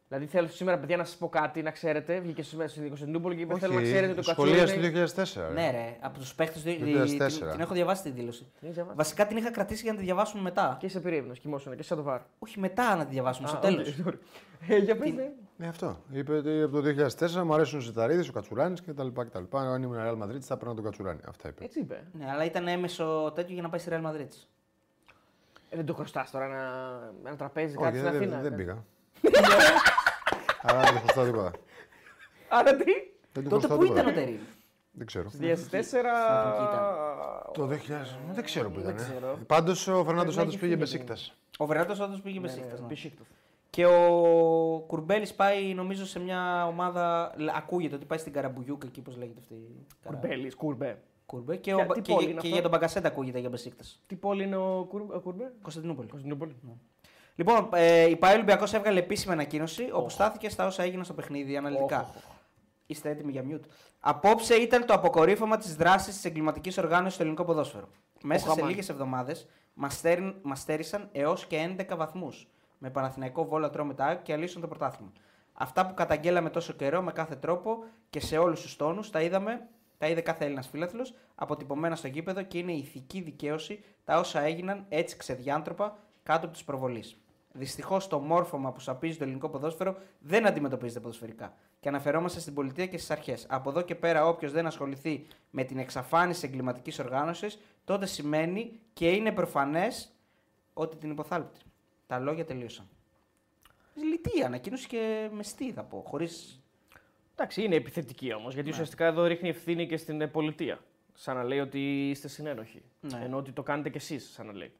Δηλαδή θέλω σήμερα, παιδιά, να σας πω κάτι, να ξέρετε. Βγήκε σήμερα στην Κωνσταντινούπολη και είπε: Θέλω να
Όχι,
ξέρετε ότι ο Κατσούρ.
Σχολίασε
είναι-
το 2004. ρε.
Ναι, ρε, από τους παίχτες του. Την,
2004.
την έχω διαβάσει τη δήλωση.
Την έχεις διαβάσει.
Βασικά την είχα κρατήσει για να τη διαβάσουμε μετά.
Και σε περίεργο, κοιμόσουν και σε το βάρ.
Όχι μετά να τη διαβάσουμε, στο
Α,
τέλος.
οκ, sorry. Ε, Για πες, ναι.
Ναι, αυτό. Είπε ότι από το 2004 μου αρέσουν ο Ζηταρίδη, ο Κατσουράνη κτλ. κτλ. Αν ήμουν Real Madrid θα παίρνω τον Κατσουράνη. Αυτά είπε.
Έτσι είπε.
Ναι, αλλά ήταν έμεσο τέτοιο για να πάει στη Real Madrid.
Ε, Δεν το χρωστάς τώρα ένα, ένα τραπέζι,
Όχι,
κάτι στην
δεν,
Αθήνα.
δεν, δεν
κάτι.
πήγα. Άρα δεν του χρωστάω τίποτα.
Άρα τι.
Δεν του
Τότε
χρωστάω
που ήταν ο
τίποτα.
Τερήμ.
Δεν ξέρω.
Εθνική ήταν.
2004.
Το 2000. Δεν ξέρω που ήταν.
ξέρω.
Πάντως ο Φερνάντος
να
Σάντο
έχει
πήγε
φύγει,
Μπεσίκτας.
Ο Βερνάτο όντω
Ναι,
πήγε με σύχτα.
Πισίκτος.
Και ο Κουρμπέλης πάει, νομίζω, σε μια ομάδα. λ- Ακούγεται ότι πάει στην Καραμπουγιούκα εκεί, πώς λέγεται αυτή η καρα-
Κουρμπέλης, κουρμπέ.
Κουρμπέ. Και,
Ποια-
ο...
τι
και,
πόλη είναι
και
αυτό?
για τον Μπαγκασέτα ακούγεται για Μπεσίκτα.
Τι πόλη είναι ο Κουρ- ο Κουρμπέ.
Κωνσταντινούπολη.
Κωνσταντινούπολη.
Λοιπόν, ε, η ΠαΕ Ολυμπιακός έβγαλε επίσημη ανακοίνωση όπου στάθηκε στα όσα έγιναν στο παιχνίδι αναλυτικά.
Οχ, οχ, οχ.
Είστε έτοιμοι για μute. Απόψε ήταν το αποκορύφωμα της δράσης της εγκληματικής οργάνωσης στο ελληνικό ποδόσφαιρο. Μέσα σε
Χαμάν.
λίγες εβδομάδες μα στέρισαν έως και 11 βαθμούς. Με Παναθηναϊκό βόλα τρώμετα ΑΕΚ και αλύσαν το πρωτάθλημα. Αυτά που καταγγέλαμε τόσο καιρό με κάθε τρόπο και σε όλους τους τόνους τα είδαμε. Τα είδε κάθε Έλληνας φιλάθλος αποτυπωμένα στο γήπεδο και είναι η ηθική δικαίωση τα όσα έγιναν έτσι ξεδιάντροπα κάτω από τη προβολή. Δυστυχώς το μόρφωμα που σαπίζει το ελληνικό ποδόσφαιρο δεν αντιμετωπίζεται ποδοσφαιρικά. Και αναφερόμαστε στην πολιτεία και στις αρχές. Από εδώ και πέρα, όποιος δεν ασχοληθεί με την εξαφάνιση εγκληματικής οργάνωσης, τότε σημαίνει και είναι προφανές ότι την υποθάλπτει. Τα λόγια τελείωσαν. Λυτή ανακοίνωση και μεστή, θα πω. Χωρίς.
Εντάξει, είναι επιθετική όμως, γιατί ουσιαστικά εδώ ρίχνει ευθύνη και στην ε, πολιτεία. Σαν να λέει ότι είστε συνένοχοι.
Ναι.
Ενώ ότι το κάνετε κι εσείς, σαν να λέει.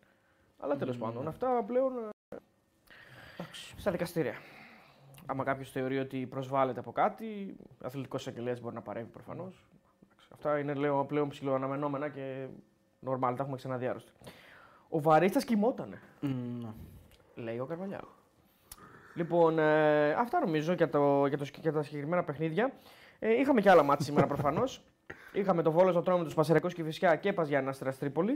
Αλλά τέλος πάντων, αυτά πλέον. ε, Στα δικαστήρια. Άμα κάποιος θεωρεί ότι προσβάλλεται από κάτι, αθλητικός εισαγγελέα μπορεί να παρέμβει προφανώς. Αυτά είναι λέω, πλέον ψηλοαναμενόμενα και normal, τα έχουμε ξαναδεί άρρωστα. Ο Βαρίστα κοιμότανε. Λέει ο Καρβαλιάλ. Λοιπόν, ε, αυτά νομίζω για, το, για, το, σκ- για τα συγκεκριμένα παιχνίδια. Ε, είχαμε και άλλα μάτια σήμερα προφανώς. είχαμε το Βόλο στον τρόμο του Πασερικό και Φυσιά και Παζιάννα Αστέρας Τρίπολης.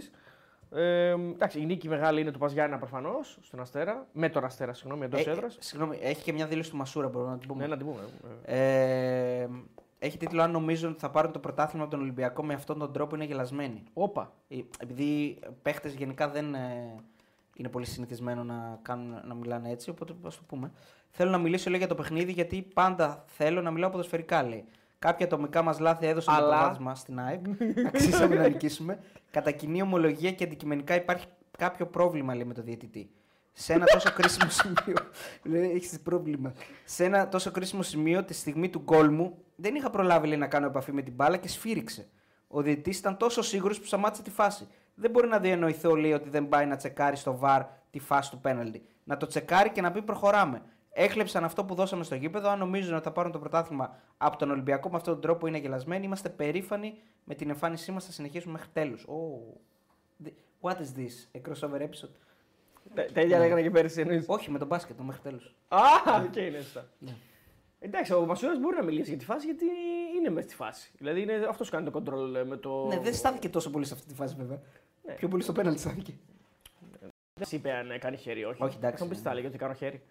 Ε, εντάξει, η νίκη μεγάλη είναι του Παζιάννα προφανώς στον Αστέρα. Με τον Αστέρα, συγγνώμη, εντός
Ε,
έδρας.
συγγνώμη, έχει και μια δήλωση του Μασούρα, μπορούμε να την πούμε.
Ναι, να την πούμε. ε,
Ε, έχει τίτλο Αν νομίζουν ότι θα πάρουν το πρωτάθλημα από τον Ολυμπιακό με αυτόν τον τρόπο είναι γελασμένοι.
Όπα.
Ε, Επειδή παίχτες γενικά δεν ε, είναι πολύ συνηθισμένο να, κάνουν, να μιλάνε έτσι, οπότε ας το πούμε. Θέλω να μιλήσω λίγο για το παιχνίδι, γιατί πάντα θέλω να μιλάω ποδοσφαιρικά, λέει. Κάποια ατομικά μας λάθη έδωσαν το
Αλλά-
προβάδισμα στην ΑΕΚ. Αξίσαμε να νικήσουμε. Κατά κοινή ομολογία και αντικειμενικά υπάρχει κάποιο πρόβλημα, λέει, με το διαιτητή. Σε ένα τόσο κρίσιμο σημείο. λέει, έχεις πρόβλημα. Σε ένα τόσο κρίσιμο σημείο, τη στιγμή του γκολ μου, δεν είχα προλάβει λέει, να κάνω επαφή με την μπάλα και σφύριξε. Ο διαιτητής ήταν τόσο σίγουρος που σταμάτησε τη φάση. Δεν μπορεί να διανοηθώ, λέει, ότι δεν πάει να τσεκάρει στο βαρ τη φάση του πέναλτι. Να το τσεκάρει και να πει προχωράμε. Έκλεψαν αυτό που δώσαμε στο γήπεδο. Αν νομίζουν ότι θα πάρουν το πρωτάθλημα από τον Ολυμπιακό με αυτόν τον τρόπο είναι γελασμένοι. Είμαστε περήφανοι με την εμφάνισή μας. Θα συνεχίσουμε μέχρι τέλους. What is this, a crossover episode.
Τε- Τα ίδια λέγανε και πέρσι εννοείς.
Όχι, με τον μπάσκετ, το μέχρι τέλους.
Α, οκ, είναι σωστά. Εντάξει, ο Μασούρα μπορεί να μιλήσει για τη φάση γιατί είναι μέσα στη φάση. Δηλαδή είναι αυτός κάνει το control ε, με το.
Ναι, δεν στάθηκε τόσο πολύ σε αυτή τη φάση βέβαια.
Ναι.
Πιο πολύ στο πέναλτι στάθηκε.
Δεν είπε αν κάνει χέρι, όχι.
Όχι, εντάξει,
Θα μου πει
ναι.
τα λέγε ότι κάνω χέρι.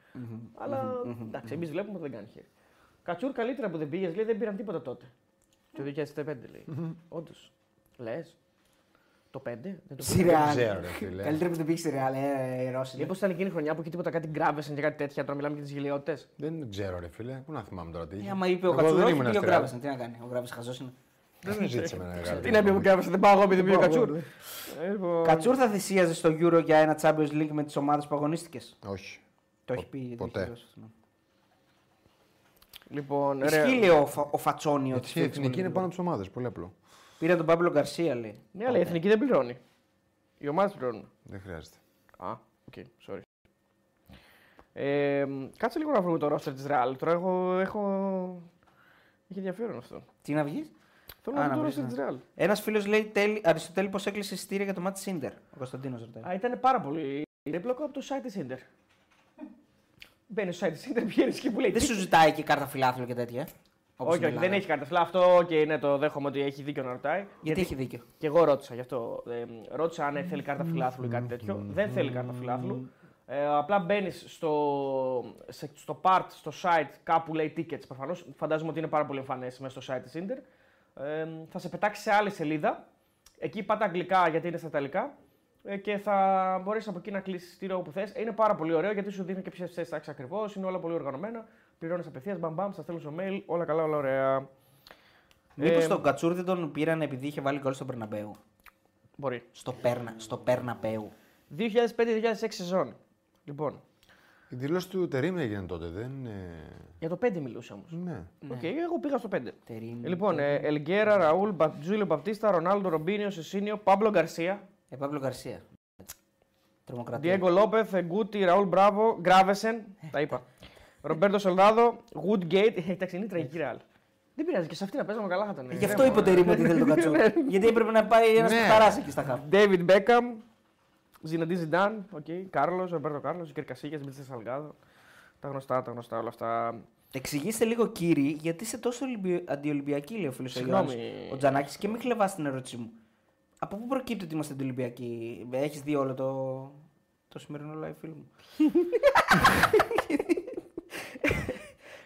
Αλλά εντάξει, εμείς βλέπουμε ότι δεν κάνει χέρι. Κατσούρ καλύτερα που δεν πήγες, λέει δεν πήραν τίποτα τότε. Το 2005 λέει. Όντως. Λες. Το 5 δεν το
Στη
πήραν.
Ρεάλ.
ξέρω, ρε φίλε. Λοιπόν,
Καλύτερα που δεν πήγε στη Ρεάλ, ε, οι Ρώσοι.
Μήπως ήταν εκείνη η χρονιά που είχε τίποτα κάτι γκράβεσεν και κάτι τέτοια, τώρα μιλάμε για τις γελιότητες.
Δεν ξέρω, ρε φίλε. Πού να θυμάμαι τώρα τι.
Ε,
είχε.
άμα είπε ο
Εγώ
Κατσουρό,
δεν
όχι
ήμουν
πήγε ο
αστρέα.
Γκράβεσεν. Τι να κάνει, ο Γκράβεσεν χαζός είναι.
Δεν με ζήτησε εμένα. ρε,
Τι να πει
αγάπη
που
μου.
γκράβεσεν, δεν πάω εγώ επειδή πήγε ο
πάω
Κατσούρ.
εγώ,
Ε, λοιπόν,
Κατσούρ θα θυσίαζε στο Euro για ένα Champions League με τις ομάδες που αγωνίστηκες.
Όχι.
Το
Πο-
έχει πει. το
ποτέ.
έχει δώσει, ναι.
Λοιπόν, ρε.
Ισχύει λέει, ο, Φα- Ε, ο Φατσόνιο. της
Γιατί η
Φίξ
εθνική είναι
Μολυβδίου.
πάνω από τις ομάδες. Πολύ απλό.
Πήρε τον Παύλο Γκαρσία, λέει.
Ναι, αλλά η
Τότε.
εθνική δεν πληρώνει. Οι ομάδες πληρώνουν.
Δεν χρειάζεται.
Α, οκ, sorry. Ε, μ, κάτσε λίγο να βρούμε το roster της Ρεάλ. Τώρα έχω. έχω... Έχει ενδιαφέρον αυτό.
Τι να βγεις.
Θέλω
Α,
να
να
βρω το
βρεις,
roster
ναι.
τη Ρεάλ.
Ένας φίλος λέει τέλει, Αριστοτέλη πω έκλεισε εισιτήρια για το Μάτι Σίντερ. Ο Κωνσταντίνος ρωτάει.
Α, ήταν πάρα πολύ περίπλοκο από το site της Inter. Μπαίνει στο site της Inter, πηγαίνει και που λέει.
Δεν
«Τι-
σου ζητάει και κάρτα φιλάθλου και τέτοια. ε, όπως
Όχι,
στην
όχι, δεν
Ελλάδα.
έχει κάρτα. Φλά, αυτό και ναι, το δέχομαι ότι έχει δίκιο να ρωτάει.
Γιατί έχει δίκιο.
Και εγώ ρώτησα γι' αυτό. Ε, μ, ρώτησα αν θέλει κάρτα φιλάθλου ή κάτι τέτοιο. Δεν θέλει κάρτα φιλάθλου. Ε, απλά μπαίνεις στο, σε- στο part, στο site, κάπου λέει tickets προφανώς. Φαντάζομαι ότι είναι πάρα πολύ εμφανές μέσα στο site της Inter. Ε, μ, θα σε πετάξει σε άλλη σελίδα. Εκεί πάτα αγγλικά γιατί είναι στα ιταλικά. Ε, και θα μπορέσει από εκεί να κλείσεις εισιτήριο όπου θες. Είναι πάρα πολύ ωραίο γιατί σου δείχνει και ποιες θέσει τάξει ακριβώς. Είναι όλα πολύ οργανωμένα. Πληρώνεις απευθείας, μπαμ μπαμ, στα στέλνουν στο mail. Όλα καλά, όλα ωραία.
Μήπως
Ε,
τον Κατσούρ δεν τον πήραν επειδή είχε βάλει γκολ στον Περναμπέου.
Μπορεί.
Στο, Πέρνα, στο Περναμπέου.
2005-2006 σεζόν. Λοιπόν,
Η δηλώση του Τερήμ έγινε τότε. Δεν. ε,
για το 5 μιλούσα όμως.
Ναι.
Οκ, εγώ πήγα στο 5.
Τερίμ.
Λοιπόν, ε, Ελγκέρα, Ραούλ, Μπα- Τζούλιο Μπαπτίστα, Ρονάλντο, Ρομπίνιο, Σεσίνιο, Παύλο Γκαρσία,
Ε, Παύλο Γκαρσία. Τρομοκρατία.
Διέγκο Λόπεθ, Γκούτι, Ραούλ Μπράβο, Γκράβεσεν.
Ε.
Τα είπα. Ρομπέρτο Σολδάδο, Woodgate. Ε, Εντάξει, είναι η τραγική ρεάλ. Δεν πειράζει και σε αυτή να παίζαμε καλά θα ήταν. ε.
Γι' αυτό είπε ο Τερίμ ότι θέλει τον Κατσούρ. Γιατί έπρεπε να πάει ένας
Ναι.
κουταράς εκεί στα χαφ.
Ντέβιντ Μπέκαμ, Ζιναντί Ζιντάν, οκ, Κάρλος, Ρομπέρτο Κάρλος, Κερκασίγια, Μπίτσε Σαλγάδο. Τα γνωστά, τα γνωστά όλα αυτά.
Εξηγήστε λίγο, κύριοι, γιατί είσαι τόσο ολυμπι... αντιολυμπιακή, λέει ο φίλος ο
Συγγνώμη.
Γιάννης, ο Τζανάκης, και μην χλεβά την ερώτησή μου. Από πού προκύπτει ότι είμαστε αντιολυμπιακοί, Έχεις δει όλο το, το σημερινό live film μου.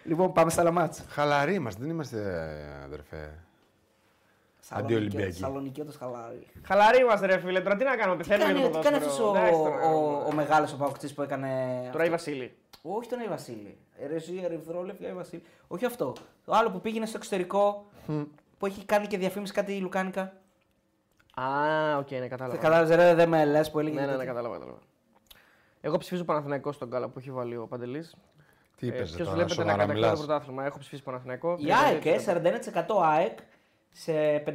λοιπόν, πάμε στα άλλα μάτσα.
Χαλαροί είμαστε, δεν είμαστε ε, αδερφέ. Αντιολυμπιακοί.
Σαλονικέ το χαλάρι.
Χαλαρή είμαστε, ρε φίλε. Τώρα τι να κάνουμε,
Τι
πεθαίνουμε για
κάνει,
το
τι κάνει
ποδόσφαιρο.
αυτός ο,
Εντάξει, τώρα.
ο, ο μεγάλος ο παοκτή που έκανε.
Τώρα η Βασίλη.
Όχι τον Άι Βασίλη. Ρεζί, Ερυθρόλευκα, Άι Βασίλη. Όχι αυτό. Το άλλο που πήγαινε στο εξωτερικό που έχει κάνει και διαφήμιση κάτι λουκάνικα.
Α, οκ, ναι, κατάλαβα.
Δεν κατάλαβες, ρε, δεν με λες που έλεγε.
Ναι, ναι, ναι,
τέτοιο.
κατάλαβα, κατάλαβα. Εγώ ψηφίζω Παναθηναϊκό στον κάλα που έχει βάλει ο Παντελής.
Τι είπε τώρα,
Ε, βλέπετε να
σοβαρά
κατακτά το
μιλάς.
πρωτάθλημα. Έχω ψηφίσει Παναθηναϊκό.
Η ΑΕΚ, ε, 41% ΑΕΚ σε 500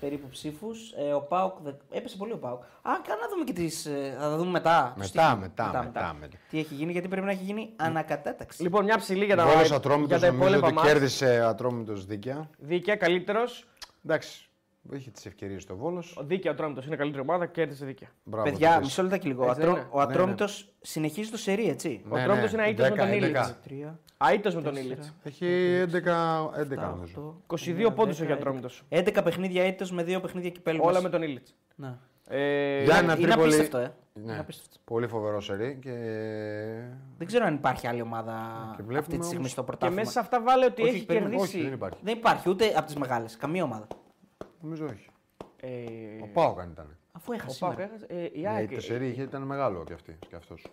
περίπου ψήφους. ο ΠΑΟΚ δε- έπεσε πολύ ο ΠΑΟΚ. Α, κάνε να δούμε και τις. Θα τα δούμε μετά. το
Μετά,
στοίχημα.
μετά, μετά, μετά.
Τι έχει γίνει, γιατί πρέπει να έχει γίνει ανακατάταξη.
Λοιπόν, μια ψηλή για τα,
Βόλος
για
Ατρόμητο
τα
νομίζω
υπόλοιπα
ότι
μάτια.
κέρδισε ο Ατρόμητος δίκαια.
Δίκαια, καλύτερος.
Εντάξει. Είχε τις ευκαιρίες στο Βόλος.
Δίκαια ο Τρόμητο είναι καλύτερη ομάδα, κέρδισε δίκαια.
Μπράβο. Ναι,
Παιδιά,
της.
μισό λεπτό και λίγο. Ο,
Έτσι Ε, δεν
Ατρό-
είναι.
ο Ατρόμητο συνεχίζει το σερί, έτσι.
Ο Τρόμητο είναι αίτητο με
Ναι, δέκα,
τον Ήλιτ.
έντεκα.
Τρία,
Αίτητο με τον
τέσσερα,
Ήλιτ.
Έχει 11, 11
εφτά,
νομίζω.
οκτώ,
22
εννέα,
πόντους
δέκα,
έχει ο
έντεκα.
Τρόμητο.
11 παιχνίδια έτος με 2 παιχνίδια κυπέλου.
Όλα
μας.
με τον Ήλιτ.
Να.
Ε,
Για
είναι
να Τρίπολη.
απίστευτο, ε. Είναι
Ναι.
απίστευτο.
Πολύ φοβερό σερί και.
Δεν ξέρω αν υπάρχει άλλη ομάδα
Ναι, Και βλέπουμε
αυτή τη στιγμή
όμως-
στο
Και
πρωτάθλημα.
μέσα σε αυτά βάλε ότι έχει
περίμενε,
κερδίσει.
όχι, δεν υπάρχει.
Δεν υπάρχει ούτε από τις μεγάλες. Καμία ομάδα.
Νομίζω όχι.
Ε,
Ο Πάοκαν ήταν.
Αφού έχασε.
Ο Πάοκ
σήμερα.
έχασε. Ε, η
Ναι,
ΑΕΚ.
το σερί είχε, ήταν μεγάλο κι αυτή. Και αυτός.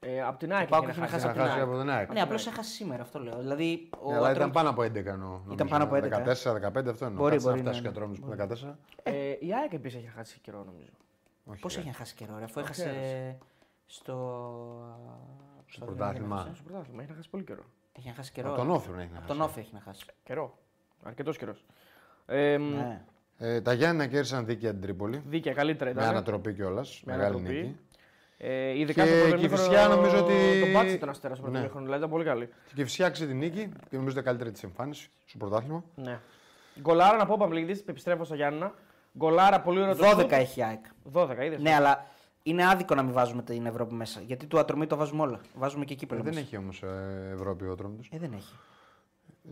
Ε, από την ΑΕΚ.
Ο Πάοκ
είχε
είχε
να
να
χάσει.
χάσει
Είχε να χάσει από την ΑΕΚ.
Ναι, απλώς έχασε σήμερα, αυτό λέω. Δηλαδή, ο
Ναι, αλλά ήταν
Ατρόμητος-
πάνω από 11 εννοώ. νομίζω.
πάνω από 11, ε.
14-15 αυτό εννοώ.
Μπορεί,
Κάτσε
μπορεί,
να φτάσει
ναι,
και ο Ατρόμητος που είναι 14.
Ε, η ΑΕΚ επίσης έχει χάσει καιρό νομίζω.
Όχι,
Πώς
ε,
έχει να χάσει καιρό, ρε, αφού έχασε
Χαίρεσε.
στο. στο
πρωτάθλημα.
Δυναμικό,
Στο πρωτάθλημα έχει να χάσει πολύ καιρό.
Έχει να χάσει
Από
καιρό.
τον
ρε.
Όφη έχει να
Από
χάσει.
τον Όφη έχει να χάσει.
Καιρό. Αρκετός καιρός. Ε, μ,
Ναι.
Ε, τα Γιάννη κέρδισαν δίκαια την Τρίπολη.
Δίκαια, καλύτερα
Με
ήταν. ε.
ανατροπή κιόλας.
Με
Μεγάλη
ανατροπή.
νίκη.
Ε, ειδικά
Και
στο πρώτο
η
ημίχρονο,
Κηφισιά νομίζω ότι-
Τον πάτσε τον αστέρας στο πρώτο
Ναι.
ημίχρονο, δηλαδή ήταν πολύ καλή.
Και η Φυσιά την νίκη και νομίζω ήταν καλύτερη της εμφάνισης στο πρωτάθλημα. Ε,
Ναι. Γκολάρα να πω Παπληκτή, επιστρέφω στο Γιάννηνα. Γκολάρα πολύ ωραίο. Ναι, το
12
σουτ.
έχει η ΑΕΚ.
12 είδες.
Ναι, αλλά είναι άδικο να μην βάζουμε την Ευρώπη μέσα. Γιατί του ατρομή το βάζουμε όλα. Βάζουμε και εκεί
Ε,
πέρα.
δεν έχει όμως Ευρώπη ο Τρόμητο.
Ε, δεν έχει.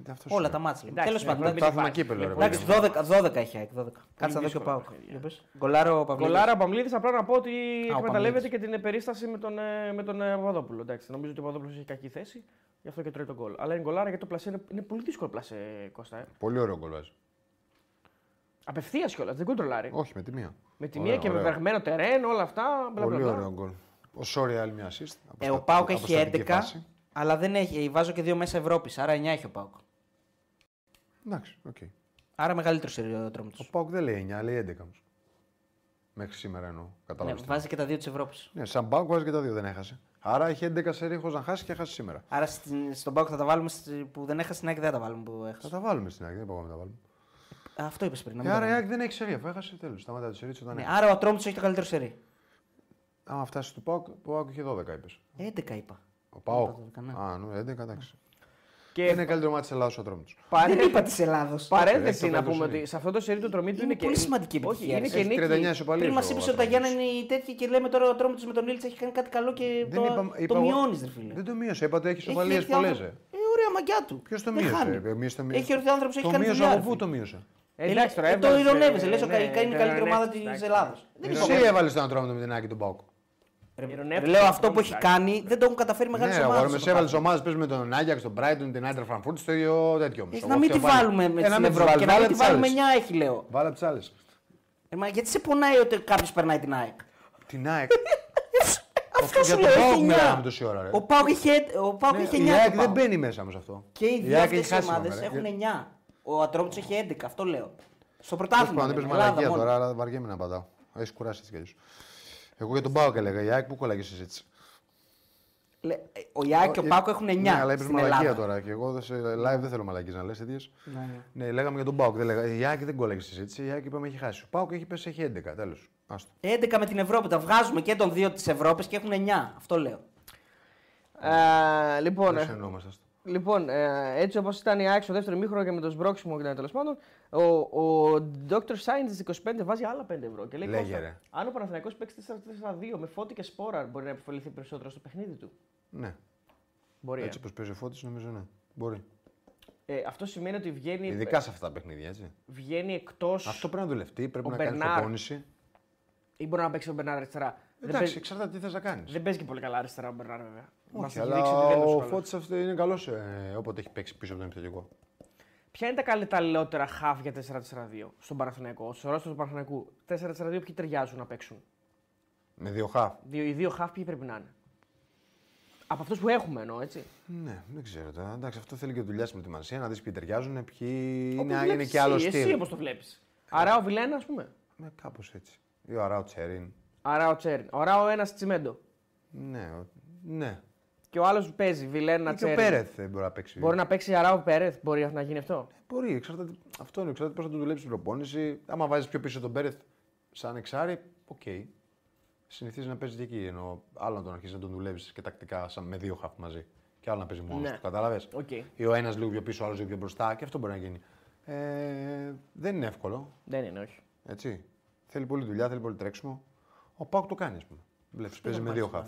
Ε, Όλα τα μάτια.
Εντάξει,
Τέλος
ναι,
πάντων.
πρέπει
δεν-
να
Πρωτάθλημα κύπελο, ρε
Εντάξει,
παιδί μου.
12, 12 έχει ΑΕΚ. 12. Κάτσε να δω και
δύσκολο,
πάω. Γκολάρο Παυλίδης.
Κολάρα Παμλίδη, απλά να πω ότι
ο
εκμεταλλεύεται
Παμλίδης.
και την περίσταση με τον, ε, με τον ε, Παπαδόπουλο. Εντάξει, νομίζω ότι ο Παπαδόπουλο έχει κακή θέση, γι' αυτό και τρώει τον γκολ. Αλλά είναι γκολάρα γιατί το πλασέ είναι, είναι πολύ δύσκολο πλασέ, Κώστα. Ε.
Πολύ ωραίο γκολ βάζει.
Απευθείας κιόλας, δεν κοντρολάρει.
Όχι, με τη μία.
Με τη
Ωραίο,
μία και με
ωραίο.
βεγμένο τερέν, όλα αυτά. Μπλα,
Πολύ
μπλα, μπλα.
ωραίο γκολ. Ο Σόρι άλλη μια assist.
Ε,
Αποστα-
ο Πάουκ έχει
αποστατική
11,
φάση.
αλλά δεν έχει. ε, Βάζω και δύο μέσα Ευρώπης, άρα 9 έχει ο Πάουκ.
Εντάξει, οκ.
Άρα Ναι, μεγαλύτερο ο τρόμο
Ο
του.
Πάουκ δεν λέει 9, λέει 11 όμως. Μέχρι σήμερα εννοώ.
Ναι,
Κατάλαβε.
βάζει και τα δύο της Ευρώπης.
Ναι, σαν Πάουκ βάζει και τα δύο, δεν έχασε. Άρα έχει 11 σερή χωρί να χάσει και χάσει σήμερα.
Άρα στην, στον Πάουκ θα τα βάλουμε στη- που δεν έχασε στην ΑΕΚ, δεν θα τα βάλουμε που έχασε.
Θα τα βάλουμε στην άκρη, δεν πάμε να τα βάλουμε.
Αυτό είπες πριν. να
Ε,
μην τα
άρα η
βάλουμε.
Άκη δεν έχει σερή, αφού έχασε τέλος. Σταματά τη σερή της όταν
Ναι,
έχασε.
άρα ο Τρόμψο έχει το καλύτερο σερί.
Άμα φτάσει του Πάουκ, ο Πάουκ είχε 12 είπε.
11 είπα.
Ο Πάουκ.
είπα 12, ναι.
Α, ναι, 11, εντάξει.
Και
Είναι καλύτερο μάτι της Ελλάδας ο τρόμο τους.
παρέ-
Δεν είπα της Ελλάδος.
Παρένθεση
Έχει το
να πούμε
πρωτοσέλιδο.
ότι σε αυτό το σερί του τρομίτου
Είναι
είναι και.
πολύ σημαντική
Όχι,
επιτυχία,
είναι
ρε.
και
Έχει 39
νίκη.
ισοπαλίε.
Πριν μας είπες ότι τα Γιάννα είναι τέτοιοι και λέμε τώρα ο Τρόμψο με τον Ήλτσα έχει κάνει κάτι καλό και Ε, το, το μειώνεις, ρε φίλε.
Δεν το μείωσε, είπα ότι έχει
Έχει
ισοπαλίε
έρθει ο
πολλές.
άνθρωπος- Ε, ωραία μαγιά του.
Ποιος το
Δεν
μείωσε.
χάνει.
ε, εμείς το
Έχει έρθει ο άνθρωπος, έχει
Το
κάνει
μείωσε
δουλειά. ρε
από πού το μείωσε.
Ε,
Εντάξει, τώρα
ε, το
έβγαζε-
ηρωνεύεσαι. Λες, ο
ναι,
Καϊκά είναι η καλύτερη ομάδα της
εντάξει,
Ελλάδα. Δεν
Ε, Εσύ έβαλες τον τρόμο με την Άκη τον Πάουκ.
είπα.
Ηρωνεύτηκε,
Λέω αυτό που
λοιπόν, εντάξει.
έχει κάνει δεν το έχουν καταφέρει μεγάλες
Ναι, αγόρι με
ομάδε.
σε έβαλε ομάδες πες με τον Άγιαξ, τον Brighton, την Άιντρα Φραγκφούρτη, στο ίδιο τέτοιο όμως.
Έχει
Εγώ
να μην τη
φταίω πάλι.
βάλουμε με
Ε, να
την
μην τις
Ευρώπη και να
βάλεις,
μην τη
βάλε
βάλουμε
τις
9
άλλες.
έχει, λέω.
Βάλε τις άλλες.
Ε, μα γιατί σε πονάει ότι κάποιος περνάει την ΑΕΚ.
Την ΑΕΚ.
Αυτό
για
σου
τον
λέω.
Πάοκ
έχει
μιλάμε
εννιά.
τόση ώρα, ρε.
Ο Πάοκ έχει έτ- ο Πάοκ
Ναι,
έχει
Η ΑΕΚ
9.
δεν μπαίνει μέσα με αυτό.
Και οι
Η
δύο
ΑΕΚ έχει
αυτέ οι
χάσει
ομάδες
σήμερα, ε.
έχουν 9. Ο Ατρόμητος έχει 11, αυτό λέω. Στο
Τέλος
πρωτάθλημα. λέμε,
πάντων, πες
Ελλάδα
μαλακία
μόνο.
τώρα, αλλά βαριέμαι να απαντάω. Έχεις κουράσει έτσι κι αλλιώς. Εγώ για τον Πάοκ έλεγα. Η ΑΕΚ που κολλάει η συζήτηση.
Λε- ε, Ο Ιάκ και ο
Ε,
Πάκο έχουν 9.
Ναι, αλλά είπες
στην
μαλακία
Ελλάδα.
τώρα. Και εγώ δεν σε live δεν θέλω μαλακίες να λες τέτοιες. Ναι, ναι. λέγαμε για τον Πάοκ. Δεν λέγα, ε, η Άκη δεν κόλλαγε στη συζήτηση. Η Άκη είπαμε έχει χάσει. Ο Πάοκ έχει πέσει, έχει 11. Τέλο.
11 με την Ευρώπη. Τα βγάζουμε και των δύο της Ευρώπης και έχουν 9. Αυτό λέω.
Ε, Λοιπόν,
Δεν
ε,
συνεννόμαστε. ας το.
Λοιπόν, ε, έτσι όπως ήταν η ΑΕΚ στο δεύτερο μήχρονο και με το σμπρόξιμο και τέλος πάντων, ο, ο Dr. Science 25 βάζει άλλα 5 ευρώ. Και λέει,
Λέγε,
Κώστα,
ρε.
αν ο Παναθηναϊκός παίξει 4-4-2 με φώτη και σπόρα, μπορεί να επωφεληθεί περισσότερο στο παιχνίδι του.
Ναι.
Μπορεί. ε.
Έτσι όπως παίζει ο φώτης, νομίζω ναι. Μπορεί.
Ε, αυτό σημαίνει ότι βγαίνει,
Ειδικά σε αυτά τα παιχνίδια, έτσι.
βγαίνει εκτός.
Αυτό πρέπει να δουλευτεί, πρέπει
Ο
να κάνει
Μπερνάρ.
προπόνηση.
ή μπορεί να παίξει ο Μπερνάρ αριστερά. Δεν
Εντάξει,
παίζει,
εξαρτάται τι θες να κάνεις.
δεν παίζει και πολύ καλά αριστερά ο Μπερνάρ, βέβαια. Μας
Όχι,
έχει
αλλά
δείξει ότι δεν είναι τόσο
ο
καλός.
Φώτης αυτό είναι καλός ε, όποτε έχει παίξει πίσω από τον επιθετικό.
Ποια είναι τα καλύτερα χαφ για 4-4-2 στον Παναθηναϊκό, ο ρόλο του Παναθηναϊκού. 4-4-2 ποιοι ταιριάζουν να παίξουν.
Με δύο χαφ.
Δύο, οι δύο χαφ ποιοι πρέπει να είναι. Από αυτούς που έχουμε εννοώ, έτσι.
Ναι, δεν ξέρω τώρα. Εντάξει, αυτό θέλει και δουλειά στην προετοιμασία, να δεις ποιοι ταιριάζουν, ποιοι
Όπως
είναι,
βλέπεις
είναι και άλλο
εσύ, Εσύ
στυλ.
πώ το βλέπεις. Αρά ο Βιλένα, ας πούμε.
Ναι, κάπως έτσι. Ή ο Αράου Τσέριν.
Αρά ο Τσέριν. Αρά ο ένας Τσιμέντο.
Ναι, ο- ναι.
Και ο άλλος παίζει. Βιλένα
Ή και ο
Τσέριν.
Πέρεθ δεν μπορεί να παίξει.
Μπορεί να παίξει Αρά ο Πέρεθ, μπορεί να γίνει αυτό.
Μπορεί, εξαρτάται. Αυτό είναι, εξαρτάται πώς θα του δουλέψει η προπόνηση. Άμα βάζεις πιο πίσω τον Πέρεθ σαν εξάρι, οκ. Συνηθίζει να παίζει και εκεί. Ενώ άλλο να τον αρχίσει να τον δουλεύεις και τακτικά σαν με δύο χαφ μαζί. Και άλλο να παίζει μόνος
Ναι.
του. Κατάλαβες.
Οκ.
Ή ο ένας λίγο πιο πίσω, ο άλλος λίγο πιο μπροστά και αυτό μπορεί να γίνει. Ε, δεν είναι εύκολο.
Δεν είναι, όχι.
Έτσι. Θέλει πολλή δουλειά, θέλει πολύ τρέξιμο. Ο Πάουκ το κάνει, ας πούμε. Βλέπει, παίζει με δύο χαφ.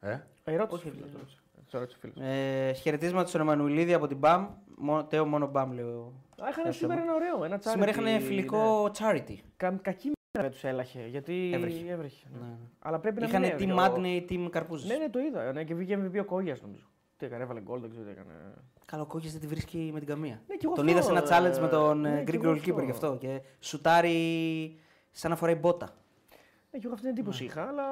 ναι.
Ε?
Ερώτηση. φίλε, το ρώτησα. Το ρώτησε Ναι. ο φίλος.
Ε, χαιρετίσματα στον Εμμανουηλίδη από την BAM. Μόνο, τέο, μόνο BAM λέω.
Α, Έχανε σήμερα ένα ωραίο. Ένα τσάρι.
Σήμερα είχαν φιλικό charity.
Κα, κακή μέρα τους έλαχε. Γιατί
Έβρεχε.
ναι. Αλλά πρέπει να
Είχαν
μην έβρεχε.
team
Ο-
Adney, team Καρπούζης.
Ναι, ναι, το είδα. Ναι, και βγήκε MVP ο Κόγιας νομίζω. Τι έκανε, έβαλε γκολ, δεν ξέρω τι έκανε.
Καλό ο Κόκκης δεν τη βρίσκει με την καμία.
Ναι, κι εγώ
τον
αυτό,
είδα σε ένα
ε,
challenge με τον
ναι,
ε,
κι
Greek
εγώ
goalkeeper
αυτό.
γι' αυτό. Και σουτάρει σαν να φοράει μπότα.
Ναι, Ε. και εγώ αυτή την εντύπωση είχα, αλλά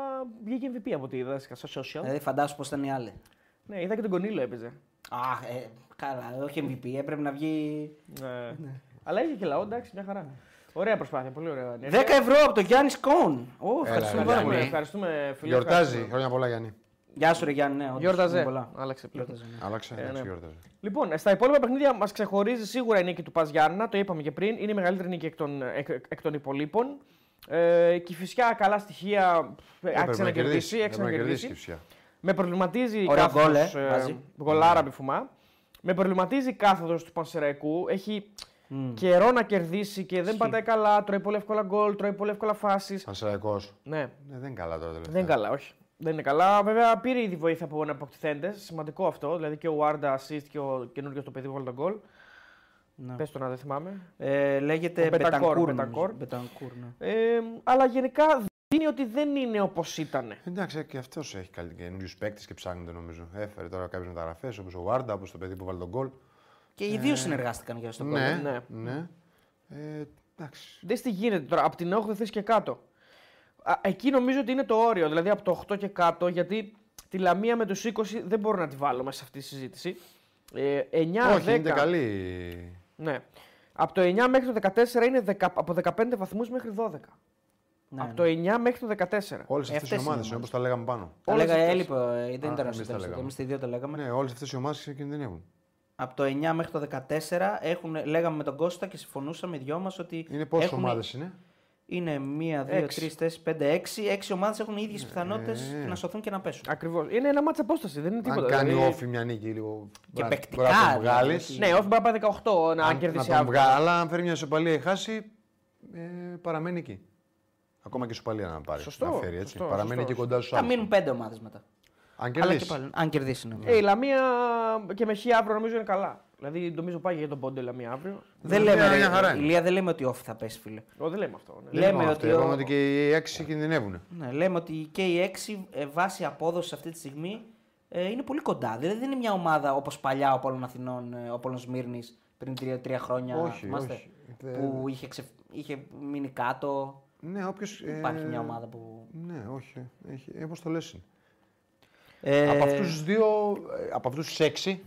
βγήκε MVP από ό,τι είδα στα social.
Δηλαδή φαντάσου πώς ήταν οι άλλοι.
Ναι, είδα και τον Κονίλο έπαιζε.
Αχ, ε, καλά, όχι MVP, έπρεπε να βγει.
Ναι. Αλλά είχε και λαό, εντάξει, μια χαρά. Ωραία προσπάθεια, πολύ ωραία.
10 ευρώ από τον Γιάννη Σκόουν. Ω, ευχαριστούμε
ρε,
Ευχαριστούμε,
πάρα
Γιάννη.
πολύ.
ευχαριστούμε φίλε.
Γιορτάζει.
ευχαριστούμε.
Χρόνια πολλά, Γιάννη.
Γεια σου, ρε Γιάννη, ναι, όντως, είναι
Γιόρταζε.
πολλά.
Άλλαξε πλέον.
Άλλαξε. εντάξει, γιορτάζει.
ναι. Λοιπόν, στα υπόλοιπα παιχνίδια μας ξεχωρίζει σίγουρα η νίκη του Πας Γιάννα, το είπαμε και πριν. Είναι η μεγαλύτερη νίκη εκ των, εκ, εκ των υπολείπων. Ε, και η φυσικά καλά στοιχεία ε,
Έπρεπε
άξιζε να κερδίσει.
Έπρεπε
άξιζε να κερδίσει.
και η Φυσιά.
Με προβληματίζει
Ωραίο
κάθοδος,
γκολ, ε, βάζει.
γκολάρα μη φουμά. Με προβληματίζει η κάθοδος του Πανσεραϊκού. Έχει
Mm.
καιρό να κερδίσει και δεν πατάει καλά. Τρώει πολύ εύκολα γκολ, τρώει πολύ εύκολα φάσεις.
Πανσεραϊκός.
Ναι,
Ναι, δεν είναι καλά τώρα τελευταία.
δεν είναι καλά, όχι. Δεν είναι καλά. Βέβαια, πήρε ήδη βοήθεια από αναποκτηθέντε. Σημαντικό αυτό. Δηλαδή και ο Ward assist και ο καινούριο το παιδί που βάλε τον γκολ.
Ναι.
Πες το να δεν θυμάμαι.
Ε, λέγεται
Ο Μπετανκόρ,
Μπετανκούρ.
Μπετανκόρ.
νομίζω. Μπετανκούρ, ναι.
Ε, αλλά γενικά δίνει ότι δεν είναι όπως ήταν.
Εντάξει, ε, και αυτός έχει καινούριου παίκτες και ψάχνεται νομίζω. Έφερε τώρα κάποιες μεταγραφές όπως ο Βάρντα, όπως το παιδί που βάλει τον γκολ.
Και οι δύο
Ε.
συνεργάστηκαν για αυτό το
Ναι,
ναι.
ναι. ναι. Ε, εντάξει.
Δες τι γίνεται τώρα, από την 8η θέση και κάτω. Α, εκεί νομίζω ότι είναι το όριο, δηλαδή από το 8 και κάτω, γιατί τη λαμία με τους 20 δεν μπορώ να τη βάλω μέσα σε αυτή τη συζήτηση. Ε, 9,
Όχι,
10.
είναι καλή.
Ναι. Από το 9 μέχρι το 14 είναι δεκα- από 15 βαθμούς μέχρι 12.
Ναι,
από
ναι.
το 9 μέχρι το 14.
Όλες αυτές
Αυτές
οι
είναι
ομάδε,
οι
όπω τα λέγαμε πάνω.
Τα
όλες
λέγα,
αυτές.
έλειπε, ε, δεν
Α,
ήταν
εμείς τα
ασυντάσσο.
λέγαμε.
Εμείς οι δύο τα λέγαμε.
Ναι, όλες αυτές οι ομάδες κινδυνεύουν.
Από το 9 μέχρι το 14 έχουν, λέγαμε με τον Κώστα και συμφωνούσαμε οι δυο μας ότι.
Είναι πόσες
έχουν-
ομάδες είναι.
Είναι 1, 2,
Έξι.
3, 4, 5, 6. 6 ομάδες έχουν οι ίδιε πιθανότητε
ναι.
να σωθούν και να πέσουν.
Ακριβώς. Είναι ένα μάτσα απόσταση, δεν είναι τίποτα.
Αν κάνει
δηλαδή-
όφη μια νίκη λίγο. μπορεί να-
παικτικά,
μπορεί να τον
δηλαδή,
βγάλεις.
όχι-
Ναι, όχι μπορεί να πάει 18 να
Αν-
κερδίσει
να τον
αύριο.
βγάλει. Αλλά αν φέρει μια σοπαλία και χάσει, ε, παραμένει εκεί. Ακόμα και σοπαλία να πάρει.
Σωστό,
Να φέρει, έτσι.
σωστό,
παραμένει
σωστό,
εκεί κοντά στους
Θα
άλλους.
μείνουν 5 ομάδες μετά.
Αν
Αλλά και
κερδίσει.
πάλι, αν κερδίσει. ναι.
Ε, η Λαμία και με χ αύριο νομίζω είναι καλά. Δηλαδή νομίζω πάει για τον πόντο η Λαμία αύριο.
Δεν
ναι,
λέμε,
ναι,
ρε,
μια χαρά είναι.
Ηλία, δεν λέμε ότι off θα πέσει, φίλε.
Εγώ δεν λέμε αυτό. Ναι.
Δεν
λέμε
είπαμε
ότι
αυτό,
ο-
Είπαμε ότι και οι έξι κινδυνεύουν.
Ναι, λέμε ότι και οι 6 ε, βάσει απόδοσης αυτή τη στιγμή ε, είναι πολύ κοντά. Δηλαδή δεν είναι μια ομάδα όπως παλιά ο Πόλων Αθηνών, ε, ο Πόλων Σμύρνης πριν τρία, τρία χρόνια.
Όχι,
θυμάστε,
όχι.
Που είχε, ξε- είχε μείνει κάτω.
Ναι, όποιος.
Υπάρχει
Ε,
μια ομάδα που.
Ναι, όχι. Έχει, ε, πώς το λες είναι.
Ε,
Από αυτούς τους δύο, ε, από αυτούς τους έξι,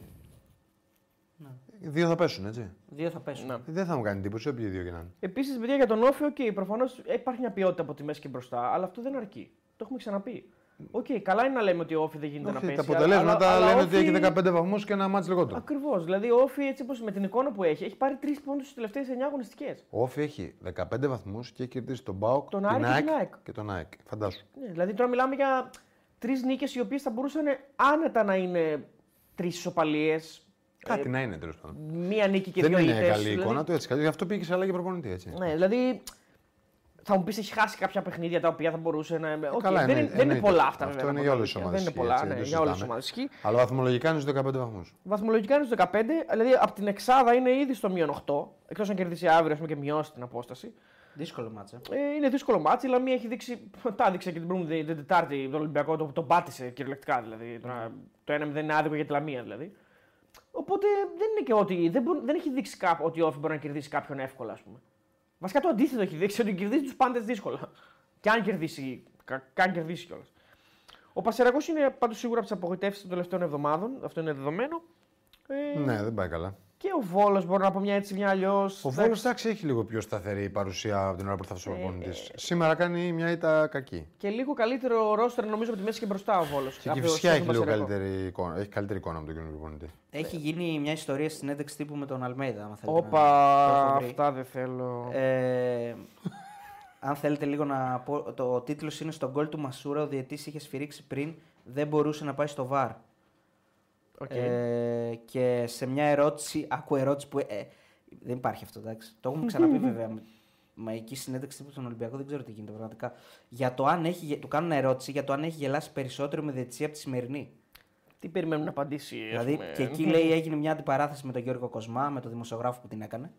δύο θα πέσουν, έτσι.
Δύο θα πέσουν.
Ναι.
Δεν θα μου κάνει εντύπωση, όποιοι δύο και να είναι.
Επίσης, παιδιά, για τον Όφη, οκ, προφανώς υπάρχει μια ποιότητα από τη μέση και μπροστά, αλλά αυτό δεν αρκεί. Το έχουμε ξαναπεί. Οκ, καλά είναι να λέμε ότι ο Όφη δεν γίνεται να
Όχι,
πέσει.
τα αποτελέσματα λένε ότι έχει 15 βαθμούς και ένα μάτς λιγότερο.
Ακριβώς. Δηλαδή, ο Όφη, έτσι όπως με την εικόνα που έχει, έχει πάρει 3 πόντους στις τελευταίες 9 αγωνιστικές.
Ο Όφη έχει 15 βαθμούς και έχει κερδίσει τον Μπάουκ,
Τον
την
Άρη και την
ΑΕΚ
ΑΕΚ.
και τον ΑΕΚ. Φαντάσου.
Ναι, δηλαδή, τώρα μιλάμε για τρεις νίκες οι οποίες θα μπορούσαν άνετα να είναι τρεις ισοπαλίες.
Κάτι να είναι τέλος πάντων.
Μία νίκη Ε, και
Δεν
δύο
είναι
ήττες,
καλή
δηλαδή.
εικόνα του έτσι. Γι' αυτό πήγε σε αλλαγή προπονητή. Έτσι.
Ναι, δηλαδή θα μου πεις έχει χάσει κάποια παιχνίδια τα οποία θα μπορούσε να. Οκ,
Ε, καλά,
δεν,
εννοεί-
είναι, δεν είναι
εννοείται.
πολλά αυτά.
Αυτό
βέβαια, να
είναι για
πω
όλες
την
τις ομάδες
αλήθεια.
ισχύει,
Δεν είναι πολλά,
έτσι, δεν
ναι,
το
για όλες τις
συζητάμε.
ομάδες. ισχύει.
Αλλά βαθμολογικά είναι στους 15 βαθμούς.
Βαθμολογικά είναι στους 15, δηλαδή από την εξάδα είναι ήδη στο μείον 8. Εκτός αν κερδίσει αύριο ας πούμε, και μειώσει την απόσταση.
Δύσκολο μάτσα.
Ε, είναι δύσκολο μάτσι, η Λαμία έχει δείξει. Τα έδειξε και την προηγούμενη την Τετάρτη τον Ολυμπιακό, τον, τον πάτησε κυριολεκτικά. Δηλαδή, το, να- το 1-0 είναι άδικο για τη Λαμία δηλαδή. Οπότε δεν είναι και ότι. Δεν, μπορεί- δεν έχει δείξει κάπου, ότι ο Όφη μπορεί να κερδίσει κάποιον εύκολα, ας πούμε. Βασικά το αντίθετο έχει δείξει, ότι κερδίζει τους πάντες δύσκολα. Και αν κερδίσει, κα, κα- αν κερδίσει κιόλας. Ο Πασερακό είναι πάντως σίγουρα από τις απογοητεύσεις των τελευταίων εβδομάδων, αυτό είναι δεδομένο. Ε,
Ναι, δεν πάει καλά.
Και ο Βόλος μπορεί να πω μια έτσι, μια αλλιώς.
Ο Βόλος εντάξει έχει λίγο πιο σταθερή παρουσία από την ώρα που
Ε,
ήρθε ο προπονητή. Σήμερα κάνει μια ήττα κακή.
Και λίγο καλύτερο ρόστερ νομίζω από τη μέση και μπροστά ο Βόλος.
Και η φυσικά έχει λίγο καλύτερη εικόνα. Έχει καλύτερη εικόνα από τον κύριο προπονητή.
Έχει γίνει μια ιστορία στην ένταξη τύπου με τον Αλμέιδα. άμα θέλετε να-
Όπα,
το έχω βρει.
αυτά δεν θέλω.
Ε, αν θέλετε λίγο να πω, το, ο τίτλος είναι στον γκολ του Μασούρα, ο διαιτής είχε σφυρίξει πριν, δεν μπορούσε να πάει στο ΒΑΡ.
Οκ.
Ε, και σε μια ερώτηση, άκου ερώτηση που... ε, ε, δεν υπάρχει αυτό, εντάξει. Το έχουμε ξαναπεί βέβαια. Μα εκεί η συνέντευξη τύπου στον Ολυμπιακό δεν ξέρω τι γίνεται πραγματικά. Για το αν έχει, γε- του κάνουν ερώτηση για το αν έχει γελάσει περισσότερο με διαιτησία από τη σημερινή.
Τι περιμένουμε να απαντήσει. ας
Δηλαδή
πούμε.
και εκεί λέει έγινε μια αντιπαράθεση με τον Γιώργο Κοσμά, με τον δημοσιογράφο που την έκανε.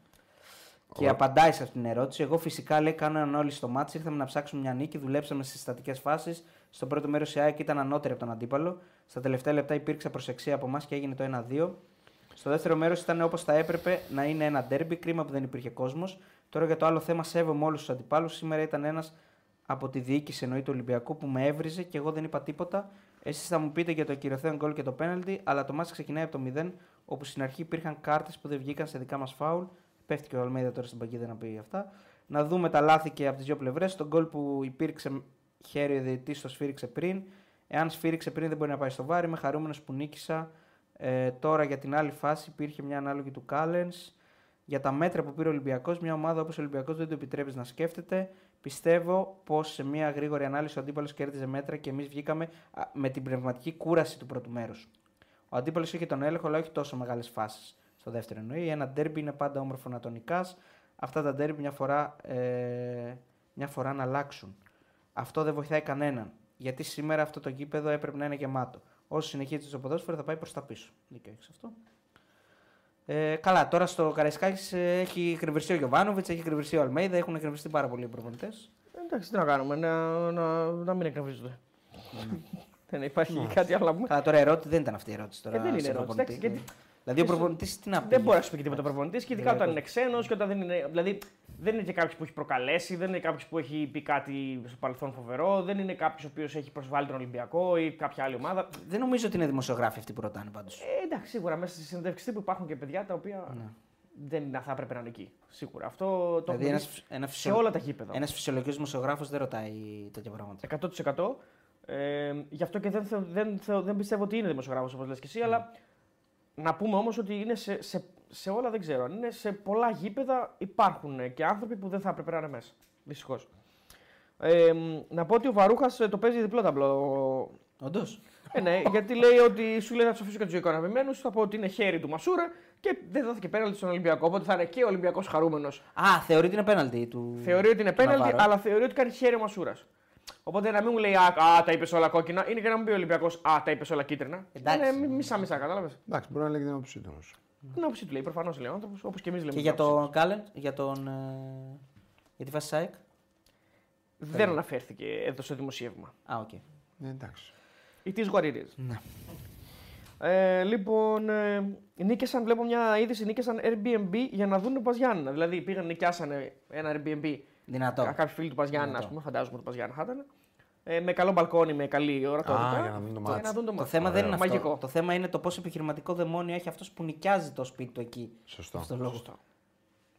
Και απαντάει σε αυτήν την ερώτηση. Εγώ φυσικά λέει: Κάνω έναν όλοι στο μάτσο. Ήρθαμε να ψάξουμε μια νίκη. Δουλέψαμε στις συστατικέ φάσεις. Στο πρώτο μέρος η ΑΕΚ ήταν ανώτερη από τον αντίπαλο. Στα τελευταία λεπτά υπήρξε προσεξία από εμάς και έγινε το 1-2. Στο δεύτερο μέρος ήταν όπως θα έπρεπε να είναι ένα ντέρμπι. Κρίμα που δεν υπήρχε κόσμος. Τώρα για το άλλο θέμα, σέβομαι όλους τους αντιπάλους. Σήμερα ήταν ένας από τη διοίκηση εννοεί του Ολυμπιακού που με έβριζε και εγώ δεν είπα τίποτα. Εσείς θα μου πείτε για το κυριοθέον γκολ και το πέναλτι, αλλά το μάτς ξεκινάει από το 0, όπου στην αρχή υπήρχαν κάρτες που δεν βγήκαν σε δικά μας φάουλ. Πέφτει και ο Αλμέιδα τώρα στην παγκίδα να πει αυτά. Να δούμε τα λάθη και από τις δύο πλευρές. Το γκολ που υπήρξε χέρι ο διαιτητής το σφύριξε πριν. Εάν σφύριξε πριν δεν μπορεί να πάει στο βάρη. Είμαι χαρούμενος που νίκησα. Ε, τώρα για την άλλη φάση υπήρχε μια ανάλογη του Κάλεν. Για τα μέτρα που πήρε ο Ολυμπιακός, μια ομάδα όπως ο Ολυμπιακός δεν το επιτρέπεις να σκέφτεται. Πιστεύω πως σε μια γρήγορη ανάλυση ο αντίπαλος κέρδιζε μέτρα και εμείς βγήκαμε α, με την πνευματική κούραση του πρώτου μέρους. Ο αντίπαλος είχε τον έλεγχο, αλλά όχι τόσο μεγάλες φάσεις. Στο δεύτερο εννοεί. Ένα ντέρμπι είναι πάντα όμορφο να τον νικάς. Αυτά τα ντέρμπι μια φορά, ε, μια φορά να αλλάξουν. Αυτό δεν βοηθάει κανέναν. Γιατί σήμερα αυτό το γήπεδο έπρεπε να είναι γεμάτο. Όσο συνεχίζεται το ποδόσφαιρο θα πάει προς τα πίσω. Δίκιο έχεις αυτό. Ε, καλά, τώρα στο Καραϊσκάκης έχει κρυβριστεί ο Γιωβάνοβιτ, έχει κρυβριστεί ο Αλμέιδα, έχουν κρυβριστεί πάρα πολλοί προπονητές.
Ε, Εντάξει, τι να κάνουμε, να, να, να μην εκνευρίζονται.
Ναι.
Δεν υπάρχει κάτι άλλο να πούμε.
Καλά, τώρα ερώτηση δεν ήταν αυτή η ερώτηση. Τώρα,
Ε, δεν είναι
σε
ερώτηση,
προπονητή.
εντάξει, γιατί-
Δηλαδή ο προπονητής τι να πει.
Δεν μπορεί
γι'
να
αυτό.
σου πει και τίποτα προπονητής, και
Ναι,
ειδικά όταν είναι ξένος και όταν δεν είναι. Δηλαδή δεν είναι και κάποιος που έχει προκαλέσει, δεν είναι κάποιος που έχει πει κάτι στο παρελθόν φοβερό, δεν είναι κάποιος ο οποίος έχει προσβάλει τον Ολυμπιακό ή κάποια άλλη ομάδα.
Δεν νομίζω ότι είναι δημοσιογράφοι αυτοί που ρωτάνε πάντως.
Ε, εντάξει, σίγουρα μέσα στη συνέντευξη τύπου υπάρχουν και παιδιά τα οποία δεν θα έπρεπε να είναι εκεί. Σίγουρα. Αυτό το
Δηλαδή
έχουμε
ένας,
δει σε όλα τα γήπεδα.
Ένας φυσιολογικός δημοσιογράφος δεν ρωτάει τέτοια πράγματα.
100%. Ε, γι' αυτό και δεν, θεω, δεν, θεω, δεν πιστεύω ότι είναι δημοσιογράφος όπως λες και εσύ, αλλά να πούμε όμως ότι είναι σε, σε, σε όλα, δεν ξέρω αν είναι, σε πολλά γήπεδα υπάρχουν ε, και άνθρωποι που δεν θα έπρεπε να είναι μέσα. Δυστυχώς. Ε, μ, να πω ότι ο Βαρούχας το παίζει διπλό ταμπλό.
Όντως.
Ε, ναι, γιατί λέει ότι σου λέει να ψηφίσω και τους οικονομημένου, θα πω ότι είναι χέρι του Μασούρα και δεν δόθηκε πέναλτι στον Ολυμπιακό. Οπότε θα είναι και ο Ολυμπιακός χαρούμενος
Α, θεωρεί ότι είναι πέναλτι του.
Θεωρεί ότι είναι
του
πέναλτι,
Ναβάρο.
αλλά θεωρεί ότι κάνει χέρι ο Μασούρας. Οπότε να μην μου λέει Α, α, τα είπες όλα κόκκινα, είναι και να μου πει ο Ολυμπιακός Α, τα είπες όλα κίτρινα. Ε, ναι,
Εντάξει.
Είναι μισά-μισά, κατάλαβες.
Εντάξει, μπορεί να λέει και την άποψή του όμως.
Την άποψή του λέει, προφανώς λέει ο άνθρωπος, όπως και εμείς λέμε.
Και
την
για
άποψή
τον Κάλεν, για τον. ε, Για τη φάση ΣΑΕΚ.
του. Δεν αναφέρθηκε εδώ στο δημοσίευμα.
Α, οκ.
Ε, εντάξει.
It is what it is.
Ναι.
Ε, λοιπόν, ε, νίκησαν, βλέπω μια είδηση, νίκησαν Airbnb για να δουν Παζιάννα. Δηλαδή πήγαν, νοικιάσανε ένα Airbnb
Δυνατό.
Κα- Κάποιοι φίλοι του Παζιάννα,
Δυνατό.
α πούμε, φαντάζομαι ότι το Παζιάννα θα ήταν. Ε, με καλό μπαλκόνι, με καλή ορατότητα.
για να δουν το μάτς.
Ε, δουν
Το
μάτς.
θέμα δεν είναι αυτό.
Μαγικό.
Το θέμα είναι το πόσο επιχειρηματικό δαιμόνιο έχει αυτός που νοικιάζει το σπίτι του εκεί.
Σωστό.
Αυτό λόγο.
Σωστό.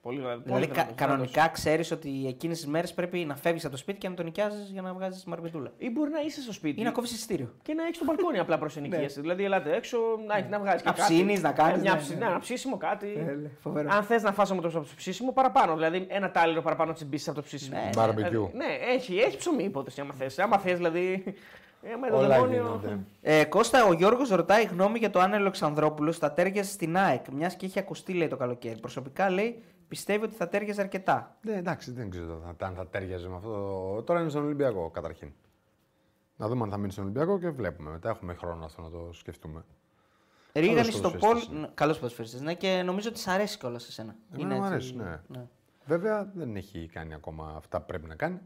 Πολύ δηλαδή.
Δηλαδή,
πολύ
κα-
δυνατός, δυνατός.
κανονικά ξέρεις ότι εκείνες τις μέρες πρέπει να φεύγεις από το σπίτι και να το νοικιάζεις για να βγάζεις μαρμιτούλα.
Ή μπορεί να είσαι στο σπίτι
Ή να κόβεις εισιτήριο.
και να έχεις τον μπαλκόνι απλά προς ενοικίαση. δηλαδή, ελάτε έξω, να, να βγάζεις
Ναι. Να ψήνεις, να κάνεις,
Μια,
ναι,
ψη-
ναι.
ναι, ένα ψήσιμο, κάτι.
φοβερό.
Αν θες να φας από το από το ψήσιμο, παραπάνω. Δηλαδή, ένα τάλιρο παραπάνω τσιμπήσεις από το ψήσιμο.
Ναι, ναι.
Barbecue.
Ναι, έχει, έχει ψωμί υπόθεση. Άμα θες, άμα θες, δηλαδή. ε, με το
Όλα
δαιμόνιο-
γίνονται.
Ε, Κώστα, ο Γιώργος ρωτάει γνώμη για το αν Αλεξανδρόπουλο θα τέριαζε στην ΑΕΚ, μιας και είχε ακουστεί λέει το καλοκαίρι. Προσωπικά λέει πιστεύει ότι θα τέριαζε αρκετά.
Ναι, εντάξει, δεν ξέρω αν θα- αν θα τέριαζε με αυτό. το- Τώρα είναι στον Ολυμπιακό καταρχήν. Να δούμε αν θα μείνει στον Ολυμπιακό και βλέπουμε. Μετά έχουμε χρόνο αυτό να το σκεφτούμε.
Ρίγανη
Καλός
στο Πολ.
ποδοσφαιριστής είναι.
Καλό ποδοσφαιριστή, ναι, και νομίζω ότι σ' αρέσει κιόλας σε σένα.
Εμένα μου αρέσει, ναι. Βέβαια δεν έχει κάνει ακόμα αυτά που πρέπει να κάνει.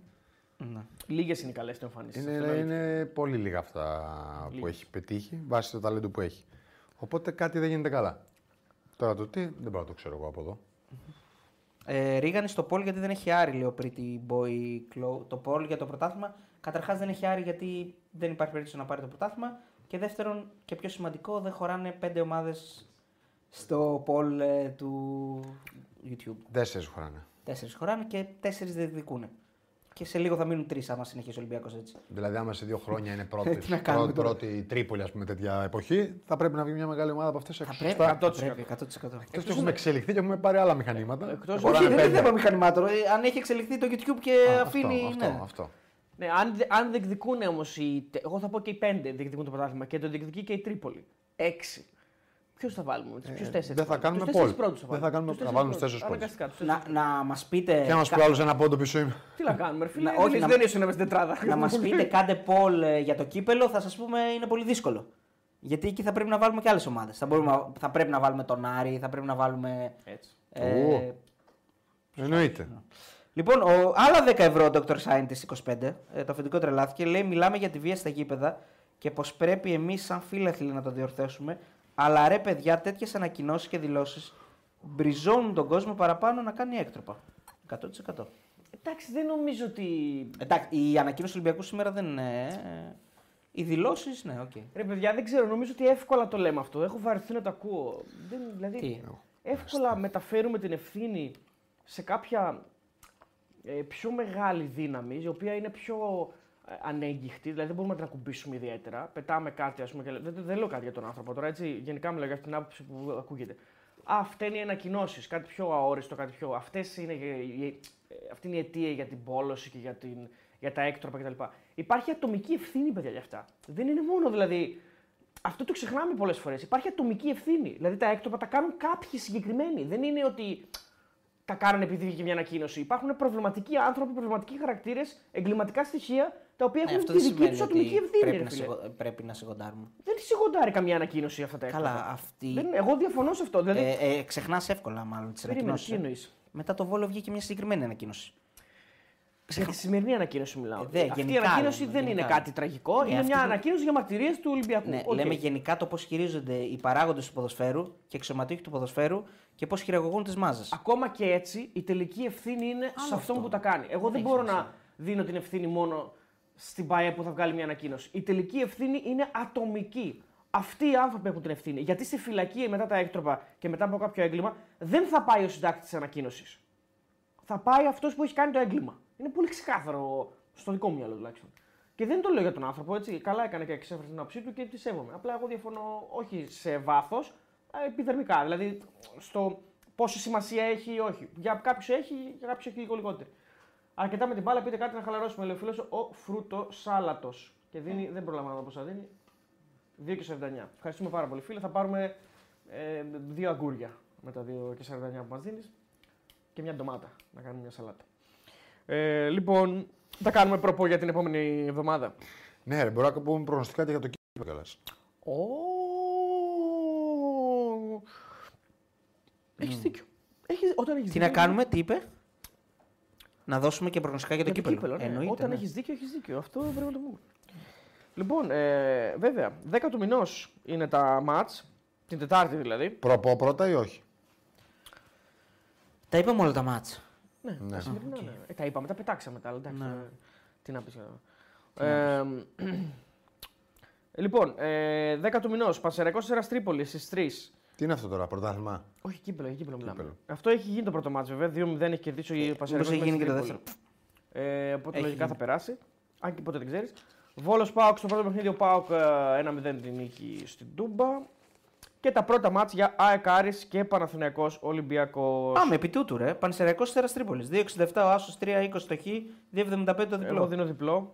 Λίγες είναι οι καλέ του εμφανίσει.
Είναι, είναι πολύ λίγα αυτά που έχει πετύχει βάσει το ταλέντο που έχει. Οπότε κάτι δεν γίνεται καλά. Τώρα το τι δεν μπορώ να το ξέρω εγώ από εδώ.
Ε, Ρίγανη στο Πολ γιατί δεν έχει Άρη, λέει ο Pretty Boy Claw. Το Πολ για το πρωτάθλημα. Καταρχάς δεν έχει Άρη γιατί δεν υπάρχει περίπτωση να πάρει το πρωτάθλημα. Και δεύτερον, και πιο σημαντικό, δεν χωράνε πέντε ομάδες στο Πολ ε, του YouTube.
Τέσσερις χωράνε.
Τέσσερις χωράνε και τέσσερις διεκδικούν. Και σε λίγο θα μείνουν τρεις, άμα συνεχίσει ο Ολυμπιακός έτσι.
Δηλαδή, άμα σε δύο χρόνια είναι πρώτη,
Ε, Τι να
πρώτη,
κάνουμε
πρώτη,
τώρα.
η Τρίπολη, ας πούμε, τέτοια εποχή, θα πρέπει να βγει μια μεγάλη ομάδα από αυτές έξω.
Θα πρέπει,
Σωστά.
θα πρέπει, 100%.
Εκτός έχουμε εξελιχθεί και έχουμε πάρει άλλα μηχανήματα. Ε,
εκτός-
Χωράνε
Όχι, δεν Ε, είναι
πέντε.
θέμα μηχανημάτων. Ε, αν έχει εξελιχθεί το YouTube και
Α,
αφήνει.
Αυτό,
ναι.
αυτό, αυτό.
Ναι, αν, δε- αν διεκδικούν όμως οι. τε- Εγώ θα πω και οι πέντε διεκδικούν το πρωτάθλημα και το διεκδικεί και η Τρίπολη. Έξι. Ποιους θα
Ε,
βάλουμε, τους ποιους τέσσερις.
δεν θα κάνουμε
πόλη.
poll. Δεν θα κάνουμε- θα βάλουμε τους τέσσερις πόλους.
Αναγκαστικά τους
Να,
τέσσερις.
να μας πείτε.
Και να μας πει άλλο ένα πόντο πίσω είμαι.
Τι να κάνουμε, ρε φίλε.
Να-
δεν
όχι,
είσαι-
να-
δεν ήσουν μέσα στην τετράδα.
να μας πείτε, κάντε poll ε, για το κύπελο, θα σας πούμε είναι πολύ δύσκολο. Γιατί εκεί θα πρέπει να βάλουμε και άλλες ομάδες. Θα, μπορούμε να- θα πρέπει να βάλουμε τον Άρη, θα πρέπει να βάλουμε.
Έτσι.
Ε,
Ου. Εννοείται.
λοιπόν, ο, άλλα 10 ευρώ ο Dr. Scientist 25, ε, το αφεντικό τρελάθηκε, λέει: Μιλάμε για τη βία στα γήπεδα και πως πρέπει εμείς, σαν φίλαθλοι, να το διορθώσουμε. Αλλά ρε, παιδιά, τέτοιες ανακοινώσεις και δηλώσεις μπριζώνουν τον κόσμο παραπάνω να κάνει έκτροπα. 100%.
Εντάξει, δεν νομίζω ότι.
Εντάξει, η ανακοίνωση του Ολυμπιακού σήμερα δεν είναι. ε, Οι δηλώσεις, ναι, οκ.
Ρε παιδιά, δεν ξέρω, νομίζω ότι εύκολα το λέμε αυτό. Έχω βαρεθεί να το ακούω. Δεν, δηλαδή,
Τι?
εύκολα μεταφέρουμε την ευθύνη σε κάποια ε, πιο μεγάλη δύναμη, η οποία είναι πιο ε, ανέγγιχτη, δηλαδή δεν μπορούμε να την ακουμπήσουμε ιδιαίτερα. Πετάμε κάτι, ας πούμε, και λέ- δεν, δεν λέω κάτι για τον άνθρωπο τώρα, έτσι. Γενικά μιλάω για αυτή την άποψη που ακούγεται. Α, αυτά είναι οι ανακοινώσεις, κάτι πιο αόριστο, κάτι πιο. Αυτές είναι, οι- οι- ε, αυτή είναι η αιτία για την πόλωση και για, την, για τα έκτροπα κτλ. Υπάρχει ατομική ευθύνη, παιδιά, για αυτά. Δεν είναι μόνο δηλαδή αυτό το ξεχνάμε πολλές φορές. Υπάρχει ατομική ευθύνη. Δηλαδή τα έκτροπα τα κάνουν κάποιοι συγκεκριμένοι. Δεν είναι ότι τα κάνουν επειδή βγήκε μια ανακοίνωση. Υπάρχουν προβληματικοί άνθρωποι, προβληματικοί χαρακτήρες, εγκληματικά στοιχεία τα οποία
Ναι,
έχουν
αυτό
τη
δεν
δική
σημαίνει
τους ατομική
ότι
ευθύνη.
πρέπει
ρε
να,
φίλε.
σιγο- πρέπει να σιγοντάρουμε.
Δεν σιγοντάρει καμία ανακοίνωση αυτά τα
Καλά,
έκματα.
αυτή-
Δεν, εγώ διαφωνώ σε αυτό. Δηλαδή,
Ε, ε, ξεχνάς εύκολα μάλλον τις
περίμενε, τι
ανακοινώσει.
εννοείς?
Μετά το βόλο βγήκε μια συγκεκριμένη ανακοίνωση.
Για τη σημερινή ανακοίνωση μιλάω.
Ε, δε,
αυτή η
γενικά
ανακοίνωση
λέμε,
δεν
γενικά.
είναι κάτι τραγικό.
Ναι,
είναι
αυτή
μια
είναι-
ανακοίνωση για μαρτυρίες του Ολυμπιακού.
Ναι,
Οκ.
Λέμε γενικά το πώς χειρίζονται οι παράγοντες του ποδοσφαίρου και εξωματούχοι του ποδοσφαίρου και πώς χειραγωγούν τις μάζες.
Ακόμα και έτσι, η τελική ευθύνη είναι σε αυτόν
αυτό.
που τα κάνει. Εγώ δεν,
έχει
μπορώ να
σημασία.
δίνω την ευθύνη μόνο στην ΠΑΕ που θα βγάλει μια ανακοίνωση. Η τελική ευθύνη είναι ατομική. Αυτοί οι άνθρωποι έχουν την ευθύνη. Γιατί στη φυλακή μετά τα έκτροπα και μετά από κάποιο έγκλημα δεν θα πάει ο συντάκτης της ανακοίνωσης. Θα πάει αυτός που έχει κάνει το έγκλημα. Είναι πολύ ξεκάθαρο στο δικό μου μυαλό τουλάχιστον. Και δεν το λέω για τον άνθρωπο έτσι. Καλά έκανε και εξέφρασε την άποψή του και τη σέβομαι. Απλά εγώ διαφωνώ όχι σε βάθος, επιδερμικά. Δηλαδή στο πόση σημασία έχει ή όχι. Για κάποιους έχει, για κάποιους έχει λίγο λιγότερη. Αρκετά με την μπάλα πείτε κάτι να χαλαρώσουμε. Λέει ο φίλος ο φρούτο σάλατος. Και
Ναι.
δίνει, δεν προλαμβάνω πόσα δίνει. 2,49. Ευχαριστούμε πάρα πολύ, φίλε. Θα πάρουμε ε, δύο αγκούρια με τα 2,49 που μας δίνεις και μια ντομάτα να κάνουμε μια σαλάτα. Ε, λοιπόν, θα κάνουμε προπό για την επόμενη εβδομάδα.
Ναι, ρε, μπορώ να πούμε προγνωστικά και για το κύπελο κιόλας.
Ω. Έχεις δίκιο. Έχεις, όταν έχεις
Τι
δίκιο,
να κάνουμε, τι είπε. Να δώσουμε και προγνωστικά για το
με
κύπελο.
ναι.
Εννοείται,
Όταν
ναι.
έχεις δίκιο, έχεις δίκιο. Αυτό πρέπει να το πούμε. Λοιπόν, ε, βέβαια, 10 του μηνός είναι τα ματ. Την Τετάρτη δηλαδή.
Προπώ πρώτα ή όχι.
Τα είπαμε όλα τα μάτσα.
Ναι,
Ναι.
τα σημερινά, ναι. Ε, τα είπαμε, τα πετάξαμε τα άλλα. εντάξει,
Ναι.
ε, Τι να πεις. ε. Ε, λοιπόν, ε, 10 του μηνός, Πανσεραϊκός Ερα Τρίπολη στι 3.
Τι είναι αυτό τώρα, πρωτάθλημα.
Όχι, κύπελο, για κύπελο μιλάμε.
Κύπελο.
Αυτό έχει γίνει το πρώτο μάτσο, βέβαια. 2-0 έχει κερδίσει ο Πανσεραϊκός.
Ε, Μήπως έχει γίνει και το
Τρίπολη.
δεύτερο.
Ε, οπότε
Έχει
λογικά θα
γίνει.
περάσει. Αν και ποτέ δεν ξέρεις. Βόλος Πάοκ στο πρώτο παιχνίδι, ο Πάοκ ε, 1-0 την νίκη στην Τούμπα. Και τα πρώτα μάτς για ΑΕΚ Άρης και Παναθηναϊκός Ολυμπιακός.
Πάμε επί τούτου, ρε. Πανσεραϊκός Στέρα Τρίπολη. 2,67 ο Άσος, 3,20 το Χ, 2,75 το διπλό.
Εγώ δίνω διπλό.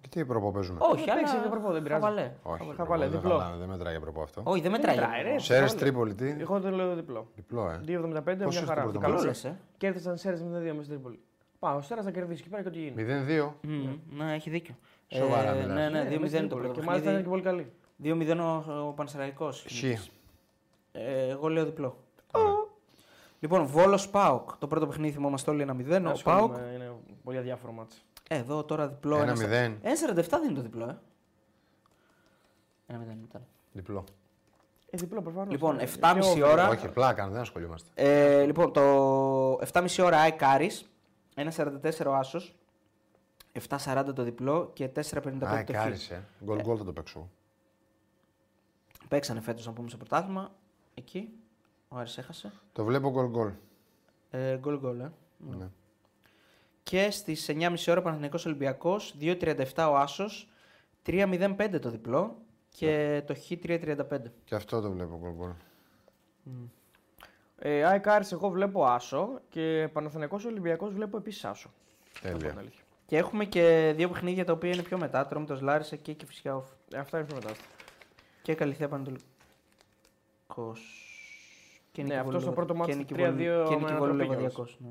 Και τι προπώ παίζουμε.
Όχι,
Εντάξει,
αλλά...
δεν προφώ, δεν πειράζει.
χαβαλέ.
Όχι, προπό,
χαβαλέ,
δεν
διπλό.
χαλάμε, δεν μετράει για προπό αυτό.
Όχι, δεν μετράει.
μετράει, ρε.
Σέρες
χαβαλέ.
Τρίπολη, τι.
Εγώ δεν λέω διπλό.
Διπλό, ε.
2,75 μια
Πόσο ήρθε
χαρά.
το πρώτο
Καλό
μάτς?
λες, ε.
Κέρδισαν Σέρες 0-2 μες στην Τρίπολη. Πάω, ο Σέρας θα κερδίσει και πάει και ό,τι γίνει.
0-2.
Μμμ, Ναι, έχει δίκιο.
Σοβαρά
Ε,
μιλάς.
Ναι, ναι,
με την
2-0 είναι το
Τρίπολη.
πρώτο.
Και μάλιστα δηλαδή. είναι και πολύ
παιχνίδι.
καλή.
2-0 ο- ο Πανσεραϊκός.
Χ.
Ε, εγώ λέω διπλό. Λοιπόν, Βόλο Πάοκ. Το πρώτο παιχνίδι θυμόμαστε όλοι 1-0. Ο Πάοκ.
Ασχολούμαι, Είναι πολύ αδιάφορο μάτς.
Ε, Εδώ τώρα διπλό.
1-0.
1-47 δεν είναι το διπλό, ε. 1-0 ήταν.
Διπλό.
Ε, διπλό προφανώς.
Λοιπόν,
Ε,
7,5
και
ώρα.
Όχι, πλάκα, δεν ασχολούμαστε.
Ε, λοιπόν, το 7,5 ώρα ΑΕΚ Άρης, 1,44 ο Άσος, 7,40 το διπλό και 4,55
Α,
το χ.
κάρισε. Γκολ γκολ θα το παίξω.
Παίξανε φέτος, να πούμε, σε πρωτάθλημα. Εκεί, ο Άρης έχασε.
Το βλέπω γκολ γκολ. Ναι.
Ε, Γκολ γκολ, ε. Και στις 9,5 ώρα Παναθηναϊκός Ολυμπιακός, 2,37 ο Άσος, 3,05 το διπλό και το χ 3,35.
Και αυτό το βλέπω γκολ γκολ.
Ε, ΑΕΚ Άρης εγώ βλέπω άσο και Παναθηναϊκός Ολυμπιακός βλέπω επίσης άσο. Αυτό είναι
Τέλεια.
αλήθεια.
Και έχουμε και δύο παιχνίδια τα οποία είναι πιο μετά, Τρόμητος Λάρισα και Κηφισιά Όφη.
Ε, αυτά είναι πιο μετά.
Και Καλυθέα Πανατολικός. Και
Ναι,
Νίκη
αυτός στο
Βολου-
πρώτο
και
μάτς
Νίκη
3-2
Βολου- Και
με
Νίκη
ανατροπή
Βολου
κιόλας.
Λεβαδιακός, ναι.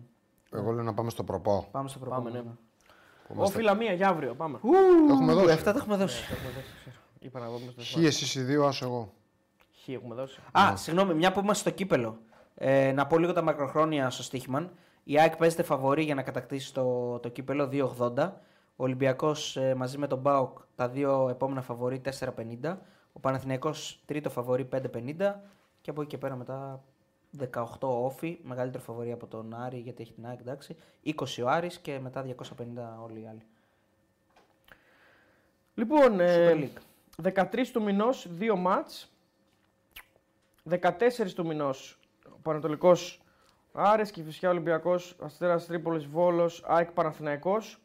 Εγώ λέω να πάμε στο προπό.
Πάμε στο πρώτο.
Πάμε, ναι.
Που
Ο
είμαστε-
Φιλαμία για αύριο, πάμε.
Το έχουμε
Ου, Αυτά
δώσει.
τα έχουμε δώσει.
Είπα να δούμε στο
Χ, εσείς οι δύο, άσο εγώ.
Χ έχουμε δώσει.
Α,
Ναι.
συγγνώμη, μια που είμαστε στο κύπελο. Ε, να πω λίγο τα μακροχρόνια στο Στίχημαν. Η ΑΕΚ παίζεται φαβορή για να κατακτήσει το, το κύπελο 2,80. Ο Ολυμπιακός μαζί με τον Μπάουκ τα δύο επόμενα φαβορή 4,50. Ο Παναθηναϊκός τρίτο φαβορή 5,50. Και από εκεί και πέρα μετά 18 όφι, μεγαλύτερο φαβορή από τον Άρη γιατί έχει την ΑΕΚ, εντάξει. 20 ο Άρης και μετά 250 όλοι οι άλλοι.
Λοιπόν,
Super
ε,
League.
13 του μηνός, δύο μάτς. 14 του μηνός, ο Πανατολικός Άρες και φυσικά Ολυμπιακός, Αστέρας Τρίπολης, Βόλος, ΑΕΚ Παναθηναϊκός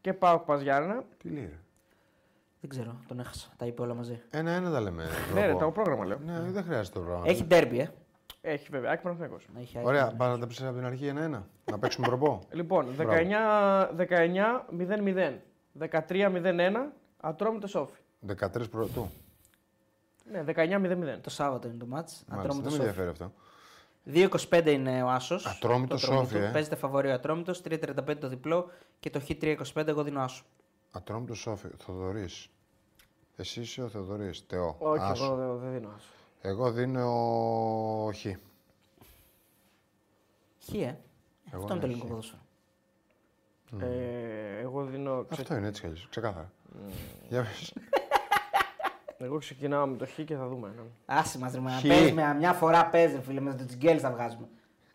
και ΠΑΟΚ Παζιάννα.
Τι λέει ρε.
Δεν ξέρω, τον έχασα. Τα είπε όλα μαζί.
Ένα-ένα τα λέμε. ρε,
Ναι, ρε,
προπό.
το πρόγραμμα λέω.
Ναι, δεν χρειάζεται το πράγμα.
Έχει ντέρμπι, ε.
Έχει βέβαια, ΑΕΚ Παναθηναϊκός.
Έχει ΑΕΚ.
Ωραία, πάμε να τα πεις από την αρχή ένα-ένα. Να παίξουμε προπό.
Λοιπόν, 19-0-0, 13-0-1, Ατρόμητο Σόφι.
13 πρωτού.
Ναι, 19-0-0.
Το Σάββατο είναι το μάτς.
Μάλιστα,
Ατρόμητο
δεν με
Σόφι.
ενδιαφέρει αυτό.
2,25 είναι ο Άσος.
Ατρόμητο Σόφι, ε.
Παίζεται φαβορή ο Ατρόμητος. 3,35 το διπλό και το Χ3,25 εγώ δίνω Άσο.
Ατρόμητο Σόφι, Θοδωρής. Εσύ είσαι ο Θοδωρής. Θεό.
Όχι,
Άσο.
εγώ δεν- δεν δίνω. άσο.
Εγώ δίνω όχι.
Χ, ε.
Εγώ
Αυτό είναι
ναι,
το ελληνικό
χ.
ποδόσφαιρο.
Ε, εγώ δίνω. ξε-
Ναι. Αυτό είναι έτσι κι αλλιώς, Ξεκάθαρα. Για πες.
Εγώ ξεκινάω με το χ και θα δούμε. ναι.
Άσε μας ρε μάνα,
Χ.
Πες με, μια φορά πες ρε φίλε, με το τσιγκέλ θα βγάζουμε.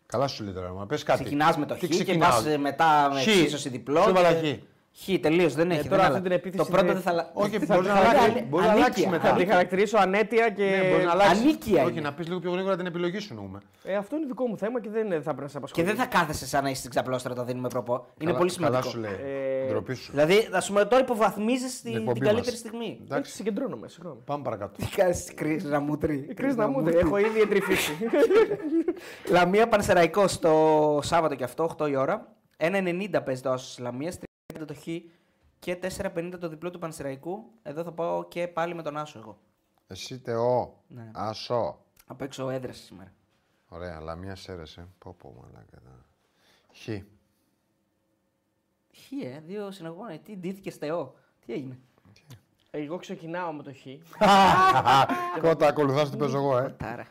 Καλά σου λέει τώρα, μα πες κάτι.
Ξεκινάς με το χ
Τι
και
ξεκινάω?
πας ε, μετά με
Χ.
εξίσωση διπλό.
Σου
και-
έβαλα χ.
Χ, τελείως, δεν έχει.
Ε, τώρα
δεν
αυτή
άλλα-
την επίθεση
Το πρώτο
είναι-
δεν θα αλλα-
Όχι,
θα-
μπορεί
θα-
να
θα-
αλλάξει-
θα-
μπορεί να αλλάξει
ανίκεια.
μετά.
Θα τη χαρακτηρίσω ανέτεια και.
Ναι, μπορεί να αλλάξει.
Ε, Ανίκεια
Όχι,
είναι.
να πεις λίγο πιο γρήγορα την επιλογή σου νοούμε.
ε, αυτό είναι δικό μου θέμα και δεν θα πρέπει να σε
Και
απασχολεί.
δεν θα κάθεσαι σαν να είσαι στην ξαπλώστρα όταν δίνουμε προπό. Είναι πολύ
Καλά σου
σημαντικό.
λέει.
Ε,
Ντροπή σου.
Δηλαδή, θα σου πούμε τώρα υποβαθμίζεις
Την
την
εκπομπή
καλύτερη
μας.
στιγμή.
Εντάξει,
Εντάξει.
συγκεντρώνομαι, συγγνώμη.
Πάμε παρακάτω.
Τι κάνεις, Κρι Ραμούτρι.
Ε,
Η Κρίς να μου έχω ήδη εντρυφήσει.
Λαμία Πανσεραϊκό το Σάββατο και αυτό, 8 η ώρα. 1,90 παίζει το άσο τη Λαμία, 3,50 το χ και 4,50 το διπλό του Πανσεραϊκού. Εδώ θα πάω και πάλι με τον Άσο εγώ.
Εσύ τεό.
Ναι.
Ασό.
Απ' έξω έδρας σήμερα.
Ωραία, λαμία σέρεσε. Πω πω μαλάκα. τα. Χ.
Ε, Χ, ε, δύο συναγώνε. Τι ντύθηκε θεό. Τι έγινε.
Εγώ ξεκινάω με το χ.
Κότα, ακολουθάς τι παίζω εγώ, ε.
Τάρα.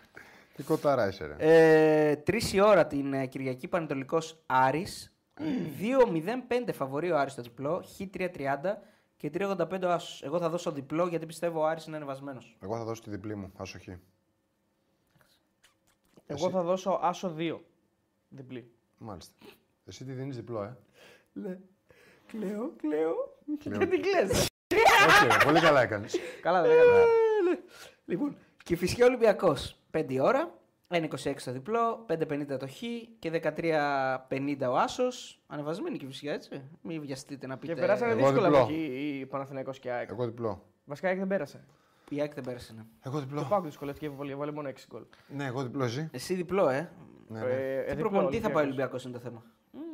Τι κοτάρα είσαι, ρε.
Ε, 3 η ώρα την ε, Κυριακή Πανετολικός Άρης. 2-0-5 φαβορεί ο Άρης το διπλό. Χ 3-30 και 3-85 ο Άσος. Εγώ θα δώσω διπλό γιατί πιστεύω ο Άρης είναι ανεβασμένος.
Εγώ θα δώσω τη διπλή μου. Άσο χ.
Εγώ θα δώσω άσο 2. Διπλή.
Μάλιστα. Εσύ τη δίνεις διπλό, ε.
Κλαίω, κλαίω.
Κλαίω.
Δεν την κλαις.
Όχι, ρε, πολύ καλά έκανες.
Καλά, δεν
ε,
έκανα.
λοιπόν, και φυσικά Ολυμπιακός. 5 η ώρα. 1,26 το διπλό, 5,50 το χ και 13,50 ο Άσος. Ανεβασμένη και φυσικά έτσι. Μην βιαστείτε να πείτε.
Και περάσανε
ε, Εγώ
δύσκολα
διπλό.
από εκεί η Παναθηναϊκός και η ΑΕΚ.
Εγώ διπλό.
Βασικά η ΑΕΚ δεν πέρασε.
Η ΑΕΚ δεν πέρασε. ναι.
Εγώ
Το
διπλό.
Πάουκ δυσκολεύτηκε πολύ, έβαλε μόνο 6 γκολ.
Ναι, εγώ διπλό, εσύ.
Εσύ διπλό, ε.
Ναι, ναι.
Ε, ε,
Τι
διπλό,
προπονητή θα πάει ο
Ολυμπιακός.
Ολυμπιακό είναι το θέμα.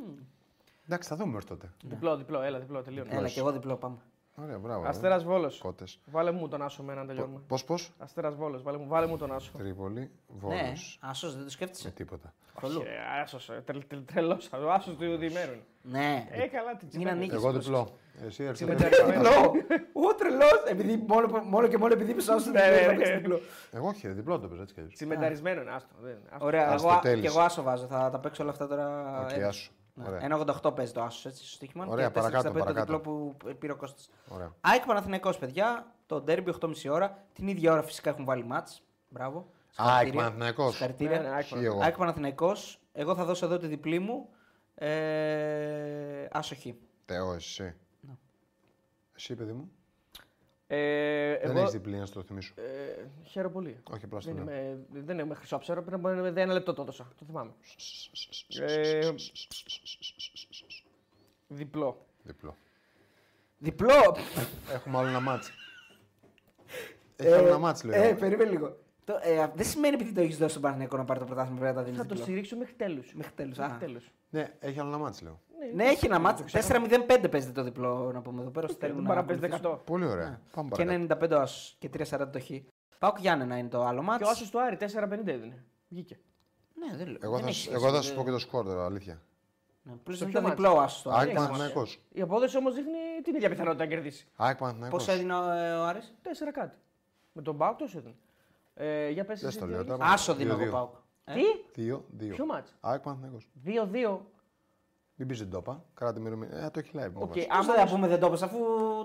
Εντάξει, θα δούμε μέχρι τότε.
Διπλό, διπλό, έλα, διπλό, τελείωνε.
Έλα, και εγώ διπλό πάμε.
Ωραία, μπράβο. ε.
Αστέρας Βόλος.
Κότες.
Βάλε μου τον Άσο με να τελειώνουμε.
Πώς, πώς.
Αστέρας Βόλος, βάλε μου, βάλε μου τον Άσο.
Τρίπολη,
Ναι,
Βόλος.
άσος, δεν το
Με
Ε.
σκέφτεσαι.
τίποτα.
Καθόλου.
Άσο, τρελό. Ο Άσος του διημέρου είναι.
Ναι.
Ε, καλά, τι
Μην ανοίγεις.
Εγώ διπλό. Εσύ έρχεσαι.
Τρελό! Ο τρελός! Επειδή μόνο, μόνο και μόνο επειδή είπες άσος δεν
ε. Ναι,
μπορείς
ναι,
να
ναι.
παίξει διπλό.
Εγώ όχι, ρε, διπλό το παίζω έτσι κι αλλιώς.
Τσιμενταρισμένο είναι, άστο. δεν- άστο.
Ωραία,
Ας το
εγώ,
τέλεις.
και εγώ άσο βάζω. Θα τα παίξω όλα αυτά τώρα.
Οκ,
έτσι.
άσο.
Ναι.
Ωραία.
1,88 παίζει το άσος έτσι στο στοίχημα.
Ωραία,
και 4,65
παρακάτω,
το
παρακάτω.
διπλό που πήρε ο Κώστας.
Ωραία.
ΑΕΚ Παναθηναϊκός, παιδιά. Το ντέρμπι 8,5 ώρα. Την ίδια ώρα φυσικά έχουν βάλει μάτ. Μπράβο.
ΑΕΚ
Συγχαρητήρια.
Παναθηναϊκός.
Συγχαρητήρια.
Ναι, ναι, ΑΕΚ
Χ εγώ.
ΑΕΚ Παναθηναϊκός. Εγώ θα δώσω εδώ τη διπλή μου. Ε, άσοχη.
Θεό, εσύ. Εσύ, παιδί μου.
Ε,
Δεν
εγώ-
έχεις διπλή, να σου το θυμίσω.
Ε, χαίρομαι πολύ.
Όχι, απλά στο
Δεν,
λέω.
είμαι, δεν είμαι χρυσό ψέρο, πριν από ένα ένα λεπτό το έδωσα. Το θυμάμαι. Ε, διπλό.
Διπλό.
Διπλό!
Έχουμε άλλο ένα μάτ. Έχει άλλο ένα μάτ, λέω.
Ε,
εγώ.
περίμενε λίγο. Το, ε, α- δεν σημαίνει επειδή το έχεις δώσει στον Παναθηναϊκό να πάρει το πρωτάθλημα πρέπει να τα δίνεις.
Θα το στηρίξω μέχρι τέλους.
Μέχρι τέλους, α.
Μέχρι τέλους.
Ναι, έχει άλλο ένα μάτ, λέω.
Ναι, έχει ένα μάτσο. 4-0-5 παίζεται το διπλό να πούμε εδώ πέρα. όσοι θέλουν
Δεν
να
μπορεί να παίζει
ακολουθήσουν.
100.
Πολύ
Ναι.
ωραία. Πάμε
Και
παρακάτω.
95 ο Άσος και 3-40 το Χ. Πάω και Γιάννενα είναι το άλλο
Και
μάτσο.
ο Άσος του Άρη 4,50 έδινε. Βγήκε.
Ναι, δεν λέω.
Εγώ
δεν
θα,
έχει
σ-
σχέση,
εγώ θα
δεν-
σου πω και το σκορ τώρα, αλήθεια.
Ναι, Πλούς
Στο
είναι
ποιο
το
μάτσο?
διπλό ο Άσος στο
ΑΕΚ
Άρη.
Παναθυναϊκό.
Η απόδοση όμως δείχνει την ίδια πιθανότητα να κερδίσει.
ΑΕΚ Παναθυναϊκό.
Πόσο έδινε ο, ε, ο Άρης.
4 κάτι. Με τον Μπάουκ τόσο έδινε. Ε, για πες
Δεν
εσύ.
στο
τι
λέω
έδινες.
τώρα.
Άσο δίνω εγώ
Δύο-δύο.
πάω. Ε,
Τι,
Δύο-δύο.
ποιο μάτς.
ΑΕΚ Παναθυναϊκό.
2-2.
Μην πεις την τόπα. Κράτη μερομηνία. Ε, το έχει live. μου
Οκ,
βάζει.
Άμα
άμα
δεν τα
όμως-
πούμε δεν το είπες, αφού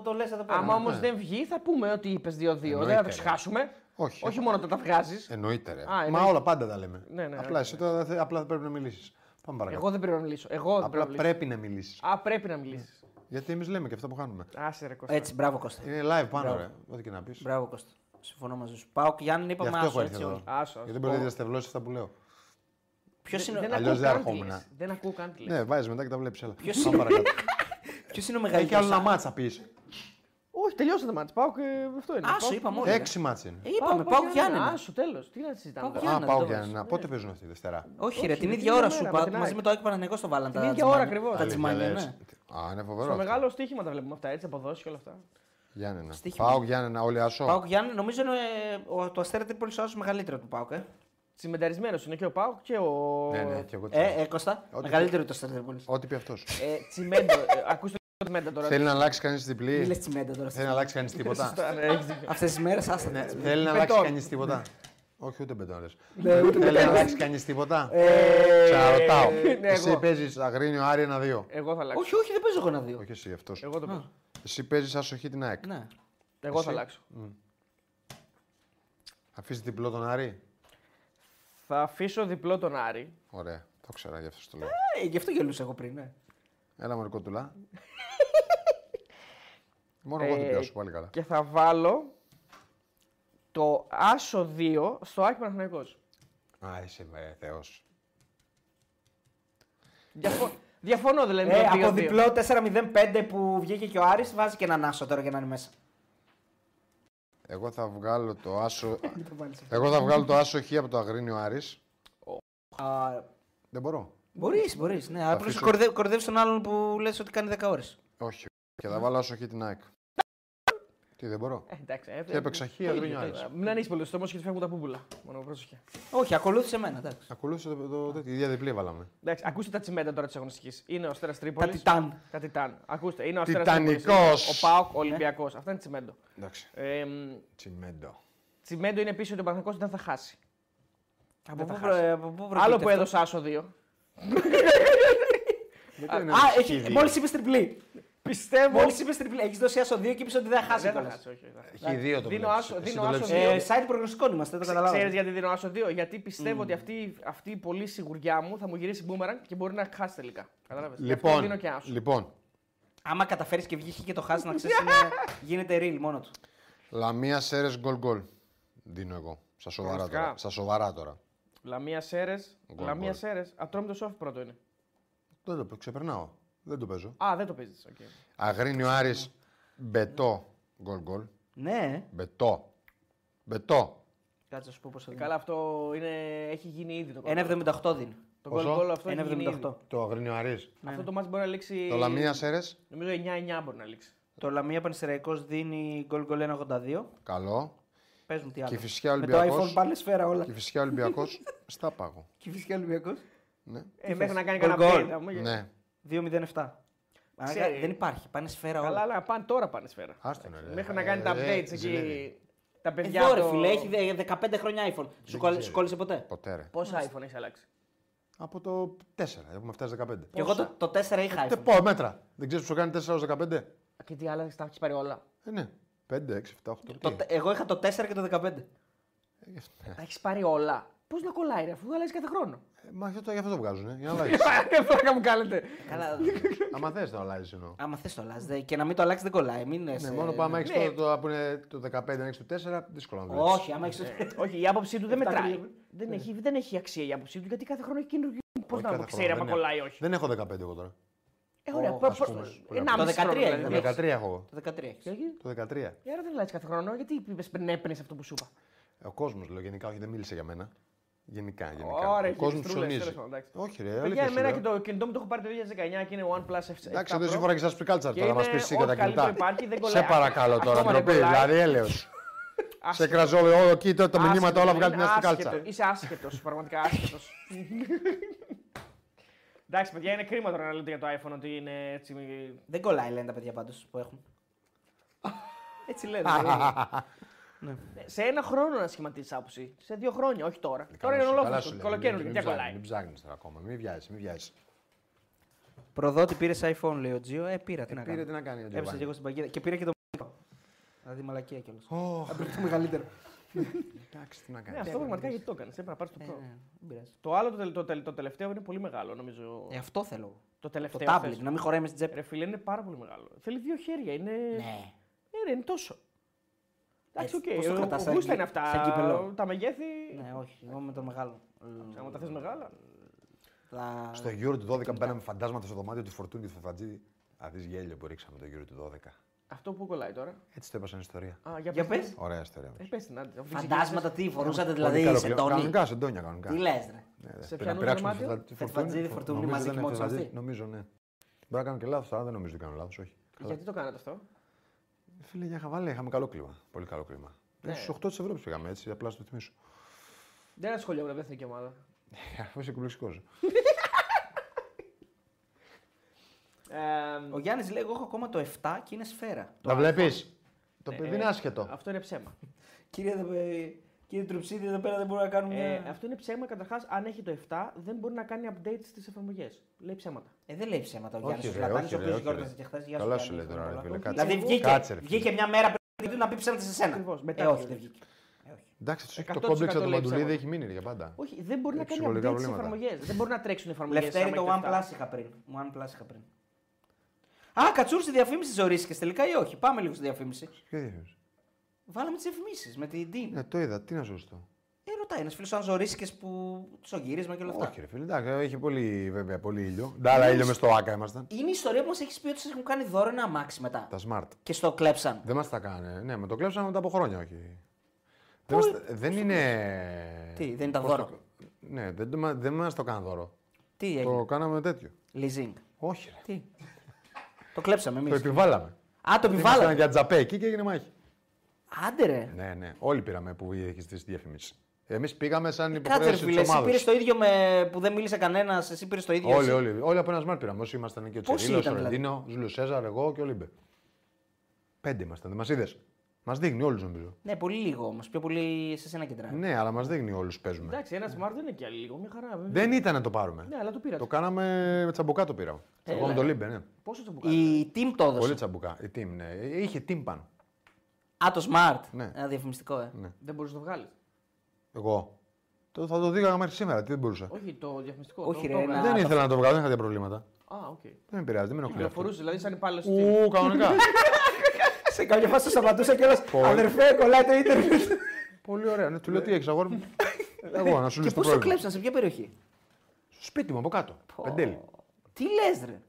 το λες εδώ πέρα.
Άμα όμως δεν βγει, θα πούμε ότι είπες 2-2. Δεν θα
Εννοείται,
το
ρε.
ξεχάσουμε.
Όχι. ε,
Όχι μόνο όταν τα βγάζεις.
Εννοείται ρε.
Α, εννοείται.
Μα όλα πάντα τα λέμε.
Ναι, ναι,
απλά
ναι,
εσύ τώρα θε- απλά πρέπει να μιλήσεις. Πάμε παρακάτω.
Εγώ δεν πρέπει να μιλήσω. Εγώ δεν
ε, απλά
πρέπει να μιλήσω.
πρέπει να μιλήσεις.
Α, πρέπει να μιλήσεις.
Γιατί εμείς λέμε και αυτά που κάνουμε.
Άσε ρε Κώστα.
Έτσι, μπράβο Κώστα.
Είναι live πάνω, ρε. Ό,τι και να πεις. Γι'
Μπράβο Κώστα. Συμφωνώ μαζί σου. Πάω και Γιάννη,
αυτό
είπαμε
έχω
Άσο
έρθει
έτσι
εδώ.
όλοι.
Άσο.
Γιατί μπορεί να διαστευλώσει αυτά που λέω.
Ποιος είναι ο-
Δεν
Αλλιώς
ακούω
δεν
καν τι
ερχόμουν.
λες. Δεν ακούω καν τι λες.
Ναι, βάζεις μετά και τα βλέπεις. Έλα.
Ποιος
Πάμε
είναι?
παρακάτω.
Ποιος είναι ο
Έχει άλλο
μεγαλύτερος.
ένα μάτσα πεις.
Όχι, τελειώσε τα μάτια. Πάω και αυτό είναι.
Άσο,
Πάω-
είπαμε όλοι.
Έξι μάτσα είναι.
Ε, είπαμε,
πάω
πάω Γιάννενα.
Άσο, τέλος. Τι να συζητάμε.
Πάω
τώρα.
Γιάννενα, δεν
Α, πάω
το
για
βάζεις.
ένα. Πότε παίζουν αυτή τη Δευτέρα.
Όχι,
Όχι,
ρε, την
την
ίδια
ίδια
ώρα
μέρα
σου
με
πα-
την
μαζί
ΑΕΚ.
με το Άκη Παναγενικό στο βάλαν.
Την
τα
ίδια ώρα
τσιμάνια.
ακριβώς.
Τα
Αλήθεια,
τσιμάνια,
λες.
ναι.
Α, είναι φοβερό.
Στο
αυτό.
μεγάλο στοίχημα τα βλέπουμε αυτά. Έτσι, αποδόσει και όλα αυτά.
Γιάννενα.
Στοίχημα.
Πάω Γιάννενα, όλοι άσο.
Πάω Γιάννη, νομίζω είναι ε, ο- το αστέρα Τρίπολης ο Άσος μεγαλύτερο του Πάουκ. Ε,
Τσιμενταρισμένος είναι και ο Πάουκ και ο.
Ναι, ναι, και εγώ.
ε, ε Κώστα,
Ό,τι-
μεγαλύτερο το αστέρα Τρίπολη.
Ό,τι πει αυτός.
Ε, τσιμέντο. Ε, Ακούστε Τσιμέντα τώρα.
Θέλει να αλλάξει κανείς διπλή.
Μίλε τσιμέντα τώρα.
Θέλει να αλλάξει κανείς τίποτα.
Σωστά, ναι, έχεις δίκιο.
Αυτές τις μέρες, άστα. τα
ε, Ναι,
τσιμέντα.
Θέλει να
Μπετόν.
αλλάξει κανείς τίποτα. Όχι, ούτε μπετόν. λες.
Ναι, ούτε
Θέλει να
μπετόν.
αλλάξει κανείς τίποτα.
Ε,
Σε ρωτάω.
ναι,
Εσύ
εγώ.
παίζεις Αγρίνιο Άρη 1-2.
Εγώ θα αλλάξω.
Όχι, όχι, δεν παίζω εγώ να δύο.
Όχι εσύ αυτός.
Εγώ, το παίζω.
Εσύ παίζεις άσοχη την ΑΕΚ.
Ναι.
εγώ θα αλλάξω.
Αφήσεις διπλό τον Άρη.
Θα αφήσω διπλό τον Άρη.
Ωραία. Το ξέρα γι' αυτό το λέω.
Ε, γι' αυτό γελούσα εγώ πριν. Ναι.
Έλα μωρικό τουλά. Μόνο εγώ
Ε,
την πιάσω πάλι καλά.
και θα βάλω το άσο 2 στο Άκη Παναθηναϊκός.
Α, είσαι με θεός.
Διαφο- Διαφωνώ δηλαδή με
Ε,
το 2-2.
από διπλό 4-0-5 που βγήκε και ο Άρης βάζει και έναν άσο τώρα για να είναι μέσα.
Εγώ θα βγάλω το άσο...
Μην το βάλεις αυτό.
Εγώ θα βγάλω το άσο χ από το Αγρίνιο Άρης.
Α,
Δεν μπορώ.
Μπορείς, μπορείς. Ναι, απλώς
αφήσω.
κορδε- κορδεύεις τον άλλον που λες ότι κάνει 10 ώρες.
Όχι. Και θα βάλω άσο χ την ΑΕΚ. Τι δεν μπορώ.
Ε, εντάξει, ε,
Και έπαιξα χ,
το ίδιο,
Αγρίνιο
το ίδιο.
Άρης.
Μην ανήσυχε πολύ στο και φεύγουν τα πούμπουλα. Μόνο πρόσεχε.
Όχι, ακολούθησε εμένα, εντάξει.
Ακολούθησε το, το, το, τη ίδια διπλή βάλαμε.
Εντάξει, ακούστε τα τσιμέντα τώρα της αγωνιστικής. Είναι ο Αστέρας Τρίπολης.
Τα Τιτάν.
Τα Τιτάν. Ακούστε, είναι ο Αστέρας
Τιτανικός.
Ο Πάοκ, ο Ολυμπιακός. Αυτά είναι τσιμέντο.
Εντάξει.
Ε, μ,
Τσιμέντο.
τσιμέντο είναι επίσης ότι ο Παναθηναϊκός δεν θα χάσει.
Από
θα
πού
χάσει.
προ- από πού
Άλλο
προκύπτει
που
αυτό?
έδωσα άσο 2.
Α, έχει, ε, μόλις είπες τριπλή.
Πιστεύω.
Μόλις είπες τριπλή. Έχεις δώσει άσο 2 και είπες ότι δεν θα χάσει
Δεν θα
κιόλας.
χάσει, όχι. δεν θα χάσει.
Χ δύο το
Δίνω
βλέπεις.
άσο-
Εσύ
δίνω
το
άσο
βλέπεις.
δύο.
Ε, site προγνωστικών είμαστε, δεν το
Ξέρεις
καταλάβαμε.
γιατί δίνω άσο 2. Γιατί πιστεύω ότι αυτή, αυτή η πολύ σιγουριά μου θα μου γυρίσει μπούμεραν και μπορεί να χάσει τελικά. Κατάλαβε. Δίνω
Λοιπόν,
και άσο.
λοιπόν,
Άμα καταφέρεις και βγεις χ και το χάσεις να ξέρεις είναι- γίνεται real μόνο του.
Λαμία Σέρες γκολ γκολ. Δίνω εγώ. Στα σοβαρά
Πραγματικά.
τώρα. Στα σοβαρά τώρα.
Λαμία Σέρε.
Γκολ,
Λαμία
γκολ.
Σέρε. Ατρόμητο σόφι πρώτο είναι.
Δεν το ξεπερνάω. Δεν το παίζω.
Α, δεν το παίζεις. Okay.
Αγρίνιο Άρης Μπετό γκολ γκολ.
Ναι,
Μπετό. Μπετό.
κάτσε να σου πω πώς θα δίνει.
Ε, Καλά, αυτό είναι... έχει γίνει ήδη το γκολ.
1,78 δίνει.
Το γκολ
Πόσο?
γκολ αυτό έχει γίνει ήδη.
1,78.
Το Αγρίνιο Άρης.
Ναι.
Αυτό το μάτι μπορεί να
Ε.
λήξει.
Το Λαμία Σέρες.
Νομίζω 9-9 μπορεί να λήξει.
Το Λαμία Πανεσαιραϊκός δίνει γκολ γκολ 1,82.
Καλό.
Πες μου τι άλλο.
Και φυσικά
Με το
Ολυμπιακός.
iPhone πάνε σφαίρα όλα.
Και φυσικά Ολυμπιακός στα πάγω.
Και φυσικά Ολυμπιακός.
Ναι.
Ε, μέχρι να κάνει
Γκολ,
κανένα
γκολ.
update, άμα και-
ναι.
2,07. Μαλάκα,
Ξέρει.
Δεν υπάρχει, πάνε σφαίρα
Καλά,
όλα.
αλλά πάνε τώρα πάνε σφαίρα. Ε,
Άστο Ε, να λέει.
Μέχρι να κάνει τα updates εκεί. Τα παιδιά.
Εδώ ρε
το-
Ε, φίλε, έχει δε- 15 χρόνια iPhone. Σου κόλλη- Σου κόλλησε ποτέ.
Ποτέ ρε.
Πόσα iPhone έχει αλλάξει.
Από το 4. Έχουμε φτάσει 15.
Και εγώ το, το 4 είχα
Τε
iPhone.
πω μέτρα. Δεν ξέρεις που σου κάνει 4 έως 15.
Και τι άλλα τα έχεις πάρει όλα.
Ε, ναι. 5, 6, 7, 8.
Το, τε- εγώ είχα το 4 και το 15.
Ε,
Τα έχεις πάρει όλα. Πώς να κολλάει, ρε, αφού αλλάζει κάθε χρόνο.
Μα αυτό το- γι' αυτό το βγάζουν. ε, Για να αλλάξεις.
Τι φράκα μου κάνετε.
Καλά.
Άμα θες να αλλάζεις εννοώ.
Άμα θες το αλλάζεις δε- και να μην το αλλάξεις δεν κολλάει. Μην ε,
Ναι,
σε-
μόνο που άμα έχεις
ναι.
το, το, που είναι το 15 να έχεις το 4, δύσκολα να βλέπεις.
Όχι, άμα έχεις.
Όχι, η άποψή του δεν μετράει.
κρύβε.
Δεν έχει, δεν έχει αξία η άποψή του γιατί κάθε χρόνο έχει καινούργιο. Πώ
Όχι
να
κάθε
το ξέρει
χρόνο,
αν
δεν
κολλάει ή
έχω.
όχι.
Δεν έχω 15 εγώ τώρα.
Ε, ωραία,
Ω,
προ-
ας
προ-
πούμε, ας πούμε.
ένα
Το
μισό χρόνο
13
δηλαδή.
είναι,
Το
Έχεις.
13 έχω εγώ.
Το 13 έχεις.
Γιατί-
Το 13.
Ε, Άρα δεν αλλάζει κάθε χρόνο, γιατί είπες πριν έπαιρνες αυτό που σου είπα.
Ο κόσμος λέω γενικά, όχι, δεν μίλησε για μένα. Γενικά, γενικά.
Ωραία,
ο κόσμος
χιλιστρούλες,
ψωνίζει.
τέλος πάντων, εντάξει.
Όχι, ρε,
Παιδιά,
αλήθεια. σου
εμένα
λέω.
και το κινητό μου το έχω πάρει το 2019 και είναι OnePlus F7.
Εντάξει,
Pro.
δεν σου φοράει και σαν σπρικάλτσαρ
Και
τώρα, να μας
είναι
πεις εσύ
ό,τι
για τα
καλύτερο
κινητά.
υπάρχει, δεν
Σε
κολλάει.
παρακαλώ τώρα,
Ακόμα δεν
ντροπή,
κολλάει.
δηλαδή έλεος. Σε
Άσχετο.
κραζό, όλο εκεί, τότε τα μηνύματα όλα
Άσχετο,
βγάζει
είναι
μια
άσχετο.
σπρικάλτσα.
Είσαι άσχετος, πραγματικά άσχετος. Εντάξει, παιδιά, είναι κρίμα τώρα να λέτε για το iPhone ότι είναι έτσι.
Δεν κολλάει λένε τα παιδιά πάντως που έχουν. Έτσι λένε. ε.
ε, Σε ένα χρόνο να σχηματίσεις άποψη. Σε δύο χρόνια, όχι τώρα. Τώρα είναι
Ε, Καλά σου, καλά σου
ολόκληρο.
λέω,
Κολοκένουργιο.
μην-
Τι
μην
κολλάει.
ψάχνεις, Μην ψάχνεις τώρα ακόμα, μην βιάζεις, μην βιάζεις.
Προδότη πήρες iPhone, λέει ο Τζίο. Ε, πήρα. Τι να
Πήρε
κάνω.
τι να κάνει. ο
Έψα και
Τζοβάνι.
εγώ στην παγίδα και πήρα και το. Δηλαδή μαλακία κιόλας. Απ' το μεγαλύτερο.
Εντάξει, τι να
Ναι,
κάνει.
αυτό πραγματικά γιατί το έκανες. Πρέπει να πάρεις το
Ε,
Pro.
ναι, δεν πειράζει.
Το άλλο, το, τελ- το, τελ- το τελευταίο είναι πολύ μεγάλο, νομίζω.
Ε, αυτό θέλω. εγώ.
Το
Το
τελευταίο.
tablet, ναι.
θες.
να μην χωράει με στην τσέπη.
Ρε φίλε, είναι πάρα πολύ μεγάλο. Θέλει δύο χέρια. Είναι.
Ναι.
Ναι, ρε, είναι τόσο. Εντάξει,
Ε,
οκ.
πώς το
ο-
κρατάς
ο
σαν
Γούστα
κύ-
είναι αυτά.
σαν κύπελλο.
Τα μεγέθη.
Ναι, όχι. Εγώ με τον μεγάλο.
Άμα τα ναι. θες μεγάλα.
Θα-
Στο Euro του 12 μπαίναμε φαντάσματα στο δωμάτιο του Φορτούνη και του Φαφατζίδη. Α, δεις γέλιο που ρίξαμε το Euro του 12.
Αυτό που κολλάει τώρα.
Έτσι το είπα σαν ιστορία.
Α, για
Για
πες.
πες.
Ωραία ιστορία.
Ε, πες την, άντε. αφού
Φαντάσματα τι φορούσατε
Πολύ
δηλαδή
καλό
σε
πλέον.
τόνι.
Κανονικά, σε τόνια κανονικά.
Τι λες, ρε.
Ναι, ρε,
Σε
πρέπει να
ποιανού
πειράξουμε
δωμάτιο?
Φερτα- τη
Φετφατζίδη,
Φο-
Φορτούνη,
νομίζω
μαζί
ήταν
κοιμόντουσαν
Φερτατζίδη,
αυτοί.
Νομίζω, ναι. Μπορεί να κάνω και λάθος, αλλά δεν νομίζω ότι κάνω λάθος, όχι.
ξεκινήσατε- Γιατί το κάνατε αυτό.
Φίλε, για χαβάλε, είχαμε καλό κλίμα. Πολύ καλό κλίμα.
Ναι.
Ναι. Στους 8 της Ευρώπης πήγαμε έτσι, απλά στο θυμίσω. Ε,
Δεν είναι σχολείο, βρε, εθνική ομάδα.
Αφού είσαι κομπλεξικό.
Ε,
Ο Γιάννης λέει: Εγώ έχω ακόμα το 7 και είναι σφαίρα.
Τα βλέπει. Το
ε,
παιδί είναι άσχετο.
Αυτό είναι ψέμα.
Κύριε, ε, κύριε Τροψίδη, εδώ πέρα δεν μπορούμε να κάνουμε.
Ε,
Ε,
αυτό είναι ψέμα καταρχάς. Αν έχει το 7, δεν μπορεί να κάνει update στις εφαρμογές. Λέει ψέματα.
Ε, δεν λέει ψέματα ο
Όχι,
Γιάννης. Ο
ρε,
Λατάνης,
όχι,
ο
ρε,
οποίος
όχι, ρε.
γιόρτασε και χθες.
Καλά σου λέει τώρα, ρε φίλε, κάτσε.
Δηλαδή ε, βγήκε,
Κάτσε, ρε, φίλε.
βγήκε μια μέρα πριν του να πει ψέματα σε σένα.
Ακριβώς, μετά
Ε, όχι,
βγήκε.
δεν βγήκε. Ε, όχι.
Εντάξει, τους έχει το
100%
κόμπλεξ από το
λέει
Μαντουλίδη
ψέματα.
έχει μείνει ρε, για πάντα.
Όχι, δεν μπορεί να κάνει update
Ψυχολογικά
στις
προβλήματα.
εφαρμογές. Δεν μπορεί να τρέξουν οι εφαρμογέ.
Λευτέρη το OnePlus είχα πριν. OnePlus είχα πριν. Α, κατσούρ στη διαφήμιση ζωρίσκε τελικά ή όχι. Πάμε λίγο στη διαφήμιση.
Ποια διαφήμιση.
Βάλαμε τις διαφημίσει με την Dean.
Ναι, το είδα, τι να ζωστώ.
Ε, ρωτάει ένας φίλος αν ζωρίσκε που στο γύρισμα και όλα αυτά.
Όχι, ρε φίλε, εντάξει, έχει πολύ, βέβαια, πολύ ήλιο. Ντάλα, ήλιο μες στο άκα ήμασταν.
Είναι η ιστορία που μας έχεις πει ότι σας έχουν κάνει δώρο ένα αμάξι μετά.
Τα smart.
Και στο κλέψαν.
Δεν μας τα κάνε. Ναι, με το κλέψαμε μετά από χρόνια, όχι. Δεν, μας τα- δεν είναι.
Τι, δεν ήταν
Πώς το-
δώρο?
Ναι, δεν, το- μα- δεν μας το κάνανε δώρο.
Τι έγινε.
Το κάναμε τέτοιο.
Leasing.
Όχι, ρε.
Τι. το κλέψαμε εμείς.
Το επιβάλαμε.
Α, το
Ήμασταν
επιβάλλαμε.
για τζαπέ εκεί και έγινε μάχη.
Άντε ρε.
Ναι, ναι. Όλοι πήραμε που είχε στη διαφήμιση. Εμείς πήγαμε σαν
Ε, Κάτσε ρε
υποχρέωση της
φίλε, εσύ
ομάδας.
πήρες το ίδιο με... που δεν μίλησε κανένας, εσύ πήρες το ίδιο.
Όλοι,
εσύ.
όλοι, όλοι από ένας σμαρτ πήραμε. Όσοι ήμασταν και ο
Πόσοι
Τσερίλο, ο
ήταν, δηλαδή?
Ρεντίνο, ο Λουσέζαρ, εγώ και ο Λίμπε. Πέντε ήμασταν, δεν μας είδες. Μας δείχνει όλους νομίζω.
Ναι, πολύ λίγο όμω. Πιο πολύ σε σένα κεντρά.
Ναι, αλλά μας δείχνει όλους παίζουμε.
Εντάξει, ένα smart δεν είναι και άλλη λίγο. Μια χαρά. βέβαια.
Δεν ήταν να το πάρουμε.
Ναι, αλλά το πήρατε.
Το κάναμε με τσαμπουκά το πήρα. Εγώ με τον Λίμπε, ναι.
Πόσο το που κάνετε.
Η team το έδωσε.
Πολύ τσαμπουκά. Η team, ναι. Είχε team πάνω.
Α, το smart.
Ναι.
Ένα διαφημιστικό, ε.
Δεν μπορείς να το βγάλεις.
Εγώ. Το, θα το δίγαγα μέχρι σήμερα, τι δεν μπορούσα. Ε,
Όχι το διαφημιστικό.
Όχι,
το-
ρε,
το
ένα-
βγάλε.
δεν
το-
ήθελα να το βγάλω, δεν είχα τέτοια προβλήματα.
Α, οκ.
Δεν με πειράζει, δεν με ενοχλεί. αυτό.
Κυκλοφορούσε, δηλαδή σαν υπάλληλος.
Ου, κανονικά.
σε κάποια φάση το σταματούσα και όλος, Αδερφέ, κολλάει το ίντερνετ.
Πολύ ωραία. Ναι, του λέω τι έχει, αγόρι μου. Εγώ να σου
και
λύσω το
πώ το
πρόβλημα.
κλέψαν, σε ποια περιοχή.
Στο σπίτι μου από κάτω. Πεντέλη.
Τι λες, ρε.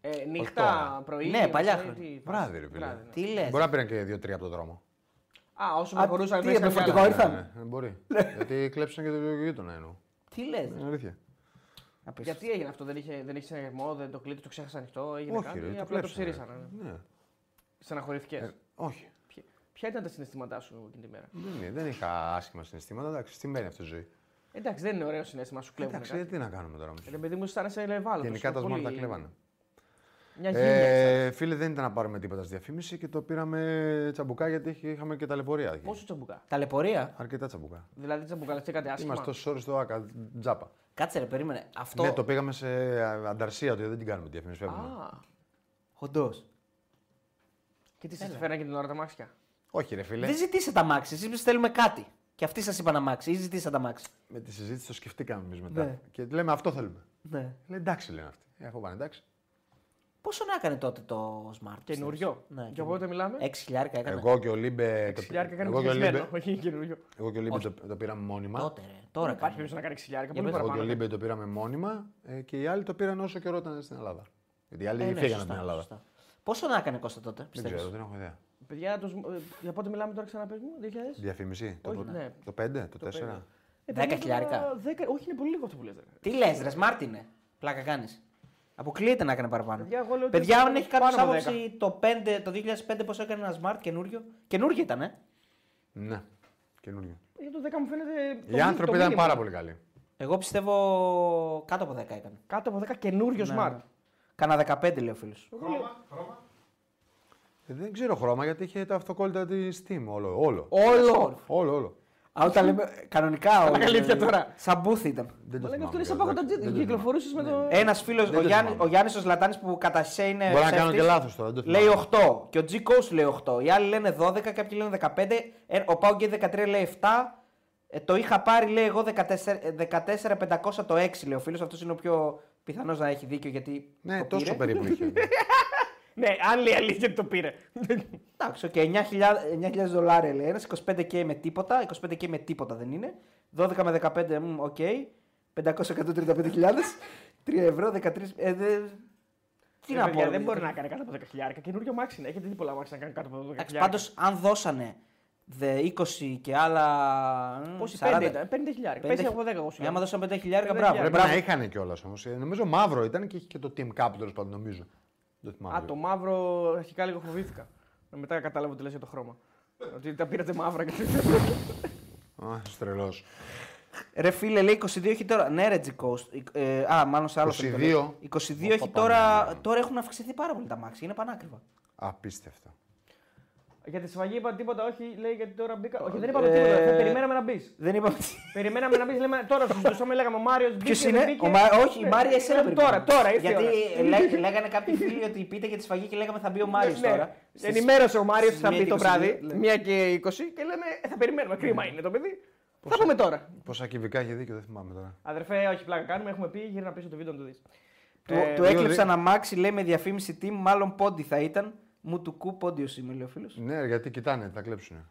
Ε,
τώρα.
νύχτα, πρωί.
Ναι, παλιά
μεσημέρι,
χρόνια.
τι φάση.
Βράδυ, ρε φίλε.
Βράδυ, ναι.
Τι λες.
Μπορεί να πήραν και δύο-τρία από τον δρόμο.
Α, όσο
Α,
με χωρούσαν.
τι
βρες κάποια
επεφορτικό
άλλα.
ήρθε. Ήρθαν.
Ναι, ναι, μπορεί. Γιατί κλέψαν και το γείτονα εννοώ.
Τι λες.
Είναι αλήθεια.
Γιατί έγινε αυτό, δεν είχε, δεν είχε συναγερμό, δεν το κλείτο, το ξέχασε ανοιχτό, έγινε
Όχι,
κάτι,
ρε, το
απλά το
κλέψανε, ρε.
ψηρίσανε. ναι.
Ναι.
Στεναχωρηθήκες.
Ε, Όχι.
Ποια- Ποια ήταν τα συναισθήματά σου εκείνη τη μέρα.
Δεν είναι- Δεν είχα άσχημα συναισθήματα. Εντάξει, τι μένει αυτή η ζωή.
Εντάξει, δεν είναι ωραίο συνέστημα, σου κλέβουν.
Εντάξει,
Εντάξει,
ε, τι να κάνουμε τώρα.
Ρε παιδί μου, ήταν σε ευάλωτο.
Γενικά τα σμάρτα κλέβανε.
Μια γύλια.
Ε, φίλε, δεν ήταν να πάρουμε τίποτα στη διαφήμιση και το πήραμε τσαμπουκά γιατί είχε- είχαμε και ταλαιπωρία. εκεί.
Πόσο τσαμπουκά.
Ταλαιπωρία.
Αρκετά τσαμπουκά.
Δηλαδή τσαμπουκαλευτήκατε άσχημα.
Είμαστε τόσο ώρες στο ΑΚΑ, τζάπα.
Κάτσε ρε, περίμενε. Αυτό.
Ναι, το πήγαμε σε ανταρσία του, δεν την κάνουμε τη διαφήμιση. φεύγουμε.
Α,
Όντως.
και τι σας φέρανε και την ώρα τα μάξια.
Όχι, ρε φίλε.
Δεν ζητήσατε αμάξι, εσεί θέλουμε κάτι. Και αυτοί σας είπαν αμάξι, ή ζητήσατε αμάξι.
Με τη συζήτηση το σκεφτήκαμε εμείς μετά.
Ναι.
Και λέμε αυτό θέλουμε.
Ναι.
Λέει εντάξει, λένε αυτοί. Ε, Έχω πάνε εντάξει.
Πόσο να έκανε τότε το smart.
Καινούριο.
Ναι,
και
καινούριο.
οπότε μιλάμε.
6 χιλιάρικα έκανε.
Εγώ και ο Λίμπε. το-
Ξυλιάρικα κάνει
Εγώ και ο Λίμπε,
πιασμένο. Όχι καινούριο.
εγώ και ο Λίμπε το, το πήραμε μόνιμα.
Τότε ρε, τώρα
Υπάρχει
κάνει.
περίπτωση να κάνει ξυλιάρικα.
Για
Πολύ
πες.
Εγώ και ο
παραπάνω.
Λίμπε το πήραμε μόνιμα ε, και οι άλλοι το πήραν όσο καιρό ήταν στην Ελλάδα. Γιατί οι άλλοι
Ε, ναι,
φύγανε
σωστά,
από την Ελλάδα.
σωστά. Πόσο να έκανε Κώστα τότε,
Δεν ξέρω,
πιστεύεις.
δεν έχω ιδέα.
Παιδιά, τους- ε, για πότε μιλάμε τώρα ξανά πες μου, 2000.
Διαφήμιση. Το,
Όχι,
το,
ναι.
το 5, το 4.
Ε,
Δέκα
παιδιά,
χιλιάρικα.
δέκα- Όχι, είναι πολύ λίγο αυτό που λες. ρε.
Τι λες, ρε, smart είναι. Πλάκα κάνεις. Αποκλείεται να έκανε παραπάνω.
Παιδιά, εγώ λέω ότι
Παιδιά,
ήταν
αν έχει κάποιο
πάνω από
άποψη το, 5, το 2005 πόσο έκανε ένα smart καινούριο. Καινούριο ήταν, ε.
Ναι, καινούριο.
Για το 10 μου φαίνεται. το
Οι
μι- το
άνθρωποι ήταν
μήνυμα.
πάρα πολύ καλοί.
Εγώ πιστεύω κάτω από 10 έκανε.
Κάτω από 10 καινούριο
Ναι,
smart.
ναι. Κάνα 15 λέει ο φίλος.
Ε, Δεν ξέρω χρώμα γιατί είχε τα αυτοκόλλητα της Steam. Όλο. Όλο,
Όλο.
όλο. όλο.
Α, όταν λέμε κανονικά όλο.
αλήθεια τώρα.
Σαν μπούθι ήταν.
Δεν το
Μα λέγανε
θυμάμαι.
αυτό είναι σαν
καλά,
παγωτατζίδι.
δεν το θυμάμαι. Ναι.
Κυκλοφορούσε με το.
Ένας φίλος,
το
Ε, ο Γιάννη
θυμάμαι.
ο Γιάννης ο Λατάνη που κατά σε είναι.
Μπορώ να
ψεύτης,
κάνω και λάθος τώρα. δεν το
Λέει
θυμάμαι.
8 και ο G Coast λέει 8. Οι άλλοι λένε 12, κάποιοι λένε 15. ε, Ο Πάο 13 λέει 7. Ε, το είχα πάρει λέει εγώ 14 ε, 14.500 το 6 λέει ο φίλος. Αυτός είναι ο πιο πιθανός να έχει δίκιο γιατί.
Ναι,
το
τόσο
πήρε.
περίπου είχε.
Ναι, αν λέει αλήθεια το πήρε.
Εντάξει, και 9.000 9.000 δολάρια λέει ένας, 25 και με τίποτα. 25 και με τίποτα δεν είναι. 12 με 15, μμ, οκ. 535.000. 3 ευρώ, 13. Ε, δε... Τι
Ρε
να
Ε, παιδιά,
πω.
Δεν μπορεί να κάνει κάτω από 10 χιλιάρικα. Καινούριο μάξι είναι. Έχετε δει πολλά μάξι να κάνει κάτω από 10 χιλιάρικα.
Εντάξει, πάντως αν δώσανε δε 20 και άλλα. μ,
Πόσοι
40.
50 ήταν, 50 χιλιάρικα. Πες από 10 εγώ σου.
Ε, Άμα
λέω.
δώσαν 5 χιλιάρικα,
50
μπράβο.
Πρέπει
μπράβο.
να είχαν κιόλας όμως. Ε, Νομίζω μαύρο ήταν και είχε και το team cup τέλος πάντων, νομίζω. Δεν θυμάμαι.
Α,
βέβαια.
το μαύρο αρχικά λίγο φοβήθηκα. Μετά κατάλαβα ότι λες για το χρώμα. Ότι τα πήρατε μαύρα και
Α, είσαι τρελός.
Ρε φίλε, λέει 22 έχει τώρα. Ναι, ρε Τζικόστ. Ε, α, μάλλον σε άλλο
22.
το λέω. 22 έχει
Ωπα,
τώρα.
πάμε.
Τώρα έχουν αυξηθεί πάρα πολύ τα μάξι. Είναι πανάκριβα.
Απίστευτο.
Για τη σφαγή είπα τίποτα, όχι, λέει γιατί τώρα μπήκα. Όχι, δεν
Ε,
είπαμε τίποτα. θα Περιμέναμε να μπεις.
Δεν είπαμε.
Περιμέναμε να μπεις, λέμε τώρα σου ζητούσαμε, λέγαμε ο Μάριος μπήκε.
Ποιος
δεν
είναι,
μπήκε.
ο Μάρ- Όχι, η
Ναι,
Μάρια εσένα
λέμε,
περιμένουμε.
Τώρα, τώρα ήρθε. η
Γιατί
ώρα.
ε, λέ- λέγανε κάποιοι φίλοι ότι πείτε για τη σφαγή και λέγαμε θα μπει ο Μάριος
Ναι, ναι.
τώρα. Στις-
Ενημέρωσε ο Μάριος ότι
στις
θα μπει το
1
βράδυ,
ναι.
1 και 20, και λέμε «Ε, θα περιμένουμε. Κρίμα είναι το παιδί. Θα πούμε τώρα.
Πόσα κυβικά έχει δίκιο, δεν θυμάμαι τώρα.
Αδερφέ, όχι πλάκα κάνουμε, έχουμε πει, γύρνα πίσω το βίντεο να το δεις.
Του,
Ε,
του έκλεψαν αμάξι, λέει με διαφήμιση team, μάλλον πόντι θα ήταν. Μου του κου πόντιος είμαι, λέει ο φίλος.
Ναι, ρε, γιατί κοιτάνε, τα κλέψουνε.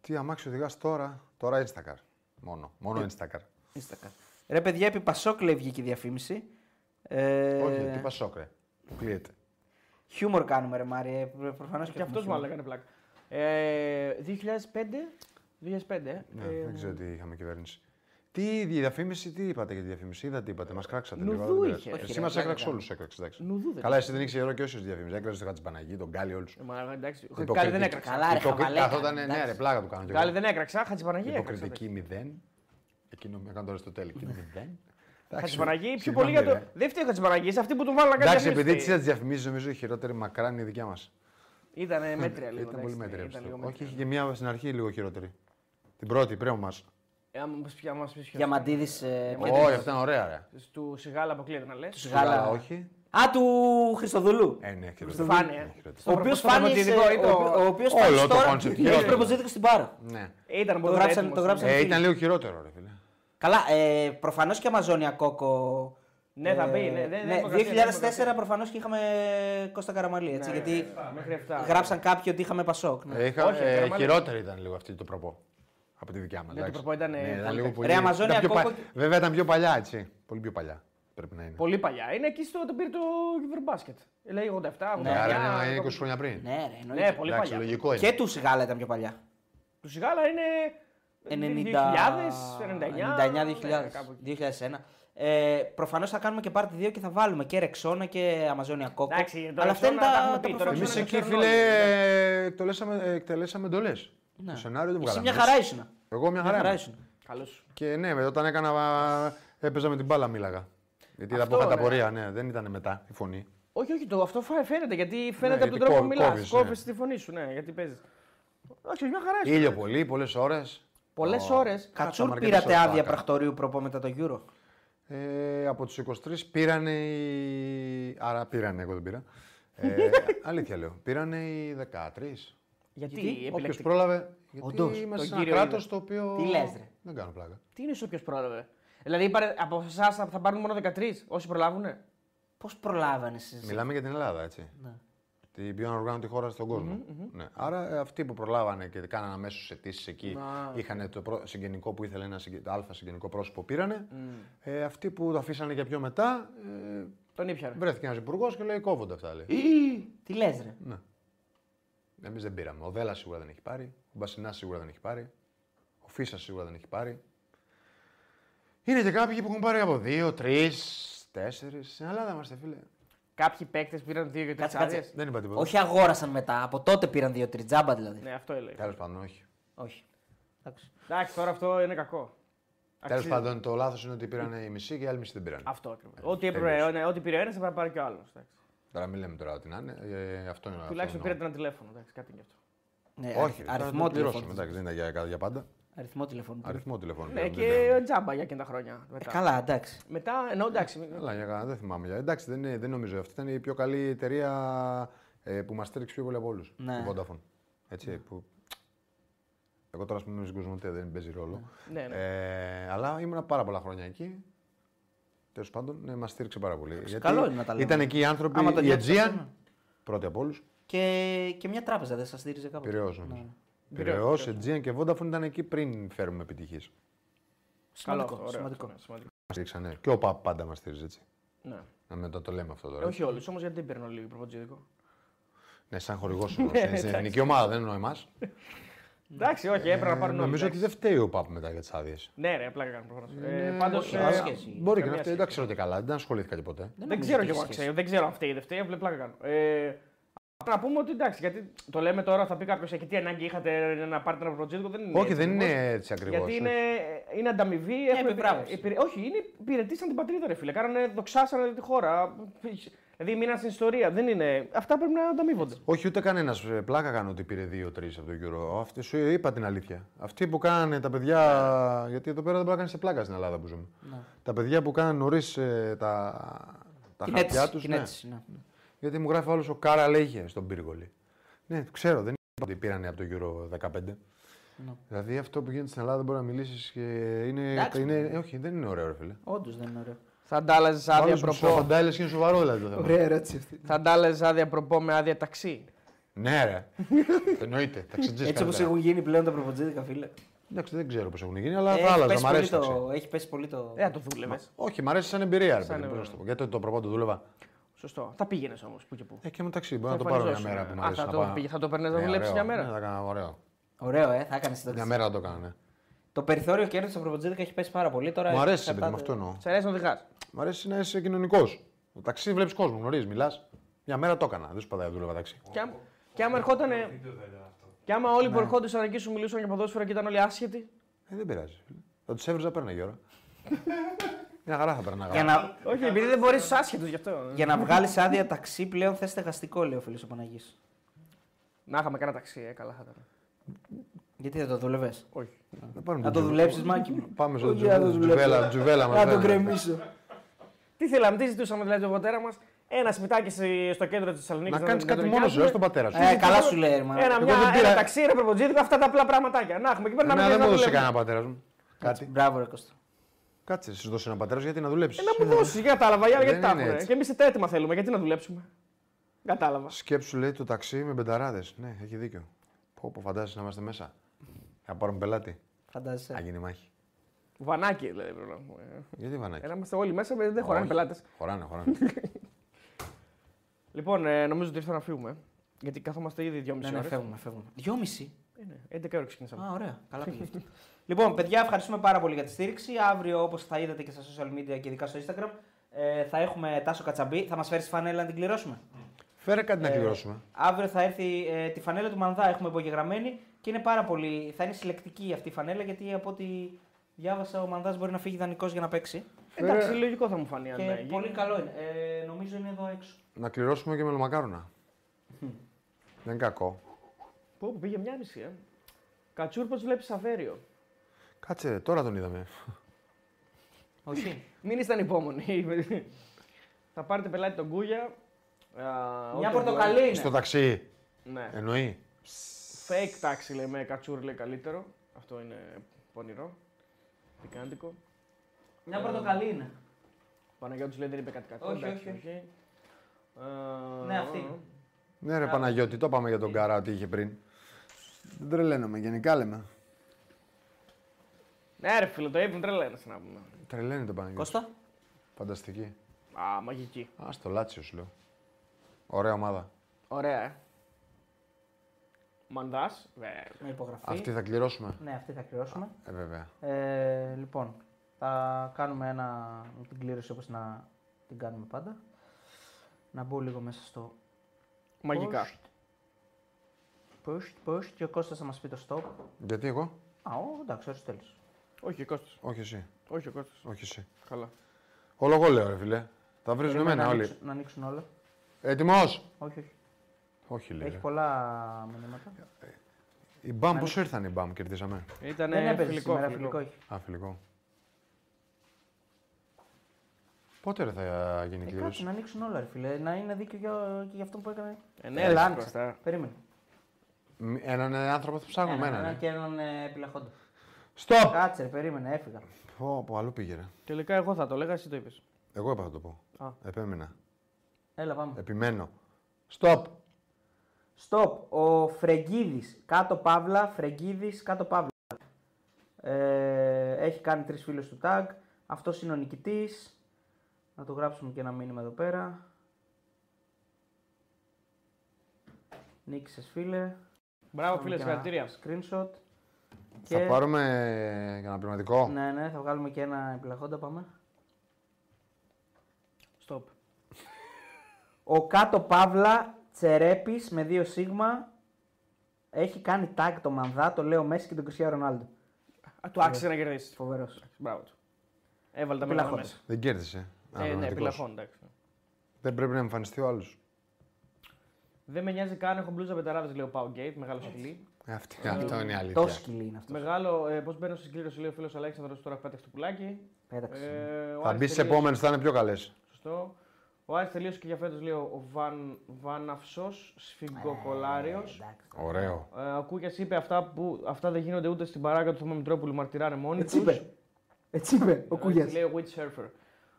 Τι αμάξι οδηγάς τώρα, τώρα Instacar. Μόνο,
Ε,
μόνο Instacar.
Ρε παιδιά, επί Πασόκ λέει βγήκε η διαφήμιση. Ε,
Όχι, τι πασόκρε. Κλείεται.
Χιούμορ κάνουμε, ρε Μάρια. Προφανώς και,
Και αυτός
έχουμε
μάλλον
χιούμορ.
έκανε πλάκα. Ε, 2005. 2005. ε.
Ναι,
Ε,
δεν ξέρω τι είχαμε κυβέρνηση. Τι η διαφήμιση, τι είπατε για τη διαφήμιση, είδα τι είπατε, μας κράξατε
Νουδού
λίγο. αλλά δεν πειράζει.
είχε. Όχι,
Εσύ
ρε,
μας
πλάκα
έκραξε
κάνω.
όλους, έκραξε. εντάξει.
Νουδού δεν
Καλά, εσύ δεν ήξερε και όσου διαφήμιση. Έκραξε τον Χατζηπαναγή, τον Γκάλι, όλους.
Ε, Μα εντάξει, κάτι δεν έκραξα.
Καλά, ρε, χαβαλέ
Καθότανε,
έκανε,
ναι, ρε,
εντάξει.
πλάκα του κάνω. κι εγώ.
Γκάλι δεν έκραξα, Χατζηπαναγία έκραξα.
Υποκριτική μηδέν. Εκείνο με έκανε τώρα στο τέλειο. Εκείνο μηδέν.
Χατζηπαναγία, πιο
Συγγνώμη,
πολύ για το.
ρε.
Δεν φταίει ο Χατζηπαναγία, αυτοί που του βάλουν να κάνει.
Εντάξει, επειδή
διαφήμιση.
τις διαφημίσεις, νομίζω η χειρότερη μακράν είναι η δικιά μας.
Ήταν μέτρια λίγο.
Ήταν
εντάξει, ναι,
πολύ μέτρια.
ήταν λίγο
πιστεύω. Όχι,
μέτρια.
είχε και μία στην αρχή λίγο χειρότερη. Την πρώτη, πριν μα.
Ε, άμα μας πει- άμα μας πεις ποιος.
Διαμαντίδης. Ε,
Όχι, αυτή ήταν ωραία, ρε.
Τους Σιγάλα αποκλείεται να λες.
Σιγάλα.
Γάλα, όχι.
Α, του Χριστοδουλού.
Ε, ναι, χειρότερη.
Φάνε.
Ναι, χειρότερη.
Ο οποίος
στο
φάνηκε.
προπονητικό ή το-
Ο οποίος
Όλο το concept χειρότερο.
Έχει προποζήτικο στην Πάρο.
Ναι.
Ε, Ήταν
Το
πολύ
γράψαν-
έτοιμος. ναι.
το γράψαν.
Ε, ήταν λίγο χειρότερο, ρε φίλε.
Καλά, ε, προφανώς και Αμαζόνια Κόκο.
Ναι, θα μπει, ναι, δεν- δεν
ναι,
έχω κρατήσει, δεν έχω
2004 προφανώς και είχαμε Κώστα Καραμαλή. Έτσι,
Ναι,
γιατί
Μέχρι 7.
γράψαν κάποιοι ότι είχαμε Πασόκ. ναι.
Ε, είχα-
Όχι,
ε,
Γερμανία.
χειρότερη ήταν λίγο αυτή το προπό. Από τη δικιά μας.
το προπό ήταν, ε,
ήταν
πολύ
λίγο
κακό.
πολύ.
Ρε, Αμαζόνια
ήταν πιο πα-
κόκο-
Βέβαια ήταν πιο παλιά, έτσι. Πολύ πιο παλιά. Πρέπει να είναι.
Πολύ παλιά. Είναι εκεί στο το πήρε το Ευρωμπάσκετ. Λέει 87, 89.
Ναι, άρα είναι- είναι 20 χρόνια πριν.
Ναι, ρε, εννοείται.
Ναι, πολύ
Εντάξει,
παλιά.
λογικό είναι.
Και τους Γάλα ήταν πιο παλιά.
Τους Σιγάλα είναι
90...
2000, 99.
99-2000. 2001. Ε, Προφανώς θα κάνουμε και Part 2 και θα βάλουμε και Ρεξόνα και Αμαζόνια Κόκο.
Εντάξει, το
αλλά αυτά είναι
Rexona τα έχουμε
τα,
πει, το
τα προφανή.
Εμεί
Εμείς-
εκεί,
ξέρουν
φίλε,
όλοι,
ε,
ναι.
εκτελέσαμε, ε, εκτελέσαμε εντολές. Το σενάριο δεν
Εσύ
βγάλαμε.
Ναι. μια χαρά ήσουν.
Εγώ μια
Μια χαρά
χαρά. ήμουν.
ήσουν.
Καλώς.
Και ναι, με- όταν έκανα. Έπαιζα με την μπάλα, μίλαγα. Γιατί είδα από
Αυτό,
κατά πορεία, ναι, δεν ήταν μετά η φωνή.
Όχι, όχι, το, αυτό φα- φαίνεται γιατί φαίνεται από
Ναι, γιατί
τον τρόπο που
κόβ-
μιλά.
κόβεις, ναι. Ε,
Κόβεις τη φωνή σου, ναι, γιατί παίζεις. Όχι, μια χαρά. είσαι.
Ήλιο πολύ, πολλές ώρες.
Πολλές ώρε.
Κατσούρ
Κάτσαμε
πήρατε
αρκετές
άδεια
ώρες,
πρακτορείου προπό μετά το Euro.
Ε, από τους 23 πήρανε οι. Άρα πήρανε, εγώ δεν πήρα. Ε, αλήθεια λέω. Πήρανε οι 13.
Γιατί,
Όποιο
επιλεκτικά.
πρόλαβε. Γιατί
Όντως,
είμαστε
τον
σε ένα
κύριο
κράτος
είδα.
το οποίο.
Τι λες, ρε.
Δεν κάνω πλάκα.
Τι είναι όποιος πρόλαβε. Δηλαδή είπανε, από εσάς θα πάρουν μόνο 13 όσοι προλάβουνε.
Πώς προλάβανε
Ναι.
εσείς.
Μιλάμε για την Ελλάδα, έτσι.
Ναι.
Την πιο ανοργάνωτη χώρα στον κοσμο Ναι. Άρα ε, αυτοί που προλάβανε και κάνανε αμέσως αιτήσεις εκεί,
ναι.
είχαν το πρω- συγγενικό που ήθελε ένα συγγε- το α συγγενικό πρόσωπο, πήρανε. Ε, αυτοί που το αφήσανε για πιο μετά, ε,
Τον ήπιανε.
βρέθηκε ένας υπουργός και λέει: Κόβονται αυτά. Λέει.
Τι λες, ρε.
Ναι.
Εμείς δεν πήραμε. Ο Δέλλα σίγουρα δεν έχει πάρει. Ο Μπασινάς σίγουρα δεν έχει πάρει. Ο Φίσας σίγουρα δεν έχει πάρει. Είναι και κάποιοι που έχουν πάρει από δύο, τρεις, τέσσερις. Στην Ελλάδα είμαστε, φίλε.
Κάποιοι παίκτες πήραν 2 και 3
Κάτσε, κάτσε.
άδειες.
Δεν είπα τίποτα.
Όχι αγόρασαν μετά. Από τότε πήραν δύο-τρει τζάμπα δηλαδή.
Ναι, αυτό έλεγε.
Τέλος πάντων, όχι.
Όχι. Εντάξει.
Εντάξει, τώρα αυτό είναι κακό.
Τέλος
Αξίζει.
πάντων, το λάθος είναι ότι πήραν οι μισοί και οι άλλοι μισοί δεν πήραν.
Αυτό ακριβώς.
Ε,
Ό,τι, έπρεπε-
τέλειωσε.
ναι, ό,τι πήρε ο ένας θα πρέπει να πάρει και ο άλλος.
Τώρα μην λέμε τώρα ότι να είναι. Ε, αυτό είναι.
Τουλάχιστον
αυτό
πήρε
είναι.
ένα τηλέφωνο. Εντάξει, κάτι είναι γι' αυτό.
Ναι,
Όχι,
αριθ-
τώρα
αριθμό
το πληρώσαμε.
τηλεφώνου. Ναι.
Εντάξει, δεν ήταν για, για πάντα.
Αριθμό τηλεφώνου.
Αριθμό τηλεφώνου.
Ναι,
πήραμε, δεν
και
πήραμε.
τζάμπα για εκείνα τα χρόνια.
Ε,
Μετά,
Καλά, εντάξει.
μετά ενώ εντάξει.
Καλά, για καλά, δεν θυμάμαι. για- Εντάξει, δεν, είναι- δεν νομίζω. Αυτή ήταν η πιο καλή εταιρεία ε, που μας στήριξε πιο πολύ από όλους.
Ναι.
Η Vodafone. Έτσι, που... Εγώ τώρα, ας πούμε, είμαι στην Κοσμοτέ, δεν παίζει ρόλο.
Ναι, ναι.
Ε, αλλά ήμουν πάρα πολλά χρόνια εκεί. Τέλος πάντων, ναι, μας στήριξε πάρα πολύ. Γιατί
καλό είναι να τα λέμε.
Ήταν εκεί οι άνθρωποι,
Άμα το
η
νιώθεις
Aegean,
αυτό, ναι.
πρώτη από όλους.
Και, και μια τράπεζα δεν σας στήριζε κάποτε.
Πυραιός,
Ναι.
νομίζω. Πυραιός, Aegean και Vodafone ήταν εκεί πριν φέρουμε επιτυχίες.
Καλό,
Σημαντικό.
ωραίο,
σημαντικό.
ναι, σημαντικό.
Μας στήριξαν, ναι. Και ο Παπ πάντα μας στήριζε έτσι.
Ναι.
Να μην το, το λέμε αυτό
Ε,
τώρα.
Όχι όλους, όμως γιατί δεν πήραν όλοι προποτζητικό.
Ναι, σαν χορηγός Στην εθνική ομάδα, δεν εννοώ εμάς.
Εντάξει, όχι, έπρεπε να πάρουν όλοι.
Ναι. Νομίζω ότι
εντάξει.
δεν φταίει ο Παπ μετά για τις άδειες.
Ναι, ρε, απλά κάνουν προφανώς. Ε, Πάντω.
όχι, καμία σχέση.
Μπορεί και να
καμία
φταίει, δεν τα ξέρω και καλά, δεν ασχολήθηκα και ποτέ.
Δεν
νομίζω
ξέρω
ότι
κι εγώ
έχει
αν
σχέση.
ξέρω. Δεν ξέρω αν φταίει ή δεν φταίει, απλά πλάκα κάνω. Ε, Να πούμε ότι εντάξει, γιατί το λέμε τώρα, θα πει κάποιος εκεί τι ανάγκη είχατε να πάρετε ένα προτζήτικο. Δεν είναι
Όχι,
έτσι
δεν
ακριβώς.
είναι έτσι ακριβώς.
Γιατί είναι, είναι
Ε,
ανταμοιβή. έχουν
επιβράβευση.
όχι, είναι, υπηρετήσαν την πατρίδα, ρε φίλε. Κάνανε, δοξάσανε τη χώρα. Δηλαδή, μείναν στην ιστορία. Δεν είναι... Αυτά πρέπει να ανταμείβονται.
Όχι, ούτε κανένας. Πλάκα κάνω ότι πήρε δύο-τρει από το Euro. Αυτή σου είπα την αλήθεια. Αυτοί που κάνανε τα παιδιά. Γιατί εδώ πέρα δεν μπορεί να κάνεις πλάκα στην Ελλάδα που ζούμε. Τα παιδιά που κάνανε νωρί τα, τα
Την
χαρτιά
αίτηση,
τους.
την αίτηση, ναι.
Γιατί μου γράφει άλλος ο Κάρα Λέιχε στον πύργολη. Ναι, ξέρω, δεν είπα ότι πήρανε από το Euro 15.
Ναι.
Δηλαδή αυτό που γίνεται στην Ελλάδα δεν μπορεί να μιλήσεις και είναι.
Εντάξει,
είναι
ναι.
ε, όχι, δεν είναι ωραίο, ρε φίλε.
Όντως δεν είναι ωραίο.
Θα αντάλλαζες
Άλλο
άδεια
που σου
προπό.
φαντάει λες και είναι σοβαρό δηλαδή το θέμα.
Ωραία ερώτηση αυτή.
Θα αντάλλαζες άδεια προπό με άδεια ταξί.
Ναι, ρε. Εννοείται. Ταξιτζής
Έτσι όπως
καλύτερα.
έχουν γίνει πλέον τα προποτζίδικα, φίλε.
Εντάξει, δεν ξέρω πώς έχουν γίνει,
Ε,
αλλά θα
Έχει
άλλαζα.
πέσει
Μ'
πολύ
αρέσει.
το-
Ε, τα ξέρω.
Έχει πέσει πολύ το.
Δεν θα το δούλευες.
Όχι, μ' αρέσει σαν εμπειρία. Ρε, παιδί, πώς να σου το πω. Γιατί το προπάνω το δούλευα.
Σωστό. Θα πήγαινες όμως που και που.
Ε, και με ταξί. Μπορεί να το πάρω μια
εμφανιζόσουν,
μέρα
ε.
που μ'
Α,
αρέσει.
θα
να
το
πάω.
πήγε- θα το παίρνες να
Ναι,
δουλέψεις
ωραίο.
μια μέρα.
Ναι, θα έκανα ωραίο.
Ωραίο, ε, θα έκανες το
Μια μέρα θα το έκανα. ναι.
Το περιθώριο κέρδους στα προποτζίδικα έχει πέσει πάρα πολύ. Τώρα
Ε,
Μου αρέσει,
εξαρτάται-
παιδί μου, αυτό εννοώ.
Σε αρέσει να οδηγά.
Μ' αρέσει να είσαι κοινωνικός. Το ταξί βλέπεις κόσμο, γνωρίζεις, μιλάς. Μια μέρα το έκανα. Δεν σου πατάει δούλευα ταξί.
Και, άμα- και άμα ερχόταν. Και άμα
Ναι.
όλοι που ερχόντουσαν εκεί σου μιλούσαν για ποδόσφαιρα και ήταν όλοι άσχετοι.
Ε, δεν πειράζει. Θα τους έβριζα, παίρναγε ώρα. Μια χαρά θα περνάγα.
Για να,
Όχι, επειδή δεν μπορείς του άσχετου γι' αυτό.
για να βγάλεις άδεια ταξί πλέον θες στεγαστικό, λέει ο φίλος ο Παναγής.
Να είχαμε κανένα ταξί, ε, καλά θα ήταν.
Γιατί δεν το δούλευες.
Όχι.
Να πάρουμε
Να το
τον Τζου-
δουλέψεις, Μάκη μου.
Πάμε στο
Όχι, να το
Τζου-
δουλέψω.
Τζουβέλα. Τζουβέλα μας
Να το
λένε.
γκρεμίσω.
Τι θέλαμε, τι ζητούσαμε δηλαδή τον πατέρα μας. Ένα σπιτάκι σε- στο κέντρο της Θεσσαλονίκης.
Να κάνεις κάτι μόνος σου, στον πατέρα σου.
Ε, καλά σου λέει, Ερμαν.
Ένα,
Εγώ
μια,
δεν
ένα
πήρα-
ταξί, ένα προποτζίδικο, αυτά τα απλά πραγματάκια. Να έχουμε και παίρναμε και
Εμένα Ναι, δεν
να
μου έδωσε
δουλεύουμε.
κανένα πατέρα μου. Κάτι.
Μπράβο, ρε Κώστα.
Κάτσε, σου δώσει ένα πατέρα γιατί να δουλέψεις.
Ε, να μου δώσεις, κατάλαβα. Για,
Δεν
γιατί τα
είναι
έχουμε.
έτσι.
Και εμείς τα έτοιμα θέλουμε, γιατί να δουλέψουμε. Κατάλαβα.
Σκέψου λέει το ταξί με πενταράδες. Ναι, έχει δίκιο. Πω, πω φαντάζεσαι να είμαστε μέσα. Θα πάρουμε πελάτη. Θα
Φαντάζεσαι.
γίνει μάχη.
Βανάκι δηλαδή πρέπει να πούμε.
Γιατί βανάκι.
Ε, να είμαστε όλοι μέσα, δεν χωράνε
Ναι. Όχι.
πελάτες.
Χωράνε, χωράνε.
Λοιπόν, ε, νομίζω ότι ήρθε να φύγουμε. Γιατί καθόμαστε ήδη
Ναι,
2,5
ναι,
ώρες.
φεύγουμε, φεύγουμε. Δυόμιση.
Ε, ναι, 11 ώρες ξεκινήσαμε.
Α, ωραία. Καλά πήγε αυτό. λοιπόν, παιδιά, ευχαριστούμε πάρα πολύ για τη στήριξη. Αύριο, όπως θα είδατε και στα social media και ειδικά στο Instagram, ε, θα έχουμε Τάσο Κατσαμπή. Θα μας φέρεις τη φανέλα να την κληρώσουμε.
Φέρε κάτι να
Ε,
κληρώσουμε.
Αύριο θα έρθει ε, τη φανέλα του Μανδά, έχουμε υπογεγραμμένη και είναι πάρα πολύ. Θα είναι συλλεκτική αυτή η φανέλα γιατί από ό,τι διάβασα ο Μανδάς μπορεί να φύγει δανεικός για να παίξει.
Ε, Εντάξει, λογικό θα μου φανεί αν
και
δεν γίνει.
πολύ καλό είναι. Ε, νομίζω είναι εδώ έξω.
Να κληρώσουμε και μελομακάρονα. Δεν είναι κακό.
Πω, πω, πήγε μια μισή, ε. Κατσούρπο βλέπει αφέριο.
Κάτσε, ρε, τώρα τον είδαμε.
Όχι.
Μην ήσταν υπόμονοι. θα πάρετε πελάτη τον Κούγια.
Μια πορτοκαλί είναι.
Στο ταξί.
Ναι.
Εννοεί.
Fake τάξη λέει με κατσούρ λέει καλύτερο. Αυτό είναι πονηρό. Πικάντικο.
Μια πορτοκαλί είναι.
Ο Παναγιώτης λέει δεν είπε κάτι κακό.
Όχι,
εντάξει,
όχι,
Ε,
Ναι, αυτή είναι.
Ναι, ρε Παναγιώτη, το πάμε για τον Καρά ότι είχε πριν. Δεν τρελαίνομαι, γενικά λέμε.
Ναι, ρε φίλε, το Avon τρελαίνε να πούμε.
Τρελαίνει τον Παναγιώτη.
Κώστα.
Φανταστική.
Α, μαγική.
Α, στο Λάτσιο σου λέω. Ωραία ομάδα.
Ωραία, Ναι. ε. Μανδάς. Βέβαια.
Με υπογραφή.
Αυτή θα κληρώσουμε.
Ναι, αυτή θα κληρώσουμε.
Ε, βέβαια.
Ε, λοιπόν, θα κάνουμε ένα, την κλήρωση όπως να την κάνουμε πάντα. Να μπω λίγο μέσα στο
Μαγικά.
push, push και ο Κώστας θα μας πει το stop.
Γιατί εγώ,
Α, ο, εντάξει, Αριστοτέλης.
Όχι, ο Κώστας.
όχι εσύ.
Όχι, ο Κώστας.
Όχι εσύ.
Καλά.
Όλο εγώ λέω, ρε φιλέ. Θα βρίζουν
Περίμενε
εμένα
να,
όλοι.
ανοίξουν- να ανοίξουν όλα.
Έτοιμος!
Όχι, όχι.
Όχι, λέει.
Έχει
ρε.
πολλά μηνύματα.
Η μπαμ, πώς ήρθαν οι μπαμ, κερδίσαμε.
Ήταν
Δεν έπαιζε
Ναι, φιλικό.
σήμερα φιλικό. έχει.
Α, φιλικό. Πότε ρε θα γίνει
Ε,
η
κάτσε
κλήρωση.
να ανοίξουν όλα, ρε φίλε. Να είναι δίκιο για, και για αυτό που έκανε.
Ε, ναι,
Έλα,
ρε,
άνοιξε.
Κώστα.
Περίμενε.
Μ- Έναν ε, άνθρωπο θα ψάχνουμε.
Έναν,
Έναν.
ναι.
έναν
ε.
και έναν ε, επιλαχόντο.
Stop!
Κάτσε, ρε, περίμενε, έφυγα.
Πω, πω, αλλού πήγε ρε.
Τελικά εγώ θα το λέγα, εσύ το είπες.
Εγώ είπα θα το πω.
Α.
Επέμεινα.
Έλα, πάμε.
Επιμένω. Stop!
Στοπ. Ο Φρεγγίδης. Κάτω παύλα. Φρεγγίδης. Κάτω παύλα. Ε, έχει κάνει τρεις φίλους του tag. Αυτός είναι ο νικητής. Να του γράψουμε και ένα μήνυμα εδώ πέρα. Νίκησες, φίλε.
Μπράβο,
Κάνουμε
φίλε,
και ένα
συγχαρητήρια.
Screenshot.
Θα πάρουμε ε, ένα πνευματικό.
Ναι, ναι, θα βγάλουμε και ένα επιλαχόντα. Πάμε.
Stop.
Ο κάτω παύλα Τσερέπης με δύο σίγμα. Έχει κάνει tag το Μανδά, το Λέο Μέση και τον Κριστιανό Ρονάλντο.
Α, Του άξιζε να κερδίσει.
Φοβερός.
Μπράβο του. Έβαλε τα μέλα
Επιλαχόντας.
μέσα.
Δεν κέρδισε.
Ε, ναι,
Αγωνιστικός.
επιλαχών, εντάξει.
Δεν πρέπει να εμφανιστεί ο άλλος.
Δεν με νοιάζει καν, έχω μπλούζα πεταράδες, λέει ο Powergate, μεγάλο σκυλί.
Ε,
Ε,
Αυτό είναι η αλήθεια.
Το σκυλί είναι αυτός.
Μεγάλο, ε, πώς μπαίνω στη κλήρωση, λέει ο φίλος Αλέξανδρος, τώρα πέταξε το πουλάκι.
Πέταξε.
Ε, ο
Θα
Άρης
μπει σε
τελείωσε-
επόμενες, θα είναι πιο καλές.
Σωστό. Ο Άρης τελείωσε και για φέτος, λέει ο Βαν, Βάναυσος, σφιγγοκολάριος.
Ναι, Εντάξει.
Ωραίο.
Ε, ο Κούκιας είπε αυτά που αυτά δεν γίνονται ούτε στην παράγκα του Θωμά Μητρόπουλου, μαρτυράνε μόνοι
Έτσι
του.
είπε. Έτσι είπε ο Κούγια.
Λέει ο Witch Surfer.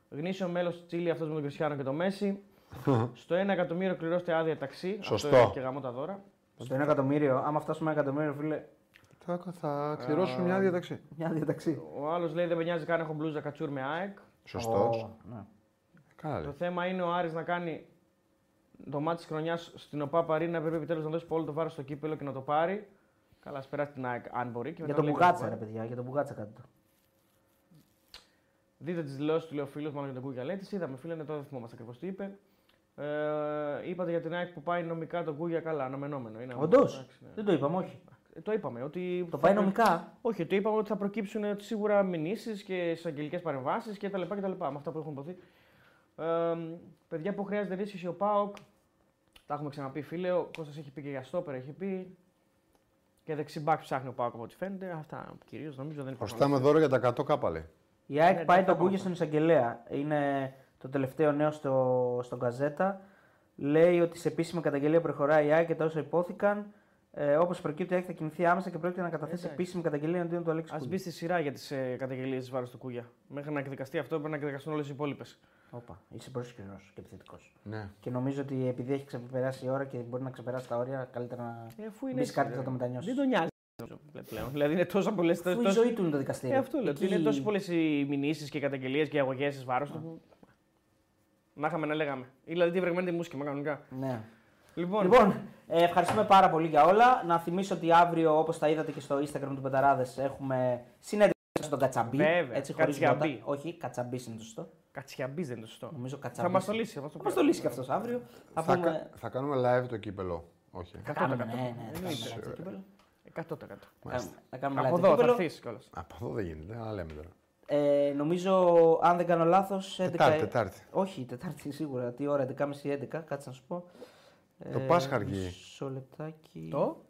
Γνήσιο μέλος του Τσίλι, αυτός με τον Κριστιανό και το Μέση. Στο 1 εκατομμύριο κληρώστε άδεια ταξί.
Σωστό.
Αυτό είναι και γαμώ τα δώρα.
Στο ένα εκατομμύριο, άμα φτάσουμε ένα εκατομμύριο, φίλε,
Θα, θα κληρώσουμε μια διαταξή.
μια διαταξή.
Ο άλλος λέει δεν με νοιάζει καν έχω μπλούζα κατσούρ με ΑΕΚ.
Σωστός.
Ω, ναι.
Καλά.
Το
λέει.
θέμα είναι ο Άρης να κάνει το μάτι της χρονιάς στην ΟΠΑ Παρίνα. Πρέπει επιτέλους να δώσει όλο το βάρος στο κύπελο και να το πάρει. Καλά, ας περάσει την ΑΕΚ αν μπορεί. Και
Για
μετά
τον
λέει,
Μπουγάτσα, ρε παιδιά, για τον Μπουγάτσα κάτι του.
Δείτε τις δηλώσεις του, λέει ο φίλο, μάλλον για τον Κούγια. Λέει τι είδαμε, φίλε, ναι, τώρα δεν θυμόμαστε ακριβώς τι είπε. Ε, είπατε για την ΑΕΚ που πάει νομικά τον Κούγια καλά, αναμενόμενο. Είναι
Όντως.
εντάξει, ναι.
Δεν το είπαμε, όχι.
Ε, Το είπαμε. Ότι θα
Το πάει
προ-
νομικά.
Όχι, το είπαμε ότι θα προκύψουν ε, σίγουρα μηνύσεις και εισαγγελικές παρεμβάσεις κτλ. κτλ. Με αυτά που έχουν υποθεί. Ε, παιδιά που χρειάζεται ενίσχυση ο Πάοκ. Τα έχουμε ξαναπεί, φίλε. Ο Κώστας έχει πει και για στόπερ, έχει πει. Και δεξιμπάκ ψάχνει ο Πάοκ από ό,τι φαίνεται. Αυτά κυρίως νομίζω δεν υπάρχουν.
Χρωστάμε δώρο για τα 100 κάπαλε.
Η ΑΕΚ
ναι,
πάει
ναι,
τον
θα
Κούγια
πάμε.
στον εισαγγελέα. Είναι το τελευταίο νέο στο, στον Καζέτα. Λέει ότι σε επίσημη καταγγελία προχωράει η ΑΕΚ και τα όσα υπόθηκαν. Ε, Όπως προκύπτει, η ΑΕΚ θα κινηθεί άμεσα και πρόκειται να καταθέσει
Εντάξει.
επίσημη καταγγελία εναντίον του Αλέξη
Ας
Κούγια.
μπει στη σειρά για τις ε, καταγγελίες της βάρος του Κούγια. Μέχρι να εκδικαστεί αυτό πρέπει να εκδικαστούν όλες οι υπόλοιπες.
Όπα, είσαι πολύ σκληρός και επιθετικός.
Ναι.
Και νομίζω ότι επειδή έχει ξεπεράσει η ώρα και μπορεί να ξεπεράσει τα όρια, καλύτερα να
Ε, αφού
μπει
έτσι,
κάτι
ρε.
που θα το μετανιώσεις.
Δεν τον νοιάζει. νομίζω, Πλέον. Δηλαδή είναι τόσο πολλές.
Αφού η ζωή του είναι το δικαστήριο.
Ε, αυτό λέω. ότι
Εκεί-
Είναι τόσο πολλές οι μηνύσεις και οι καταγγελίες και οι αγωγές εις βάρος του. που- Να είχαμε να λέγαμε. Ή Δηλαδή τη βρεγμένη τη μουσική, μα κανονικά.
Ναι.
Λοιπόν,
Λοιπόν, ε, ευχαριστούμε πάρα πολύ για όλα. Να θυμίσω ότι αύριο, όπως τα είδατε και στο Instagram του Πεταράδε, έχουμε συνέντευξη στον Κατσαμπή.
Βέβαια,
Έτσι, χωρίς
Κατσιαμπή.
γιώτα. Όχι, Κατσαμπή είναι το σωστό.
κατσιαμπή δεν είναι το σωστό.
Νομίζω Κατσαμπή.
Θα μας το λύσει. Θα μας το
Θα μας το
πει.
λύσει και αυτός αύριο. Θα,
Θα,
πούμε.
κα- θα κάνουμε live το κύπελο. Όχι.
Θα κάνουμε, ναι, ναι, θα κάνουμε live το κύπελο.
100%.
Θα κάνουμε- Θα κάνουμε live
Από
το
εδώ θα
κύπελο.
έρθεις κιόλας.
Από εδώ δεν γίνεται, αλλά λέμε τώρα.
Ε, νομίζω, αν δεν κάνω λάθος.
Τετάρτη, Τετάρτη.
Όχι, Τετάρτη σίγουρα. Τι ώρα, 11.30-11, κάτσε να σου πω. Ε,
Το Πάσχα αργεί.
Μισό λεπτάκι.
Το.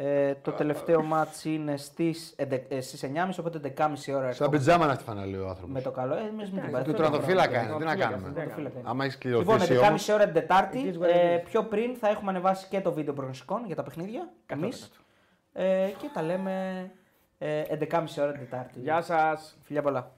Ε, το τελευταίο μάτς είναι στις, 11 ε, στις 9.30, οπότε 11.30 ώρα
Σαν
ερχόμαστε.
πιτζάμα να χτυπάνε λέει ο άνθρωπος.
Ε, Με το καλό. Ε, εμείς μην την πάρετε.
Του τρανδοφύλακα είναι, τι να
Τρανδοφύλακα,
κάνουμε.
δεν
Τρανδοφύλακα είναι.
Άμα έχεις
Λοιπόν,
κληρωθεί
11.30
όμως,
ώρα την Τετάρτη.
It is what it
Ε,
is.
πιο πριν θα έχουμε ανεβάσει και το βίντεο προγνωστικών για τα παιχνίδια. Εμείς. Ε, και τα λέμε ε, 11.30 ώρα την Τετάρτη.
Γεια σας.
Φιλιά πολλά.